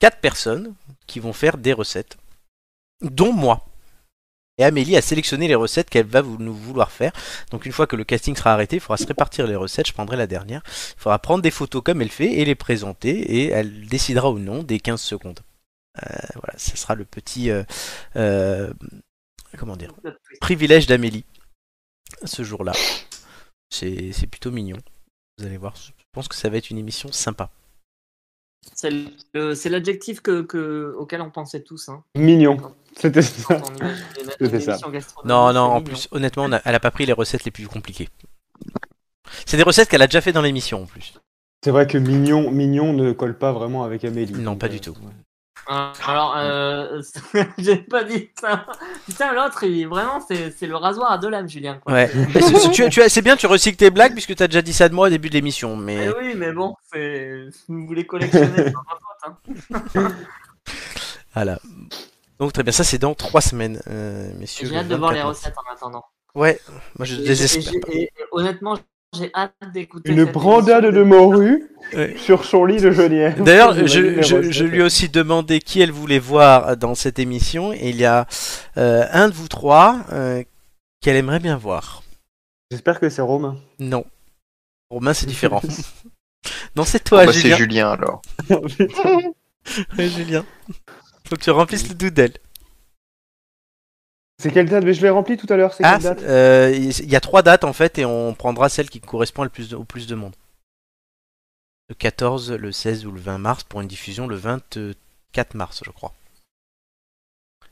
[SPEAKER 1] quatre personnes qui vont faire des recettes, dont moi. Et Amélie a sélectionné les recettes qu'elle va vou- nous vouloir faire. Donc une fois que le casting sera arrêté, il faudra se répartir les recettes. Je prendrai la dernière. Il faudra prendre des photos comme elle fait et les présenter. Et elle décidera ou non des 15 secondes. Euh, voilà, ce sera le petit... euh, euh, comment dire Privilège d'Amélie. Ce jour-là. C'est c'est plutôt mignon. Vous allez voir, je pense que ça va être une émission sympa.
[SPEAKER 3] C'est le- euh, c'est l'adjectif que, que- auquel on pensait tous. hein.
[SPEAKER 2] Mignon. C'était
[SPEAKER 3] Quand
[SPEAKER 2] ça.
[SPEAKER 3] on imagine une-
[SPEAKER 2] C'était
[SPEAKER 3] une
[SPEAKER 2] ça.
[SPEAKER 3] émission gastronomique,
[SPEAKER 1] Non, non,
[SPEAKER 3] c'est
[SPEAKER 1] en
[SPEAKER 3] mignon.
[SPEAKER 1] plus, honnêtement, on a- elle a pas pris les recettes les plus compliquées. C'est des recettes qu'elle a déjà fait dans l'émission en plus.
[SPEAKER 2] C'est vrai que Mignon, Mignon ne colle pas vraiment avec Amélie.
[SPEAKER 1] Non, pas du tout.
[SPEAKER 3] Euh, Alors, euh, j'ai pas dit ça. Putain, l'autre, il vraiment, c'est c'est le rasoir à deux lames, Julien. Quoi.
[SPEAKER 1] Ouais. Mais c'est- c'est- tu- tu as- c'est bien, tu recycles tes blagues puisque t'as déjà dit ça de moi au début de l'émission. Mais
[SPEAKER 3] Eh oui, mais bon, c'est- vous les collectionnez, c'est ma faute, hein.
[SPEAKER 1] voilà. Donc très bien, ça c'est dans trois semaines, euh, messieurs.
[SPEAKER 3] J'ai
[SPEAKER 1] le
[SPEAKER 3] hâte de voir les
[SPEAKER 1] 24.
[SPEAKER 3] recettes en attendant.
[SPEAKER 1] Ouais, moi je
[SPEAKER 3] Et-
[SPEAKER 1] désespère.
[SPEAKER 3] et- et- et honnêtement, j'ai hâte d'écouter.
[SPEAKER 2] Une
[SPEAKER 3] cette
[SPEAKER 2] brandade de morue sur son lit de genièvre.
[SPEAKER 1] D'ailleurs,
[SPEAKER 2] J'imagine
[SPEAKER 1] je,
[SPEAKER 2] les
[SPEAKER 1] je-
[SPEAKER 2] recettes.
[SPEAKER 1] je lui ai aussi demandé qui elle voulait voir dans cette émission. Et il y a euh, un de vous trois euh, qu'elle aimerait bien voir.
[SPEAKER 2] J'espère que c'est Romain.
[SPEAKER 1] Non. Romain, c'est différent. non, c'est toi,
[SPEAKER 4] Ah bah, c'est
[SPEAKER 1] Julien.
[SPEAKER 4] Julien, alors.
[SPEAKER 1] Ouais, Julien. Faut que tu remplisses le doodle.
[SPEAKER 2] C'est quelle date Mais je l'ai rempli tout à l'heure. C'est
[SPEAKER 1] Ah,
[SPEAKER 2] quelle date
[SPEAKER 1] euh, il y a trois dates en fait, et on prendra celle qui correspond le plus, au plus de monde. Le 14, le 16 ou le 20 mars pour une diffusion le 24 mars, je crois.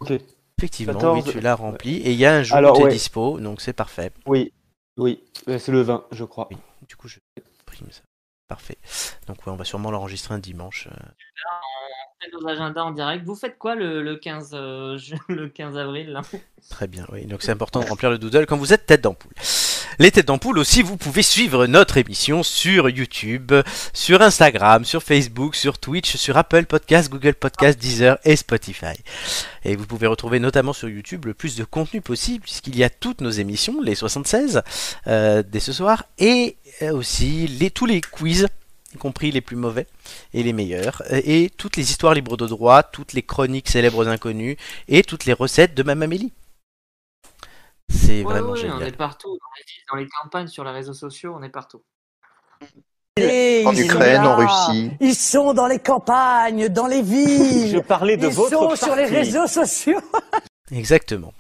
[SPEAKER 2] Ok.
[SPEAKER 1] Effectivement,
[SPEAKER 2] 14.
[SPEAKER 1] oui, tu l'as rempli. Et il y a un jour
[SPEAKER 2] Alors,
[SPEAKER 1] où t'es
[SPEAKER 2] ouais.
[SPEAKER 1] dispo, donc c'est parfait.
[SPEAKER 2] Oui, oui. Euh, C'est le 20, je crois.
[SPEAKER 1] Du coup, je prime ça. Parfait. Donc, ouais, on va sûrement l'enregistrer un dimanche. euh.
[SPEAKER 3] On fait nos agendas en direct. Vous faites quoi le, le 15, euh, ju- le 15 avril là
[SPEAKER 1] Très bien, oui. Donc c'est important de remplir le doodle quand vous êtes tête d'ampoule. Les têtes d'ampoule aussi, vous pouvez suivre notre émission sur YouTube, sur Instagram, sur Facebook, sur Twitch, sur Apple Podcasts, Google Podcasts, Deezer et Spotify. Et vous pouvez retrouver notamment sur YouTube le plus de contenu possible puisqu'il y a toutes nos émissions, les 76 euh, dès ce soir et euh, aussi les, tous les quiz y compris les plus mauvais et les meilleurs, euh, et toutes les histoires libres de droit, toutes les chroniques célèbres inconnues, et toutes les recettes de Mam Amélie. C'est
[SPEAKER 3] Ouais,
[SPEAKER 1] vraiment
[SPEAKER 3] ouais, On
[SPEAKER 1] génial.
[SPEAKER 3] est partout, dans les villes, dans les campagnes, sur les réseaux sociaux, on est partout.
[SPEAKER 12] Et
[SPEAKER 4] En
[SPEAKER 12] ils sont
[SPEAKER 4] Ukraine, en
[SPEAKER 12] là.
[SPEAKER 4] Russie.
[SPEAKER 12] Ils sont dans les campagnes, dans les villes.
[SPEAKER 14] Je parlais de
[SPEAKER 12] Ils
[SPEAKER 14] votre
[SPEAKER 12] sont sur les
[SPEAKER 14] parti.
[SPEAKER 12] réseaux sociaux.
[SPEAKER 1] Exactement.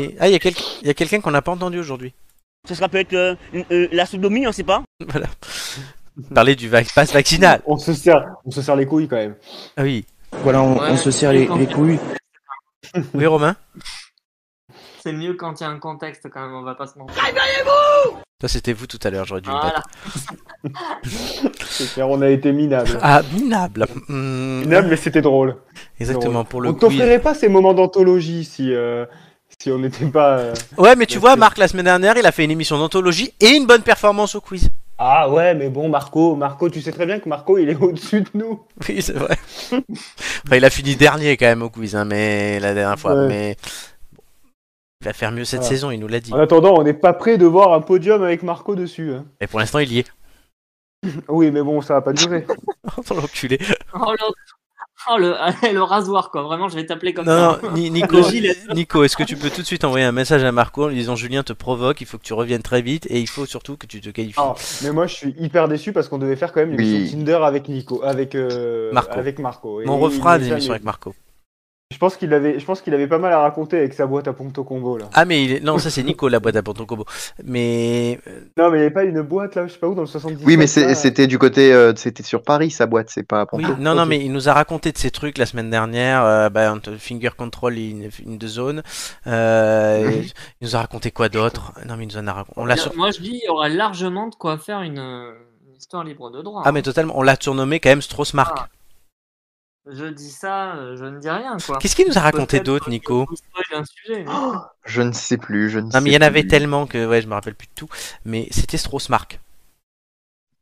[SPEAKER 1] Et- Ah, il y a quel- il y a quelqu'un qu'on n'a pas entendu aujourd'hui.
[SPEAKER 14] Ce sera peut-être euh, une- euh, la sodomie, on sait pas.
[SPEAKER 1] Voilà. Parler du vac- pass vaccinal.
[SPEAKER 2] On se sert, on se sert les couilles quand même.
[SPEAKER 1] Ah oui.
[SPEAKER 14] Voilà, on-
[SPEAKER 3] Ouais, on se serre les- les couilles.
[SPEAKER 1] Oui, Romain
[SPEAKER 3] C'est mieux quand il y a un contexte quand même, on va pas se mentir.
[SPEAKER 1] Ça, c'était vous tout à l'heure, j'aurais dû le
[SPEAKER 3] Voilà.
[SPEAKER 1] battre.
[SPEAKER 2] C'est clair, on a été minables.
[SPEAKER 1] Ah, minable. Hmm.
[SPEAKER 2] Minables, mais c'était drôle.
[SPEAKER 1] Exactement,
[SPEAKER 2] Drôle.
[SPEAKER 1] pour le
[SPEAKER 2] On
[SPEAKER 1] quiz.
[SPEAKER 2] t'offrirait pas ces moments d'anthologie si, euh, si on n'était pas. euh,
[SPEAKER 1] Ouais, mais tu vois, Marc, la semaine dernière, il a fait une émission d'anthologie et une bonne performance au quiz.
[SPEAKER 2] Ah ouais, mais bon, Marco, Marco, tu sais très bien que Marco, il est au-dessus de nous.
[SPEAKER 1] Oui, c'est vrai. Enfin, il a fini dernier quand même au quiz, hein, mais la dernière fois.
[SPEAKER 2] Ouais.
[SPEAKER 1] Mais bon, il va faire mieux cette
[SPEAKER 2] Voilà.
[SPEAKER 1] saison, il nous l'a dit.
[SPEAKER 2] En attendant, on n'est pas prêt de voir un podium avec Marco dessus. hein.
[SPEAKER 1] Et pour l'instant, il y est.
[SPEAKER 2] Oui, mais bon, ça va pas durer.
[SPEAKER 1] Pour l'enculé.
[SPEAKER 3] Oh, le... oh, le... le rasoir quoi, vraiment je vais t'appeler comme
[SPEAKER 1] Non,
[SPEAKER 3] ça.
[SPEAKER 1] non, Ni- Nico,
[SPEAKER 3] Le gilet.
[SPEAKER 1] Nico est-ce que tu peux tout de suite envoyer un message à Marco en lui disant Julien te provoque, il faut que tu reviennes très vite et il faut surtout que tu te qualifies.
[SPEAKER 2] Ah, mais moi, je suis hyper déçu parce qu'on devait faire quand même l'émission
[SPEAKER 1] Oui.
[SPEAKER 2] Tinder avec Nico, avec euh,
[SPEAKER 1] Marco.
[SPEAKER 2] Avec Marco. Et
[SPEAKER 1] On
[SPEAKER 2] il-
[SPEAKER 1] refera
[SPEAKER 2] il est
[SPEAKER 1] des
[SPEAKER 2] jamais
[SPEAKER 1] émissions avec
[SPEAKER 2] venu.
[SPEAKER 1] Marco.
[SPEAKER 2] Je pense qu'il avait, je pense qu'il avait pas mal à raconter avec sa boîte à Ponto Combo là.
[SPEAKER 1] Ah, mais il est... non, ça c'est Nico la boîte à panton combo. Mais
[SPEAKER 2] Non, mais il n'y avait pas une boîte là, je sais pas où, dans le 70.
[SPEAKER 4] Oui, mais c'est- c'était du côté, euh, c'était sur Paris, sa boîte, c'est pas à
[SPEAKER 1] Oui,
[SPEAKER 4] Ponto.
[SPEAKER 1] non, non, mais il nous a raconté de ces trucs la semaine dernière. euh, bah, entre finger control, in, in the zone. euh,
[SPEAKER 4] Mhm.
[SPEAKER 1] il nous a raconté quoi d'autre Non, mais il nous en a raconté. On l'a sur-
[SPEAKER 3] Moi je dis, il y aura largement de quoi faire une, euh, une histoire libre de droit.
[SPEAKER 1] Ah, mais totalement. On l'a surnommé quand même Strauss-Marc.
[SPEAKER 2] Ah.
[SPEAKER 3] Je dis ça, euh, je ne dis rien quoi.
[SPEAKER 1] Qu'est-ce qu'il nous a raconté
[SPEAKER 3] Peut-être
[SPEAKER 1] d'autre, Nico
[SPEAKER 3] qu'on spoil un sujet, mais-
[SPEAKER 4] Je ne sais plus, je ne sais
[SPEAKER 1] Non, mais il y en avait
[SPEAKER 4] plus.
[SPEAKER 1] tellement que ouais, je me rappelle plus de tout. Mais c'était Strauss-Marc.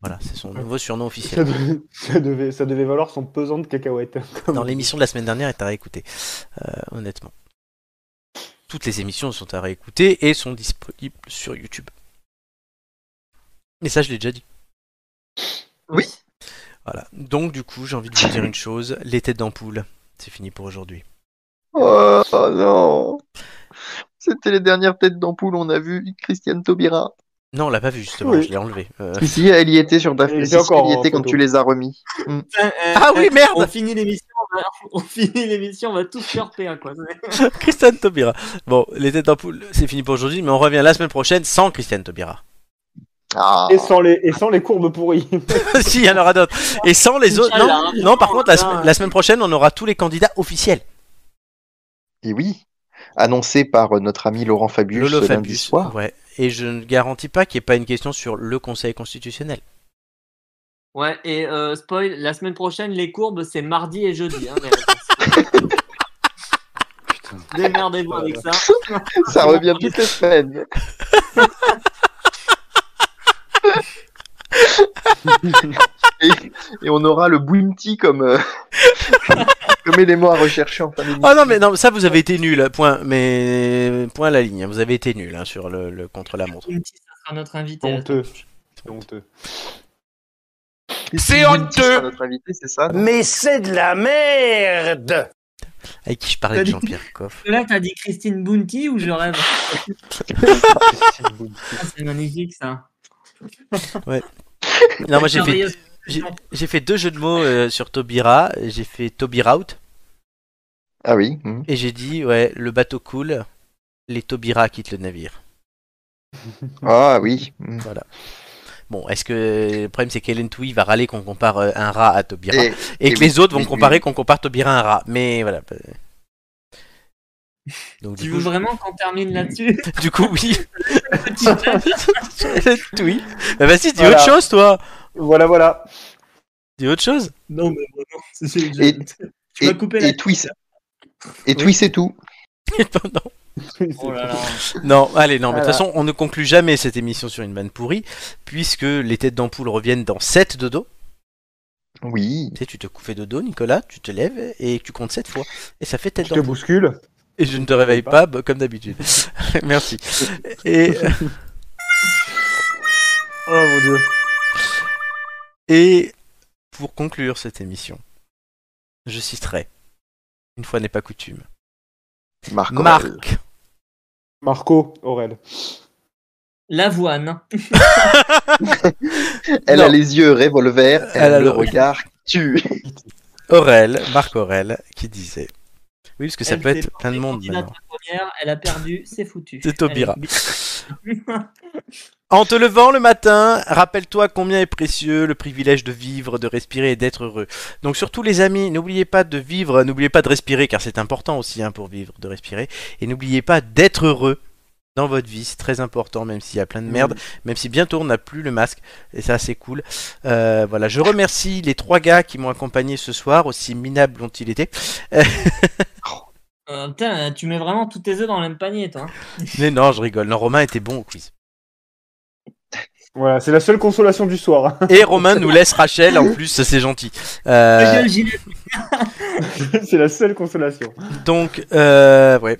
[SPEAKER 1] Voilà, c'est son nouveau surnom
[SPEAKER 2] Ça
[SPEAKER 1] officiel.
[SPEAKER 2] devait, ça devait- ça devait valoir son pesant de cacahuètes.
[SPEAKER 1] Dans l'émission de la semaine dernière, est à réécouter. euh, honnêtement. Toutes les émissions sont à réécouter et sont disponibles sur YouTube. Mais ça, je l'ai déjà dit.
[SPEAKER 3] Oui.
[SPEAKER 1] Voilà. Donc, du coup, j'ai envie de vous dire une chose. Les têtes d'ampoule, c'est fini pour aujourd'hui.
[SPEAKER 4] Oh, non Oh, C'était les dernières têtes d'ampoule, on a vu Christiane Taubira.
[SPEAKER 1] Non, on l'a pas vu justement,
[SPEAKER 4] Oui.
[SPEAKER 1] je l'ai enlevé. Euh,
[SPEAKER 4] Ici, elle y était sur ta
[SPEAKER 1] Elle était
[SPEAKER 4] si, si,
[SPEAKER 1] encore
[SPEAKER 4] elle y
[SPEAKER 1] en
[SPEAKER 4] était quand
[SPEAKER 1] photo.
[SPEAKER 4] tu les as remis. Mm.
[SPEAKER 1] Ah oui, merde
[SPEAKER 8] On finit l'émission, on, va- on finit l'émission, on va tous flirter, hein, quoi.
[SPEAKER 1] Christiane Taubira. Bon, les têtes d'ampoule, c'est fini pour aujourd'hui, mais on revient la semaine prochaine sans Christiane Taubira.
[SPEAKER 4] Ah.
[SPEAKER 2] Et, sans les, et sans les courbes pourries.
[SPEAKER 1] si, il y en aura d'autres. Et sans les autres.
[SPEAKER 2] Inch'Allah,
[SPEAKER 1] Non,
[SPEAKER 2] hein.
[SPEAKER 1] non, par contre, la, semaine-
[SPEAKER 2] hein.
[SPEAKER 1] la semaine prochaine, on aura tous les candidats officiels.
[SPEAKER 4] Et oui, annoncé par euh, notre ami Laurent Fabius
[SPEAKER 1] Lolo
[SPEAKER 4] euh, lundi
[SPEAKER 1] Fabius.
[SPEAKER 4] soir.
[SPEAKER 1] Ouais. Et je ne garantis pas qu'il n'y ait pas une question sur le Conseil constitutionnel.
[SPEAKER 8] Ouais, et euh, spoil, la semaine prochaine, les courbes, c'est mardi et jeudi. Hein, les réponses. Démerdez-vous avec ça.
[SPEAKER 4] Ça revient toutes les semaines. et, et on aura le Bounty comme, euh, comme élément à rechercher en fin d'émission.
[SPEAKER 1] Oh non, mais non, ça, vous avez été nul. Point, mais... point à la ligne. hein. Vous avez été nul hein, sur le, le contre-la-montre.
[SPEAKER 8] Ça sera notre invité.
[SPEAKER 2] Honteux. C'est honteux.
[SPEAKER 1] Ah,
[SPEAKER 4] C'est honteux. Notre invité, c'est ça.
[SPEAKER 12] Mais c'est de la merde
[SPEAKER 1] Avec qui je parlais
[SPEAKER 8] T'as
[SPEAKER 1] de
[SPEAKER 8] dit-
[SPEAKER 1] Jean-Pierre Coff.
[SPEAKER 8] Là, t'as dit Christine Bounty ou je rêve Ah, C'est magnifique ça.
[SPEAKER 1] Ouais. Non, moi j'ai fait,
[SPEAKER 8] Merveilleuse
[SPEAKER 1] j'ai- j'ai fait deux jeux de mots euh, sur Tobira. J'ai fait Tobira out.
[SPEAKER 4] Ah oui.
[SPEAKER 1] Et j'ai dit, ouais, le bateau coule, les Tobira quittent le navire.
[SPEAKER 4] Ah oui.
[SPEAKER 1] Voilà. Bon, est-ce que le problème c'est qu'Hélène Touy va râler qu'on compare euh, un rat à Tobira
[SPEAKER 4] Et-
[SPEAKER 1] et,
[SPEAKER 4] et
[SPEAKER 1] que les
[SPEAKER 4] oui,
[SPEAKER 1] autres
[SPEAKER 4] oui,
[SPEAKER 1] vont
[SPEAKER 4] oui.
[SPEAKER 1] comparer qu'on compare Tobira à un rat. Mais voilà. Donc,
[SPEAKER 8] Tu
[SPEAKER 1] du
[SPEAKER 8] veux
[SPEAKER 1] coup, je-
[SPEAKER 8] vraiment qu'on termine là-dessus
[SPEAKER 1] Du coup, oui.
[SPEAKER 8] Petite
[SPEAKER 1] blague. oui. Bah vas-y, dis
[SPEAKER 2] Voilà.
[SPEAKER 1] autre chose, toi.
[SPEAKER 2] Voilà, voilà.
[SPEAKER 1] Dis autre chose.
[SPEAKER 8] Non, mais vraiment, c'est- c'est-
[SPEAKER 4] Et,
[SPEAKER 8] tu vas couper la-
[SPEAKER 4] et Twist. Et Twist, c'est tout.
[SPEAKER 8] Oh là là.
[SPEAKER 1] Non, allez, non, mais de toute
[SPEAKER 4] Voilà.
[SPEAKER 1] façon, on ne conclut jamais cette émission sur une vanne pourrie, puisque les têtes d'ampoule reviennent dans 7 dodo.
[SPEAKER 4] Oui.
[SPEAKER 1] Tu sais, tu te couffes dodo, Nicolas, tu te lèves et tu comptes 7 fois. Et ça fait tête
[SPEAKER 2] Je te
[SPEAKER 1] d'ampoule.
[SPEAKER 2] bouscule.
[SPEAKER 1] Et je ne te réveille pas, bah, comme d'habitude. Merci. Et,
[SPEAKER 2] Oh mon dieu.
[SPEAKER 1] et pour conclure cette émission, je citerai, une fois n'est pas coutume,
[SPEAKER 4] Marc. Aurèle.
[SPEAKER 1] Marc.
[SPEAKER 2] Marco Aurel.
[SPEAKER 8] L'avoine.
[SPEAKER 4] Elle a
[SPEAKER 1] Non.
[SPEAKER 4] les yeux revolver, elle, a le regard tu.
[SPEAKER 1] Aurel, Marc Aurel, qui disait. Oui, parce que ça
[SPEAKER 8] Elle
[SPEAKER 1] peut
[SPEAKER 8] s'est
[SPEAKER 1] être plein de monde
[SPEAKER 8] La
[SPEAKER 1] maintenant.
[SPEAKER 8] première, elle a perdu, c'est foutu.
[SPEAKER 1] C'est Taubira.
[SPEAKER 8] Elle
[SPEAKER 1] En te levant le matin, rappelle-toi combien est précieux le privilège de vivre, de respirer et d'être heureux. Donc surtout les amis, n'oubliez pas de vivre, n'oubliez pas de respirer, car c'est important aussi hein, pour vivre, de respirer. Et n'oubliez pas d'être heureux dans votre vie, c'est très important, même s'il y a plein de merde, même si bientôt on n'a plus le masque, et ça c'est cool. Euh, voilà, je remercie les trois gars qui m'ont accompagné ce soir, aussi minables ont-ils été.
[SPEAKER 8] Euh, putain, tu mets vraiment tous tes œufs dans le même panier, toi. hein.
[SPEAKER 1] Mais non, je rigole, non, Romain était bon au quiz.
[SPEAKER 2] Voilà, c'est la seule consolation du soir.
[SPEAKER 1] Et Romain nous laisse Rachel en plus, ça, c'est gentil.
[SPEAKER 8] Ta
[SPEAKER 1] Euh,
[SPEAKER 8] gueule, Gilles.
[SPEAKER 2] hein. c'est la seule consolation.
[SPEAKER 1] donc, euh, ouais.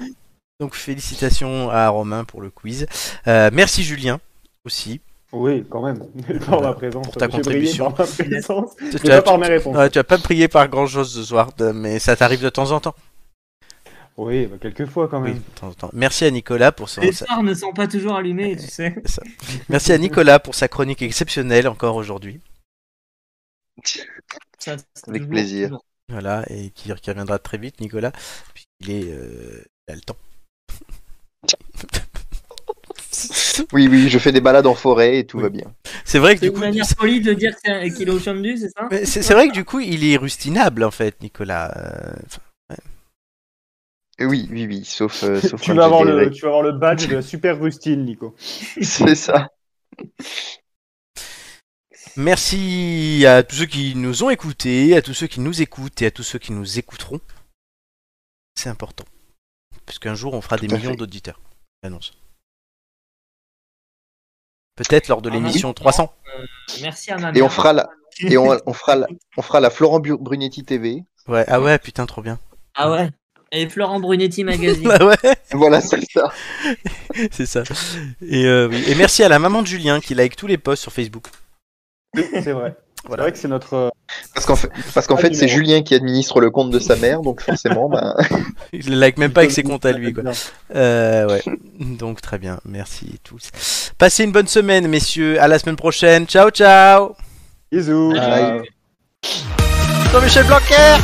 [SPEAKER 1] Donc, félicitations à Romain pour le quiz. Euh, merci Julien aussi.
[SPEAKER 2] Oui, quand même. Par ma présence.
[SPEAKER 1] Pour ta
[SPEAKER 2] j'ai brillé
[SPEAKER 1] contribution.
[SPEAKER 2] Par ma présence. mais
[SPEAKER 1] Tu
[SPEAKER 2] pas
[SPEAKER 1] as-
[SPEAKER 2] par mes réponses.
[SPEAKER 1] Ouais, tu as pas prié par grand chose ce soir, de- mais ça t'arrive de temps en temps.
[SPEAKER 2] Oui, bah, quelques fois quand
[SPEAKER 1] Oui,
[SPEAKER 2] même.
[SPEAKER 1] de temps en temps. Merci à Nicolas pour son.
[SPEAKER 8] Les
[SPEAKER 1] sa-
[SPEAKER 8] phares ne sont pas toujours allumés, tu sais.
[SPEAKER 1] ça. Merci à Nicolas pour sa chronique exceptionnelle encore aujourd'hui.
[SPEAKER 8] Ça, c'est
[SPEAKER 4] Avec
[SPEAKER 8] toujours-
[SPEAKER 4] plaisir.
[SPEAKER 8] toujours.
[SPEAKER 1] Voilà, et qui, qui reviendra très vite, Nicolas, puisqu'il est, euh, il a le temps.
[SPEAKER 4] Oui, oui, je fais des balades en forêt et tout va bien.
[SPEAKER 1] C'est vrai que
[SPEAKER 8] C'est
[SPEAKER 1] du
[SPEAKER 8] une
[SPEAKER 1] coup,
[SPEAKER 8] manière polie de dire que c'est un- qu'il est au Chandu, c'est ça
[SPEAKER 1] Mais C'est c'est vrai que du coup, il est rustinable en fait, Nicolas. Euh, enfin,
[SPEAKER 4] Et Oui, oui, oui, sauf. euh, sauf
[SPEAKER 2] Tu
[SPEAKER 4] quand
[SPEAKER 2] vas,
[SPEAKER 4] j'ai
[SPEAKER 2] avoir
[SPEAKER 4] des
[SPEAKER 2] le,
[SPEAKER 4] règles.
[SPEAKER 2] tu vas avoir le badge de la super rustine, Nico.
[SPEAKER 4] C'est ça.
[SPEAKER 1] Merci à tous ceux qui nous ont écoutés, à tous ceux qui nous écoutent et à tous ceux qui nous écouteront. C'est important. Parce qu'un jour, on fera des
[SPEAKER 4] à
[SPEAKER 1] millions
[SPEAKER 4] fait.
[SPEAKER 1] d'auditeurs. Annonce. Peut-être lors de
[SPEAKER 8] En
[SPEAKER 1] l'émission
[SPEAKER 8] attendant,
[SPEAKER 1] 300.
[SPEAKER 8] euh, merci à ma
[SPEAKER 4] Et
[SPEAKER 8] mère.
[SPEAKER 4] on fera la. Et on, on fera la, on fera la Florent Bu- Brunetti TV.
[SPEAKER 1] Ouais, ah ouais, putain, trop bien.
[SPEAKER 8] Ah ouais. Et Florent Brunetti Magazine.
[SPEAKER 1] Ah ouais,
[SPEAKER 4] Voilà, c'est ça.
[SPEAKER 1] c'est ça. Et, euh, oui. Et merci à la maman de Julien qui like tous les posts sur Facebook.
[SPEAKER 2] C'est vrai.
[SPEAKER 1] Voilà.
[SPEAKER 2] C'est vrai que c'est notre. euh,
[SPEAKER 4] Parce qu'en fait, parce qu'en
[SPEAKER 2] Ah,
[SPEAKER 4] fait
[SPEAKER 2] numéro.
[SPEAKER 4] c'est Julien qui administre le compte de sa mère, donc forcément, bah,
[SPEAKER 1] Il ne like même pas avec ses comptes à lui. Quoi. Euh, ouais. Donc très bien, merci tous. Passez une bonne semaine, messieurs. À la semaine prochaine. Ciao, ciao.
[SPEAKER 2] Bisous.
[SPEAKER 1] Bye. Jean-Michel Blanquer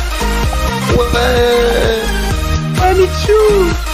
[SPEAKER 4] Ouais
[SPEAKER 5] Allez, tchou